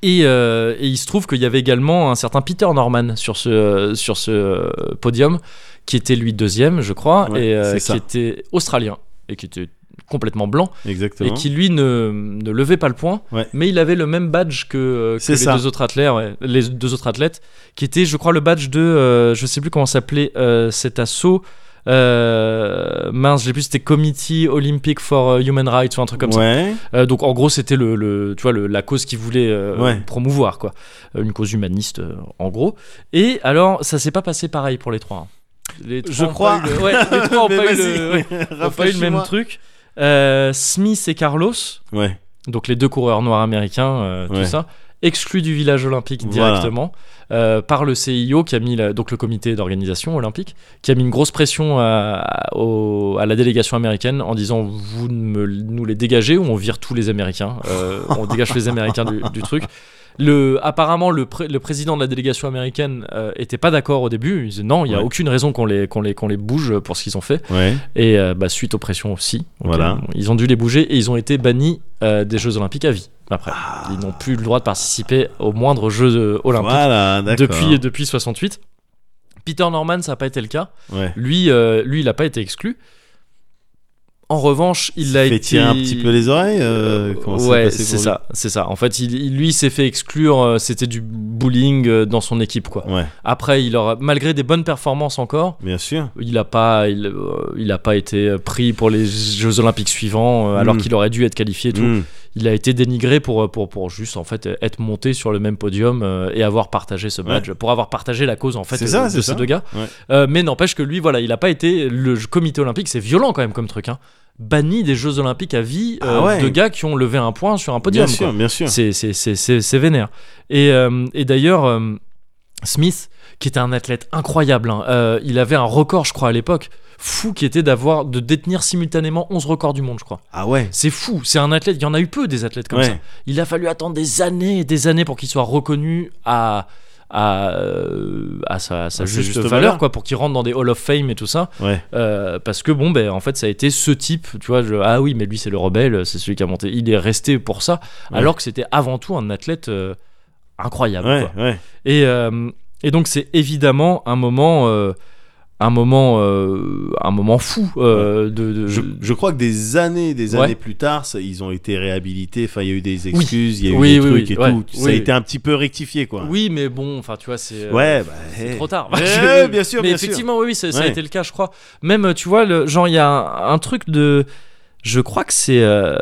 Speaker 1: et, euh, et il se trouve qu'il y avait également un certain Peter Norman sur ce, euh, sur ce euh, podium, qui était lui deuxième, je crois,
Speaker 2: Ouais,
Speaker 1: et euh,
Speaker 2: c'est
Speaker 1: qui
Speaker 2: ça.
Speaker 1: était australien, et qui était complètement blanc,
Speaker 2: Exactement.
Speaker 1: et qui lui ne, ne levait pas le point,
Speaker 2: Ouais.
Speaker 1: mais il avait le même badge que, euh, que
Speaker 2: C'est
Speaker 1: les,
Speaker 2: ça.
Speaker 1: deux autres athlètes, ouais, les deux autres athlètes, qui était, je crois, le badge de, euh, je sais plus comment s'appelait euh, cet assaut. euh, mince, je sais plus, c'était Committee Olympic for euh, Human Rights ou un truc comme ça.
Speaker 2: ouais.
Speaker 1: Euh, donc en gros c'était le, le- tu vois le- la cause qu'ils voulaient euh,
Speaker 2: Ouais.
Speaker 1: promouvoir quoi Euh, une cause humaniste euh, en gros et alors ça s'est pas passé pareil pour les trois, hein. Les trois
Speaker 2: Je
Speaker 1: ont
Speaker 2: crois.
Speaker 1: pas eu le- ouais, les trois ont
Speaker 2: [LAUGHS] Mais
Speaker 1: pas eu
Speaker 2: vas-y,
Speaker 1: le, ouais, ont pas eu le
Speaker 2: rafraîchis-moi.
Speaker 1: même truc Euh, Smith et Carlos
Speaker 2: Ouais.
Speaker 1: donc les deux coureurs noirs américains euh, tout
Speaker 2: Ouais.
Speaker 1: ça exclus du village olympique
Speaker 2: Voilà.
Speaker 1: directement euh, par le CIO qui a mis la- donc le comité d'organisation olympique qui a mis une grosse pression à, à- au- à la délégation américaine en disant vous ne me- nous les dégagez ou on vire tous les Américains, Euh, on dégage les Américains du, du truc. Le, apparemment, le, pré- le président de la délégation américaine euh, était pas d'accord au début. Il disait non, il n'y a
Speaker 2: Ouais.
Speaker 1: aucune raison qu'on les, qu'on les, qu'on les bouge pour ce qu'ils ont fait.
Speaker 2: Ouais.
Speaker 1: Et euh, bah, suite aux pressions aussi, donc,
Speaker 2: Voilà.
Speaker 1: euh, ils ont dû les bouger et ils ont été bannis euh, des Jeux Olympiques à vie. Après, ils n'ont plus le droit de participer aux moindres Jeux euh, Olympiques
Speaker 2: Ah. Voilà, d'accord.
Speaker 1: depuis, euh, depuis 68. Peter Norman, ça n'a pas été le cas.
Speaker 2: Ouais.
Speaker 1: Lui, euh, lui il n'a pas été exclu. En revanche, il l'a
Speaker 2: Fait
Speaker 1: été.
Speaker 2: tirer un petit peu les oreilles. euh, comment ça s'est
Speaker 1: ouais,
Speaker 2: passé
Speaker 1: c'est
Speaker 2: pour
Speaker 1: ça, c'est ça. En fait, il, il- lui, il s'est fait exclure. euh, C'était du bullying euh, dans son équipe, quoi.
Speaker 2: lui Ouais.
Speaker 1: Après, il aura, malgré des bonnes performances encore,
Speaker 2: Bien sûr.
Speaker 1: il n'a pas, il, euh, il a pas été euh, pris pour les Jeux Olympiques suivants, euh, alors
Speaker 2: Mm.
Speaker 1: qu'il aurait dû être qualifié. Et tout.
Speaker 2: Mm.
Speaker 1: Il a été dénigré pour, euh, pour, pour juste en fait euh, être monté sur le même podium euh, et avoir partagé ce badge, pour avoir partagé la cause en fait
Speaker 2: C'est
Speaker 1: euh,
Speaker 2: ça,
Speaker 1: de
Speaker 2: c'est
Speaker 1: ces
Speaker 2: ça.
Speaker 1: deux gars.
Speaker 2: Ouais.
Speaker 1: Euh, mais n'empêche que lui, voilà, il n'a pas été le Comité Olympique. C'est violent quand même comme truc. Hein. Banni des Jeux Olympiques à vie euh,
Speaker 2: Ah ouais.
Speaker 1: de gars qui ont levé un point sur un podium.
Speaker 2: bien
Speaker 1: quoi.
Speaker 2: sûr, bien
Speaker 1: [LAUGHS]
Speaker 2: sûr.
Speaker 1: C'est- C'est c'est- c'est- c'est vénère. Et, euh, et d'ailleurs, euh, Smith, qui était un athlète incroyable, hein, euh, il avait un record, je crois, à l'époque, fou, qui était d'avoir de détenir simultanément 11 records du monde, je crois.
Speaker 2: Ah ouais.
Speaker 1: C'est fou, c'est un athlète, il y en a eu peu des athlètes comme
Speaker 2: ouais.
Speaker 1: ça. Il a fallu attendre des années et des années pour qu'il soit reconnu à à, euh, à sa, à sa
Speaker 2: À sa
Speaker 1: juste,
Speaker 2: juste
Speaker 1: valeur,
Speaker 2: valeur.
Speaker 1: quoi pour qu'il rentre dans des Hall of Fame et tout ça
Speaker 2: Ouais.
Speaker 1: Euh, parce que bon ben en fait ça a été ce type tu vois je- ah oui mais lui c'est le rebelle c'est celui qui a monté il est resté pour ça
Speaker 2: Ouais.
Speaker 1: alors que c'était avant tout un athlète euh, incroyable
Speaker 2: Ouais,
Speaker 1: Ah quoi.
Speaker 2: ouais.
Speaker 1: Et, euh, et donc c'est évidemment un moment euh, un moment euh, un moment fou euh, de, de-
Speaker 2: Je, je crois que des années, des
Speaker 1: Ouais.
Speaker 2: années plus tard, ça- ils ont été réhabilités. Enfin, il y a eu des excuses, il y a eu
Speaker 1: Oui,
Speaker 2: des
Speaker 1: oui,
Speaker 2: trucs
Speaker 1: oui,
Speaker 2: et
Speaker 1: ouais.
Speaker 2: tout.
Speaker 1: Oui,
Speaker 2: ça a
Speaker 1: oui.
Speaker 2: été un petit peu rectifié, quoi.
Speaker 1: oui mais bon enfin tu vois c'est euh,
Speaker 2: Ouais, bah, hey.
Speaker 1: trop
Speaker 2: [LAUGHS]
Speaker 1: tard. [LAUGHS]
Speaker 2: Ouais, bien sûr,
Speaker 1: Mais
Speaker 2: bien sûr.
Speaker 1: effectivement, oui, oui, ça, ça a
Speaker 2: Ouais.
Speaker 1: été le cas, je crois. Même, tu vois, le, genre, il y a un, un truc de. Je crois que c'est euh,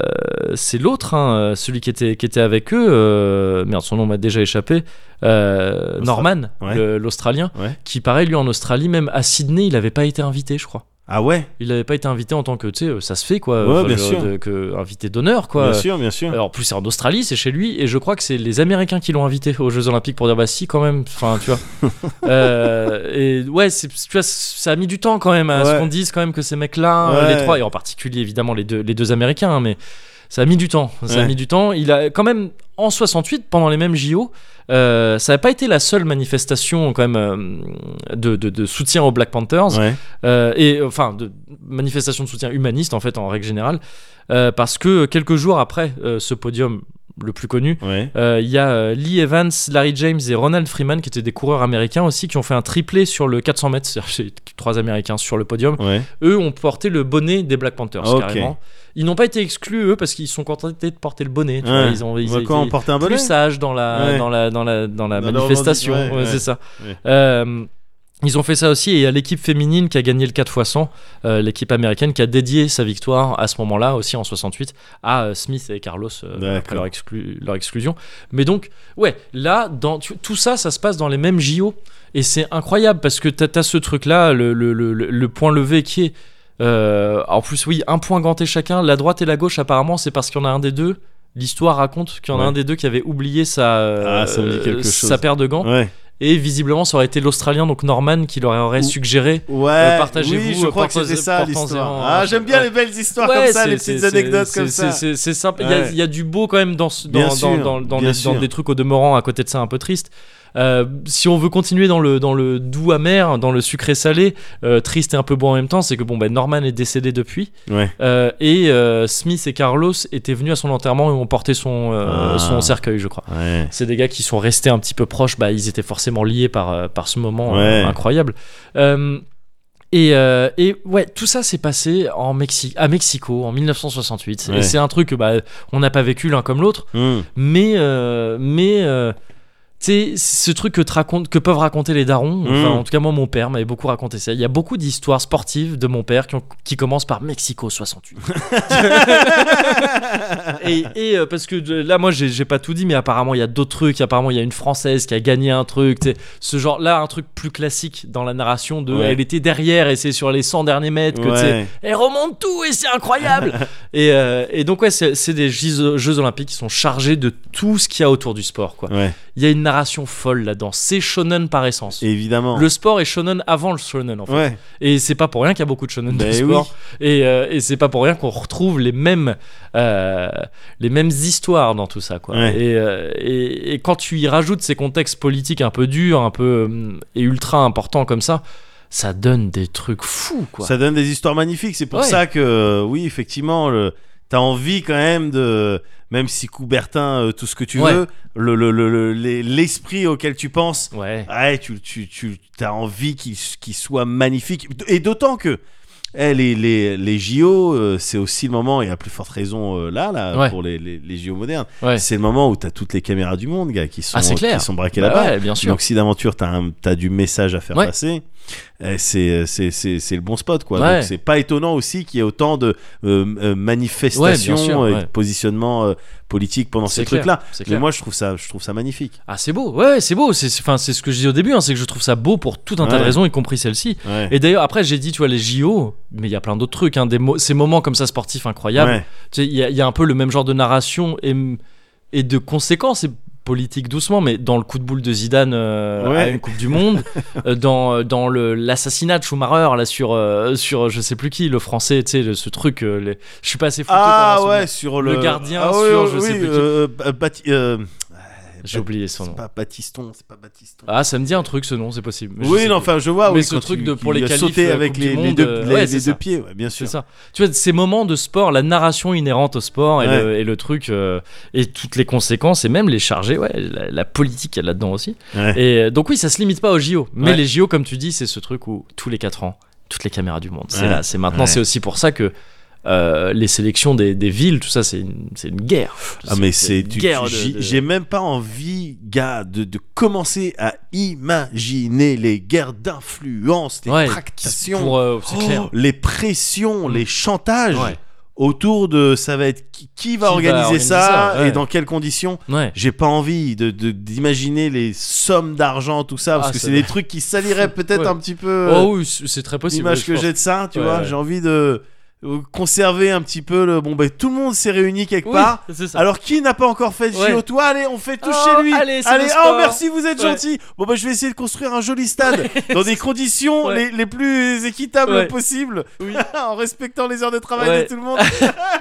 Speaker 1: c'est l'autre, hein, celui qui était, qui était avec eux. euh, merde, son nom m'a déjà échappé. euh,
Speaker 2: L'Austra-
Speaker 1: Norman,
Speaker 2: Ouais.
Speaker 1: le- l'Australien,
Speaker 2: Ouais.
Speaker 1: qui, pareil, lui, en Australie, même à Sydney, il n'avait pas été invité, je crois.
Speaker 2: Ah ouais,
Speaker 1: Il n'avait pas été invité en tant que, tu sais, euh, ça se fait, quoi.
Speaker 2: Ouais, bien
Speaker 1: je-
Speaker 2: sûr.
Speaker 1: de- que, invité d'honneur, quoi.
Speaker 2: bien sûr, bien sûr.
Speaker 1: Alors, en plus, c'est en Australie, c'est chez lui, et je crois que c'est les Américains qui l'ont invité aux Jeux Olympiques pour dire bah si, quand même, enfin, tu vois.
Speaker 2: [LAUGHS]
Speaker 1: Euh, et ouais, c'est- tu vois, ça a mis du temps quand même à ce
Speaker 2: Ouais.
Speaker 1: qu'on dise quand même que ces mecs-là, euh,
Speaker 2: Ouais.
Speaker 1: les trois, et en particulier évidemment les deux, les deux Américains, hein, mais Ça a mis du temps. Ça a
Speaker 2: Ouais.
Speaker 1: mis du temps. Il a quand même en 68 pendant les mêmes JO, euh, ça n'a pas été la seule manifestation quand même euh, de, de- de soutien aux Black Panthers
Speaker 2: Ouais.
Speaker 1: Euh, et enfin de manifestation de soutien humaniste en fait en règle générale Euh, parce que quelques jours après euh, ce podium le plus connu
Speaker 2: Ouais.
Speaker 1: euh, il y a euh, Lee Evans, Larry James et Ronald Freeman qui étaient des coureurs américains aussi qui ont fait un triplé sur le 400 mètres, c'est-à-dire c'est trois américains sur le podium.
Speaker 2: Ouais.
Speaker 1: Eux ont porté le bonnet des Black Panthers
Speaker 2: Ah, Ok.
Speaker 1: carrément. Ils n'ont pas été exclus eux parce qu'ils se sont contentés de porter le bonnet. tu vois,
Speaker 2: Ouais.
Speaker 1: ils ont ils,
Speaker 2: Bah, On va
Speaker 1: ils-
Speaker 2: quoi en porter un bonnet
Speaker 1: plus sage dans la,
Speaker 2: Ouais.
Speaker 1: dans la, dans la, dans la
Speaker 2: Dans la
Speaker 1: manifestation.
Speaker 2: revendic- ouais,
Speaker 1: Ouais, C'est
Speaker 2: ouais.
Speaker 1: ça.
Speaker 2: Ouais.
Speaker 1: Euh, ils ont fait ça aussi et il y a l'équipe féminine qui a gagné le 4x100, euh, l'équipe américaine qui a dédié sa victoire à ce moment-là aussi en 68 à euh, Smith et Carlos euh,
Speaker 2: D'accord.
Speaker 1: après leur, exclu- leur exclusion. Mais donc, ouais, là, dans, tu- tout ça, ça se passe dans les mêmes JO et c'est incroyable parce que t'as as ce truc-là, le, le, le, le point levé qui est. euh, en plus, oui, un point ganté chacun. La droite et la gauche, apparemment, c'est parce qu'il y en a un des deux. L'histoire raconte qu'il y en a
Speaker 2: Ouais.
Speaker 1: un des deux qui avait oublié sa, euh,
Speaker 2: Ah, ça me dit quelque
Speaker 1: sa
Speaker 2: chose.
Speaker 1: paire de gants.
Speaker 2: Ouais.
Speaker 1: Et visiblement, ça aurait été l'Australien, donc Norman, qui leur aurait
Speaker 2: Ou-
Speaker 1: suggéré.
Speaker 2: Ouais.
Speaker 1: Euh, partagez-vous,
Speaker 2: oui, je
Speaker 1: euh,
Speaker 2: crois que
Speaker 1: portez-
Speaker 2: c'était ça
Speaker 1: portez-en
Speaker 2: l'histoire.
Speaker 1: un-
Speaker 2: Ah, j'aime bien
Speaker 1: Ouais.
Speaker 2: les belles histoires
Speaker 1: Ouais,
Speaker 2: comme ça,
Speaker 1: c'est-
Speaker 2: les
Speaker 1: c'est-
Speaker 2: petites
Speaker 1: c'est-
Speaker 2: anecdotes
Speaker 1: c'est-
Speaker 2: comme
Speaker 1: c'est-
Speaker 2: ça.
Speaker 1: C'est c'est sympa. Il y a-
Speaker 2: Ouais.
Speaker 1: il y, a du beau quand même dans, ce- dans,
Speaker 2: Bien
Speaker 1: dans,
Speaker 2: sûr,
Speaker 1: dans- dans
Speaker 2: bien
Speaker 1: les- dans
Speaker 2: sûr.
Speaker 1: des trucs au demeurant à côté de ça un peu triste. Euh, si on veut continuer dans le, dans le doux amer, dans le sucré salé, euh, triste et un peu bon en même temps, c'est que bon, ben Norman est décédé depuis.
Speaker 2: Ouais.
Speaker 1: Euh, et euh, Smith et Carlos étaient venus à son enterrement et ont porté son, euh,
Speaker 2: Ah.
Speaker 1: son cercueil, je crois.
Speaker 2: Ouais.
Speaker 1: C'est des gars qui sont restés un petit peu proches, bah, ils étaient forcément liés par, euh, par ce moment euh,
Speaker 2: Ouais.
Speaker 1: incroyable. Euh, et, euh, et ouais, tout ça s'est passé en Mexi à Mexico en 1968. Et
Speaker 2: Ouais.
Speaker 1: c'est un truc que bah, on n'a pas vécu l'un comme l'autre,
Speaker 2: Hmm.
Speaker 1: mais, euh, mais euh, tu sais, ce truc que, te raconte, que peuvent raconter les darons,
Speaker 2: Mm.
Speaker 1: enfin, en tout cas moi mon père m'avait beaucoup raconté ça. Il y a beaucoup d'histoires sportives de mon père qui, ont- qui commencent par Mexico
Speaker 2: [LAUGHS]
Speaker 1: 68. et et, euh, parce que de- là moi j'ai j'ai pas tout dit, mais apparemment il y a d'autres trucs, apparemment il y a une Française qui a gagné un truc, tu sais, ce genre là un truc plus classique dans la narration de
Speaker 2: Ouais.
Speaker 1: elle était derrière et c'est sur les 100 derniers mètres que tu sais,
Speaker 2: Ouais.
Speaker 1: elle remonte tout et c'est incroyable [LAUGHS] et, euh, et donc ouais c'est c'est des Jeux, Jeux Olympiques qui sont chargés de tout ce qu'il y a autour du sport quoi
Speaker 2: Ouais.
Speaker 1: il y a une narration folle là-dedans c'est shonen par essence
Speaker 2: Évidemment.
Speaker 1: le sport est shonen avant le shonen en fait
Speaker 2: Ouais.
Speaker 1: et c'est pas pour rien qu'il y a beaucoup de shonen de
Speaker 2: Ben
Speaker 1: sport et, euh, et c'est pas pour rien qu'on retrouve les mêmes euh, les mêmes histoires dans tout ça quoi
Speaker 2: Ouais.
Speaker 1: et, euh, et- et quand tu y rajoutes ces contextes politiques un peu durs un peu hum, et ultra importants comme ça ça donne des trucs fous quoi
Speaker 2: Ça donne des histoires magnifiques. C'est pour
Speaker 1: Ouais.
Speaker 2: ça que, euh, oui, effectivement, le... t'as envie quand même de. Même si Coubertin, euh, tout ce que tu
Speaker 1: Ouais.
Speaker 2: veux, le- le- le- le- les- l'esprit auquel tu penses,
Speaker 1: ouais
Speaker 2: ouais, tu, tu, tu as envie qu'il qu'il soit magnifique. Et d'autant que. eh, les, les, les JO, euh, c'est aussi le moment, et à plus forte raison euh, là, là
Speaker 1: Ouais.
Speaker 2: pour les, les, les JO modernes,
Speaker 1: ouais
Speaker 2: c'est le moment où tu as toutes les caméras du monde, gars, qui sont,
Speaker 1: Ah, c'est clair.
Speaker 2: Qui sont braquées
Speaker 1: Bah
Speaker 2: là-bas.
Speaker 1: ouais, bien sûr
Speaker 2: Donc si d'aventure t'as un- t'as du message à faire
Speaker 1: Ouais.
Speaker 2: passer, eh, c'est c'est- c'est- c'est le bon spot quoi.
Speaker 1: Ouais.
Speaker 2: Donc c'est pas étonnant aussi qu'il y ait autant de euh, euh, manifestations
Speaker 1: Ouais, bien sûr,
Speaker 2: et de
Speaker 1: ouais.
Speaker 2: positionnements euh, politiques pendant
Speaker 1: C'est
Speaker 2: ces
Speaker 1: clair,
Speaker 2: trucs là.
Speaker 1: c'est
Speaker 2: Mais
Speaker 1: clair.
Speaker 2: moi je trouve ça je trouve ça magnifique.
Speaker 1: Ah c'est beau, ouais c'est beau, c'est c'est- enfin, c'est ce que je dis au début, hein, c'est que je trouve ça beau pour tout un tas de
Speaker 2: Ouais.
Speaker 1: raisons, y compris celle-ci.
Speaker 2: Ouais.
Speaker 1: Et d'ailleurs après j'ai dit tu vois les JO, mais il y a plein d'autres trucs, hein, des mo- ces moments comme ça sportifs incroyables,
Speaker 2: Ouais.
Speaker 1: Tu sais, il y, a- il y a un peu le même genre de narration et, m- et de conséquences et politique doucement, mais dans le coup de boule de Zidane euh,
Speaker 2: Ouais.
Speaker 1: à une Coupe du
Speaker 2: [LAUGHS]
Speaker 1: Monde, euh, dans, euh, dans le- l'assassinat de Schumacher là, sur, euh, sur je sais plus qui, le français, tu sais, le- ce truc, euh, les- je suis pas assez fou.
Speaker 2: Ah ouais sur le,
Speaker 1: Le gardien,
Speaker 2: Ah oui,
Speaker 1: sur
Speaker 2: oui,
Speaker 1: je sais
Speaker 2: oui,
Speaker 1: plus qui.
Speaker 2: euh, Ba- Bati- euh,
Speaker 1: J'ai oublié son
Speaker 2: c'est
Speaker 1: nom.
Speaker 2: pas Batiston, c'est pas Batiston.
Speaker 1: Ah ça me dit un truc ce nom, c'est possible. mais je
Speaker 2: oui
Speaker 1: sais
Speaker 2: non
Speaker 1: plus.
Speaker 2: enfin je vois
Speaker 1: Mais
Speaker 2: oui,
Speaker 1: ce
Speaker 2: quand
Speaker 1: truc
Speaker 2: il-
Speaker 1: de- pour
Speaker 2: il
Speaker 1: les
Speaker 2: a
Speaker 1: qualifs,
Speaker 2: sauté
Speaker 1: euh,
Speaker 2: avec
Speaker 1: Coupe
Speaker 2: les,
Speaker 1: du
Speaker 2: les
Speaker 1: Monde,
Speaker 2: deux
Speaker 1: euh,
Speaker 2: les-
Speaker 1: ouais,
Speaker 2: les
Speaker 1: c'est
Speaker 2: deux
Speaker 1: ça.
Speaker 2: pieds ouais, bien sûr.
Speaker 1: C'est ça. Tu vois, ces moments de sport, la narration inhérente au sport et,
Speaker 2: Ouais.
Speaker 1: le, et le truc, euh, et toutes les conséquences, et même les chargés, ouais, la, la politique qu'il y a là-dedans aussi.
Speaker 2: Ouais.
Speaker 1: Et euh, donc, oui, ça se limite pas aux JO. Mais
Speaker 2: Ouais.
Speaker 1: les JO, comme tu dis, c'est ce truc où tous les 4 ans, toutes les caméras du monde, c'est
Speaker 2: Ouais.
Speaker 1: là, c'est maintenant.
Speaker 2: Ouais.
Speaker 1: C'est aussi pour ça que. euh, les sélections des, des villes, tout ça, c'est une, c'est une guerre.
Speaker 2: Ah mais
Speaker 1: une
Speaker 2: c'est tu- tu-
Speaker 1: guerre de-
Speaker 2: j'y-
Speaker 1: de-
Speaker 2: j'ai même pas envie gars de, de commencer à imaginer les guerres d'influence, les
Speaker 1: Ouais,
Speaker 2: tractations,
Speaker 1: pour, euh, c'est
Speaker 2: oh,
Speaker 1: clair.
Speaker 2: les pressions,
Speaker 1: Mm.
Speaker 2: les chantages
Speaker 1: Ouais,
Speaker 2: autour de ça va être qui, qui va
Speaker 1: Qui va
Speaker 2: organiser,
Speaker 1: organiser
Speaker 2: ça,
Speaker 1: ça, ouais.
Speaker 2: et dans quelles conditions.
Speaker 1: ouais.
Speaker 2: J'ai pas envie de de- d'imaginer les sommes d'argent tout ça parce
Speaker 1: Ah,
Speaker 2: que
Speaker 1: ça
Speaker 2: c'est
Speaker 1: doit- [LAUGHS]
Speaker 2: des trucs qui saliraient peut-être
Speaker 1: Ouais.
Speaker 2: un petit peu
Speaker 1: Oh oui, c'est c'est très possible.
Speaker 2: l'image
Speaker 1: je
Speaker 2: que
Speaker 1: pense.
Speaker 2: j'ai de ça, tu
Speaker 1: Ouais,
Speaker 2: vois.
Speaker 1: ouais.
Speaker 2: J'ai envie de euh, conserver un petit peu le. Bon, ben tout le monde s'est réuni quelque
Speaker 1: Oui,
Speaker 2: part.
Speaker 1: c'est ça.
Speaker 2: Alors qui n'a pas encore fait de
Speaker 1: Ouais.
Speaker 2: JO Toi, allez, on fait tout
Speaker 1: Oh,
Speaker 2: chez lui.
Speaker 1: allez, c'est le
Speaker 2: oh
Speaker 1: sport.
Speaker 2: merci, vous êtes
Speaker 1: Ouais.
Speaker 2: gentil. Bon bah je vais essayer de construire un
Speaker 1: [LAUGHS]
Speaker 2: joli stade dans des conditions
Speaker 1: Ouais.
Speaker 2: les, les plus équitables
Speaker 1: Ouais.
Speaker 2: possibles,
Speaker 1: Oui.
Speaker 2: [LAUGHS] en respectant les heures de travail
Speaker 1: Ouais.
Speaker 2: de tout le monde.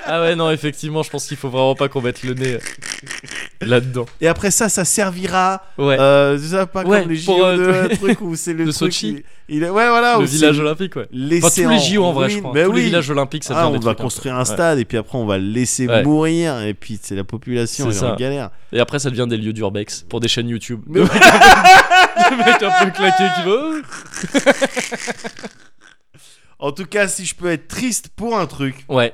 Speaker 1: Ah ouais, non, effectivement, je pense qu'il faut vraiment pas qu'on mette le nez euh, là-dedans.
Speaker 2: Et après ça, ça servira.
Speaker 1: Ouais.
Speaker 2: Euh, c'est ça, pas
Speaker 1: Ouais,
Speaker 2: comme les JO
Speaker 1: pour, euh,
Speaker 2: de [LAUGHS] truc où c'est le
Speaker 1: de
Speaker 2: truc.
Speaker 1: Sochi.
Speaker 2: Il, il est- ouais voilà.
Speaker 1: le
Speaker 2: où c'est
Speaker 1: village olympique, ouais. Enfin,
Speaker 2: laissé
Speaker 1: tous les JO en vrai, je
Speaker 2: ruine.
Speaker 1: crois.
Speaker 2: Mais
Speaker 1: tous
Speaker 2: oui.
Speaker 1: les villages olympiques, ça
Speaker 2: Ah,
Speaker 1: devient
Speaker 2: on
Speaker 1: des trucs
Speaker 2: va
Speaker 1: un peu-
Speaker 2: construire un
Speaker 1: ouais.
Speaker 2: stade et puis après on va le laisser
Speaker 1: Ouais.
Speaker 2: mourir et puis c'est la population
Speaker 1: C'est
Speaker 2: elle est en
Speaker 1: ça.
Speaker 2: galère.
Speaker 1: Et après, ça devient des lieux d'urbex pour des chaînes YouTube.
Speaker 2: Mais-
Speaker 1: Le mec un peu, [LAUGHS] le mec un peu claqué qui va.
Speaker 2: En tout cas, si je peux être triste pour un truc,
Speaker 1: Ouais,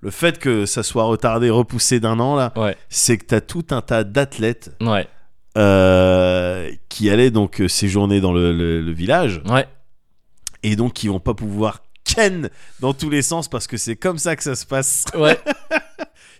Speaker 2: le fait que ça soit retardé, repoussé d'un an là,
Speaker 1: ouais,
Speaker 2: c'est que t'as tout un tas d'athlètes
Speaker 1: ouais,
Speaker 2: euh, qui allaient donc euh, séjourner dans le, le- le village
Speaker 1: ouais.
Speaker 2: et donc qui vont pas pouvoir ken dans tous les sens parce que c'est comme ça que ça se passe.
Speaker 1: ouais.
Speaker 2: [LAUGHS]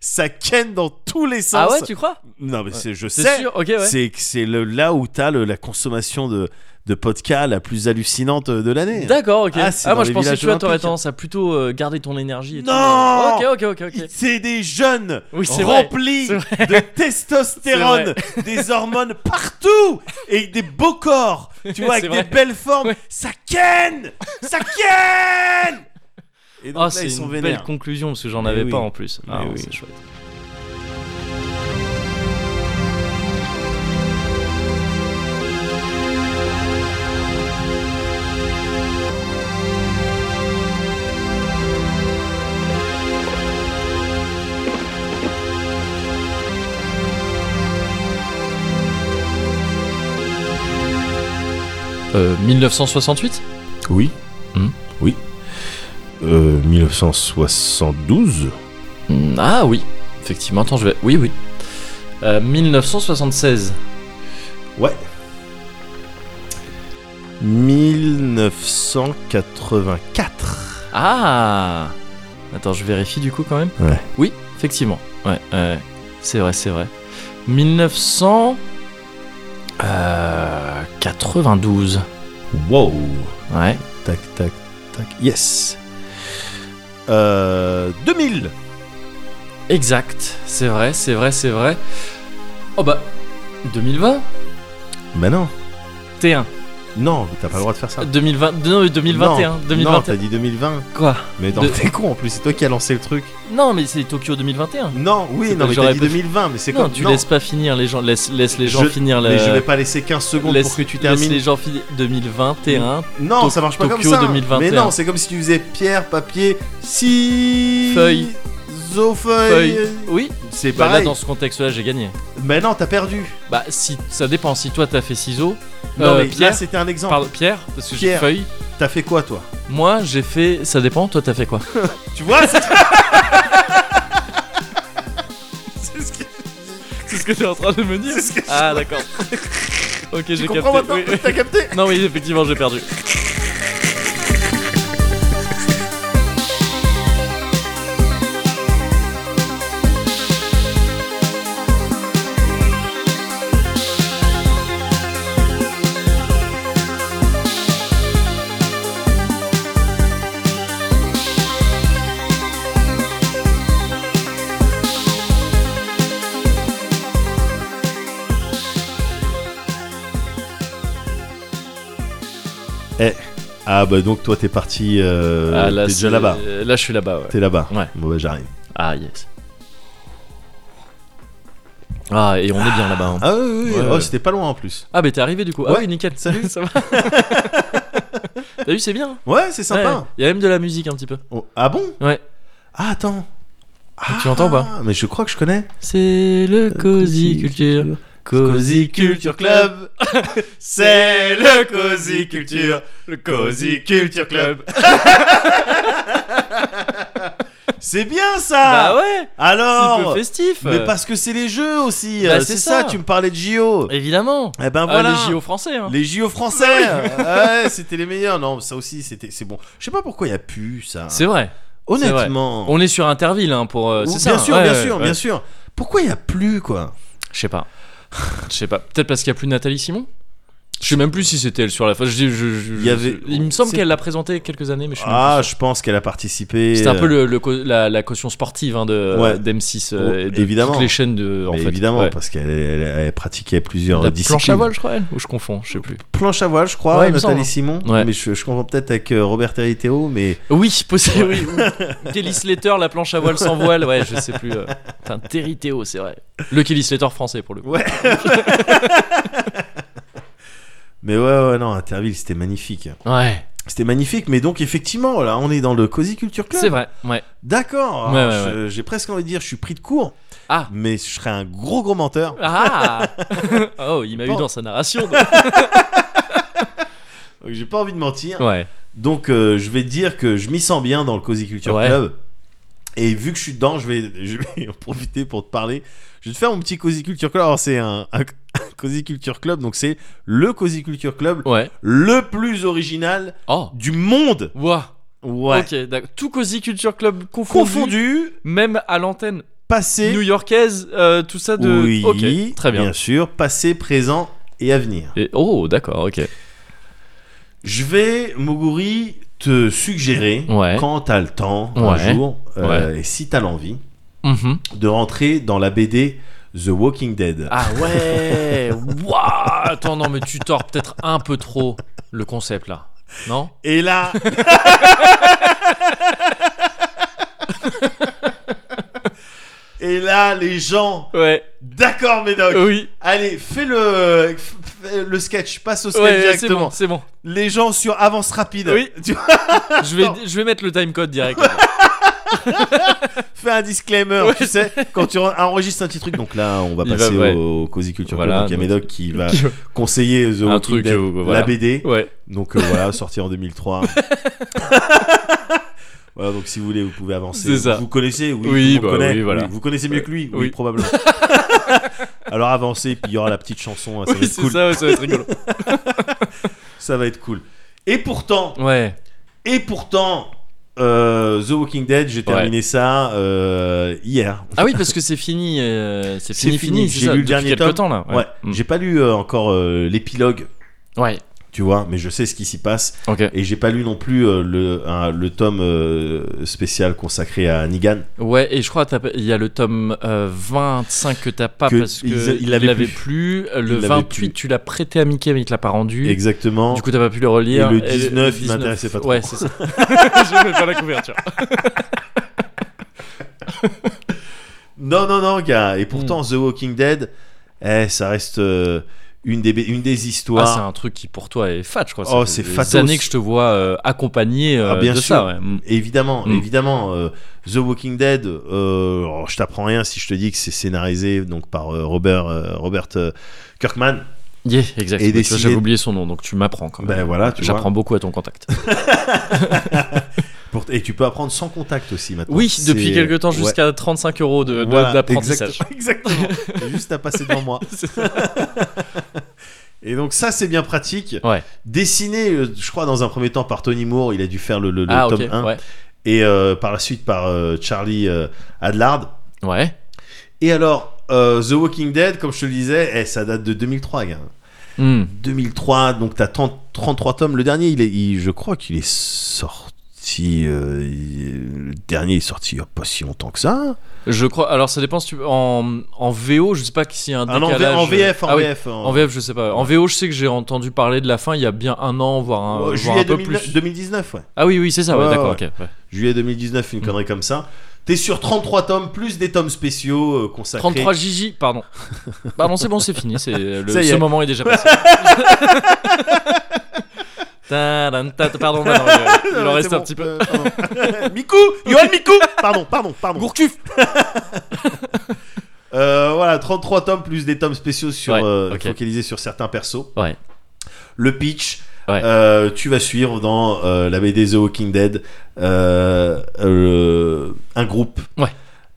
Speaker 2: Ça ken dans tous les sens.
Speaker 1: Ah ouais, tu crois
Speaker 2: Non mais
Speaker 1: Ouais.
Speaker 2: c'est, je
Speaker 1: C'est
Speaker 2: sais.
Speaker 1: sûr, ok, ouais.
Speaker 2: C'est que c'est le- là où t'as le- la consommation de de vodka la plus hallucinante euh, de l'année.
Speaker 1: D'accord, ok.
Speaker 2: Ah, c'est dans
Speaker 1: moi, je
Speaker 2: les
Speaker 1: pensais que
Speaker 2: villages
Speaker 1: tu vois, t'aurais
Speaker 2: olympiques.
Speaker 1: tendance à plutôt euh, garder ton énergie. Et tout.
Speaker 2: Non
Speaker 1: Ok, ok, ok, [LAUGHS] ok.
Speaker 2: C'est des jeunes
Speaker 1: Oui, c'est vrai.
Speaker 2: remplis
Speaker 1: C'est
Speaker 2: de testostérone, des hormones partout et des beaux corps, tu vois, avec
Speaker 1: C'est
Speaker 2: des
Speaker 1: vrai.
Speaker 2: belles formes.
Speaker 1: Ouais.
Speaker 2: Ça ken Ça ken Et donc
Speaker 1: Ah,
Speaker 2: là,
Speaker 1: c'est
Speaker 2: ils sont
Speaker 1: une
Speaker 2: vénères.
Speaker 1: belle conclusion parce que j'en
Speaker 2: Mais
Speaker 1: avais
Speaker 2: oui.
Speaker 1: pas en plus. Ah,
Speaker 2: Mais
Speaker 1: ouais,
Speaker 2: oui.
Speaker 1: c'est chouette. Euh, 1968
Speaker 2: Oui.
Speaker 1: Hmm.
Speaker 2: Oui. Euh, 1972
Speaker 1: Mm, Ah oui, effectivement, attends, je vais. Oui, oui. Euh, 1976.
Speaker 2: Ouais. 1984.
Speaker 1: Ah Attends, je vérifie du coup quand même.
Speaker 2: Ouais.
Speaker 1: Oui, effectivement. Ouais, ouais. c'est vrai, c'est vrai. 1900. euh, 92.
Speaker 2: Wow.
Speaker 1: Ouais.
Speaker 2: Tac, tac, tac. Yes. Euh, 2000.
Speaker 1: Exact. C'est vrai, c'est vrai, c'est vrai. Oh bah. 2020
Speaker 2: Bah non.
Speaker 1: T1.
Speaker 2: Non, t'as pas le droit de faire ça.
Speaker 1: 2020. Non, mais 2021.
Speaker 2: Non, Non,
Speaker 1: 2021.
Speaker 2: t'as dit 2020.
Speaker 1: Quoi
Speaker 2: Mais non,
Speaker 1: De-
Speaker 2: t'es con en plus, c'est toi qui as lancé le truc.
Speaker 1: Non, mais c'est Tokyo 2021.
Speaker 2: Non, oui,
Speaker 1: C'est
Speaker 2: non,
Speaker 1: pas-
Speaker 2: mais t'as
Speaker 1: j'aurais
Speaker 2: dit
Speaker 1: pu-
Speaker 2: 2020, mais c'est
Speaker 1: Non,
Speaker 2: quoi
Speaker 1: tu laisses pas finir les gens. Laisse, laisse les gens
Speaker 2: Je-
Speaker 1: finir la.
Speaker 2: Mais je vais pas laisser 15 secondes
Speaker 1: Laisse-
Speaker 2: pour que tu
Speaker 1: laisse
Speaker 2: termines.
Speaker 1: les gens finir 2021.
Speaker 2: Non,
Speaker 1: To-
Speaker 2: ça marche pas
Speaker 1: Tokyo
Speaker 2: comme ça.
Speaker 1: 2021.
Speaker 2: Mais non, c'est comme si tu faisais pierre, papier, si.
Speaker 1: Feuille.
Speaker 2: Zo, feuille.
Speaker 1: Feuille. Oui.
Speaker 2: C'est
Speaker 1: Bah là,
Speaker 2: pareil.
Speaker 1: dans ce contexte-là, j'ai gagné.
Speaker 2: Mais non, t'as perdu.
Speaker 1: Bah, si, ça dépend. Si toi, t'as fait ciseaux,
Speaker 2: Non,
Speaker 1: euh,
Speaker 2: mais
Speaker 1: Pierre,
Speaker 2: là, c'était un exemple.
Speaker 1: pardon, Pierre, parce que j'ai
Speaker 2: Pierre.
Speaker 1: feuille.
Speaker 2: T'as fait quoi, toi
Speaker 1: Moi, j'ai fait. Ça dépend. Toi, t'as fait quoi
Speaker 2: Tu vois C'est C'est ce que-
Speaker 1: [LAUGHS] C'est ce que t'es en train de me dire.
Speaker 2: C'est ce que je-
Speaker 1: Ah, [LAUGHS] d'accord. ok,
Speaker 2: Tu
Speaker 1: j'ai capté.
Speaker 2: comprends maintenant
Speaker 1: Oui, oui.
Speaker 2: T'as capté
Speaker 1: Non, oui, effectivement, j'ai perdu.
Speaker 2: Euh, Ah, bah donc, toi, t'es parti. euh,
Speaker 1: Ah, là,
Speaker 2: t'es
Speaker 1: c'est-
Speaker 2: déjà là-bas.
Speaker 1: euh, Là, je suis là-bas, ouais.
Speaker 2: T'es là-bas.
Speaker 1: Ouais.
Speaker 2: Bon, bah, j'arrive.
Speaker 1: Ah, yes. Ah, et on est bien là-bas. hein.
Speaker 2: Ah oui, oui, oui.
Speaker 1: Ouais,
Speaker 2: Oh,
Speaker 1: ouais.
Speaker 2: c'était pas loin en plus.
Speaker 1: Ah, bah, t'es arrivé du coup. Ah,
Speaker 2: Ouais.
Speaker 1: oui, nickel. Salut, ça va. [LAUGHS] T'as vu, c'est bien. hein.
Speaker 2: Ouais, c'est sympa.
Speaker 1: Il y a même de la musique un petit peu.
Speaker 2: Oh, ah bon
Speaker 1: Ouais.
Speaker 2: Ah attends.
Speaker 1: Tu entends pas
Speaker 2: Ah, Mais je crois que je connais.
Speaker 1: C'est le Cozy Culture.
Speaker 2: Euh, Cozy Culture Club. [LAUGHS] C'est le Cozy Culture.
Speaker 1: Le
Speaker 2: Cozy Culture Club. C'est bien ça.
Speaker 1: Bah ouais Un
Speaker 2: Alors.
Speaker 1: peu festif
Speaker 2: Ah. Oh.
Speaker 1: euh.
Speaker 2: Mais parce que c'est les jeux aussi.
Speaker 1: Bah,
Speaker 2: euh,
Speaker 1: c'est
Speaker 2: c'est ça.
Speaker 1: ça.
Speaker 2: Tu me parlais de JO.
Speaker 1: Évidemment
Speaker 2: Eh ben
Speaker 1: Ah,
Speaker 2: voilà.
Speaker 1: Les JO français hein.
Speaker 2: Les JO français. [LAUGHS] ouais, c'était les meilleurs. Non, ça aussi, c'était, c'est bon. Je sais pas pourquoi il y a plus ça.
Speaker 1: C'est vrai
Speaker 2: Honnêtement.
Speaker 1: On est sur Interville hein, pour... euh,
Speaker 2: Ou-
Speaker 1: c'est ça
Speaker 2: Oh, bien sûr,
Speaker 1: ouais,
Speaker 2: bien
Speaker 1: ouais,
Speaker 2: sûr,
Speaker 1: ouais.
Speaker 2: bien sûr. Pourquoi il y a plus quoi
Speaker 1: [LAUGHS] Je sais pas. Je sais pas. Peut-être parce qu'il y a plus Nathalie Simon Je sais même plus si c'était elle sur la face. Je, je- je-
Speaker 2: Il y avait-
Speaker 1: il me semble
Speaker 2: c'est-
Speaker 1: qu'elle l'a présenté quelques années, mais je suis même
Speaker 2: Ah,
Speaker 1: plus sûr.
Speaker 2: je pense qu'elle a participé.
Speaker 1: C'était un peu
Speaker 2: euh,
Speaker 1: le, le co- la, la caution sportive hein, de
Speaker 2: Ouais.
Speaker 1: d'M6 euh,
Speaker 2: Oh,
Speaker 1: et de
Speaker 2: évidemment.
Speaker 1: toutes les chaînes de. En
Speaker 2: mais
Speaker 1: fait.
Speaker 2: évidemment,
Speaker 1: Ouais.
Speaker 2: parce qu'elle elle- elle pratiquait plusieurs
Speaker 1: La
Speaker 2: disciplines.
Speaker 1: planche à voile, je crois, elle, ou je confonds, je sais plus.
Speaker 2: Planche à voile, je crois,
Speaker 1: Ouais, il me
Speaker 2: Nathalie
Speaker 1: semble. hein.
Speaker 2: Simon.
Speaker 1: Ouais.
Speaker 2: Mais je, je confonds peut-être avec euh, Robert Territeo, mais
Speaker 1: Oui, possible. Oui, oui. Kelly Slater, la planche à voile sans voile, ouais, je sais plus. euh. Putain, Terry Théo, c'est vrai. Le Kelly Slater français pour le coup.
Speaker 2: ouais. mais ouais, ouais, non, Interville, c'était magnifique.
Speaker 1: Ouais,
Speaker 2: C'était magnifique, mais donc effectivement, là, on est dans le Cozy Culture Club.
Speaker 1: c'est vrai. Ouais.
Speaker 2: D'accord.
Speaker 1: Ouais,
Speaker 2: Alors,
Speaker 1: ouais,
Speaker 2: je- J'ai presque envie de dire, je suis pris de court,
Speaker 1: Ah.
Speaker 2: mais je serais un gros gros menteur.
Speaker 1: [LAUGHS] Ah. oh, il m'a
Speaker 2: Bon.
Speaker 1: eu dans sa narration. donc.
Speaker 2: Donc, J'ai pas envie de mentir.
Speaker 1: Ouais.
Speaker 2: Donc euh, je vais dire que je m'y sens bien dans le Cozy Culture
Speaker 1: Ouais.
Speaker 2: Club. Et vu que je suis dedans, je vais, [LAUGHS] je vais en profiter pour te parler. Je vais te faire mon petit Cozy Culture Club. Alors c'est un, un Cozy Culture Club, donc c'est le Cozy Culture Club
Speaker 1: Ouais.
Speaker 2: le plus original
Speaker 1: Oh.
Speaker 2: du monde.
Speaker 1: Waouh.
Speaker 2: Ouais.
Speaker 1: Ok, d'accord. Tout Cozy Culture Club confondu,
Speaker 2: Confondu,
Speaker 1: même à l'antenne
Speaker 2: passé,
Speaker 1: new-yorkaise, euh, tout ça de.
Speaker 2: oui,
Speaker 1: Ok, très bien.
Speaker 2: sûr, passé, présent et à venir.
Speaker 1: Et- oh, d'accord, ok.
Speaker 2: Je vais, Moguri, te suggérer,
Speaker 1: Ouais.
Speaker 2: quand t'as le temps, un
Speaker 1: Ouais.
Speaker 2: jour, euh, et si t'as l'envie,
Speaker 1: Mhm.
Speaker 2: de rentrer dans la BD The Walking Dead.
Speaker 1: Ah ouais Waouh Attends, non, mais tu tords peut-être un peu trop le concept là. Non
Speaker 2: [LAUGHS] Et là,
Speaker 1: [LAUGHS]
Speaker 2: et là, les gens,
Speaker 1: Ouais,
Speaker 2: d'accord, Médoc.
Speaker 1: oui.
Speaker 2: Allez, fais le, fais le sketch, passe au sketch
Speaker 1: Ouais, c'est
Speaker 2: directement.
Speaker 1: bon, c'est bon.
Speaker 2: Les gens sur avance rapide.
Speaker 1: Oui.
Speaker 2: Tu vois,
Speaker 1: Je vais, je vais mettre le timecode direct.
Speaker 2: fais un disclaimer, hein,
Speaker 1: Ouais.
Speaker 2: tu sais, quand tu enregistres un petit truc. Donc là, on va
Speaker 1: Il va-
Speaker 2: passer
Speaker 1: ouais.
Speaker 2: au, Cozy Culture
Speaker 1: Voilà,
Speaker 2: Club. Donc il y a
Speaker 1: donc-
Speaker 2: Médoc qui va
Speaker 1: [LAUGHS] Qui va-
Speaker 2: conseiller The Walking
Speaker 1: truc,
Speaker 2: Dead,
Speaker 1: euh, voilà.
Speaker 2: la BD.
Speaker 1: Ouais.
Speaker 2: Donc euh, voilà, sorti
Speaker 1: [LAUGHS]
Speaker 2: en 2003. [LAUGHS] voilà, donc si vous voulez, vous pouvez avancer.
Speaker 1: C'est ça.
Speaker 2: Vous connaissez,
Speaker 1: Oui,
Speaker 2: oui, tout le monde
Speaker 1: bah
Speaker 2: connaît.
Speaker 1: oui, voilà.
Speaker 2: vous connaissez mieux que lui, oui,
Speaker 1: Oui. [LAUGHS]
Speaker 2: probablement. Alors avancez, puis il y aura la petite chanson, hein, ça va
Speaker 1: Oui,
Speaker 2: être
Speaker 1: c'est
Speaker 2: cool.
Speaker 1: ça,
Speaker 2: Ça.
Speaker 1: ouais, ça va être
Speaker 2: [LAUGHS]
Speaker 1: rigolo.
Speaker 2: va être cool. Et pourtant,
Speaker 1: Ouais.
Speaker 2: et pourtant, euh, The Walking Dead, j'ai terminé ça euh, hier.
Speaker 1: Ah oui, parce que c'est fini. euh, c'est
Speaker 2: C'est
Speaker 1: fini,
Speaker 2: fini,
Speaker 1: fini.
Speaker 2: j'ai
Speaker 1: c'est ça,
Speaker 2: lu le
Speaker 1: depuis
Speaker 2: dernier
Speaker 1: quelque
Speaker 2: tome.
Speaker 1: temps là.
Speaker 2: Ouais, j'ai pas lu euh, encore euh, l'épilogue,
Speaker 1: Mm. Ouais,
Speaker 2: tu vois, mais je sais ce qui s'y passe.
Speaker 1: ok.
Speaker 2: Et j'ai pas lu non plus euh, le, un- le tome euh, spécial consacré à Negan.
Speaker 1: Ouais, et je crois qu'il y a le tome euh, 25 que t'as pas
Speaker 2: Que
Speaker 1: parce que
Speaker 2: il- il
Speaker 1: il
Speaker 2: l'avait
Speaker 1: l'avait
Speaker 2: plus.
Speaker 1: plus. Euh, Le
Speaker 2: Il l'avait
Speaker 1: 28,
Speaker 2: plus.
Speaker 1: tu l'as prêté à Mickey, mais il te l'a pas rendu.
Speaker 2: Exactement.
Speaker 1: Mm. Du coup, t'as pas pu le relire.
Speaker 2: Et le 19, il m'intéressait pas trop.
Speaker 1: Ouais,
Speaker 2: [LAUGHS]
Speaker 1: c'est ça. [LAUGHS] je mets pas la couverture.
Speaker 2: Non, non, non, gars.
Speaker 1: Mm.
Speaker 2: Et pourtant, The Walking Dead, eh, ça reste euh, une, des, une des
Speaker 1: Ah, c'est
Speaker 2: histoires.
Speaker 1: un truc qui pour toi est fat, je crois. Ça
Speaker 2: Oh,
Speaker 1: fait
Speaker 2: c'est
Speaker 1: des
Speaker 2: fatos.
Speaker 1: années que je te vois euh, accompagné euh,
Speaker 2: Ah, bien
Speaker 1: de
Speaker 2: sûr.
Speaker 1: ça. ouais. Mm.
Speaker 2: évidemment,
Speaker 1: Mm.
Speaker 2: évidemment. euh, The Walking Dead, euh, alors, je t'apprends rien si je te dis que c'est scénarisé donc, par euh, Robert, euh, Robert euh, Kirkman.
Speaker 1: Yeah, exactement.
Speaker 2: Et
Speaker 1: Tu vois,
Speaker 2: dessiné-
Speaker 1: J'avais oublié son nom, donc tu m'apprends quand même.
Speaker 2: Ben voilà, tu
Speaker 1: J'apprends
Speaker 2: vois.
Speaker 1: beaucoup à ton
Speaker 2: [LAUGHS]
Speaker 1: contact.
Speaker 2: Pour- Et tu peux apprendre sans contact aussi maintenant.
Speaker 1: Oui,
Speaker 2: C'est-
Speaker 1: depuis quelques temps
Speaker 2: Ouais.
Speaker 1: jusqu'à 35 euros de- de-
Speaker 2: Voilà,
Speaker 1: d'apprentissage. [LAUGHS]
Speaker 2: Exactement. [LAUGHS] exactement. Juste à passer devant moi.
Speaker 1: C'est
Speaker 2: Et donc ça c'est bien pratique.
Speaker 1: Ouais.
Speaker 2: Dessiné, euh, je crois dans un premier temps par Tony Moore, il a dû faire le, le- le
Speaker 1: Ah,
Speaker 2: tome
Speaker 1: ok.
Speaker 2: 1,
Speaker 1: Ouais.
Speaker 2: et euh, par la suite par euh, Charlie euh, Adlard.
Speaker 1: Ouais.
Speaker 2: Et alors euh, The Walking Dead, comme je te le disais, eh, ça date de 2003, gars.
Speaker 1: Mm.
Speaker 2: 2003, donc t'as 30 33 tomes. Le dernier, il est, il- je crois qu'il est sorti. euh, il- le dernier est sorti il y a pas si longtemps que ça.
Speaker 1: Je crois. Alors, ça dépend. Si tu... en, en VO, je sais pas s'il y a un
Speaker 2: Ah non, en,
Speaker 1: décalage.
Speaker 2: en VF, en euh,
Speaker 1: Ah oui,
Speaker 2: VF.
Speaker 1: En VF, je sais pas. En VO, je sais que j'ai entendu parler de la fin il y a bien un an, voire un,
Speaker 2: Euh,
Speaker 1: voire
Speaker 2: juillet
Speaker 1: un peu
Speaker 2: 2009,
Speaker 1: plus.
Speaker 2: 2019, ouais.
Speaker 1: Ah oui, oui, c'est ça. Ouais, Mm.
Speaker 2: Ouais,
Speaker 1: d'accord.
Speaker 2: ouais.
Speaker 1: ok, ouais.
Speaker 2: juillet 2019, une connerie comme ça. T'es sur 33 tomes, plus des tomes spéciaux euh, consacrés.
Speaker 1: 33 Gigi, pardon. Pardon, c'est bon, c'est fini. C'est le,
Speaker 2: Ça y
Speaker 1: ce
Speaker 2: est.
Speaker 1: moment est déjà
Speaker 2: [LAUGHS]
Speaker 1: passé. Tadam, ta- pardon, bah non,
Speaker 2: [LAUGHS]
Speaker 1: il- il
Speaker 2: Ah,
Speaker 1: en
Speaker 2: c'est
Speaker 1: reste un
Speaker 2: bon,
Speaker 1: petit peu.
Speaker 2: euh, pardon.
Speaker 1: [LAUGHS]
Speaker 2: Mikou Yoann Mikou Pardon, pardon, pardon.
Speaker 1: Gourcuff
Speaker 2: [LAUGHS] Euh, voilà, 33 tomes plus des tomes spéciaux sur,
Speaker 1: Ouais,
Speaker 2: euh,
Speaker 1: ok.
Speaker 2: focalisés sur certains persos.
Speaker 1: Ouais.
Speaker 2: Le pitch,
Speaker 1: Ouais.
Speaker 2: euh, tu vas suivre dans euh, la BD The Walking Dead euh, euh, un groupe.
Speaker 1: Ouais.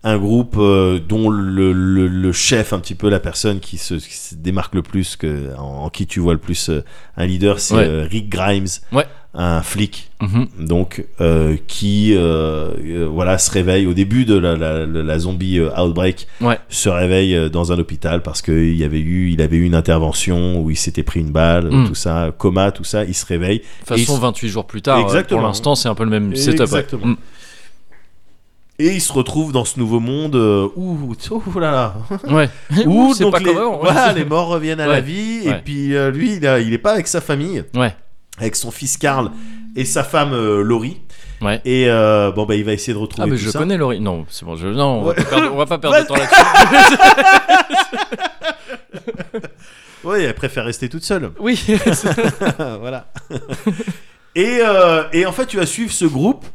Speaker 2: un groupe euh, dont le, le- le chef, un petit peu la personne qui se, qui se démarque le plus, que, en, en qui tu vois le plus euh, un leader, c'est
Speaker 1: Ouais.
Speaker 2: euh, Rick Grimes,
Speaker 1: Ouais.
Speaker 2: un flic,
Speaker 1: Mhm.
Speaker 2: donc euh, qui euh, euh, voilà se réveille au début de la, la- la- la zombie euh, outbreak,
Speaker 1: Ouais.
Speaker 2: se réveille euh, dans un hôpital parce qu'il y avait eu, il avait eu une intervention où il s'était pris une balle,
Speaker 1: Mm.
Speaker 2: tout ça, coma, tout ça, il se réveille.
Speaker 1: De toute façon,
Speaker 2: Et-
Speaker 1: 28 jours plus tard, euh,
Speaker 2: Exactement.
Speaker 1: pour l'instant, c'est un peu le même setup. ouais.
Speaker 2: Exactement.
Speaker 1: Mm.
Speaker 2: Et il se retrouve dans ce nouveau monde euh, où, ouh là
Speaker 1: [LAUGHS]
Speaker 2: là,
Speaker 1: Ouais.
Speaker 2: [LAUGHS] Ouh,
Speaker 1: c'est
Speaker 2: donc
Speaker 1: pas
Speaker 2: les,
Speaker 1: comme avant.
Speaker 2: voilà, les morts reviennent à la
Speaker 1: Ouais.
Speaker 2: vie et
Speaker 1: Ouais.
Speaker 2: puis euh, lui il, a- il est pas avec sa famille
Speaker 1: [LAUGHS] Ouais.
Speaker 2: avec son fils Karl et sa femme euh, Laurie
Speaker 1: Ouais.
Speaker 2: et euh, bon bah il va essayer de retrouver
Speaker 1: Ah, mais
Speaker 2: tout
Speaker 1: je
Speaker 2: ça.
Speaker 1: connais Laurie. Non, c'est bon, je... non, on, va
Speaker 2: Ouais.
Speaker 1: pas perdre- on va pas perdre de temps
Speaker 2: [LAUGHS]
Speaker 1: là-dessus.
Speaker 2: ouais elle préfère rester toute seule
Speaker 1: Oui.
Speaker 2: [LAUGHS] voilà et, euh, et en fait tu vas suivre ce groupe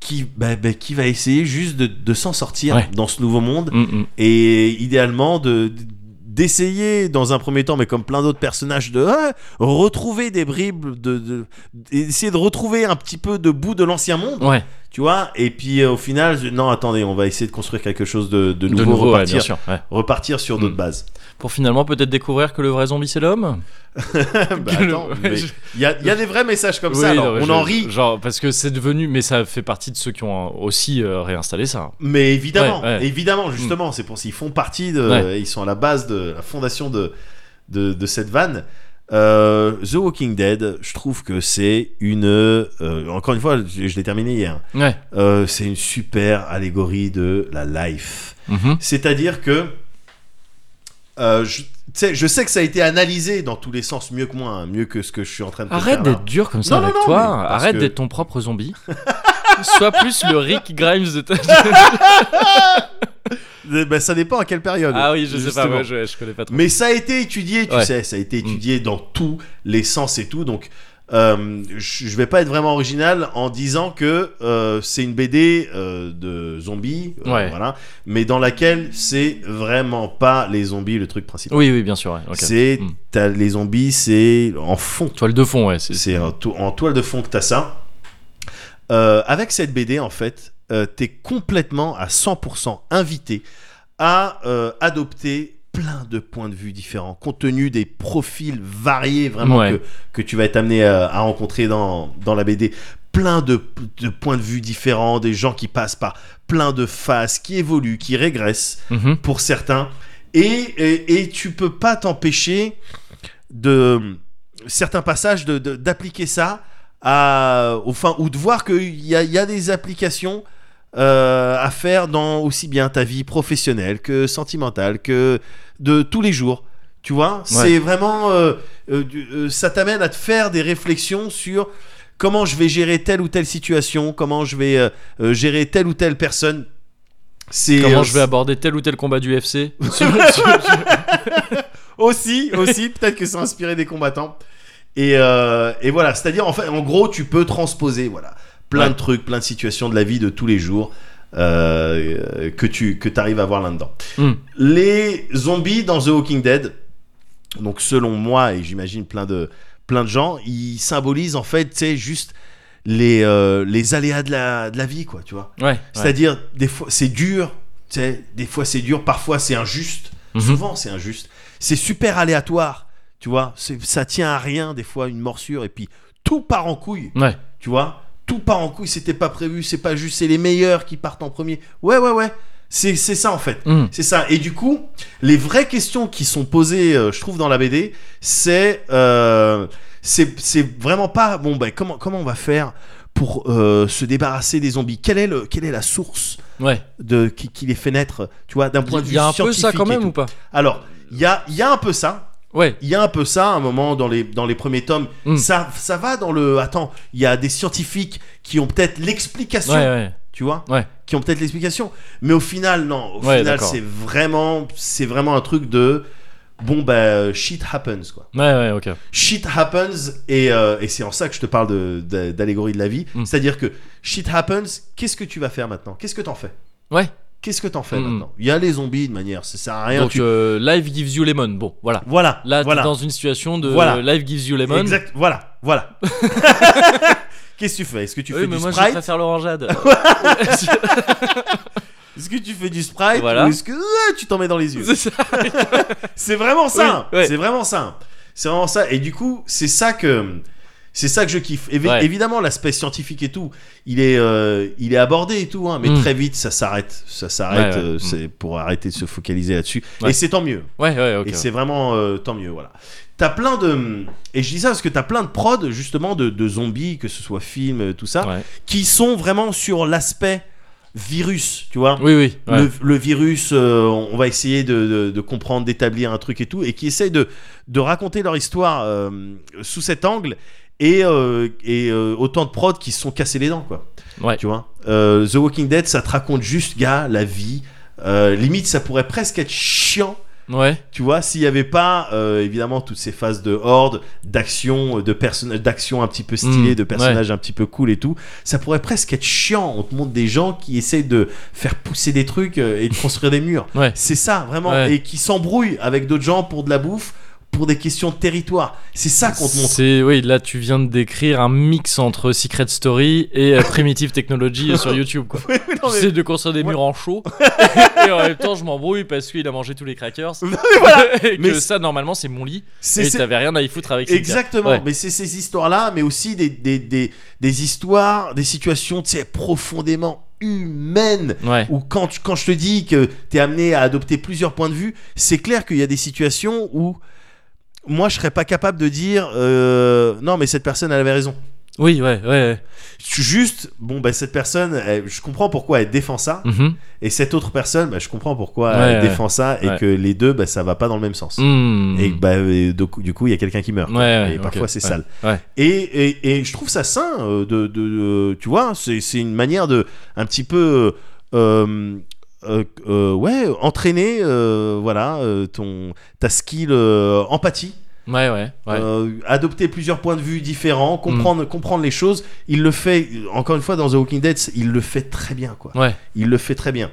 Speaker 2: qui, bah, bah, qui va essayer juste de, de s'en sortir
Speaker 1: Ouais.
Speaker 2: dans ce nouveau monde
Speaker 1: Mm, mm.
Speaker 2: et idéalement de d'essayer dans un premier temps mais comme plein d'autres personnages de ah, retrouver des bribes de, de- essayer de retrouver un petit peu de bout de l'ancien monde
Speaker 1: Ouais,
Speaker 2: tu vois et puis euh, au final je- non attendez on va essayer de construire quelque chose de, de nouveau,
Speaker 1: de nouveau, ouais,
Speaker 2: repartir
Speaker 1: bien sûr. ouais.
Speaker 2: repartir sur d'autres
Speaker 1: Mm.
Speaker 2: bases [LAUGHS]
Speaker 1: Pour finalement peut-être découvrir que le vrai zombie c'est l'homme.
Speaker 2: Bah,
Speaker 1: [LAUGHS]
Speaker 2: attends,
Speaker 1: Ouais,
Speaker 2: mais
Speaker 1: je-
Speaker 2: il y, a, il y a des vrais messages comme
Speaker 1: Oui,
Speaker 2: ça
Speaker 1: non,
Speaker 2: alors,
Speaker 1: mais
Speaker 2: on
Speaker 1: je-
Speaker 2: en rit
Speaker 1: Genre, parce que c'est devenu. Mais ça fait partie de ceux qui ont euh, aussi euh, réinstallé ça.
Speaker 2: mais évidemment
Speaker 1: Ouais, ouais.
Speaker 2: évidemment justement c'est pour ça ils font partie de
Speaker 1: Ouais.
Speaker 2: ils sont à la base de la fondation de de, de cette vanne Euh, The Walking Dead je trouve que c'est une euh, encore une fois je, je l'ai terminé hier
Speaker 1: Ouais.
Speaker 2: Euh, c'est une super allégorie de la life
Speaker 1: Mhm.
Speaker 2: c'est-à-dire que euh, je, tu sais, je sais que ça a été analysé dans tous les sens mieux que moi, hein, mieux que ce que je suis en train de te
Speaker 1: Arrête
Speaker 2: faire là.
Speaker 1: d'être dur comme ça
Speaker 2: Non,
Speaker 1: avec
Speaker 2: non, non,
Speaker 1: toi.
Speaker 2: mais parce
Speaker 1: Arrête
Speaker 2: que-
Speaker 1: d'être ton propre zombie. [LAUGHS] Sois plus le Rick Grimes de ta.
Speaker 2: Euh, ben, ça dépend à quelle période.
Speaker 1: ah oui, je sais pas,
Speaker 2: justement.
Speaker 1: ouais, je, je connais pas trop.
Speaker 2: Mais ça a été étudié, tu
Speaker 1: Ouais. Mm.
Speaker 2: sais, ça a été étudié dans tous les sens et tout. Donc, euh, je je vais pas être vraiment original en disant que euh, c'est une BD euh, de zombies, euh,
Speaker 1: Ouais.
Speaker 2: voilà, mais dans laquelle c'est vraiment pas les zombies le truc principal.
Speaker 1: Oui, oui, bien sûr. Ouais. ok.
Speaker 2: C'est
Speaker 1: Mm.
Speaker 2: t'as les zombies, c'est en fond.
Speaker 1: Toile de fond, ouais. c'est-
Speaker 2: C'est en, to- en toile de fond que t'as ça. Euh, avec cette BD, en fait, euh, t'es complètement à 100% invité à euh, adopter plein de points de vue différents, compte tenu des profils variés vraiment
Speaker 1: Ouais.
Speaker 2: que, que tu vas être amené à, à rencontrer dans, dans la BD. Plein de, de points de vue différents, des gens qui passent par plein de phases, qui évoluent, qui régressent
Speaker 1: Mhm.
Speaker 2: pour certains. Et, et, et tu peux pas t'empêcher de certains passages de- de- d'appliquer ça à, au fin, ou de voir qu'il y a, il y a des applications euh, à faire dans aussi bien ta vie professionnelle que sentimentale, que de tous les jours. Tu vois, c'est vraiment. euh, euh, du- euh, ça t'amène à te faire des réflexions sur comment je vais gérer telle ou telle situation, comment je vais euh, euh, gérer telle ou telle personne. C'est
Speaker 1: Comment
Speaker 2: euh,
Speaker 1: je vais aborder tel ou tel combat du [LAUGHS] FC
Speaker 2: aussi, aussi, peut-être que c'est inspiré des combattants. Et, euh, et voilà, c'est-à-dire en fait, en gros, tu peux transposer, voilà, plein de trucs, plein de situations de la vie de tous les jours euh, que tu que arrives à voir là-dedans.
Speaker 1: Mm.
Speaker 2: Les zombies dans The Walking Dead, donc selon moi et j'imagine plein de plein de gens, ils symbolisent en fait, tu sais, juste les euh, les aléas de la de la vie, quoi, tu vois.
Speaker 1: Ouais. ouais.
Speaker 2: C'est-à-dire, des fois, c'est dur, tu sais, des fois c'est dur, parfois c'est injuste,
Speaker 1: Mhm.
Speaker 2: souvent c'est injuste. C'est super aléatoire, tu vois, c'est- ça tient à rien, des fois, une morsure, et puis tout part en couille,
Speaker 1: Ouais.
Speaker 2: tu vois, tout part en couille, c'était pas prévu, c'est pas juste, c'est les meilleurs qui partent en premier. Ouais, ouais, ouais, c'est c'est ça en fait.
Speaker 1: Mm.
Speaker 2: C'est ça. Et du coup, les vraies questions qui sont posées, euh, je trouve, dans la BD, c'est euh, c'est c'est vraiment pas bon. Ben comment comment on va faire pour euh, se débarrasser des zombies Quelle est le quelle est la source
Speaker 1: Ouais.
Speaker 2: de qui, qui les fait naître Tu vois, d'un point de
Speaker 1: Il
Speaker 2: vue
Speaker 1: y a un peu
Speaker 2: scientifique
Speaker 1: ça quand
Speaker 2: et
Speaker 1: même
Speaker 2: tout.
Speaker 1: ou pas
Speaker 2: Alors, il y a il y a un peu ça.
Speaker 1: Ouais.
Speaker 2: Il y a un peu ça à un moment dans les, dans les premiers tomes.
Speaker 1: Mm.
Speaker 2: Ça, ça va dans le. Attends, il y a des scientifiques qui ont peut-être l'explication
Speaker 1: Ouais, ouais.
Speaker 2: tu vois
Speaker 1: Ouais.
Speaker 2: qui ont peut-être l'explication mais au final non au
Speaker 1: Ouais,
Speaker 2: final
Speaker 1: d'accord.
Speaker 2: c'est vraiment c'est vraiment un truc de bon bah shit happens quoi
Speaker 1: Ouais, ouais, ok.
Speaker 2: shit happens et, euh, et c'est en ça que je te parle de- de- d'allégorie de, la vie
Speaker 1: Mm.
Speaker 2: c'est à dire que shit happens qu'est-ce que tu vas faire maintenant qu'est-ce que t'en fais
Speaker 1: Ouais.
Speaker 2: qu'est-ce que t'en fais
Speaker 1: Mm.
Speaker 2: maintenant il y a les zombies de manière ça sert à rien
Speaker 1: Donc,
Speaker 2: tu-
Speaker 1: euh, Life Gives You Lemon. Bon, voilà.
Speaker 2: voilà
Speaker 1: Là,
Speaker 2: voilà
Speaker 1: t'es dans une situation de
Speaker 2: Voilà.
Speaker 1: euh, Life Gives You Lemon.
Speaker 2: exact voilà
Speaker 1: [LAUGHS]
Speaker 2: voilà qu'est-ce que tu fais est-ce que tu
Speaker 1: Oui,
Speaker 2: fais
Speaker 1: mais
Speaker 2: du [LAUGHS]
Speaker 1: moi, je
Speaker 2: sprite
Speaker 1: préfère l'orangeade.
Speaker 2: Est-ce que tu fais du sprite
Speaker 1: Voilà.
Speaker 2: ou est-ce que euh, tu t'en mets dans les yeux
Speaker 1: C'est ça.
Speaker 2: C'est vraiment ça.
Speaker 1: Oui, ouais.
Speaker 2: C'est vraiment ça. C'est vraiment ça. Et du coup, c'est ça que c'est ça que je kiffe. Évi-
Speaker 1: Ouais.
Speaker 2: Évidemment, l'aspect scientifique et tout, il est euh, il est abordé et tout, hein, mais
Speaker 1: Mm.
Speaker 2: très vite ça s'arrête, ça s'arrête.
Speaker 1: Ouais, ouais.
Speaker 2: euh,
Speaker 1: Mm.
Speaker 2: C'est pour arrêter de se focaliser là-dessus.
Speaker 1: Ouais.
Speaker 2: Et c'est tant mieux.
Speaker 1: Ouais, ouais, ok.
Speaker 2: Et c'est vraiment euh, tant mieux, voilà. T'as plein de et je dis ça parce que t'as plein de prod justement de, de zombies, que ce soit film, euh, tout ça,
Speaker 1: Ouais.
Speaker 2: qui sont vraiment sur l'aspect virus, tu vois
Speaker 1: Oui, oui. ouais.
Speaker 2: le, le virus, euh, on va essayer de, de- de comprendre, d'établir un truc et tout, et qui essayent de, de raconter leur histoire euh, sous cet angle, et, euh, et euh, autant de prods qui se sont cassés les dents, quoi.
Speaker 1: Ouais.
Speaker 2: Tu vois Euh, The Walking Dead, ça te raconte juste, gars, la vie. Euh, limite, ça pourrait presque être chiant.
Speaker 1: Ouais.
Speaker 2: Tu vois, s'il n'y avait pas euh, évidemment toutes ces phases de horde, d'action, euh, de personnages, d'action un petit peu stylée,
Speaker 1: Mm,
Speaker 2: de personnages un petit peu cool et tout, ça pourrait presque être chiant. On te montre des gens qui essayent de faire pousser des trucs euh, et de construire des murs.
Speaker 1: Ouais.
Speaker 2: C'est ça vraiment,
Speaker 1: Ouais.
Speaker 2: et qui s'embrouillent avec d'autres gens pour de la bouffe, pour des questions de territoire. C'est ça qu'on te montre.
Speaker 1: C'est oui, là tu viens de décrire un mix entre Secret Story et euh, Primitive
Speaker 2: [LAUGHS]
Speaker 1: Technology sur YouTube quoi.
Speaker 2: non, mais-
Speaker 1: J'essaie de construire des
Speaker 2: Ouais.
Speaker 1: murs en
Speaker 2: [LAUGHS]
Speaker 1: chaud et en même temps je m'embrouille parce qu'il a mangé tous les crackers.
Speaker 2: Non,
Speaker 1: [LAUGHS] et que
Speaker 2: Mais c'est-
Speaker 1: ça normalement c'est mon lit
Speaker 2: C'est-
Speaker 1: et
Speaker 2: c'est-
Speaker 1: t'avais rien à y foutre avec. cette
Speaker 2: Exactement,
Speaker 1: bière. Ouais.
Speaker 2: mais c'est ces histoires-là, mais aussi des, des, des, des histoires, des situations, tu sais, profondément humaines.
Speaker 1: Ouais.
Speaker 2: ou quand, tu- quand je te dis que tu es amené à adopter plusieurs points de vue, c'est clair qu'il y a des situations où moi je serais pas capable de dire euh, non mais cette personne elle avait raison.
Speaker 1: Oui, ouais, ouais.
Speaker 2: Je suis Juste bon bah cette personne elle- je comprends pourquoi elle défend ça
Speaker 1: Mhm.
Speaker 2: et cette autre personne bah, je comprends pourquoi
Speaker 1: Ouais,
Speaker 2: elle
Speaker 1: ouais.
Speaker 2: défend ça et
Speaker 1: Ouais.
Speaker 2: que les deux bah ça va pas dans le même sens.
Speaker 1: Mm.
Speaker 2: Et bah et donc, du coup il y a quelqu'un qui meurt.
Speaker 1: Ouais, ouais,
Speaker 2: et
Speaker 1: ok,
Speaker 2: parfois c'est
Speaker 1: ouais.
Speaker 2: sale.
Speaker 1: Ouais.
Speaker 2: Et, et, et je trouve ça sain euh, de, de, de- tu vois, c'est c'est une manière de un petit peu euh, euh, euh, ouais entraîner euh, voilà euh, ton ta skill euh, empathie,
Speaker 1: Ouais, ouais, ouais. Mm.
Speaker 2: euh, adopter plusieurs points de vue différents, comprendre comprendre les choses. Il le fait encore une fois dans The Walking Dead, il le fait très bien quoi.
Speaker 1: Ouais.
Speaker 2: Il le fait très bien.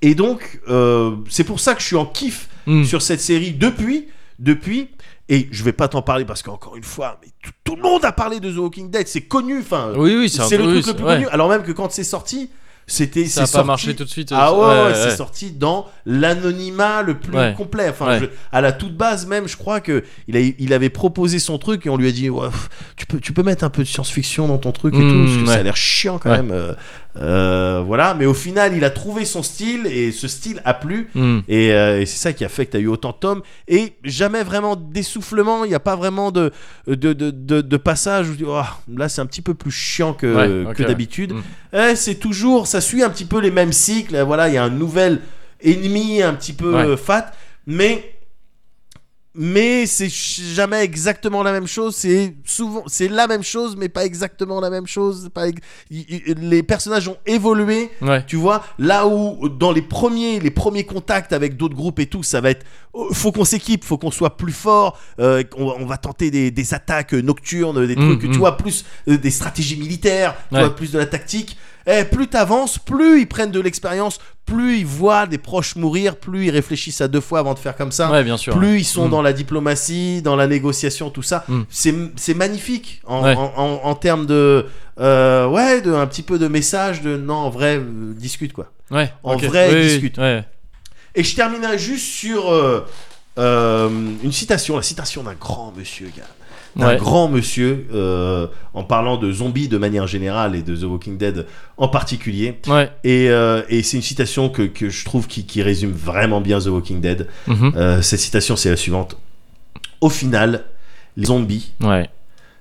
Speaker 2: Et donc euh, c'est pour ça que je suis en kiff
Speaker 1: Mm.
Speaker 2: sur cette série depuis, depuis, et je vais pas t'en parler parce qu'encore une fois, mais tout, tout le monde a parlé de The Walking Dead, c'est connu, enfin,
Speaker 1: Oui, oui, c'est un
Speaker 2: c'est le
Speaker 1: oui,
Speaker 2: truc le plus
Speaker 1: ouais.
Speaker 2: connu. Alors même que quand c'est sorti, c'était,
Speaker 1: Ça a
Speaker 2: c'est
Speaker 1: pas
Speaker 2: sorti-
Speaker 1: marché tout de suite.
Speaker 2: Ah
Speaker 1: euh,
Speaker 2: ouais, ouais,
Speaker 1: ouais,
Speaker 2: c'est
Speaker 1: ouais.
Speaker 2: sorti dans l'anonymat le plus
Speaker 1: Ouais.
Speaker 2: complet. Enfin,
Speaker 1: Ouais.
Speaker 2: je- à la toute base même, je crois que il, a- il avait proposé son truc et on lui a dit, Ouais, pff, tu peux, tu peux mettre un peu de science-fiction dans ton truc et tout,
Speaker 1: Mmh,
Speaker 2: parce que ça
Speaker 1: ouais.
Speaker 2: a l'air chiant quand
Speaker 1: Ouais.
Speaker 2: même. euh, euh, voilà, mais au final, il a trouvé son style et ce style a plu.
Speaker 1: Mm.
Speaker 2: Et, euh, et c'est ça qui a fait que tu as eu autant de tomes. Et jamais vraiment d'essoufflement, il n'y a pas vraiment de, de, de, de- de passage où tu dis, Oh, là c'est un petit peu plus chiant que,
Speaker 1: Ouais, ok,
Speaker 2: que
Speaker 1: ouais.
Speaker 2: d'habitude.
Speaker 1: Mm.
Speaker 2: Eh, c'est toujours, ça suit un petit peu les mêmes cycles. Eh, Voilà, il y a un nouvel ennemi un petit peu
Speaker 1: Ouais.
Speaker 2: euh, fat, mais. Mais c'est ch- jamais exactement la même chose, c'est souvent c'est la même chose mais pas exactement la même chose, pas ex- i- i- les personnages ont évolué,
Speaker 1: Ouais.
Speaker 2: tu vois, là où dans les premiers, les premiers contacts avec d'autres groupes et tout, ça va être oh, faut qu'on s'équipe, faut qu'on soit plus fort, euh, qu'on- on, va tenter des, des attaques nocturnes, des
Speaker 1: Mm,
Speaker 2: trucs,
Speaker 1: mm.
Speaker 2: tu vois, plus euh, des stratégies militaires, tu
Speaker 1: Ouais.
Speaker 2: vois, plus de la tactique. Et plus t'avances, plus ils prennent de l'expérience, plus ils voient des proches mourir, plus ils réfléchissent à deux fois avant de faire comme ça.
Speaker 1: Ouais, bien sûr.
Speaker 2: Plus ils sont
Speaker 1: Mm.
Speaker 2: dans la diplomatie, dans la négociation, tout ça,
Speaker 1: Mm.
Speaker 2: c'est c'est magnifique en,
Speaker 1: Ouais.
Speaker 2: en, en- en termes de euh, ouais, de un petit peu de message de non en vrai euh, discute quoi.
Speaker 1: Ouais.
Speaker 2: en
Speaker 1: ok.
Speaker 2: vrai,
Speaker 1: Oui, oui,
Speaker 2: discute.
Speaker 1: Ouais.
Speaker 2: Et je terminerai juste sur euh, euh, une citation, la citation d'un grand monsieur, gars. D'un
Speaker 1: Ouais.
Speaker 2: grand monsieur, euh, en parlant de zombies de manière générale et de The Walking Dead en particulier.
Speaker 1: Ouais.
Speaker 2: Et, euh, et c'est une citation que, que je trouve qui, qui résume vraiment bien The Walking Dead.
Speaker 1: Mhm.
Speaker 2: Euh, cette citation, c'est la suivante. Au final, les zombies,
Speaker 1: Ouais.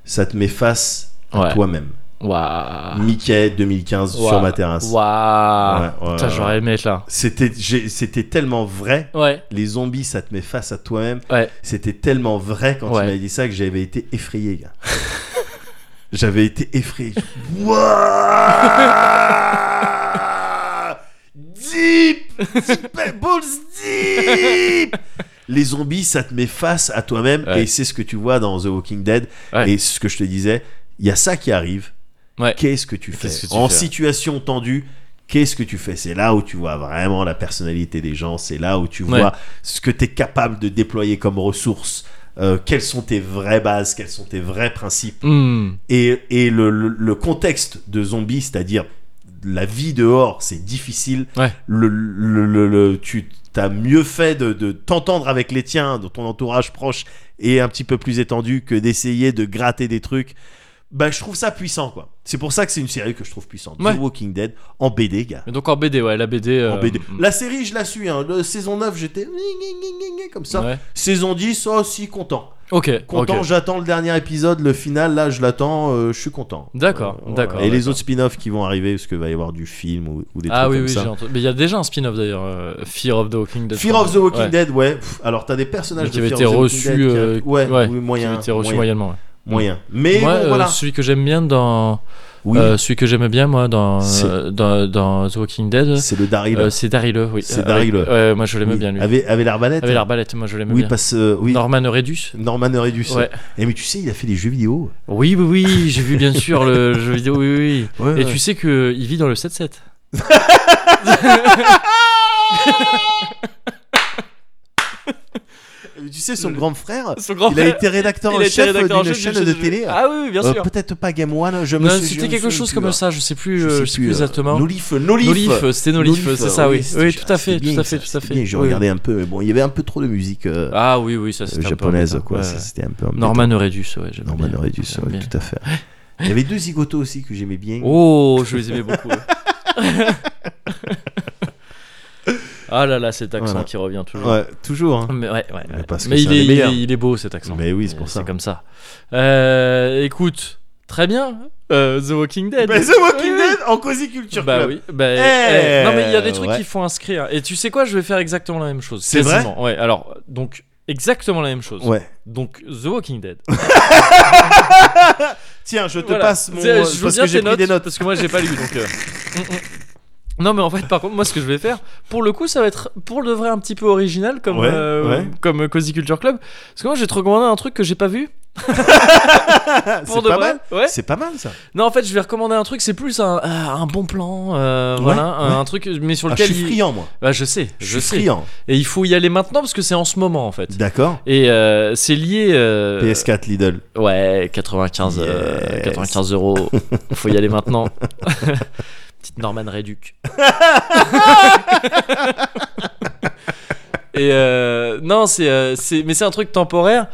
Speaker 2: ça te met face à
Speaker 1: Ouais. Ah.
Speaker 2: toi-même.
Speaker 1: Waouh.
Speaker 2: Mickey 2015 sur
Speaker 1: Waouh.
Speaker 2: ma terrasse.
Speaker 1: Waouh.
Speaker 2: Ouais, ouais,
Speaker 1: Putain,
Speaker 2: ouais.
Speaker 1: j'aurais aimé être là.
Speaker 2: C'était j'ai- c'était tellement vrai.
Speaker 1: Ouais.
Speaker 2: Les zombies, ça te met face à toi-même.
Speaker 1: Ouais.
Speaker 2: C'était tellement vrai quand
Speaker 1: Ouais.
Speaker 2: il m'a dit ça que j'avais été effrayé, gars. [LAUGHS] j'avais été effrayé. Wouah deep, deep balls deep. Les zombies, ça te met face à toi-même
Speaker 1: Ouais.
Speaker 2: et c'est ce que tu vois dans The Walking Dead
Speaker 1: Ouais.
Speaker 2: et ce que je te disais. Il y a ça qui arrive.
Speaker 1: Ouais.
Speaker 2: Qu'est-ce que tu fais
Speaker 1: Qu'est-ce que tu
Speaker 2: en
Speaker 1: fais
Speaker 2: situation tendue Qu'est-ce que tu fais C'est là où tu vois vraiment la personnalité des gens. C'est là où tu
Speaker 1: Ouais.
Speaker 2: vois ce que tu es capable de déployer comme ressources. euh, quelles sont tes vraies bases Quels sont tes vrais principes
Speaker 1: Mm.
Speaker 2: Et, et le, le- le contexte de zombie, c'est-à-dire la vie dehors, c'est difficile.
Speaker 1: Ouais.
Speaker 2: Le, le- le- le- tu as mieux fait de, de t'entendre avec les tiens, de ton entourage proche et un petit peu plus étendu que d'essayer de gratter des trucs. Bah, je trouve ça puissant, quoi. C'est pour ça que c'est une série que je trouve puissante.
Speaker 1: Ouais.
Speaker 2: The Walking Dead en BD, gars.
Speaker 1: Mais donc en BD, ouais, la BD. euh,
Speaker 2: En BD.
Speaker 1: mm,
Speaker 2: La série, je la suis. Hein. Le- saison 9, j'étais comme ça.
Speaker 1: ouais.
Speaker 2: Saison 10, aussi content.
Speaker 1: Ok,
Speaker 2: Content,
Speaker 1: ok.
Speaker 2: j'attends le dernier épisode, le final, là, je l'attends, euh, je suis content. Euh,
Speaker 1: D'accord,
Speaker 2: voilà.
Speaker 1: d'accord,
Speaker 2: Et les
Speaker 1: d'accord.
Speaker 2: autres spin-offs qui vont arriver, parce qu'il va y avoir du film ou, ou des
Speaker 1: Ah
Speaker 2: trucs
Speaker 1: oui,
Speaker 2: comme
Speaker 1: oui, j'ai
Speaker 2: ça.
Speaker 1: entendu. Mais il y a déjà un spin-off d'ailleurs, euh, Fear of the Walking Dead.
Speaker 2: Fear of the Walking
Speaker 1: Ouais.
Speaker 2: Dead, ouais. Pff, alors, t'as des personnages
Speaker 1: Mais qui
Speaker 2: de
Speaker 1: avait
Speaker 2: Fear
Speaker 1: été
Speaker 2: of the
Speaker 1: reçu,
Speaker 2: Walking Dead qui a-
Speaker 1: euh,
Speaker 2: ouais,
Speaker 1: ouais,
Speaker 2: oui,
Speaker 1: Qui
Speaker 2: moyen,
Speaker 1: avait été reçu
Speaker 2: moyen,
Speaker 1: moyennement. ouais.
Speaker 2: moyen. Mais
Speaker 1: moi,
Speaker 2: bon,
Speaker 1: euh,
Speaker 2: voilà.
Speaker 1: celui que j'aime bien dans,
Speaker 2: Oui,
Speaker 1: euh, celui que j'aimais bien moi dans,
Speaker 2: C'est-
Speaker 1: euh, dans, dans The Walking Dead,
Speaker 2: c'est le Daryl.
Speaker 1: euh, c'est Daryl, oui.
Speaker 2: C'est
Speaker 1: Euh,
Speaker 2: Daryl.
Speaker 1: avec- ouais, moi je l'aimais
Speaker 2: Oui,
Speaker 1: bien lui. Avec,
Speaker 2: Avec, avec l'arbalète.
Speaker 1: l'arbalète, moi je l'aimais
Speaker 2: Oui,
Speaker 1: bien.
Speaker 2: parce euh, oui,
Speaker 1: Norman Redus.
Speaker 2: Norman Reedus.
Speaker 1: Ouais.
Speaker 2: Et mais tu sais, il a fait des jeux vidéo.
Speaker 1: Oui, oui, oui, j'ai vu bien sûr
Speaker 2: [LAUGHS]
Speaker 1: le jeu vidéo. Oui, oui. oui.
Speaker 2: Ouais,
Speaker 1: Et
Speaker 2: ouais.
Speaker 1: tu sais que euh, il vit dans le 7-7.
Speaker 2: Et tu sais, son grand frère.
Speaker 1: Son grand
Speaker 2: Il a été rédacteur en chef d'une chaîne de télé.
Speaker 1: Ah oui, oui, bien
Speaker 2: Euh,
Speaker 1: sûr.
Speaker 2: Peut-être pas Game One, je me
Speaker 1: Non,
Speaker 2: suis- je
Speaker 1: c'était
Speaker 2: me
Speaker 1: quelque
Speaker 2: souviens
Speaker 1: chose
Speaker 2: plus,
Speaker 1: comme
Speaker 2: hein.
Speaker 1: ça, je sais plus,
Speaker 2: Je
Speaker 1: euh, je
Speaker 2: sais
Speaker 1: sais
Speaker 2: plus,
Speaker 1: plus
Speaker 2: euh,
Speaker 1: exactement.
Speaker 2: Nolif, Nolif. euh,
Speaker 1: Nolif, euh, c'était Nolif, c'est ça, oui.
Speaker 2: c'était-
Speaker 1: Oui, tout à fait,
Speaker 2: c'était
Speaker 1: tout
Speaker 2: bien,
Speaker 1: à fait,
Speaker 2: ça,
Speaker 1: tout à
Speaker 2: c'était
Speaker 1: fait.
Speaker 2: bien, J'ai
Speaker 1: Oui.
Speaker 2: regardé un peu, mais bon, il y avait un peu trop de musique euh,
Speaker 1: Ah oui, oui, ça c'était un peu
Speaker 2: japonaise,
Speaker 1: embêtant,
Speaker 2: quoi.
Speaker 1: ouais,
Speaker 2: ça,
Speaker 1: ouais.
Speaker 2: C'était un peu embêtant.
Speaker 1: Norman Redus, ouais, j'aime
Speaker 2: Norman
Speaker 1: bien.
Speaker 2: Redus,
Speaker 1: J'aime
Speaker 2: ouais,
Speaker 1: bien.
Speaker 2: tout
Speaker 1: [LAUGHS]
Speaker 2: à fait. Il y avait deux zigotos aussi que j'aimais bien.
Speaker 1: Oh, je les aimais beaucoup.
Speaker 2: [LAUGHS]
Speaker 1: ouais. ah là là, cet accent
Speaker 2: Voilà.
Speaker 1: qui revient toujours.
Speaker 2: Ouais, toujours. hein.
Speaker 1: Mais, ouais, ouais,
Speaker 2: Mais
Speaker 1: ouais.
Speaker 2: parce que
Speaker 1: Mais
Speaker 2: c'est
Speaker 1: il,
Speaker 2: un
Speaker 1: est,
Speaker 2: des
Speaker 1: il,
Speaker 2: meilleurs.
Speaker 1: est, il est beau cet accent.
Speaker 2: Mais oui, c'est pour ça.
Speaker 1: C'est comme ça. Euh, écoute, très bien. euh, The Walking Dead.
Speaker 2: Mais Bah, The Walking
Speaker 1: Oui,
Speaker 2: Dead en cosiculture.
Speaker 1: Bah
Speaker 2: Club.
Speaker 1: oui, bah,
Speaker 2: Eh,
Speaker 1: eh, non mais il y a des trucs
Speaker 2: ouais.
Speaker 1: qu'il faut inscrire. Et tu sais quoi, je vais faire exactement la même chose.
Speaker 2: C'est vrai
Speaker 1: Quasiment. Ouais. Alors donc exactement la même chose.
Speaker 2: Ouais.
Speaker 1: Donc The Walking Dead.
Speaker 2: Tiens, je te
Speaker 1: Voilà.
Speaker 2: passe mon.
Speaker 1: C'est-
Speaker 2: euh,
Speaker 1: je veux
Speaker 2: parce
Speaker 1: bien
Speaker 2: que j'ai
Speaker 1: tes
Speaker 2: pris des notes.
Speaker 1: parce que moi j'ai pas lu donc. euh, mm, mm. [LAUGHS] Non mais en fait par contre moi ce que je vais faire pour le coup ça va être pour de vrai un petit peu original comme
Speaker 2: Ouais,
Speaker 1: euh,
Speaker 2: ouais.
Speaker 1: comme Cozy Culture Club parce que moi je vais te recommander un truc que j'ai pas vu
Speaker 2: Ah,
Speaker 1: pour
Speaker 2: C'est
Speaker 1: de
Speaker 2: pas
Speaker 1: vrai.
Speaker 2: mal.
Speaker 1: Ouais.
Speaker 2: C'est pas mal ça.
Speaker 1: Non en fait je vais recommander un truc c'est plus un, euh, un bon plan euh,
Speaker 2: Ouais,
Speaker 1: voilà un,
Speaker 2: ouais.
Speaker 1: un truc mais sur
Speaker 2: Ah, Je
Speaker 1: lequel
Speaker 2: suis
Speaker 1: il-
Speaker 2: friand, moi.
Speaker 1: Bah, je sais
Speaker 2: Je
Speaker 1: je
Speaker 2: suis
Speaker 1: sais
Speaker 2: friand.
Speaker 1: Et il faut y aller maintenant parce que c'est en ce moment en fait.
Speaker 2: D'accord.
Speaker 1: Et euh, c'est lié. euh,
Speaker 2: PS4 Lidl.
Speaker 1: Ouais, 95, euh,
Speaker 2: Yes.
Speaker 1: 95 euros. faut y aller maintenant. [LAUGHS] Petite Norman Reduc. [LAUGHS] Et euh, non, c'est, euh, c'est- mais c'est un truc temporaire.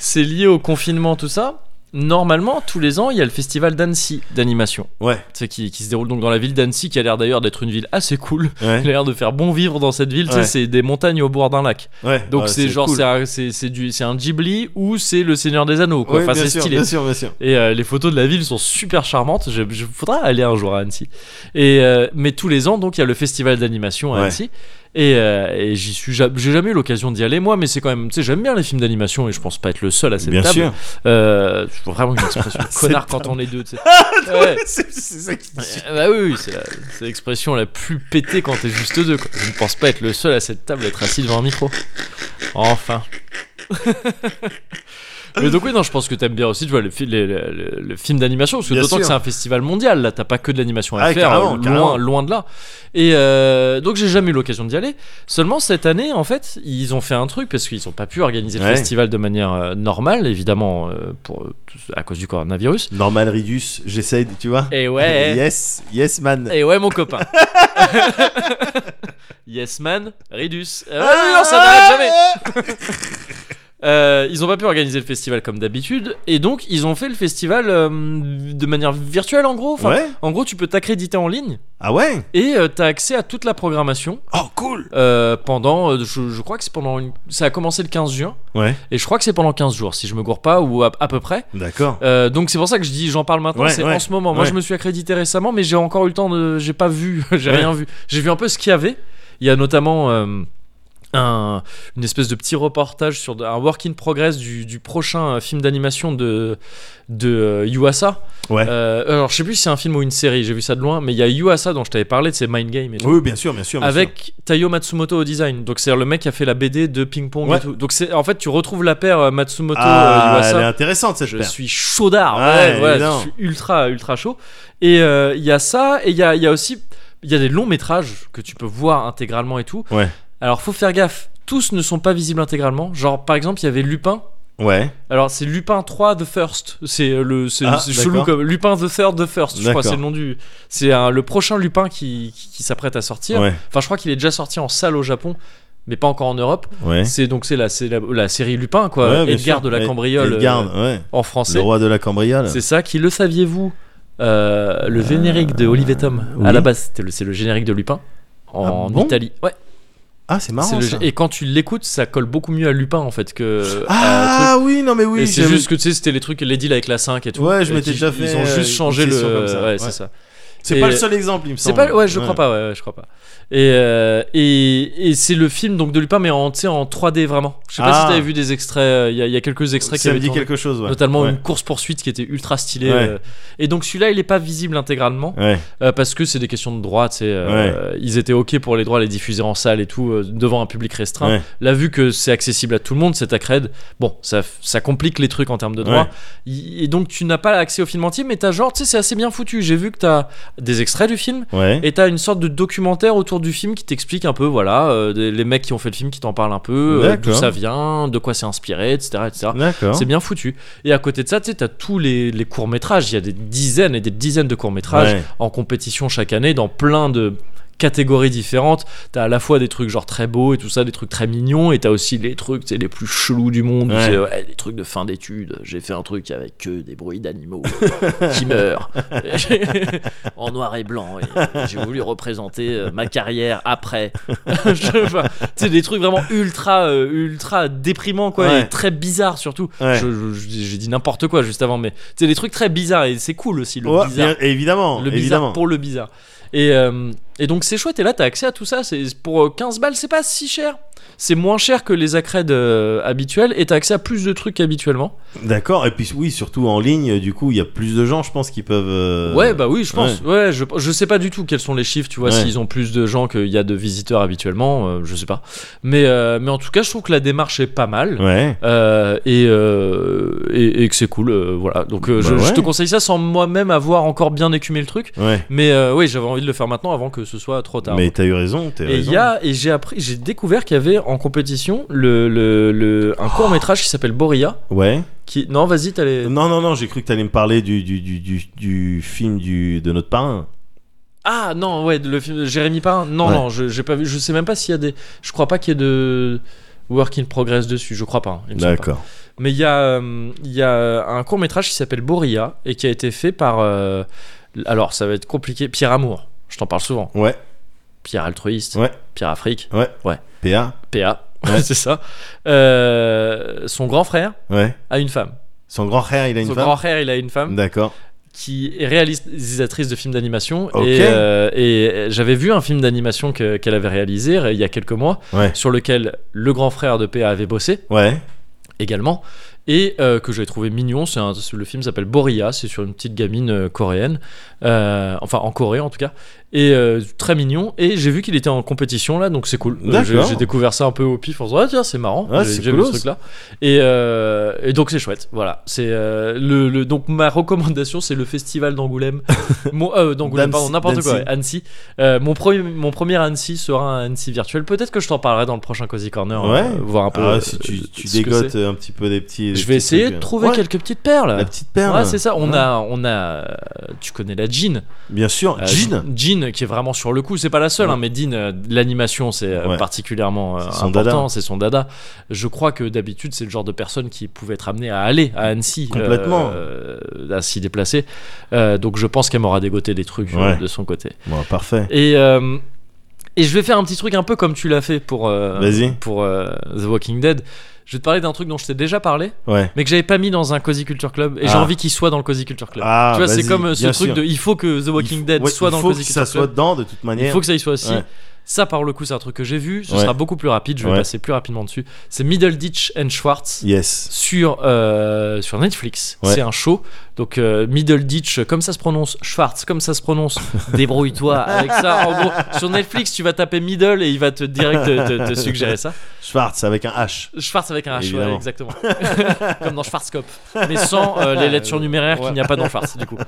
Speaker 1: C'est lié au confinement, tout ça. Normalement, tous les ans, il y a le festival d'Annecy d'animation,
Speaker 2: Ouais.
Speaker 1: tu sais, qui, qui se déroule donc dans la ville d'Annecy, qui a l'air d'ailleurs d'être une ville assez cool. [LAUGHS]
Speaker 2: Ouais.
Speaker 1: Il a l'air de faire bon vivre dans cette ville. tu
Speaker 2: Ouais.
Speaker 1: sais, C'est des montagnes au bord d'un lac.
Speaker 2: ouais.
Speaker 1: [LAUGHS] Donc
Speaker 2: Ouais,
Speaker 1: c'est genre
Speaker 2: cool.
Speaker 1: c'est un- c'est c'est du c'est un Ghibli ou c'est le Seigneur des Anneaux quoi.
Speaker 2: Ouais,
Speaker 1: enfin
Speaker 2: bien
Speaker 1: c'est
Speaker 2: sûr,
Speaker 1: stylé.
Speaker 2: Bien sûr, bien sûr.
Speaker 1: Et euh, les photos de la ville sont super charmantes. Je, je faudra aller un jour à Annecy. Et euh, mais tous les ans donc il y a le festival d'animation à
Speaker 2: Ouais.
Speaker 1: Annecy. Et, euh, et j'y suis ja- j'ai jamais eu l'occasion d'y aller moi mais c'est quand même tu sais j'aime bien les films d'animation et je pense pas être le seul à cette
Speaker 2: Bien
Speaker 1: table.
Speaker 2: sûr.
Speaker 1: Euh, je vois vraiment une
Speaker 2: [LAUGHS]
Speaker 1: expression de
Speaker 2: Cette
Speaker 1: connard quand on est deux. tu sais.
Speaker 2: [LAUGHS]
Speaker 1: Ouais.
Speaker 2: C'est c'est ça [LAUGHS] qui-
Speaker 1: Euh, Bah oui, oui, c'est la- c'est l'expression la plus pétée quand t'es juste deux. quoi. Je ne pense pas être le seul à cette table à être assis devant un micro.
Speaker 2: [LAUGHS]
Speaker 1: Enfin. Mais donc oui, non, je pense que t'aimes bien aussi, tu vois, le, fi- les- le- le- le film d'animation, parce que
Speaker 2: Bien
Speaker 1: d'autant
Speaker 2: sûr.
Speaker 1: que c'est un festival mondial, là, t'as pas que de l'animation à
Speaker 2: Ah,
Speaker 1: faire,
Speaker 2: carrément,
Speaker 1: loin,
Speaker 2: carrément.
Speaker 1: loin de là. Et euh, donc j'ai jamais eu l'occasion d'y aller. Seulement cette année, en fait, ils ont fait un truc parce qu'ils ont pas pu organiser le
Speaker 2: Ouais.
Speaker 1: festival de manière euh, normale, évidemment, euh, pour, à cause du coronavirus.
Speaker 2: Normal Ridus, j'essaye, tu vois.
Speaker 1: Et ouais.
Speaker 2: Yes, yes man.
Speaker 1: Et Eh ouais, mon copain. [LAUGHS] yes, man. Ridus. Euh, non, ça
Speaker 2: Ah
Speaker 1: n'arrête jamais. Euh, ils ont pas pu organiser le festival comme d'habitude et donc ils ont fait le festival euh, de manière virtuelle en gros. Enfin,
Speaker 2: Ouais.
Speaker 1: En gros, tu peux t'accréditer en ligne
Speaker 2: Ah ouais.
Speaker 1: et euh, t'as accès à toute la programmation
Speaker 2: Oh cool.
Speaker 1: euh, pendant. euh, je, je crois que c'est pendant. Une... Ça a commencé le 15 juin
Speaker 2: Ouais.
Speaker 1: et je crois que c'est pendant 15 jours si je me gourre pas ou à- à peu près.
Speaker 2: D'accord.
Speaker 1: Euh, donc c'est pour ça que je dis j'en parle maintenant,
Speaker 2: Ouais,
Speaker 1: c'est
Speaker 2: ouais,
Speaker 1: en ce moment. Moi
Speaker 2: ouais.
Speaker 1: je me suis accrédité récemment mais j'ai encore eu le temps de j'ai pas vu, [LAUGHS] j'ai
Speaker 2: Ouais.
Speaker 1: rien vu. J'ai vu un peu ce qu'il y avait. Il y a notamment euh, un, une espèce de petit reportage sur de- un work in progress du, du prochain euh, film d'animation de, de euh, Yuasa.
Speaker 2: Ouais.
Speaker 1: Euh, alors je sais plus si c'est un film ou une série, j'ai vu ça de loin, mais il y a Yuasa dont je t'avais parlé de ses Mind Game et tout.
Speaker 2: Euh, Oui, bien sûr, bien sûr. bien sûr.
Speaker 1: Avec Taiyo Matsumoto au design, donc c'est le mec qui a fait la BD de Ping Pong
Speaker 2: Ouais.
Speaker 1: et tout. Donc c'est en fait tu retrouves la paire euh, Matsumoto
Speaker 2: ah,
Speaker 1: euh, Yuasa.
Speaker 2: elle est intéressante cette
Speaker 1: Je
Speaker 2: paire.
Speaker 1: suis chaudard.
Speaker 2: Ouais,
Speaker 1: ouais, voilà,
Speaker 2: évidemment.
Speaker 1: je suis ultra, ultra chaud. Et euh, il y a ça, et il y a, il y a aussi il y a des longs métrages que tu peux voir intégralement et tout.
Speaker 2: Ouais.
Speaker 1: Alors faut faire gaffe, tous ne sont pas visibles intégralement. Genre par exemple, il y avait Lupin.
Speaker 2: Ouais.
Speaker 1: Alors c'est Lupin 3 The First, c'est euh, le c'est
Speaker 2: Ah,
Speaker 1: c'est chelou
Speaker 2: d'accord.
Speaker 1: comme Lupin The Third The First, je crois
Speaker 2: D'accord.
Speaker 1: c'est le nom du c'est euh, le prochain Lupin qui, qui, qui s'apprête à sortir.
Speaker 2: Ouais.
Speaker 1: Enfin je crois qu'il est déjà sorti en salle au Japon, mais pas encore en Europe.
Speaker 2: Ouais.
Speaker 1: C'est donc c'est la c'est la, la série Lupin quoi,
Speaker 2: Ouais, bien
Speaker 1: Edgar
Speaker 2: sûr.
Speaker 1: de la
Speaker 2: Ed-
Speaker 1: cambriole
Speaker 2: Edgar,
Speaker 1: euh,
Speaker 2: ouais.
Speaker 1: en
Speaker 2: Le
Speaker 1: français.
Speaker 2: roi de la cambriole.
Speaker 1: C'est ça qui le saviez-vous Euh, le générique de Olivetum
Speaker 2: oui.
Speaker 1: à la base c'était le- c'est le générique de Lupin en
Speaker 2: Ah bon
Speaker 1: Italie. Ouais.
Speaker 2: Ah, c'est
Speaker 1: C'est
Speaker 2: marrant.
Speaker 1: le-
Speaker 2: ça.
Speaker 1: Et quand tu l'écoutes, ça colle beaucoup mieux à Lupin en fait que. à un truc.
Speaker 2: Ah oui, non mais oui.
Speaker 1: et c'est
Speaker 2: j'avais-
Speaker 1: juste que tu sais, c'était les trucs les deals avec la 5 et tout.
Speaker 2: Ouais, je
Speaker 1: Et
Speaker 2: m'étais
Speaker 1: qu'ils-
Speaker 2: déjà fait,
Speaker 1: Ils ont
Speaker 2: euh,
Speaker 1: juste changé
Speaker 2: une
Speaker 1: le.
Speaker 2: question comme ça.
Speaker 1: Ouais,
Speaker 2: Ouais.
Speaker 1: c'est ça.
Speaker 2: C'est
Speaker 1: et-
Speaker 2: pas le seul exemple, il me
Speaker 1: C'est
Speaker 2: semble.
Speaker 1: pas. Ouais, je crois pas. Ouais, ouais, je crois pas. Et, euh, et, et c'est le film donc de Lupin, mais en, tu sais, en 3D vraiment. Je sais pas
Speaker 2: Ah.
Speaker 1: si t'avais vu des extraits. euh, Il y, a- il y a quelques extraits qui
Speaker 2: Ça me
Speaker 1: avaient
Speaker 2: dit
Speaker 1: tourné.
Speaker 2: quelque chose, ouais.
Speaker 1: Notamment
Speaker 2: Ouais.
Speaker 1: une course poursuite qui était ultra stylée.
Speaker 2: Ouais.
Speaker 1: euh, Et donc celui-là, il est pas visible intégralement.
Speaker 2: Ouais.
Speaker 1: Euh, parce que c'est des questions de droits, tu sais, euh, ils étaient ok pour les droits à les diffuser en salle et tout euh, devant un public restreint.
Speaker 2: Ouais.
Speaker 1: Là, vu que c'est accessible à tout le monde, c'est accred. Bon, ça, f- ça complique les trucs en termes de droits. Y- Et donc tu n'as pas accès au film entier, mais t'as genre, tu sais, c'est assez bien foutu. J'ai vu que t'as des extraits du film.
Speaker 2: Ouais.
Speaker 1: Et t'as une sorte de documentaire autour du film qui t'explique un peu, voilà, euh, des- les mecs qui ont fait le film qui t'en parlent un peu, euh, d'où
Speaker 2: D'accord.
Speaker 1: ça vient, de quoi c'est inspiré, etc. etc.
Speaker 2: D'accord.
Speaker 1: C'est bien foutu. Et à côté de ça, tu sais, t'as tous les, les courts-métrages. Il y a des dizaines et des dizaines de courts-métrages
Speaker 2: Ouais.
Speaker 1: en compétition chaque année dans plein de catégories différentes. T'as à la fois des trucs genre très beaux et tout ça, des trucs très mignons, et t'as aussi les trucs, tu sais, les plus chelous du monde.
Speaker 2: Ouais.
Speaker 1: C'est, ouais, les trucs de fin d'études. J'ai fait un truc avec que des bruits d'animaux euh, qui
Speaker 2: [LAUGHS]
Speaker 1: meurent en noir et blanc. et J'ai voulu représenter euh, ma carrière
Speaker 2: [LAUGHS]
Speaker 1: après. Je- enfin, tu sais, des trucs vraiment ultra, euh, ultra déprimants, quoi,
Speaker 2: Ouais.
Speaker 1: et très bizarres surtout.
Speaker 2: Ouais.
Speaker 1: Je- je- je- J'ai dit n'importe quoi juste avant, mais tu sais, des trucs très bizarres, et c'est cool aussi le
Speaker 2: Ouais,
Speaker 1: bizarre
Speaker 2: Oh, bien- évidemment,
Speaker 1: le bizarre
Speaker 2: évidemment.
Speaker 1: pour le bizarre. Et, euh, et donc c'est chouette, et là t'as accès à tout ça. C'est, pour euh, 15 balles, c'est pas si cher. C'est moins cher que les accrèdes euh, habituels, et t'as accès à plus de trucs habituellement.
Speaker 2: D'accord. Et puis oui, surtout en ligne, du coup, il y a plus de gens, je pense, qui peuvent. euh,
Speaker 1: ouais, bah oui, je pense. Ouais, je, je sais pas du tout quels sont les chiffres, tu vois,
Speaker 2: Ouais.
Speaker 1: s'ils ont plus de gens qu'il y a de visiteurs habituellement, euh, je sais pas. Mais, euh, mais en tout cas, je trouve que la démarche est pas mal.
Speaker 2: Ouais.
Speaker 1: Euh, et, euh, et, et que c'est cool, euh, voilà. Donc euh, je,
Speaker 2: Bah
Speaker 1: je
Speaker 2: ouais.
Speaker 1: te conseille ça sans moi-même avoir encore bien écumé le truc.
Speaker 2: Ouais.
Speaker 1: Mais euh, oui, j'avais envie de le faire maintenant avant que ce soit trop tard.
Speaker 2: Mais t'as eu raison. T'as eu
Speaker 1: Et il
Speaker 2: raison.
Speaker 1: y a et j'ai appris, j'ai découvert qu'il y avait en compétition le, le, le- un court métrage qui s'appelle Boria.
Speaker 2: Ouais.
Speaker 1: Qui non, vas-y, t'as les.
Speaker 2: Euh, Non, non, non. J'ai cru que t'allais me parler du du, du, du du film du de notre parrain.
Speaker 1: Ah non, ouais, le film de Jérémy Parrain. Non,
Speaker 2: Ouais.
Speaker 1: non, je j'ai pas vu. Je sais même pas s'il y a des. Je crois pas qu'il y ait de work in progress dessus. Je crois pas. hein, il me semble pas.
Speaker 2: D'accord.
Speaker 1: Mais il y a euh, il y a un court métrage qui s'appelle Boria et qui a été fait par. euh, alors ça va être compliqué. Pierre Amour. Je t'en parle souvent.
Speaker 2: Ouais.
Speaker 1: Pierre altruiste.
Speaker 2: Ouais.
Speaker 1: Pierre Afrique.
Speaker 2: PA.
Speaker 1: PA. [LAUGHS]
Speaker 2: Ouais.
Speaker 1: c'est ça. Euh, son grand frère
Speaker 2: Ouais.
Speaker 1: a une femme.
Speaker 2: Son grand frère, il a une
Speaker 1: Son
Speaker 2: femme.
Speaker 1: grand frère, il a une femme
Speaker 2: D'accord.
Speaker 1: qui est réalisatrice de films d'animation.
Speaker 2: Ok.
Speaker 1: Et, euh, et j'avais vu un film d'animation que- qu'elle avait réalisé euh, il y a quelques mois,
Speaker 2: Ouais.
Speaker 1: sur lequel le grand frère de PA avait bossé
Speaker 2: Ouais.
Speaker 1: également, et euh, que j'avais trouvé mignon. C'est un- le film s'appelle Boria, c'est sur une petite gamine euh, coréenne, Euh, enfin en Corée en tout cas, et euh, très mignon. Et j'ai vu qu'il était en compétition là, donc c'est cool. Euh,
Speaker 2: D'accord.
Speaker 1: j'ai- J'ai découvert ça un peu au pif en se disant, ah tiens, c'est marrant,
Speaker 2: Ah,
Speaker 1: j'ai
Speaker 2: c'est
Speaker 1: j'ai vu
Speaker 2: coolos.
Speaker 1: ce truc là. Et, euh, et donc c'est chouette, voilà. C'est euh, le, le- donc ma recommandation, c'est le festival
Speaker 2: [LAUGHS]
Speaker 1: d'Angoulême, Mon- euh, d'Angoulême,
Speaker 2: D'Annecy-
Speaker 1: pardon, n'importe quoi,
Speaker 2: d'Annecy.
Speaker 1: ouais, Annecy. Euh, mon, premier, mon premier Annecy sera un Annecy virtuel. Peut-être que je t'en parlerai dans le prochain Cozy Corner,
Speaker 2: Ouais.
Speaker 1: euh, voir un peu.
Speaker 2: Ah,
Speaker 1: euh,
Speaker 2: si tu, tu
Speaker 1: ce que
Speaker 2: dégotes
Speaker 1: c'est.
Speaker 2: un petit peu des petits. des
Speaker 1: Je vais
Speaker 2: petits
Speaker 1: essayer
Speaker 2: trucs,
Speaker 1: de
Speaker 2: euh.
Speaker 1: trouver
Speaker 2: Ouais,
Speaker 1: quelques petites perles.
Speaker 2: La petite perle.
Speaker 1: Ouais, c'est ça. On
Speaker 2: Ouais.
Speaker 1: a, on a. euh, Tu connais la Jean.
Speaker 2: Bien sûr.
Speaker 1: Euh,
Speaker 2: Jean.
Speaker 1: Jean qui est vraiment sur le coup. C'est pas la seule, hein, mais Jean, euh, l'animation, c'est euh,
Speaker 2: Ouais.
Speaker 1: particulièrement euh,
Speaker 2: C'est son
Speaker 1: important.
Speaker 2: dada.
Speaker 1: C'est son dada. Je crois que d'habitude, c'est le genre de personne qui pouvait être amenée à aller à Annecy. euh,
Speaker 2: Complètement.
Speaker 1: euh, à s'y déplacer. Euh, donc je pense qu'elle m'aura dégoté des trucs euh,
Speaker 2: Ouais.
Speaker 1: de son côté.
Speaker 2: Bon, parfait.
Speaker 1: Et. euh, et je vais faire un petit truc un peu comme tu l'as fait pour, euh,
Speaker 2: Vas-y.
Speaker 1: pour euh, The Walking Dead. Je vais te parler d'un truc dont je t'ai déjà parlé,
Speaker 2: Ouais.
Speaker 1: mais que j'avais pas mis dans un Cozy Culture Club et j'ai
Speaker 2: Ah.
Speaker 1: envie qu'il soit dans le Cozy Culture Club.
Speaker 2: Ah,
Speaker 1: tu vois, c'est
Speaker 2: vas-y,
Speaker 1: comme euh, ce
Speaker 2: bien
Speaker 1: truc
Speaker 2: sûr.
Speaker 1: de il faut que The Walking
Speaker 2: Il faut-
Speaker 1: Dead
Speaker 2: ouais,
Speaker 1: soit dans le
Speaker 2: Il faut
Speaker 1: Cozy
Speaker 2: que
Speaker 1: Culture
Speaker 2: ça soit
Speaker 1: Club.
Speaker 2: dedans de toute manière.
Speaker 1: Il faut que ça y soit aussi.
Speaker 2: Ouais.
Speaker 1: Ça, par le coup, c'est un truc que j'ai vu. Ce
Speaker 2: Ouais.
Speaker 1: sera beaucoup plus rapide. Je vais
Speaker 2: Ouais.
Speaker 1: passer plus rapidement dessus. C'est Middle Ditch and Schwartz
Speaker 2: Yes.
Speaker 1: sur, euh, sur Netflix.
Speaker 2: Ouais.
Speaker 1: C'est un show. Donc, euh, Middle Ditch, comme ça se prononce, Schwartz, comme ça se
Speaker 2: [LAUGHS]
Speaker 1: prononce, débrouille-toi avec ça. En gros, sur Netflix, tu vas taper Middle et il va te direct te- te- te suggérer ça.
Speaker 2: Schwartz avec un H.
Speaker 1: Schwarz avec un H, ouais, [LAUGHS]
Speaker 2: Évidemment.
Speaker 1: exactement. Comme dans Schwarzkopf. Mais sans euh, les lettres surnuméraires qu'il n'y a pas dans Schwarz, du coup.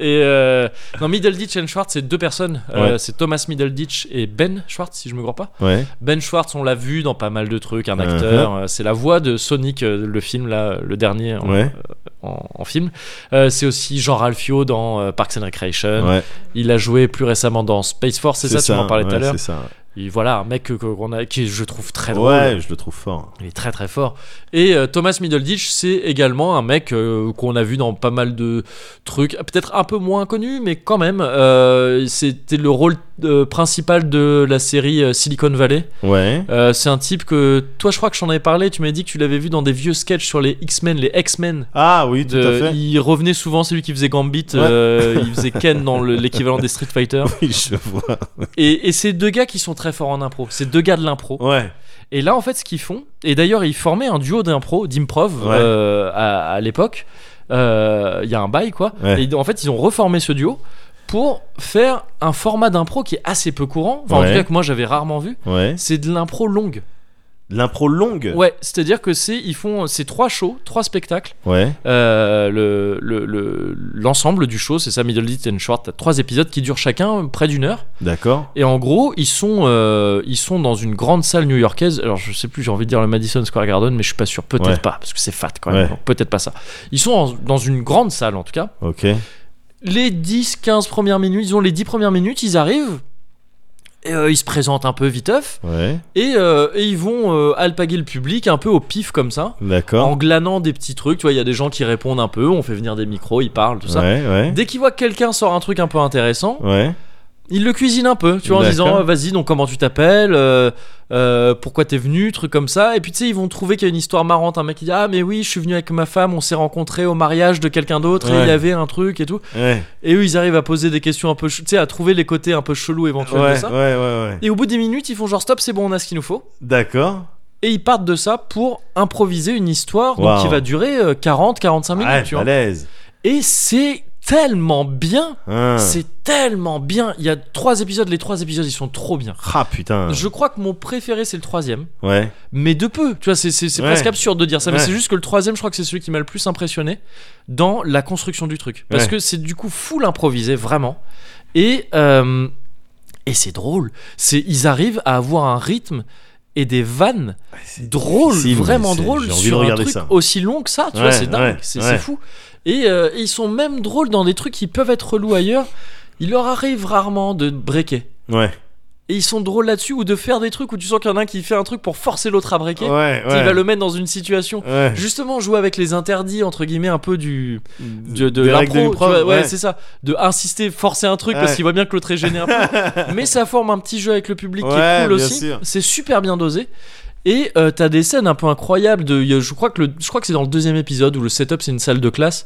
Speaker 1: Et euh, non, Middleditch et Schwartz, c'est deux personnes. Euh,
Speaker 2: Ouais.
Speaker 1: c'est Thomas Middleditch et Ben Schwartz, si je me crois pas.
Speaker 2: Ouais.
Speaker 1: Ben Schwartz, on l'a vu dans pas mal de trucs,
Speaker 2: Uh-huh.
Speaker 1: un acteur. euh, C'est la voix de Sonic, euh, le film, là, euh, le dernier en,
Speaker 2: Ouais.
Speaker 1: euh, en- en film. Euh, c'est aussi Jean Ralphio dans euh, Parks and Recreation.
Speaker 2: Ouais.
Speaker 1: Il a joué plus récemment dans Space Force, c'est ça, tu m'en parlais tout à
Speaker 2: ouais,
Speaker 1: l'heure.
Speaker 2: C'est ça.
Speaker 1: Et Voilà, un mec que- que- qu'on a, qui je trouve très drôle.
Speaker 2: Ouais, je le trouve fort.
Speaker 1: Il est très très fort. Et euh, Thomas Middleditch, c'est également un mec euh, qu'on a vu dans pas mal de trucs, peut-être un peu moins connu, mais quand même. euh, C'était le rôle euh, principal de la série euh, Silicon Valley.
Speaker 2: Ouais.
Speaker 1: Euh, c'est un type que toi, je crois que j'en avais parlé. Tu m'as dit que tu l'avais vu dans des vieux sketchs sur les X-Men, les X-Men.
Speaker 2: Ah oui, tout
Speaker 1: De- [LAUGHS]
Speaker 2: à fait.
Speaker 1: il revenait souvent, c'est lui qui faisait Gambit, euh, il faisait Ken dans le- l'équivalent des Street
Speaker 2: [LAUGHS]
Speaker 1: Fighter.
Speaker 2: Oui, je vois.
Speaker 1: Et, et c'est deux gars qui sont très forts en impro, c'est deux gars de l'impro.
Speaker 2: Ouais.
Speaker 1: Et là, en fait, ce qu'ils font, et d'ailleurs, ils formaient un duo d'impro, d'improv
Speaker 2: Ouais.
Speaker 1: euh, à, à l'époque. Euh, Il y a un bail, quoi.
Speaker 2: Ouais.
Speaker 1: Et en fait, ils ont reformé ce duo pour faire un format d'impro qui est assez peu courant, enfin, en
Speaker 2: Ouais.
Speaker 1: tout cas que moi j'avais rarement vu.
Speaker 2: Ouais.
Speaker 1: C'est de l'impro longue.
Speaker 2: L'impro longue.
Speaker 1: Ouais, c'est-à-dire que c'est ils font ces trois shows, trois spectacles.
Speaker 2: Ouais.
Speaker 1: Euh, le- le- le- l'ensemble du show, c'est ça, Middle East and Short, t'as trois épisodes qui durent chacun près d'une heure.
Speaker 2: D'accord.
Speaker 1: Et en gros, ils sont, euh, ils sont dans une grande salle new-yorkaise. Alors, je sais plus, j'ai envie de dire le Madison Square Garden, mais je suis pas sûr. Peut-être
Speaker 2: Ouais.
Speaker 1: pas, parce que c'est fat quand même.
Speaker 2: Ouais.
Speaker 1: Donc, Peut-être pas ça. Ils sont en- dans une grande salle, en tout cas.
Speaker 2: Ok.
Speaker 1: Les 10-15 premières minutes, ils ont les 10 premières minutes, ils arrivent. Et euh, ils se présentent un peu viteuf.
Speaker 2: Ouais.
Speaker 1: Et, euh, et ils vont euh, alpaguer le public un peu au pif, comme ça. En
Speaker 2: D'accord.
Speaker 1: glanant des petits trucs. Tu vois, il y a des gens qui répondent un peu. On fait venir des micros, ils parlent, tout ça.
Speaker 2: Ouais. Ouais.
Speaker 1: Dès qu'ils voient que quelqu'un sort un truc un peu intéressant,
Speaker 2: Ouais.
Speaker 1: il le cuisine un peu, tu vois, en
Speaker 2: D'accord.
Speaker 1: disant euh, vas-y, donc comment tu t'appelles, euh, euh, pourquoi t'es venu, truc comme ça. Et puis tu sais, ils vont trouver qu'il y a une histoire marrante. Un mec qui dit ah, mais oui, je suis venu avec ma femme, on s'est rencontrés au mariage de quelqu'un d'autre et
Speaker 2: Ouais.
Speaker 1: il y avait un truc et tout.
Speaker 2: Ouais.
Speaker 1: Et eux, ils arrivent à poser des questions un peu, ch- tu sais, à trouver les côtés un peu chelous éventuels de
Speaker 2: Ouais. Ouais.
Speaker 1: ça.
Speaker 2: Ouais. ouais.
Speaker 1: Et au bout des minutes, ils font genre stop, c'est bon, on a ce qu'il nous faut.
Speaker 2: D'accord.
Speaker 1: Et ils partent de ça pour improviser une histoire donc,
Speaker 2: Waouh.
Speaker 1: qui va durer 40-45 minutes,
Speaker 2: Ouais.
Speaker 1: tu vois.
Speaker 2: Malaise.
Speaker 1: Et c'est tellement bien,
Speaker 2: Hein.
Speaker 1: c'est tellement bien. Il y a trois épisodes, les trois épisodes, ils sont trop bien.
Speaker 2: Ah putain.
Speaker 1: Je crois que mon préféré c'est le troisième,
Speaker 2: Ouais.
Speaker 1: mais de peu. Tu vois, c'est c'est- c'est
Speaker 2: Ouais.
Speaker 1: presque absurde de dire ça, mais
Speaker 2: Ouais.
Speaker 1: c'est juste que le troisième, je crois que c'est celui qui m'a le plus impressionné dans la construction du truc, parce
Speaker 2: Ouais.
Speaker 1: que c'est du coup full improvisé vraiment, et euh, et c'est drôle. C'est ils arrivent à avoir un rythme et des vannes drôles,
Speaker 2: difficile, mais
Speaker 1: vraiment
Speaker 2: c'est-
Speaker 1: drôles
Speaker 2: j'ai envie de
Speaker 1: sur un
Speaker 2: regarder
Speaker 1: truc
Speaker 2: ça.
Speaker 1: aussi long que ça. Tu vois,
Speaker 2: Ouais,
Speaker 1: c'est dingue,
Speaker 2: ouais,
Speaker 1: c'est
Speaker 2: ouais.
Speaker 1: c'est fou. Et euh, ils sont même drôles dans des trucs qui peuvent être relous ailleurs. Il leur arrive rarement de breaker.
Speaker 2: Ouais.
Speaker 1: Et ils sont drôles là-dessus ou de faire des trucs où tu sens qu'il y en a un qui fait un truc pour forcer l'autre à breaker.
Speaker 2: Ouais.
Speaker 1: Il va
Speaker 2: Ouais.
Speaker 1: le mettre dans une situation.
Speaker 2: Ouais.
Speaker 1: Justement, jouer avec les interdits, entre guillemets, un peu du. De, de
Speaker 2: Des règles
Speaker 1: l'impro,
Speaker 2: de
Speaker 1: tu
Speaker 2: l'impro,
Speaker 1: vois, ouais,
Speaker 2: ouais.
Speaker 1: c'est ça. De insister, forcer un truc parce
Speaker 2: Ouais.
Speaker 1: qu'il voit bien que l'autre est gêné un
Speaker 2: [LAUGHS]
Speaker 1: peu. Mais ça forme un petit jeu avec le public qui est
Speaker 2: Ouais,
Speaker 1: cool
Speaker 2: bien
Speaker 1: aussi.
Speaker 2: sûr.
Speaker 1: C'est super bien dosé. Et euh, t'as des scènes un peu incroyables. De, y a- je crois que le- je crois que c'est dans le deuxième épisode où le setup c'est une salle de classe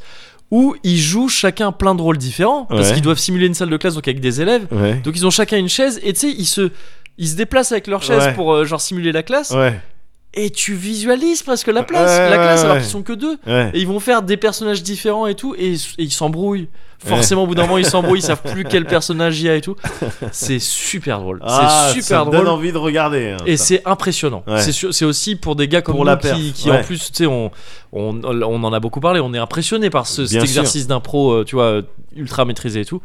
Speaker 1: où ils jouent chacun plein de rôles différents parce
Speaker 2: Ouais.
Speaker 1: qu'ils doivent simuler une salle de classe donc avec des élèves.
Speaker 2: Ouais.
Speaker 1: Donc ils ont chacun une chaise et tu sais ils se ils se déplacent avec leur chaise
Speaker 2: Ouais.
Speaker 1: pour euh, genre simuler la classe
Speaker 2: Ouais.
Speaker 1: et tu visualises presque la place
Speaker 2: Ouais,
Speaker 1: la classe
Speaker 2: ouais,
Speaker 1: alors
Speaker 2: ouais.
Speaker 1: qu'ils sont que deux
Speaker 2: Ouais.
Speaker 1: et ils vont faire des personnages différents et tout et, et ils s'embrouillent forcément au bout d'un moment ils s'embrouillent ils savent plus
Speaker 2: [LAUGHS]
Speaker 1: quel personnage il y a et tout c'est super drôle
Speaker 2: Ah,
Speaker 1: c'est
Speaker 2: ça
Speaker 1: super
Speaker 2: me donne
Speaker 1: drôle
Speaker 2: envie de regarder. hein,
Speaker 1: et
Speaker 2: ça.
Speaker 1: c'est impressionnant.
Speaker 2: Ouais.
Speaker 1: C'est sûr- C'est aussi pour des gars comme
Speaker 2: Pour
Speaker 1: nous
Speaker 2: la
Speaker 1: qui,
Speaker 2: perf,
Speaker 1: qui en
Speaker 2: ouais.
Speaker 1: plus, tu sais, on, on, on en a beaucoup parlé, on est impressionné par ce, cet
Speaker 2: Bien sûr.
Speaker 1: exercice d'impro, euh, tu vois, euh, ultra maîtrisé et tout.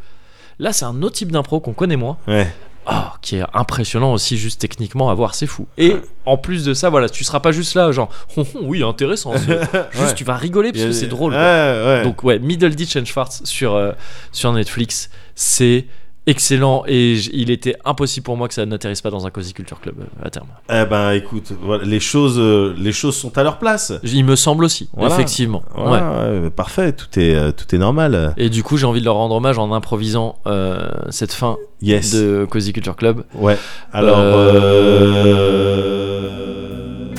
Speaker 1: Là, c'est un autre type d'impro qu'on connaît moins.
Speaker 2: Ouais.
Speaker 1: Ah, qui est impressionnant aussi juste techniquement à voir, c'est fou. Et en plus de ça, voilà, tu seras pas juste là, genre, [LAUGHS] Hum, hum, oui, intéressant. c'est- juste,
Speaker 2: [LAUGHS] Ouais.
Speaker 1: tu vas rigoler parce
Speaker 2: Il y
Speaker 1: que
Speaker 2: a-
Speaker 1: c'est drôle.
Speaker 2: Ouais.
Speaker 1: quoi.
Speaker 2: Ouais.
Speaker 1: Donc ouais, Middle Ditch and Schwartz sur, euh, sur Netflix, c'est excellent et j- il était impossible pour moi que ça n'atterrisse pas dans un Cozy Culture Club euh, à terme.
Speaker 2: Eh ben, écoute, voilà, les choses, euh, les choses sont à leur place.
Speaker 1: J- Il me semble aussi,
Speaker 2: Voilà.
Speaker 1: effectivement. Ouais.
Speaker 2: Voilà, ouais, mais parfait, tout est, euh, tout est normal.
Speaker 1: Et du coup, j'ai envie de leur rendre hommage en improvisant euh, cette fin
Speaker 2: Yes.
Speaker 1: de Cozy Culture Club.
Speaker 2: Ouais. Alors. euh,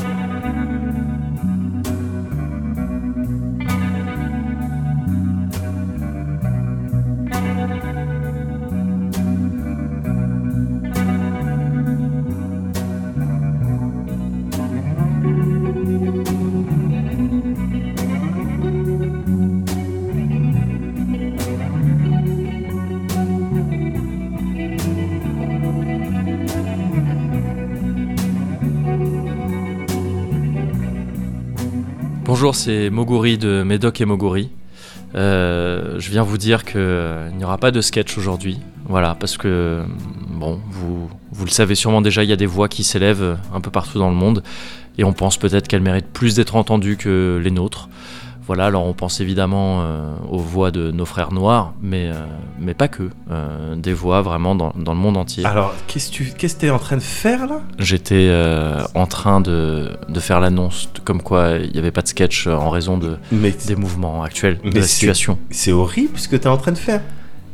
Speaker 1: Bonjour, c'est Moguri de Médoc et Moguri. Euh, je viens vous dire que euh, il n'y aura pas de sketch aujourd'hui. Voilà, parce que mm, bon, vous, vous le savez sûrement déjà, il y a des voix qui s'élèvent euh, un peu partout dans le monde et on pense peut-être qu'elles méritent plus d'être entendues que les nôtres. Voilà, alors on pense évidemment euh, aux voix de nos frères noirs, mais, euh, mais pas que. Euh, des voix vraiment dans, dans le monde entier.
Speaker 2: Alors, qu'est-ce que tu qu'est-ce que t'es en train de faire là
Speaker 1: J'étais euh, en train de, de faire l'annonce de- comme quoi il n'y avait pas de sketch euh, en raison de,
Speaker 2: Mais
Speaker 1: des mouvements actuels, de
Speaker 2: Mais
Speaker 1: la
Speaker 2: c'est-
Speaker 1: situation.
Speaker 2: c'est horrible ce que t'es en train de faire.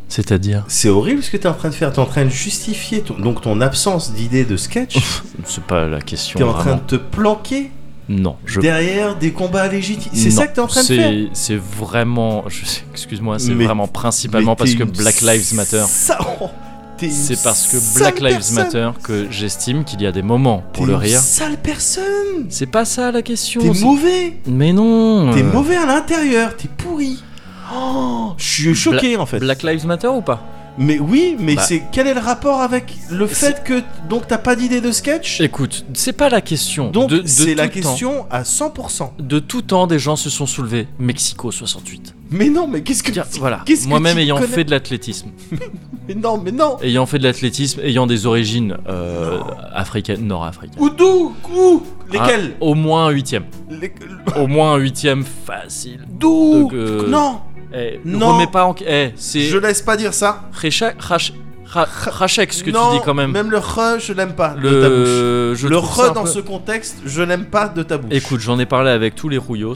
Speaker 1: C'est-à-dire
Speaker 2: C'est horrible ce que t'es en train de faire. T'es en train de justifier ton- donc ton absence d'idée de sketch.
Speaker 1: [LAUGHS] C'est pas la question.
Speaker 2: T'es en
Speaker 1: vraiment.
Speaker 2: train de te planquer
Speaker 1: Non, je.
Speaker 2: derrière des combats légitimes. C'est
Speaker 1: non.
Speaker 2: ça que t'es en train de
Speaker 1: C'est-
Speaker 2: faire.
Speaker 1: C'est vraiment. je- Excuse-moi, c'est
Speaker 2: Mais-
Speaker 1: vraiment principalement
Speaker 2: Mais
Speaker 1: parce
Speaker 2: t'es
Speaker 1: que
Speaker 2: une
Speaker 1: Black Lives Matter.
Speaker 2: sa- oh, t'es une
Speaker 1: C'est parce que
Speaker 2: sale
Speaker 1: Black Lives
Speaker 2: personne.
Speaker 1: Matter que j'estime qu'il y a des moments pour
Speaker 2: T'es
Speaker 1: le
Speaker 2: une
Speaker 1: rire.
Speaker 2: Sale personne.
Speaker 1: C'est pas ça la question.
Speaker 2: T'es
Speaker 1: c'est-
Speaker 2: mauvais.
Speaker 1: Mais non.
Speaker 2: T'es
Speaker 1: euh,
Speaker 2: mauvais à l'intérieur. T'es pourri. Oh, je suis choqué en fait.
Speaker 1: Black Lives Matter ou pas
Speaker 2: Mais oui, mais
Speaker 1: Bah.
Speaker 2: c'est quel est le rapport avec le
Speaker 1: C'est-
Speaker 2: fait que donc t'as pas d'idée de sketch
Speaker 1: Écoute, c'est pas la question.
Speaker 2: Donc
Speaker 1: De- de
Speaker 2: c'est la
Speaker 1: tout temps.
Speaker 2: question à 100%.
Speaker 1: De tout temps, des gens se sont soulevés. Mexico 68.
Speaker 2: Mais non, mais qu'est-ce que
Speaker 1: Tiens, voilà.
Speaker 2: qu'est-ce que
Speaker 1: Moi-même
Speaker 2: tu
Speaker 1: ayant
Speaker 2: connais
Speaker 1: fait de l'athlétisme,
Speaker 2: Mais non, mais non.
Speaker 1: ayant fait de l'athlétisme, ayant des origines euh, africaines, nord-africaines.
Speaker 2: Ou d'où Où Lesquels
Speaker 1: Ah, Au moins un huitième.
Speaker 2: Les-
Speaker 1: Au moins un huitième facile.
Speaker 2: D'où
Speaker 1: Ah. Donc, euh,
Speaker 2: Non,
Speaker 1: Eh,
Speaker 2: Non.
Speaker 1: remets pas en. Eh, c'est.
Speaker 2: je laisse pas dire ça.
Speaker 1: Recha- Rach- Ra- Rachek, ce que
Speaker 2: non,
Speaker 1: tu dis quand même.
Speaker 2: Même le re, je l'aime pas. de ta bouche.
Speaker 1: le. je
Speaker 2: le
Speaker 1: trouve ça
Speaker 2: re
Speaker 1: un
Speaker 2: dans
Speaker 1: peu-
Speaker 2: ce contexte, je l'aime pas de ta bouche.
Speaker 1: Écoute, j'en ai parlé avec tous les rouillos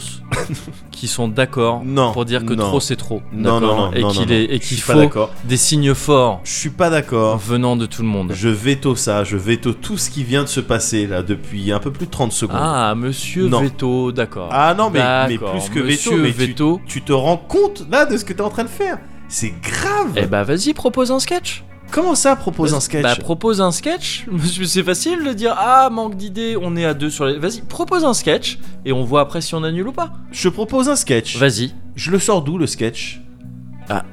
Speaker 2: [LAUGHS]
Speaker 1: qui sont d'accord
Speaker 2: Non,
Speaker 1: pour dire que
Speaker 2: non.
Speaker 1: trop c'est trop.
Speaker 2: non,
Speaker 1: d'accord,
Speaker 2: non, non,
Speaker 1: Et
Speaker 2: non,
Speaker 1: qu'il
Speaker 2: non,
Speaker 1: est-
Speaker 2: non.
Speaker 1: et
Speaker 2: Je
Speaker 1: qu'il
Speaker 2: suis pas
Speaker 1: faut
Speaker 2: d'accord.
Speaker 1: des signes forts
Speaker 2: Je suis pas d'accord.
Speaker 1: venant de tout le monde.
Speaker 2: Je veto ça. Je veto tout ce qui vient de se passer là depuis un peu plus de 30 secondes.
Speaker 1: Ah, monsieur
Speaker 2: Non.
Speaker 1: Veto, d'accord.
Speaker 2: Ah non, mais, mais
Speaker 1: D'accord,
Speaker 2: plus que veto,
Speaker 1: monsieur
Speaker 2: mais tu-
Speaker 1: Veto.
Speaker 2: Tu, te rends compte là de ce que t'es en train de faire. C'est grave.
Speaker 1: Eh bah vas-y, propose un sketch.
Speaker 2: Comment ça propose un sketch
Speaker 1: Bah propose un sketch. [LAUGHS] Monsieur, c'est facile de dire ah manque d'idées, on est à deux sur les. Vas-y, propose un sketch et on voit après si on annule ou pas.
Speaker 2: Je propose un sketch.
Speaker 1: Vas-y.
Speaker 2: Je le sors d'où le sketch
Speaker 1: Ah.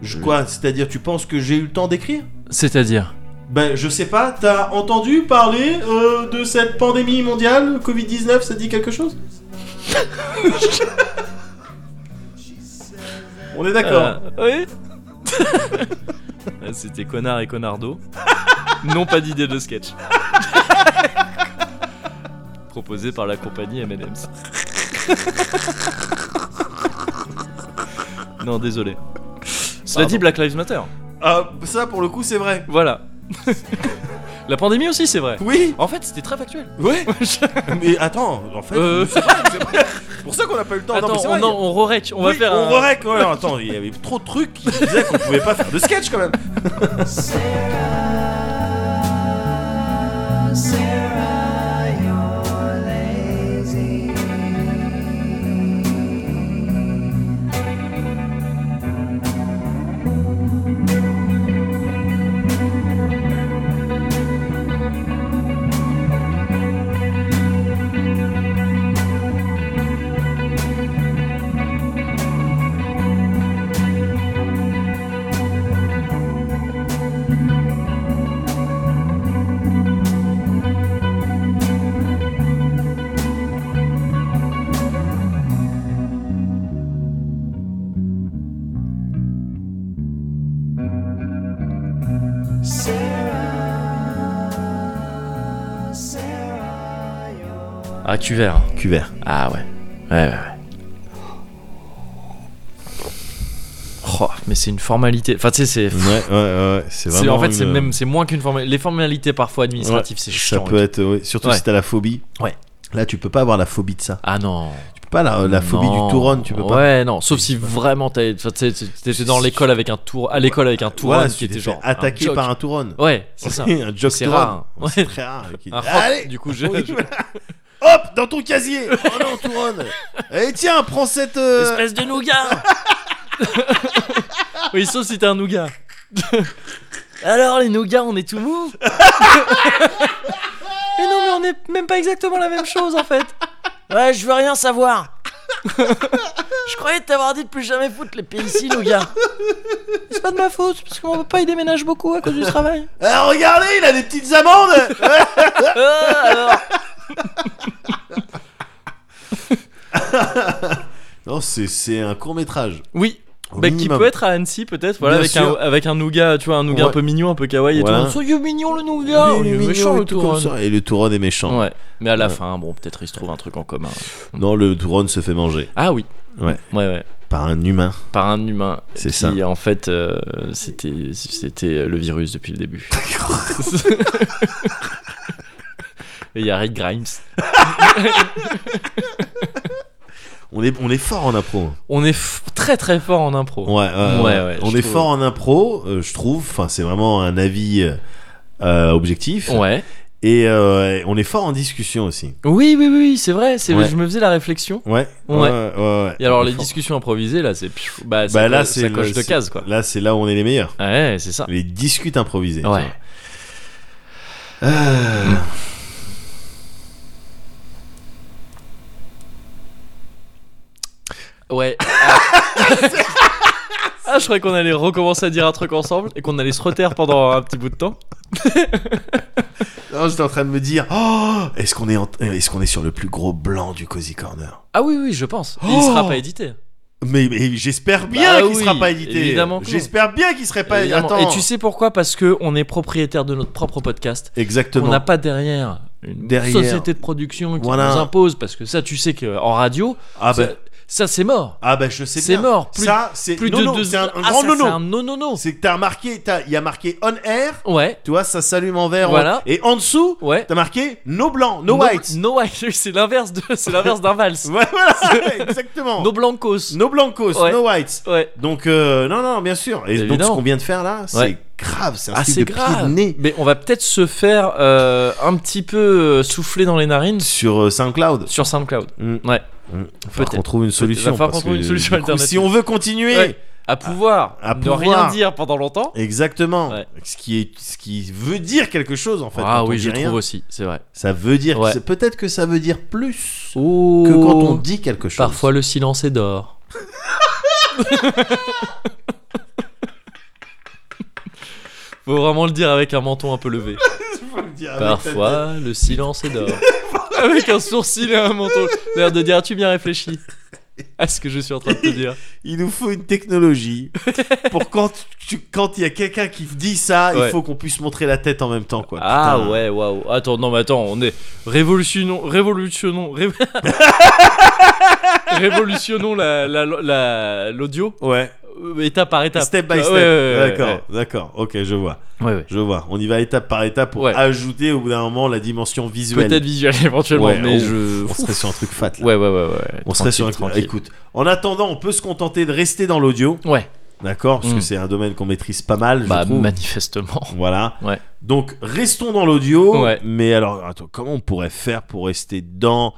Speaker 2: Je, quoi C'est-à-dire, tu penses que j'ai eu le temps d'écrire
Speaker 1: C'est-à-dire.
Speaker 2: Ben, je sais pas, t'as entendu parler euh, de cette pandémie mondiale, Covid-19, ça te dit
Speaker 1: [LAUGHS]
Speaker 2: quelque chose On est d'accord.
Speaker 1: [LAUGHS] Euh, oui. C'était connard et
Speaker 2: [LAUGHS]
Speaker 1: connardo. N'ont pas d'idée de sketch. [LAUGHS] Proposé par la compagnie M&M's. [LAUGHS] non, désolé. Cela
Speaker 2: Pardon.
Speaker 1: dit, Black Lives Matter.
Speaker 2: Ah, ça, pour le coup, c'est vrai.
Speaker 1: Voilà. [LAUGHS] la pandémie aussi, c'est vrai.
Speaker 2: Oui
Speaker 1: En fait, c'était très factuel. [LAUGHS]
Speaker 2: Ouais Mais attends, en fait,
Speaker 1: Euh.
Speaker 2: c'est vrai, c'est vrai. C'est pour ça qu'on n'a pas eu le temps.
Speaker 1: Attends,
Speaker 2: non, mais c'est
Speaker 1: on,
Speaker 2: vrai,
Speaker 1: en- on re-rec, on va
Speaker 2: Oui,
Speaker 1: faire
Speaker 2: on
Speaker 1: un...
Speaker 2: re-rec, ouais, attends, il y avait trop de trucs qui disaient qu'on pouvait pas faire de sketch quand même.
Speaker 1: Ah, cuvert.
Speaker 2: Cuvert.
Speaker 1: Ah ouais. Ouais, ouais, ouais. Oh, mais c'est une formalité. Enfin, tu sais, c'est.
Speaker 2: Ouais, ouais, ouais,
Speaker 1: c'est-
Speaker 2: c'est vraiment.
Speaker 1: En fait, c'est
Speaker 2: une- euh,
Speaker 1: même, c'est moins qu'une formalité. Les formalités parfois administratives,
Speaker 2: Ouais,
Speaker 1: c'est
Speaker 2: Ça
Speaker 1: chiant.
Speaker 2: peut être, ouais, surtout
Speaker 1: Ouais.
Speaker 2: si t'as la phobie.
Speaker 1: Ouais.
Speaker 2: Là, tu peux pas avoir la phobie de ça.
Speaker 1: Ah non.
Speaker 2: Tu peux pas la, la phobie
Speaker 1: Non.
Speaker 2: du touron, tu peux pas.
Speaker 1: Ouais, non. Sauf si vraiment t'as- enfin, tu sais, t'étais dans l'école avec un tour, à l'école avec un touron
Speaker 2: Voilà, si
Speaker 1: qui
Speaker 2: tu
Speaker 1: était
Speaker 2: t'es
Speaker 1: genre
Speaker 2: fait attaquer
Speaker 1: joke.
Speaker 2: par un touron.
Speaker 1: Ouais, c'est ça.
Speaker 2: [LAUGHS] un joke
Speaker 1: C'est
Speaker 2: touron.
Speaker 1: rare, hein.
Speaker 2: C'est très rare. qui-
Speaker 1: Un rock,
Speaker 2: Allez,
Speaker 1: du
Speaker 2: [LAUGHS]
Speaker 1: coup, je-
Speaker 2: Oui, voilà. Hop, dans
Speaker 1: [LAUGHS]
Speaker 2: ton casier. Oh non, touron. Et tiens, prends cette. euh,
Speaker 1: Espèce de nougat [LAUGHS] Oui, sauf si t'es un nougat. [LAUGHS] Alors, les nougats, on est tout [LAUGHS] mou Mais non, mais on est même pas exactement la même chose en fait Ouais, je veux rien [LAUGHS] savoir Je croyais t'avoir dit de plus jamais foutre les pieds ici, [LAUGHS] nougat C'est pas de ma faute, parce que mon papa il déménage beaucoup à cause du travail [LAUGHS]
Speaker 2: Ah, regardez, il a des petites amandes. [LAUGHS]
Speaker 1: Ah, alors
Speaker 2: Non, Non, c'est c'est un court métrage.
Speaker 1: Oui, bah, qui peut être à Annecy peut-être, voilà,
Speaker 2: Bien
Speaker 1: avec un,
Speaker 2: sûr.
Speaker 1: avec un nougat, tu vois, un nougat un
Speaker 2: Ouais.
Speaker 1: peu mignon, un peu kawaii et
Speaker 2: Voilà.
Speaker 1: tout. Oh, il est mignon le nougat, Oh, il est méchant le Touron.
Speaker 2: Et le Touron est méchant.
Speaker 1: Ouais, mais à la
Speaker 2: Ouais.
Speaker 1: fin, bon, peut-être il se trouve un truc en commun.
Speaker 2: Non, le Touron se fait manger
Speaker 1: Ah oui.
Speaker 2: Ouais.
Speaker 1: Ouais, ouais.
Speaker 2: par un humain.
Speaker 1: Par un humain.
Speaker 2: C'est
Speaker 1: qui,
Speaker 2: ça.
Speaker 1: en fait, euh, c'était, c'était le virus depuis le début. [LAUGHS] Et il y a Rick Grimes.
Speaker 2: On est, on est fort en impro.
Speaker 1: On est f- très très fort en impro.
Speaker 2: Ouais, ouais,
Speaker 1: Ouais,
Speaker 2: ouais.
Speaker 1: ouais,
Speaker 2: on
Speaker 1: je
Speaker 2: est
Speaker 1: trouve.
Speaker 2: fort en impro, euh, je trouve. Enfin, c'est vraiment un avis euh, euh, objectif.
Speaker 1: Ouais.
Speaker 2: Et euh, on est fort en discussion aussi.
Speaker 1: Oui, oui, oui, oui, c'est vrai. C'est,
Speaker 2: Ouais.
Speaker 1: Je me faisais la réflexion.
Speaker 2: Ouais.
Speaker 1: Ouais.
Speaker 2: ouais, ouais.
Speaker 1: Et alors,
Speaker 2: On est
Speaker 1: les
Speaker 2: fort.
Speaker 1: discussions improvisées, là, c'est. pfiou, Bah, ça,
Speaker 2: Bah
Speaker 1: co-
Speaker 2: là,
Speaker 1: ça
Speaker 2: c'est le-
Speaker 1: coche de
Speaker 2: c'est-
Speaker 1: case, quoi.
Speaker 2: Là, c'est là où on est les meilleurs.
Speaker 1: Ouais, c'est ça.
Speaker 2: Les discutes improvisées. tu
Speaker 1: Ouais.
Speaker 2: vois. Euh,
Speaker 1: Ouais. Ah, Ah, je croyais qu'on allait recommencer à dire un truc ensemble et qu'on allait se reterre pendant un petit bout de temps.
Speaker 2: non, j'étais en train de me dire, oh, est-ce qu'on est, en- est-ce qu'on est sur le plus gros blanc du cozy corner
Speaker 1: Ah oui, oui, je pense. Il sera
Speaker 2: Oh
Speaker 1: pas édité.
Speaker 2: Mais, mais j'espère bien
Speaker 1: Bah
Speaker 2: qu'il
Speaker 1: oui,
Speaker 2: sera pas édité.
Speaker 1: évidemment que non.
Speaker 2: J'espère bien qu'il serait pas.
Speaker 1: Évidemment.
Speaker 2: Attends.
Speaker 1: Et tu sais pourquoi Parce que on est propriétaire de notre propre podcast.
Speaker 2: Exactement.
Speaker 1: On n'a pas derrière une
Speaker 2: Derrière.
Speaker 1: société de production qui
Speaker 2: Voilà.
Speaker 1: nous impose. Parce que ça, tu sais qu'en radio,
Speaker 2: Ah bah,
Speaker 1: ça, ça, c'est mort.
Speaker 2: ah bah, je sais
Speaker 1: C'est
Speaker 2: bien.
Speaker 1: mort. Plus,
Speaker 2: ça, c'est
Speaker 1: plus
Speaker 2: non,
Speaker 1: de
Speaker 2: non,
Speaker 1: deux.
Speaker 2: c'est un, un
Speaker 1: Ah,
Speaker 2: grand
Speaker 1: ça,
Speaker 2: nono.
Speaker 1: C'est un non, non, non.
Speaker 2: C'est que t'as remarqué, t'as- il y a marqué on air.
Speaker 1: Ouais,
Speaker 2: Tu vois, ça s'allume en vert.
Speaker 1: Voilà.
Speaker 2: Et en dessous,
Speaker 1: ouais.
Speaker 2: t'as marqué no blanc, no, white.
Speaker 1: No white. C'est l'inverse de, c'est l'inverse d'un
Speaker 2: [LAUGHS]
Speaker 1: valse.
Speaker 2: Ouais, voilà, exactement.
Speaker 1: No blancos.
Speaker 2: No blancos,
Speaker 1: Ouais.
Speaker 2: no whites.
Speaker 1: Ouais.
Speaker 2: Donc euh, non, non, bien sûr. Et donc ce
Speaker 1: Évidemment.
Speaker 2: qu'on vient de faire là, c'est
Speaker 1: Ouais.
Speaker 2: grave, c'est un
Speaker 1: Ah,
Speaker 2: style
Speaker 1: c'est
Speaker 2: de pied de
Speaker 1: grave.
Speaker 2: nez
Speaker 1: Mais on va peut-être se faire euh, un petit peu euh, souffler dans les narines
Speaker 2: sur euh, SoundCloud.
Speaker 1: sur SoundCloud.
Speaker 2: Mm.
Speaker 1: Ouais.
Speaker 2: Mm. Il faut
Speaker 1: Peut-être.
Speaker 2: qu'on trouve une solution.
Speaker 1: Il va falloir
Speaker 2: parce
Speaker 1: qu'on trouve
Speaker 2: que,
Speaker 1: une solution
Speaker 2: du coup,
Speaker 1: alternative.
Speaker 2: Si on veut continuer.
Speaker 1: Ouais. À pouvoir
Speaker 2: à
Speaker 1: ne
Speaker 2: pouvoir.
Speaker 1: rien dire pendant longtemps.
Speaker 2: Exactement.
Speaker 1: Ouais.
Speaker 2: Ce qui est, ce qui veut dire quelque chose en fait.
Speaker 1: ah
Speaker 2: quand on
Speaker 1: oui,
Speaker 2: dit
Speaker 1: je
Speaker 2: rien.
Speaker 1: trouve aussi, c'est vrai.
Speaker 2: Ça veut dire que
Speaker 1: Ouais.
Speaker 2: c'est- peut-être que ça veut dire plus
Speaker 1: Oh,
Speaker 2: que quand on dit quelque chose.
Speaker 1: Parfois le silence est
Speaker 2: [LAUGHS]
Speaker 1: d'or. Faut vraiment le dire avec un menton un peu levé.
Speaker 2: Faut le dire avec ta tête.
Speaker 1: Parfois le silence est
Speaker 2: [LAUGHS]
Speaker 1: d'or. avec un sourcil et un menton. L'air de dire as-tu bien
Speaker 2: [LAUGHS]
Speaker 1: réfléchi à ce que je suis en train de te dire
Speaker 2: Il nous faut une
Speaker 1: [LAUGHS]
Speaker 2: technologie pour quand tu, quand il y a quelqu'un qui dit ça,
Speaker 1: Ouais.
Speaker 2: il faut qu'on puisse montrer la tête en même temps quoi.
Speaker 1: Ah
Speaker 2: Putain.
Speaker 1: ouais, waouh. Attends, non, mais attends, on est. Révolutionnons. Révolutionnons. ré- [LAUGHS] révolutionnons la- la- la- l'audio
Speaker 2: Ouais.
Speaker 1: euh, étape par étape.
Speaker 2: Step by
Speaker 1: Ouais,
Speaker 2: step.
Speaker 1: ouais, ouais,
Speaker 2: d'accord,
Speaker 1: ouais.
Speaker 2: d'accord. Ok, je vois,
Speaker 1: Ouais, ouais.
Speaker 2: je vois. On y va étape par étape pour
Speaker 1: Ouais.
Speaker 2: ajouter au bout d'un moment la dimension visuelle.
Speaker 1: Peut-être visuel éventuellement,
Speaker 2: Ouais,
Speaker 1: mais
Speaker 2: oh,
Speaker 1: je.
Speaker 2: On serait sur un truc fat. Là.
Speaker 1: Ouais, ouais, ouais, ouais.
Speaker 2: On serait sur un
Speaker 1: Tranquille,
Speaker 2: truc.
Speaker 1: tranquille.
Speaker 2: Écoute, en attendant, on peut se contenter de rester dans l'audio,
Speaker 1: Ouais,
Speaker 2: d'accord, parce
Speaker 1: Mm.
Speaker 2: que c'est un domaine qu'on maîtrise pas mal. Je
Speaker 1: bah
Speaker 2: trouve.
Speaker 1: manifestement.
Speaker 2: Voilà.
Speaker 1: Ouais.
Speaker 2: Donc restons dans l'audio.
Speaker 1: Ouais.
Speaker 2: Mais alors, attends, comment on pourrait faire pour rester dans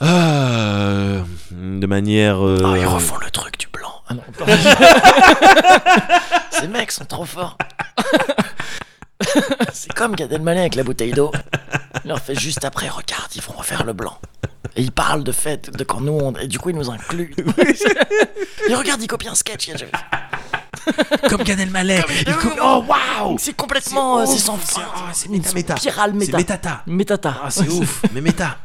Speaker 2: Ah, de manière euh,
Speaker 1: Ah, le truc du blanc. Ah non, pardon. Ces mecs sont trop forts.
Speaker 5: [LAUGHS] C'est comme Gad Elmaleh avec la bouteille d'eau. Il leur fait juste après, regarde, ils vont refaire le blanc. Et ils parlent de fait, de quand nous on... Et du coup, ils nous incluent. Et regarde, ils copient un sketch. Comme Gad Elmaleh.
Speaker 2: Oh waouh
Speaker 5: C'est complètement... euh, C'est sans fin.
Speaker 2: Ah, C'est méta méta.
Speaker 5: Spiral
Speaker 2: C'est
Speaker 5: méta.
Speaker 2: métata.
Speaker 1: Métata.
Speaker 2: Ah, c'est ouf. Mais méta.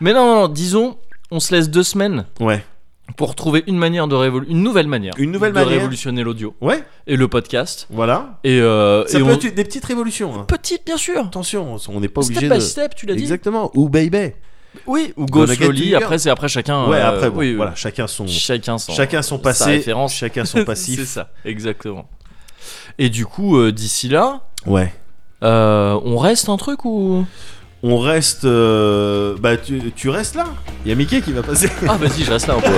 Speaker 1: Mais non, non, non, disons, on se laisse deux semaines
Speaker 2: Ouais.
Speaker 1: pour trouver une manière de révolu- une nouvelle manière,
Speaker 2: Une nouvelle
Speaker 1: de
Speaker 2: manière.
Speaker 1: révolutionner l'audio
Speaker 2: Ouais.
Speaker 1: et le podcast
Speaker 2: Voilà.
Speaker 1: et, euh,
Speaker 2: Ça
Speaker 1: et
Speaker 2: peut
Speaker 1: on-
Speaker 2: être des petites révolutions. hein.
Speaker 1: petite bien sûr.
Speaker 2: Attention, on n'est pas
Speaker 1: step
Speaker 2: obligé
Speaker 1: by
Speaker 2: de.
Speaker 1: step, tu l'as dit.
Speaker 2: Exactement. Ou baby.
Speaker 1: Oui, ou go
Speaker 2: Gonna get to
Speaker 1: slowly.
Speaker 2: you.
Speaker 1: Après, c'est après chacun.
Speaker 2: Ouais.
Speaker 1: euh,
Speaker 2: Après, bon,
Speaker 1: oui, oui.
Speaker 2: voilà, chacun son.
Speaker 1: Chacun son.
Speaker 2: Chacun son
Speaker 1: sa
Speaker 2: passé,
Speaker 1: référence. [LAUGHS]
Speaker 2: chacun son
Speaker 1: C'est
Speaker 2: passif.
Speaker 1: ça, exactement. Et du coup, euh, d'ici là,
Speaker 2: ouais.
Speaker 1: euh, on reste un truc ou
Speaker 2: On reste. euh, Bah, tu, tu restes là. Il y a Mickey qui va [LAUGHS] passer.
Speaker 1: Ah vas-y, je reste là un peu.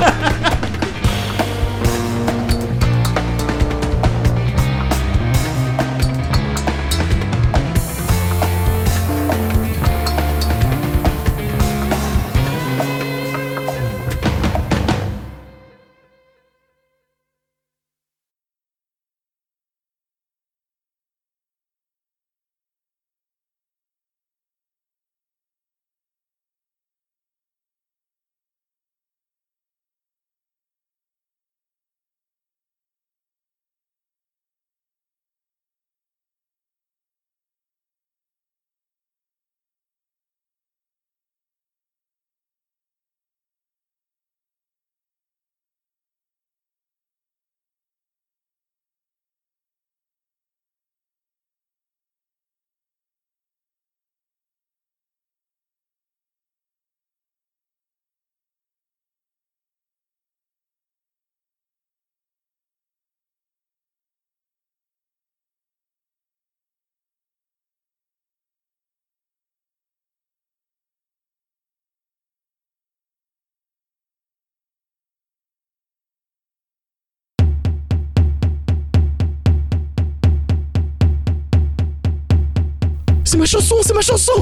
Speaker 2: c'est ma chanson, c'est ma chanson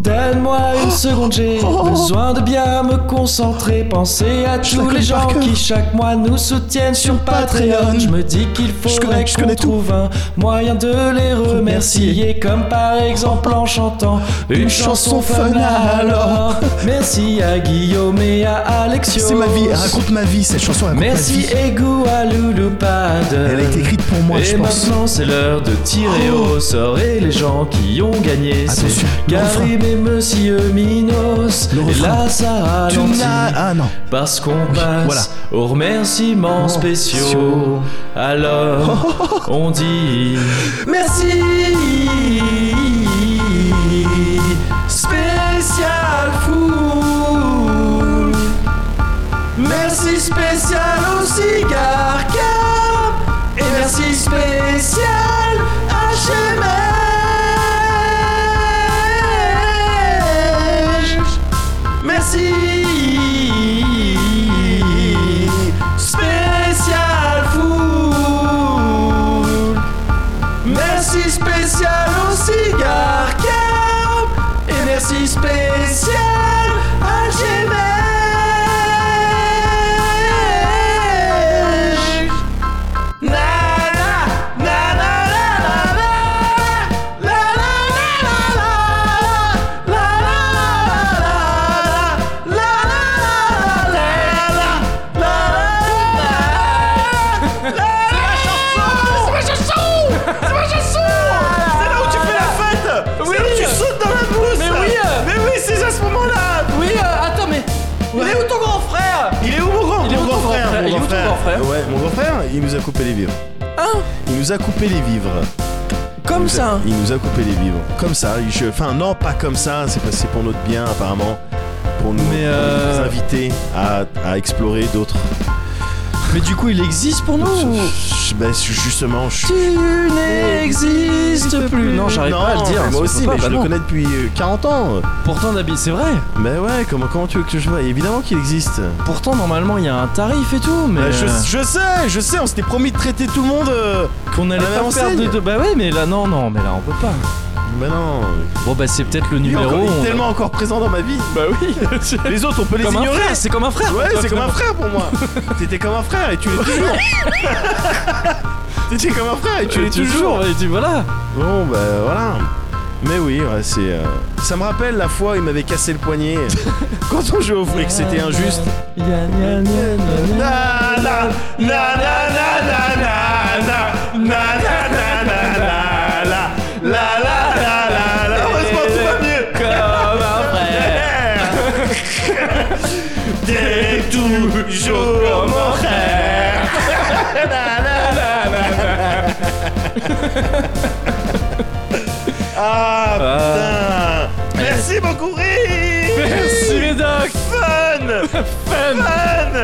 Speaker 4: Donne-moi
Speaker 2: [LAUGHS]
Speaker 4: une seconde, j'ai [LAUGHS] besoin de bien me concentrer. Penser à
Speaker 2: la
Speaker 4: tous
Speaker 2: connais
Speaker 4: les gens
Speaker 2: par cœur.
Speaker 4: qui chaque mois nous soutiennent sur Patreon.
Speaker 2: Patreon.
Speaker 4: Je me dis qu'il faudrait
Speaker 2: connais- je connais
Speaker 4: qu'on
Speaker 2: tout.
Speaker 4: trouve un moyen de les remercier. Comme par exemple en chantant une chanson fun alors. Merci à Guillaume et à Alexio.
Speaker 2: C'est ma vie, elle raconte ma vie, cette chanson, elle raconte ma
Speaker 4: Merci
Speaker 2: vie.
Speaker 4: Ego à Louloupad.
Speaker 2: Elle a été écrite pour moi,
Speaker 4: et
Speaker 2: je pense. Oh.
Speaker 4: maintenant c'est l'heure de tirer au sort et les gens qui ont gagné c'est
Speaker 2: Attention, le
Speaker 4: Karim et Monsieur Minos
Speaker 2: Le
Speaker 4: et
Speaker 2: refrain.
Speaker 4: là ça
Speaker 2: Tu
Speaker 4: ralentit
Speaker 2: n'as... Ah non.
Speaker 4: parce qu'on passe
Speaker 2: voilà.
Speaker 4: aux remerciements
Speaker 2: Oh,
Speaker 4: spéciaux. [LAUGHS] Alors on dit merci spécial fou. Merci spécial au cigare Cap. Et merci spécial à Chemège. Merci Spécial Fool Merci spécial au cigare Cap Et merci spécial à Gmail Na, na, na, na, na, na, na, la, la, la, la, la, la, la, la, la, la, la, la, la, la, la, la, la, la, la, la, la, C'est là où tu fais la fête C'est là où tu sautes dans la mousse Mais oui Mais oui, c'est à ce moment-là Oui, attends, mais... Il est où ton grand frère
Speaker 6: Il est où mon grand,
Speaker 4: Il est
Speaker 6: mon
Speaker 4: où
Speaker 6: grand
Speaker 4: ton grand
Speaker 6: frère,
Speaker 4: frère
Speaker 6: mon
Speaker 4: Il est où ton grand frère
Speaker 2: Ouais, mon grand frère, il nous a coupé les vivres. Il nous a coupé les vivres.
Speaker 4: Hein Comme
Speaker 2: Il nous a- Il nous a coupé les vivres. Comme ça. il- je- Enfin, non, pas comme ça. C'est passé pour notre bien, apparemment. Pour nous,
Speaker 4: Mais,
Speaker 2: pour
Speaker 4: euh,
Speaker 2: nous inviter à, à explorer d'autres.
Speaker 4: Mais du coup, il existe pour nous
Speaker 2: Je- ben, justement, je.
Speaker 4: Oh. Tu n'existes plus Non, j'arrive pas à le dire.
Speaker 2: mais Moi
Speaker 4: ça se
Speaker 2: aussi,
Speaker 4: peut
Speaker 2: mais
Speaker 4: pas,
Speaker 2: je
Speaker 4: bah
Speaker 2: le
Speaker 4: non.
Speaker 2: connais depuis euh, 40 ans.
Speaker 4: Pourtant, Nabil, c'est vrai.
Speaker 2: Mais ouais, comment, comment tu veux que je vois Évidemment qu'il existe.
Speaker 4: Pourtant, normalement, il y a un tarif et tout, mais.
Speaker 2: Bah, je,
Speaker 4: euh,
Speaker 2: je sais, je sais, on s'était promis de traiter tout le monde. euh,
Speaker 4: Qu'on allait
Speaker 2: à la
Speaker 4: pas
Speaker 2: même
Speaker 4: perdre de,
Speaker 2: enseigne.
Speaker 4: de- Bah ouais, mais là, non, non, mais là, on peut pas.
Speaker 2: Mais non.
Speaker 4: Bon, bah, c'est peut-être le
Speaker 2: Il est,
Speaker 4: numéro.
Speaker 2: encore- il est
Speaker 4: on-
Speaker 2: tellement encore présent dans ma vie.
Speaker 4: Bah oui
Speaker 2: Les autres, on peut [LAUGHS] les
Speaker 4: Comme un
Speaker 2: ignorer.
Speaker 4: frère, c'est comme un frère
Speaker 2: Ouais, c'est comme un frère pour [LAUGHS] moi. T'étais comme un frère et tu l'es toujours. [LAUGHS] T'étais comme un frère et tu l'es toujours.
Speaker 4: Et tu voilà
Speaker 2: Bon, bah voilà. Mais oui, ouais, c'est. euh, Ça me rappelle la fois où il m'avait cassé le poignet quand on jouait au fruit et que c'était injuste.
Speaker 4: Gna, gna, gna, gna, gna.
Speaker 2: Na, na, na, na, na, na, na, na, na, na, na, na, la, la, la, la, la, la. Heureusement, tout va mieux.
Speaker 4: Comme un frère
Speaker 2: T'es toujours mon frère. La, la, la, la, la. Ah putain Merci beaucoup Rick
Speaker 4: Merci, Médoc
Speaker 2: Fun Fun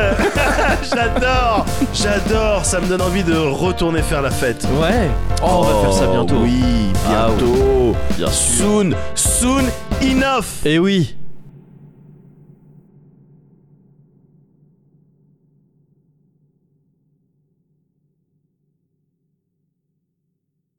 Speaker 2: [LAUGHS] J'adore J'adore Ça me donne envie de retourner faire la fête
Speaker 4: Ouais Oh, on va faire ça bientôt
Speaker 2: Oui,
Speaker 4: Ah
Speaker 2: bientôt
Speaker 4: Bien
Speaker 2: Soon Soon enough
Speaker 4: Et oui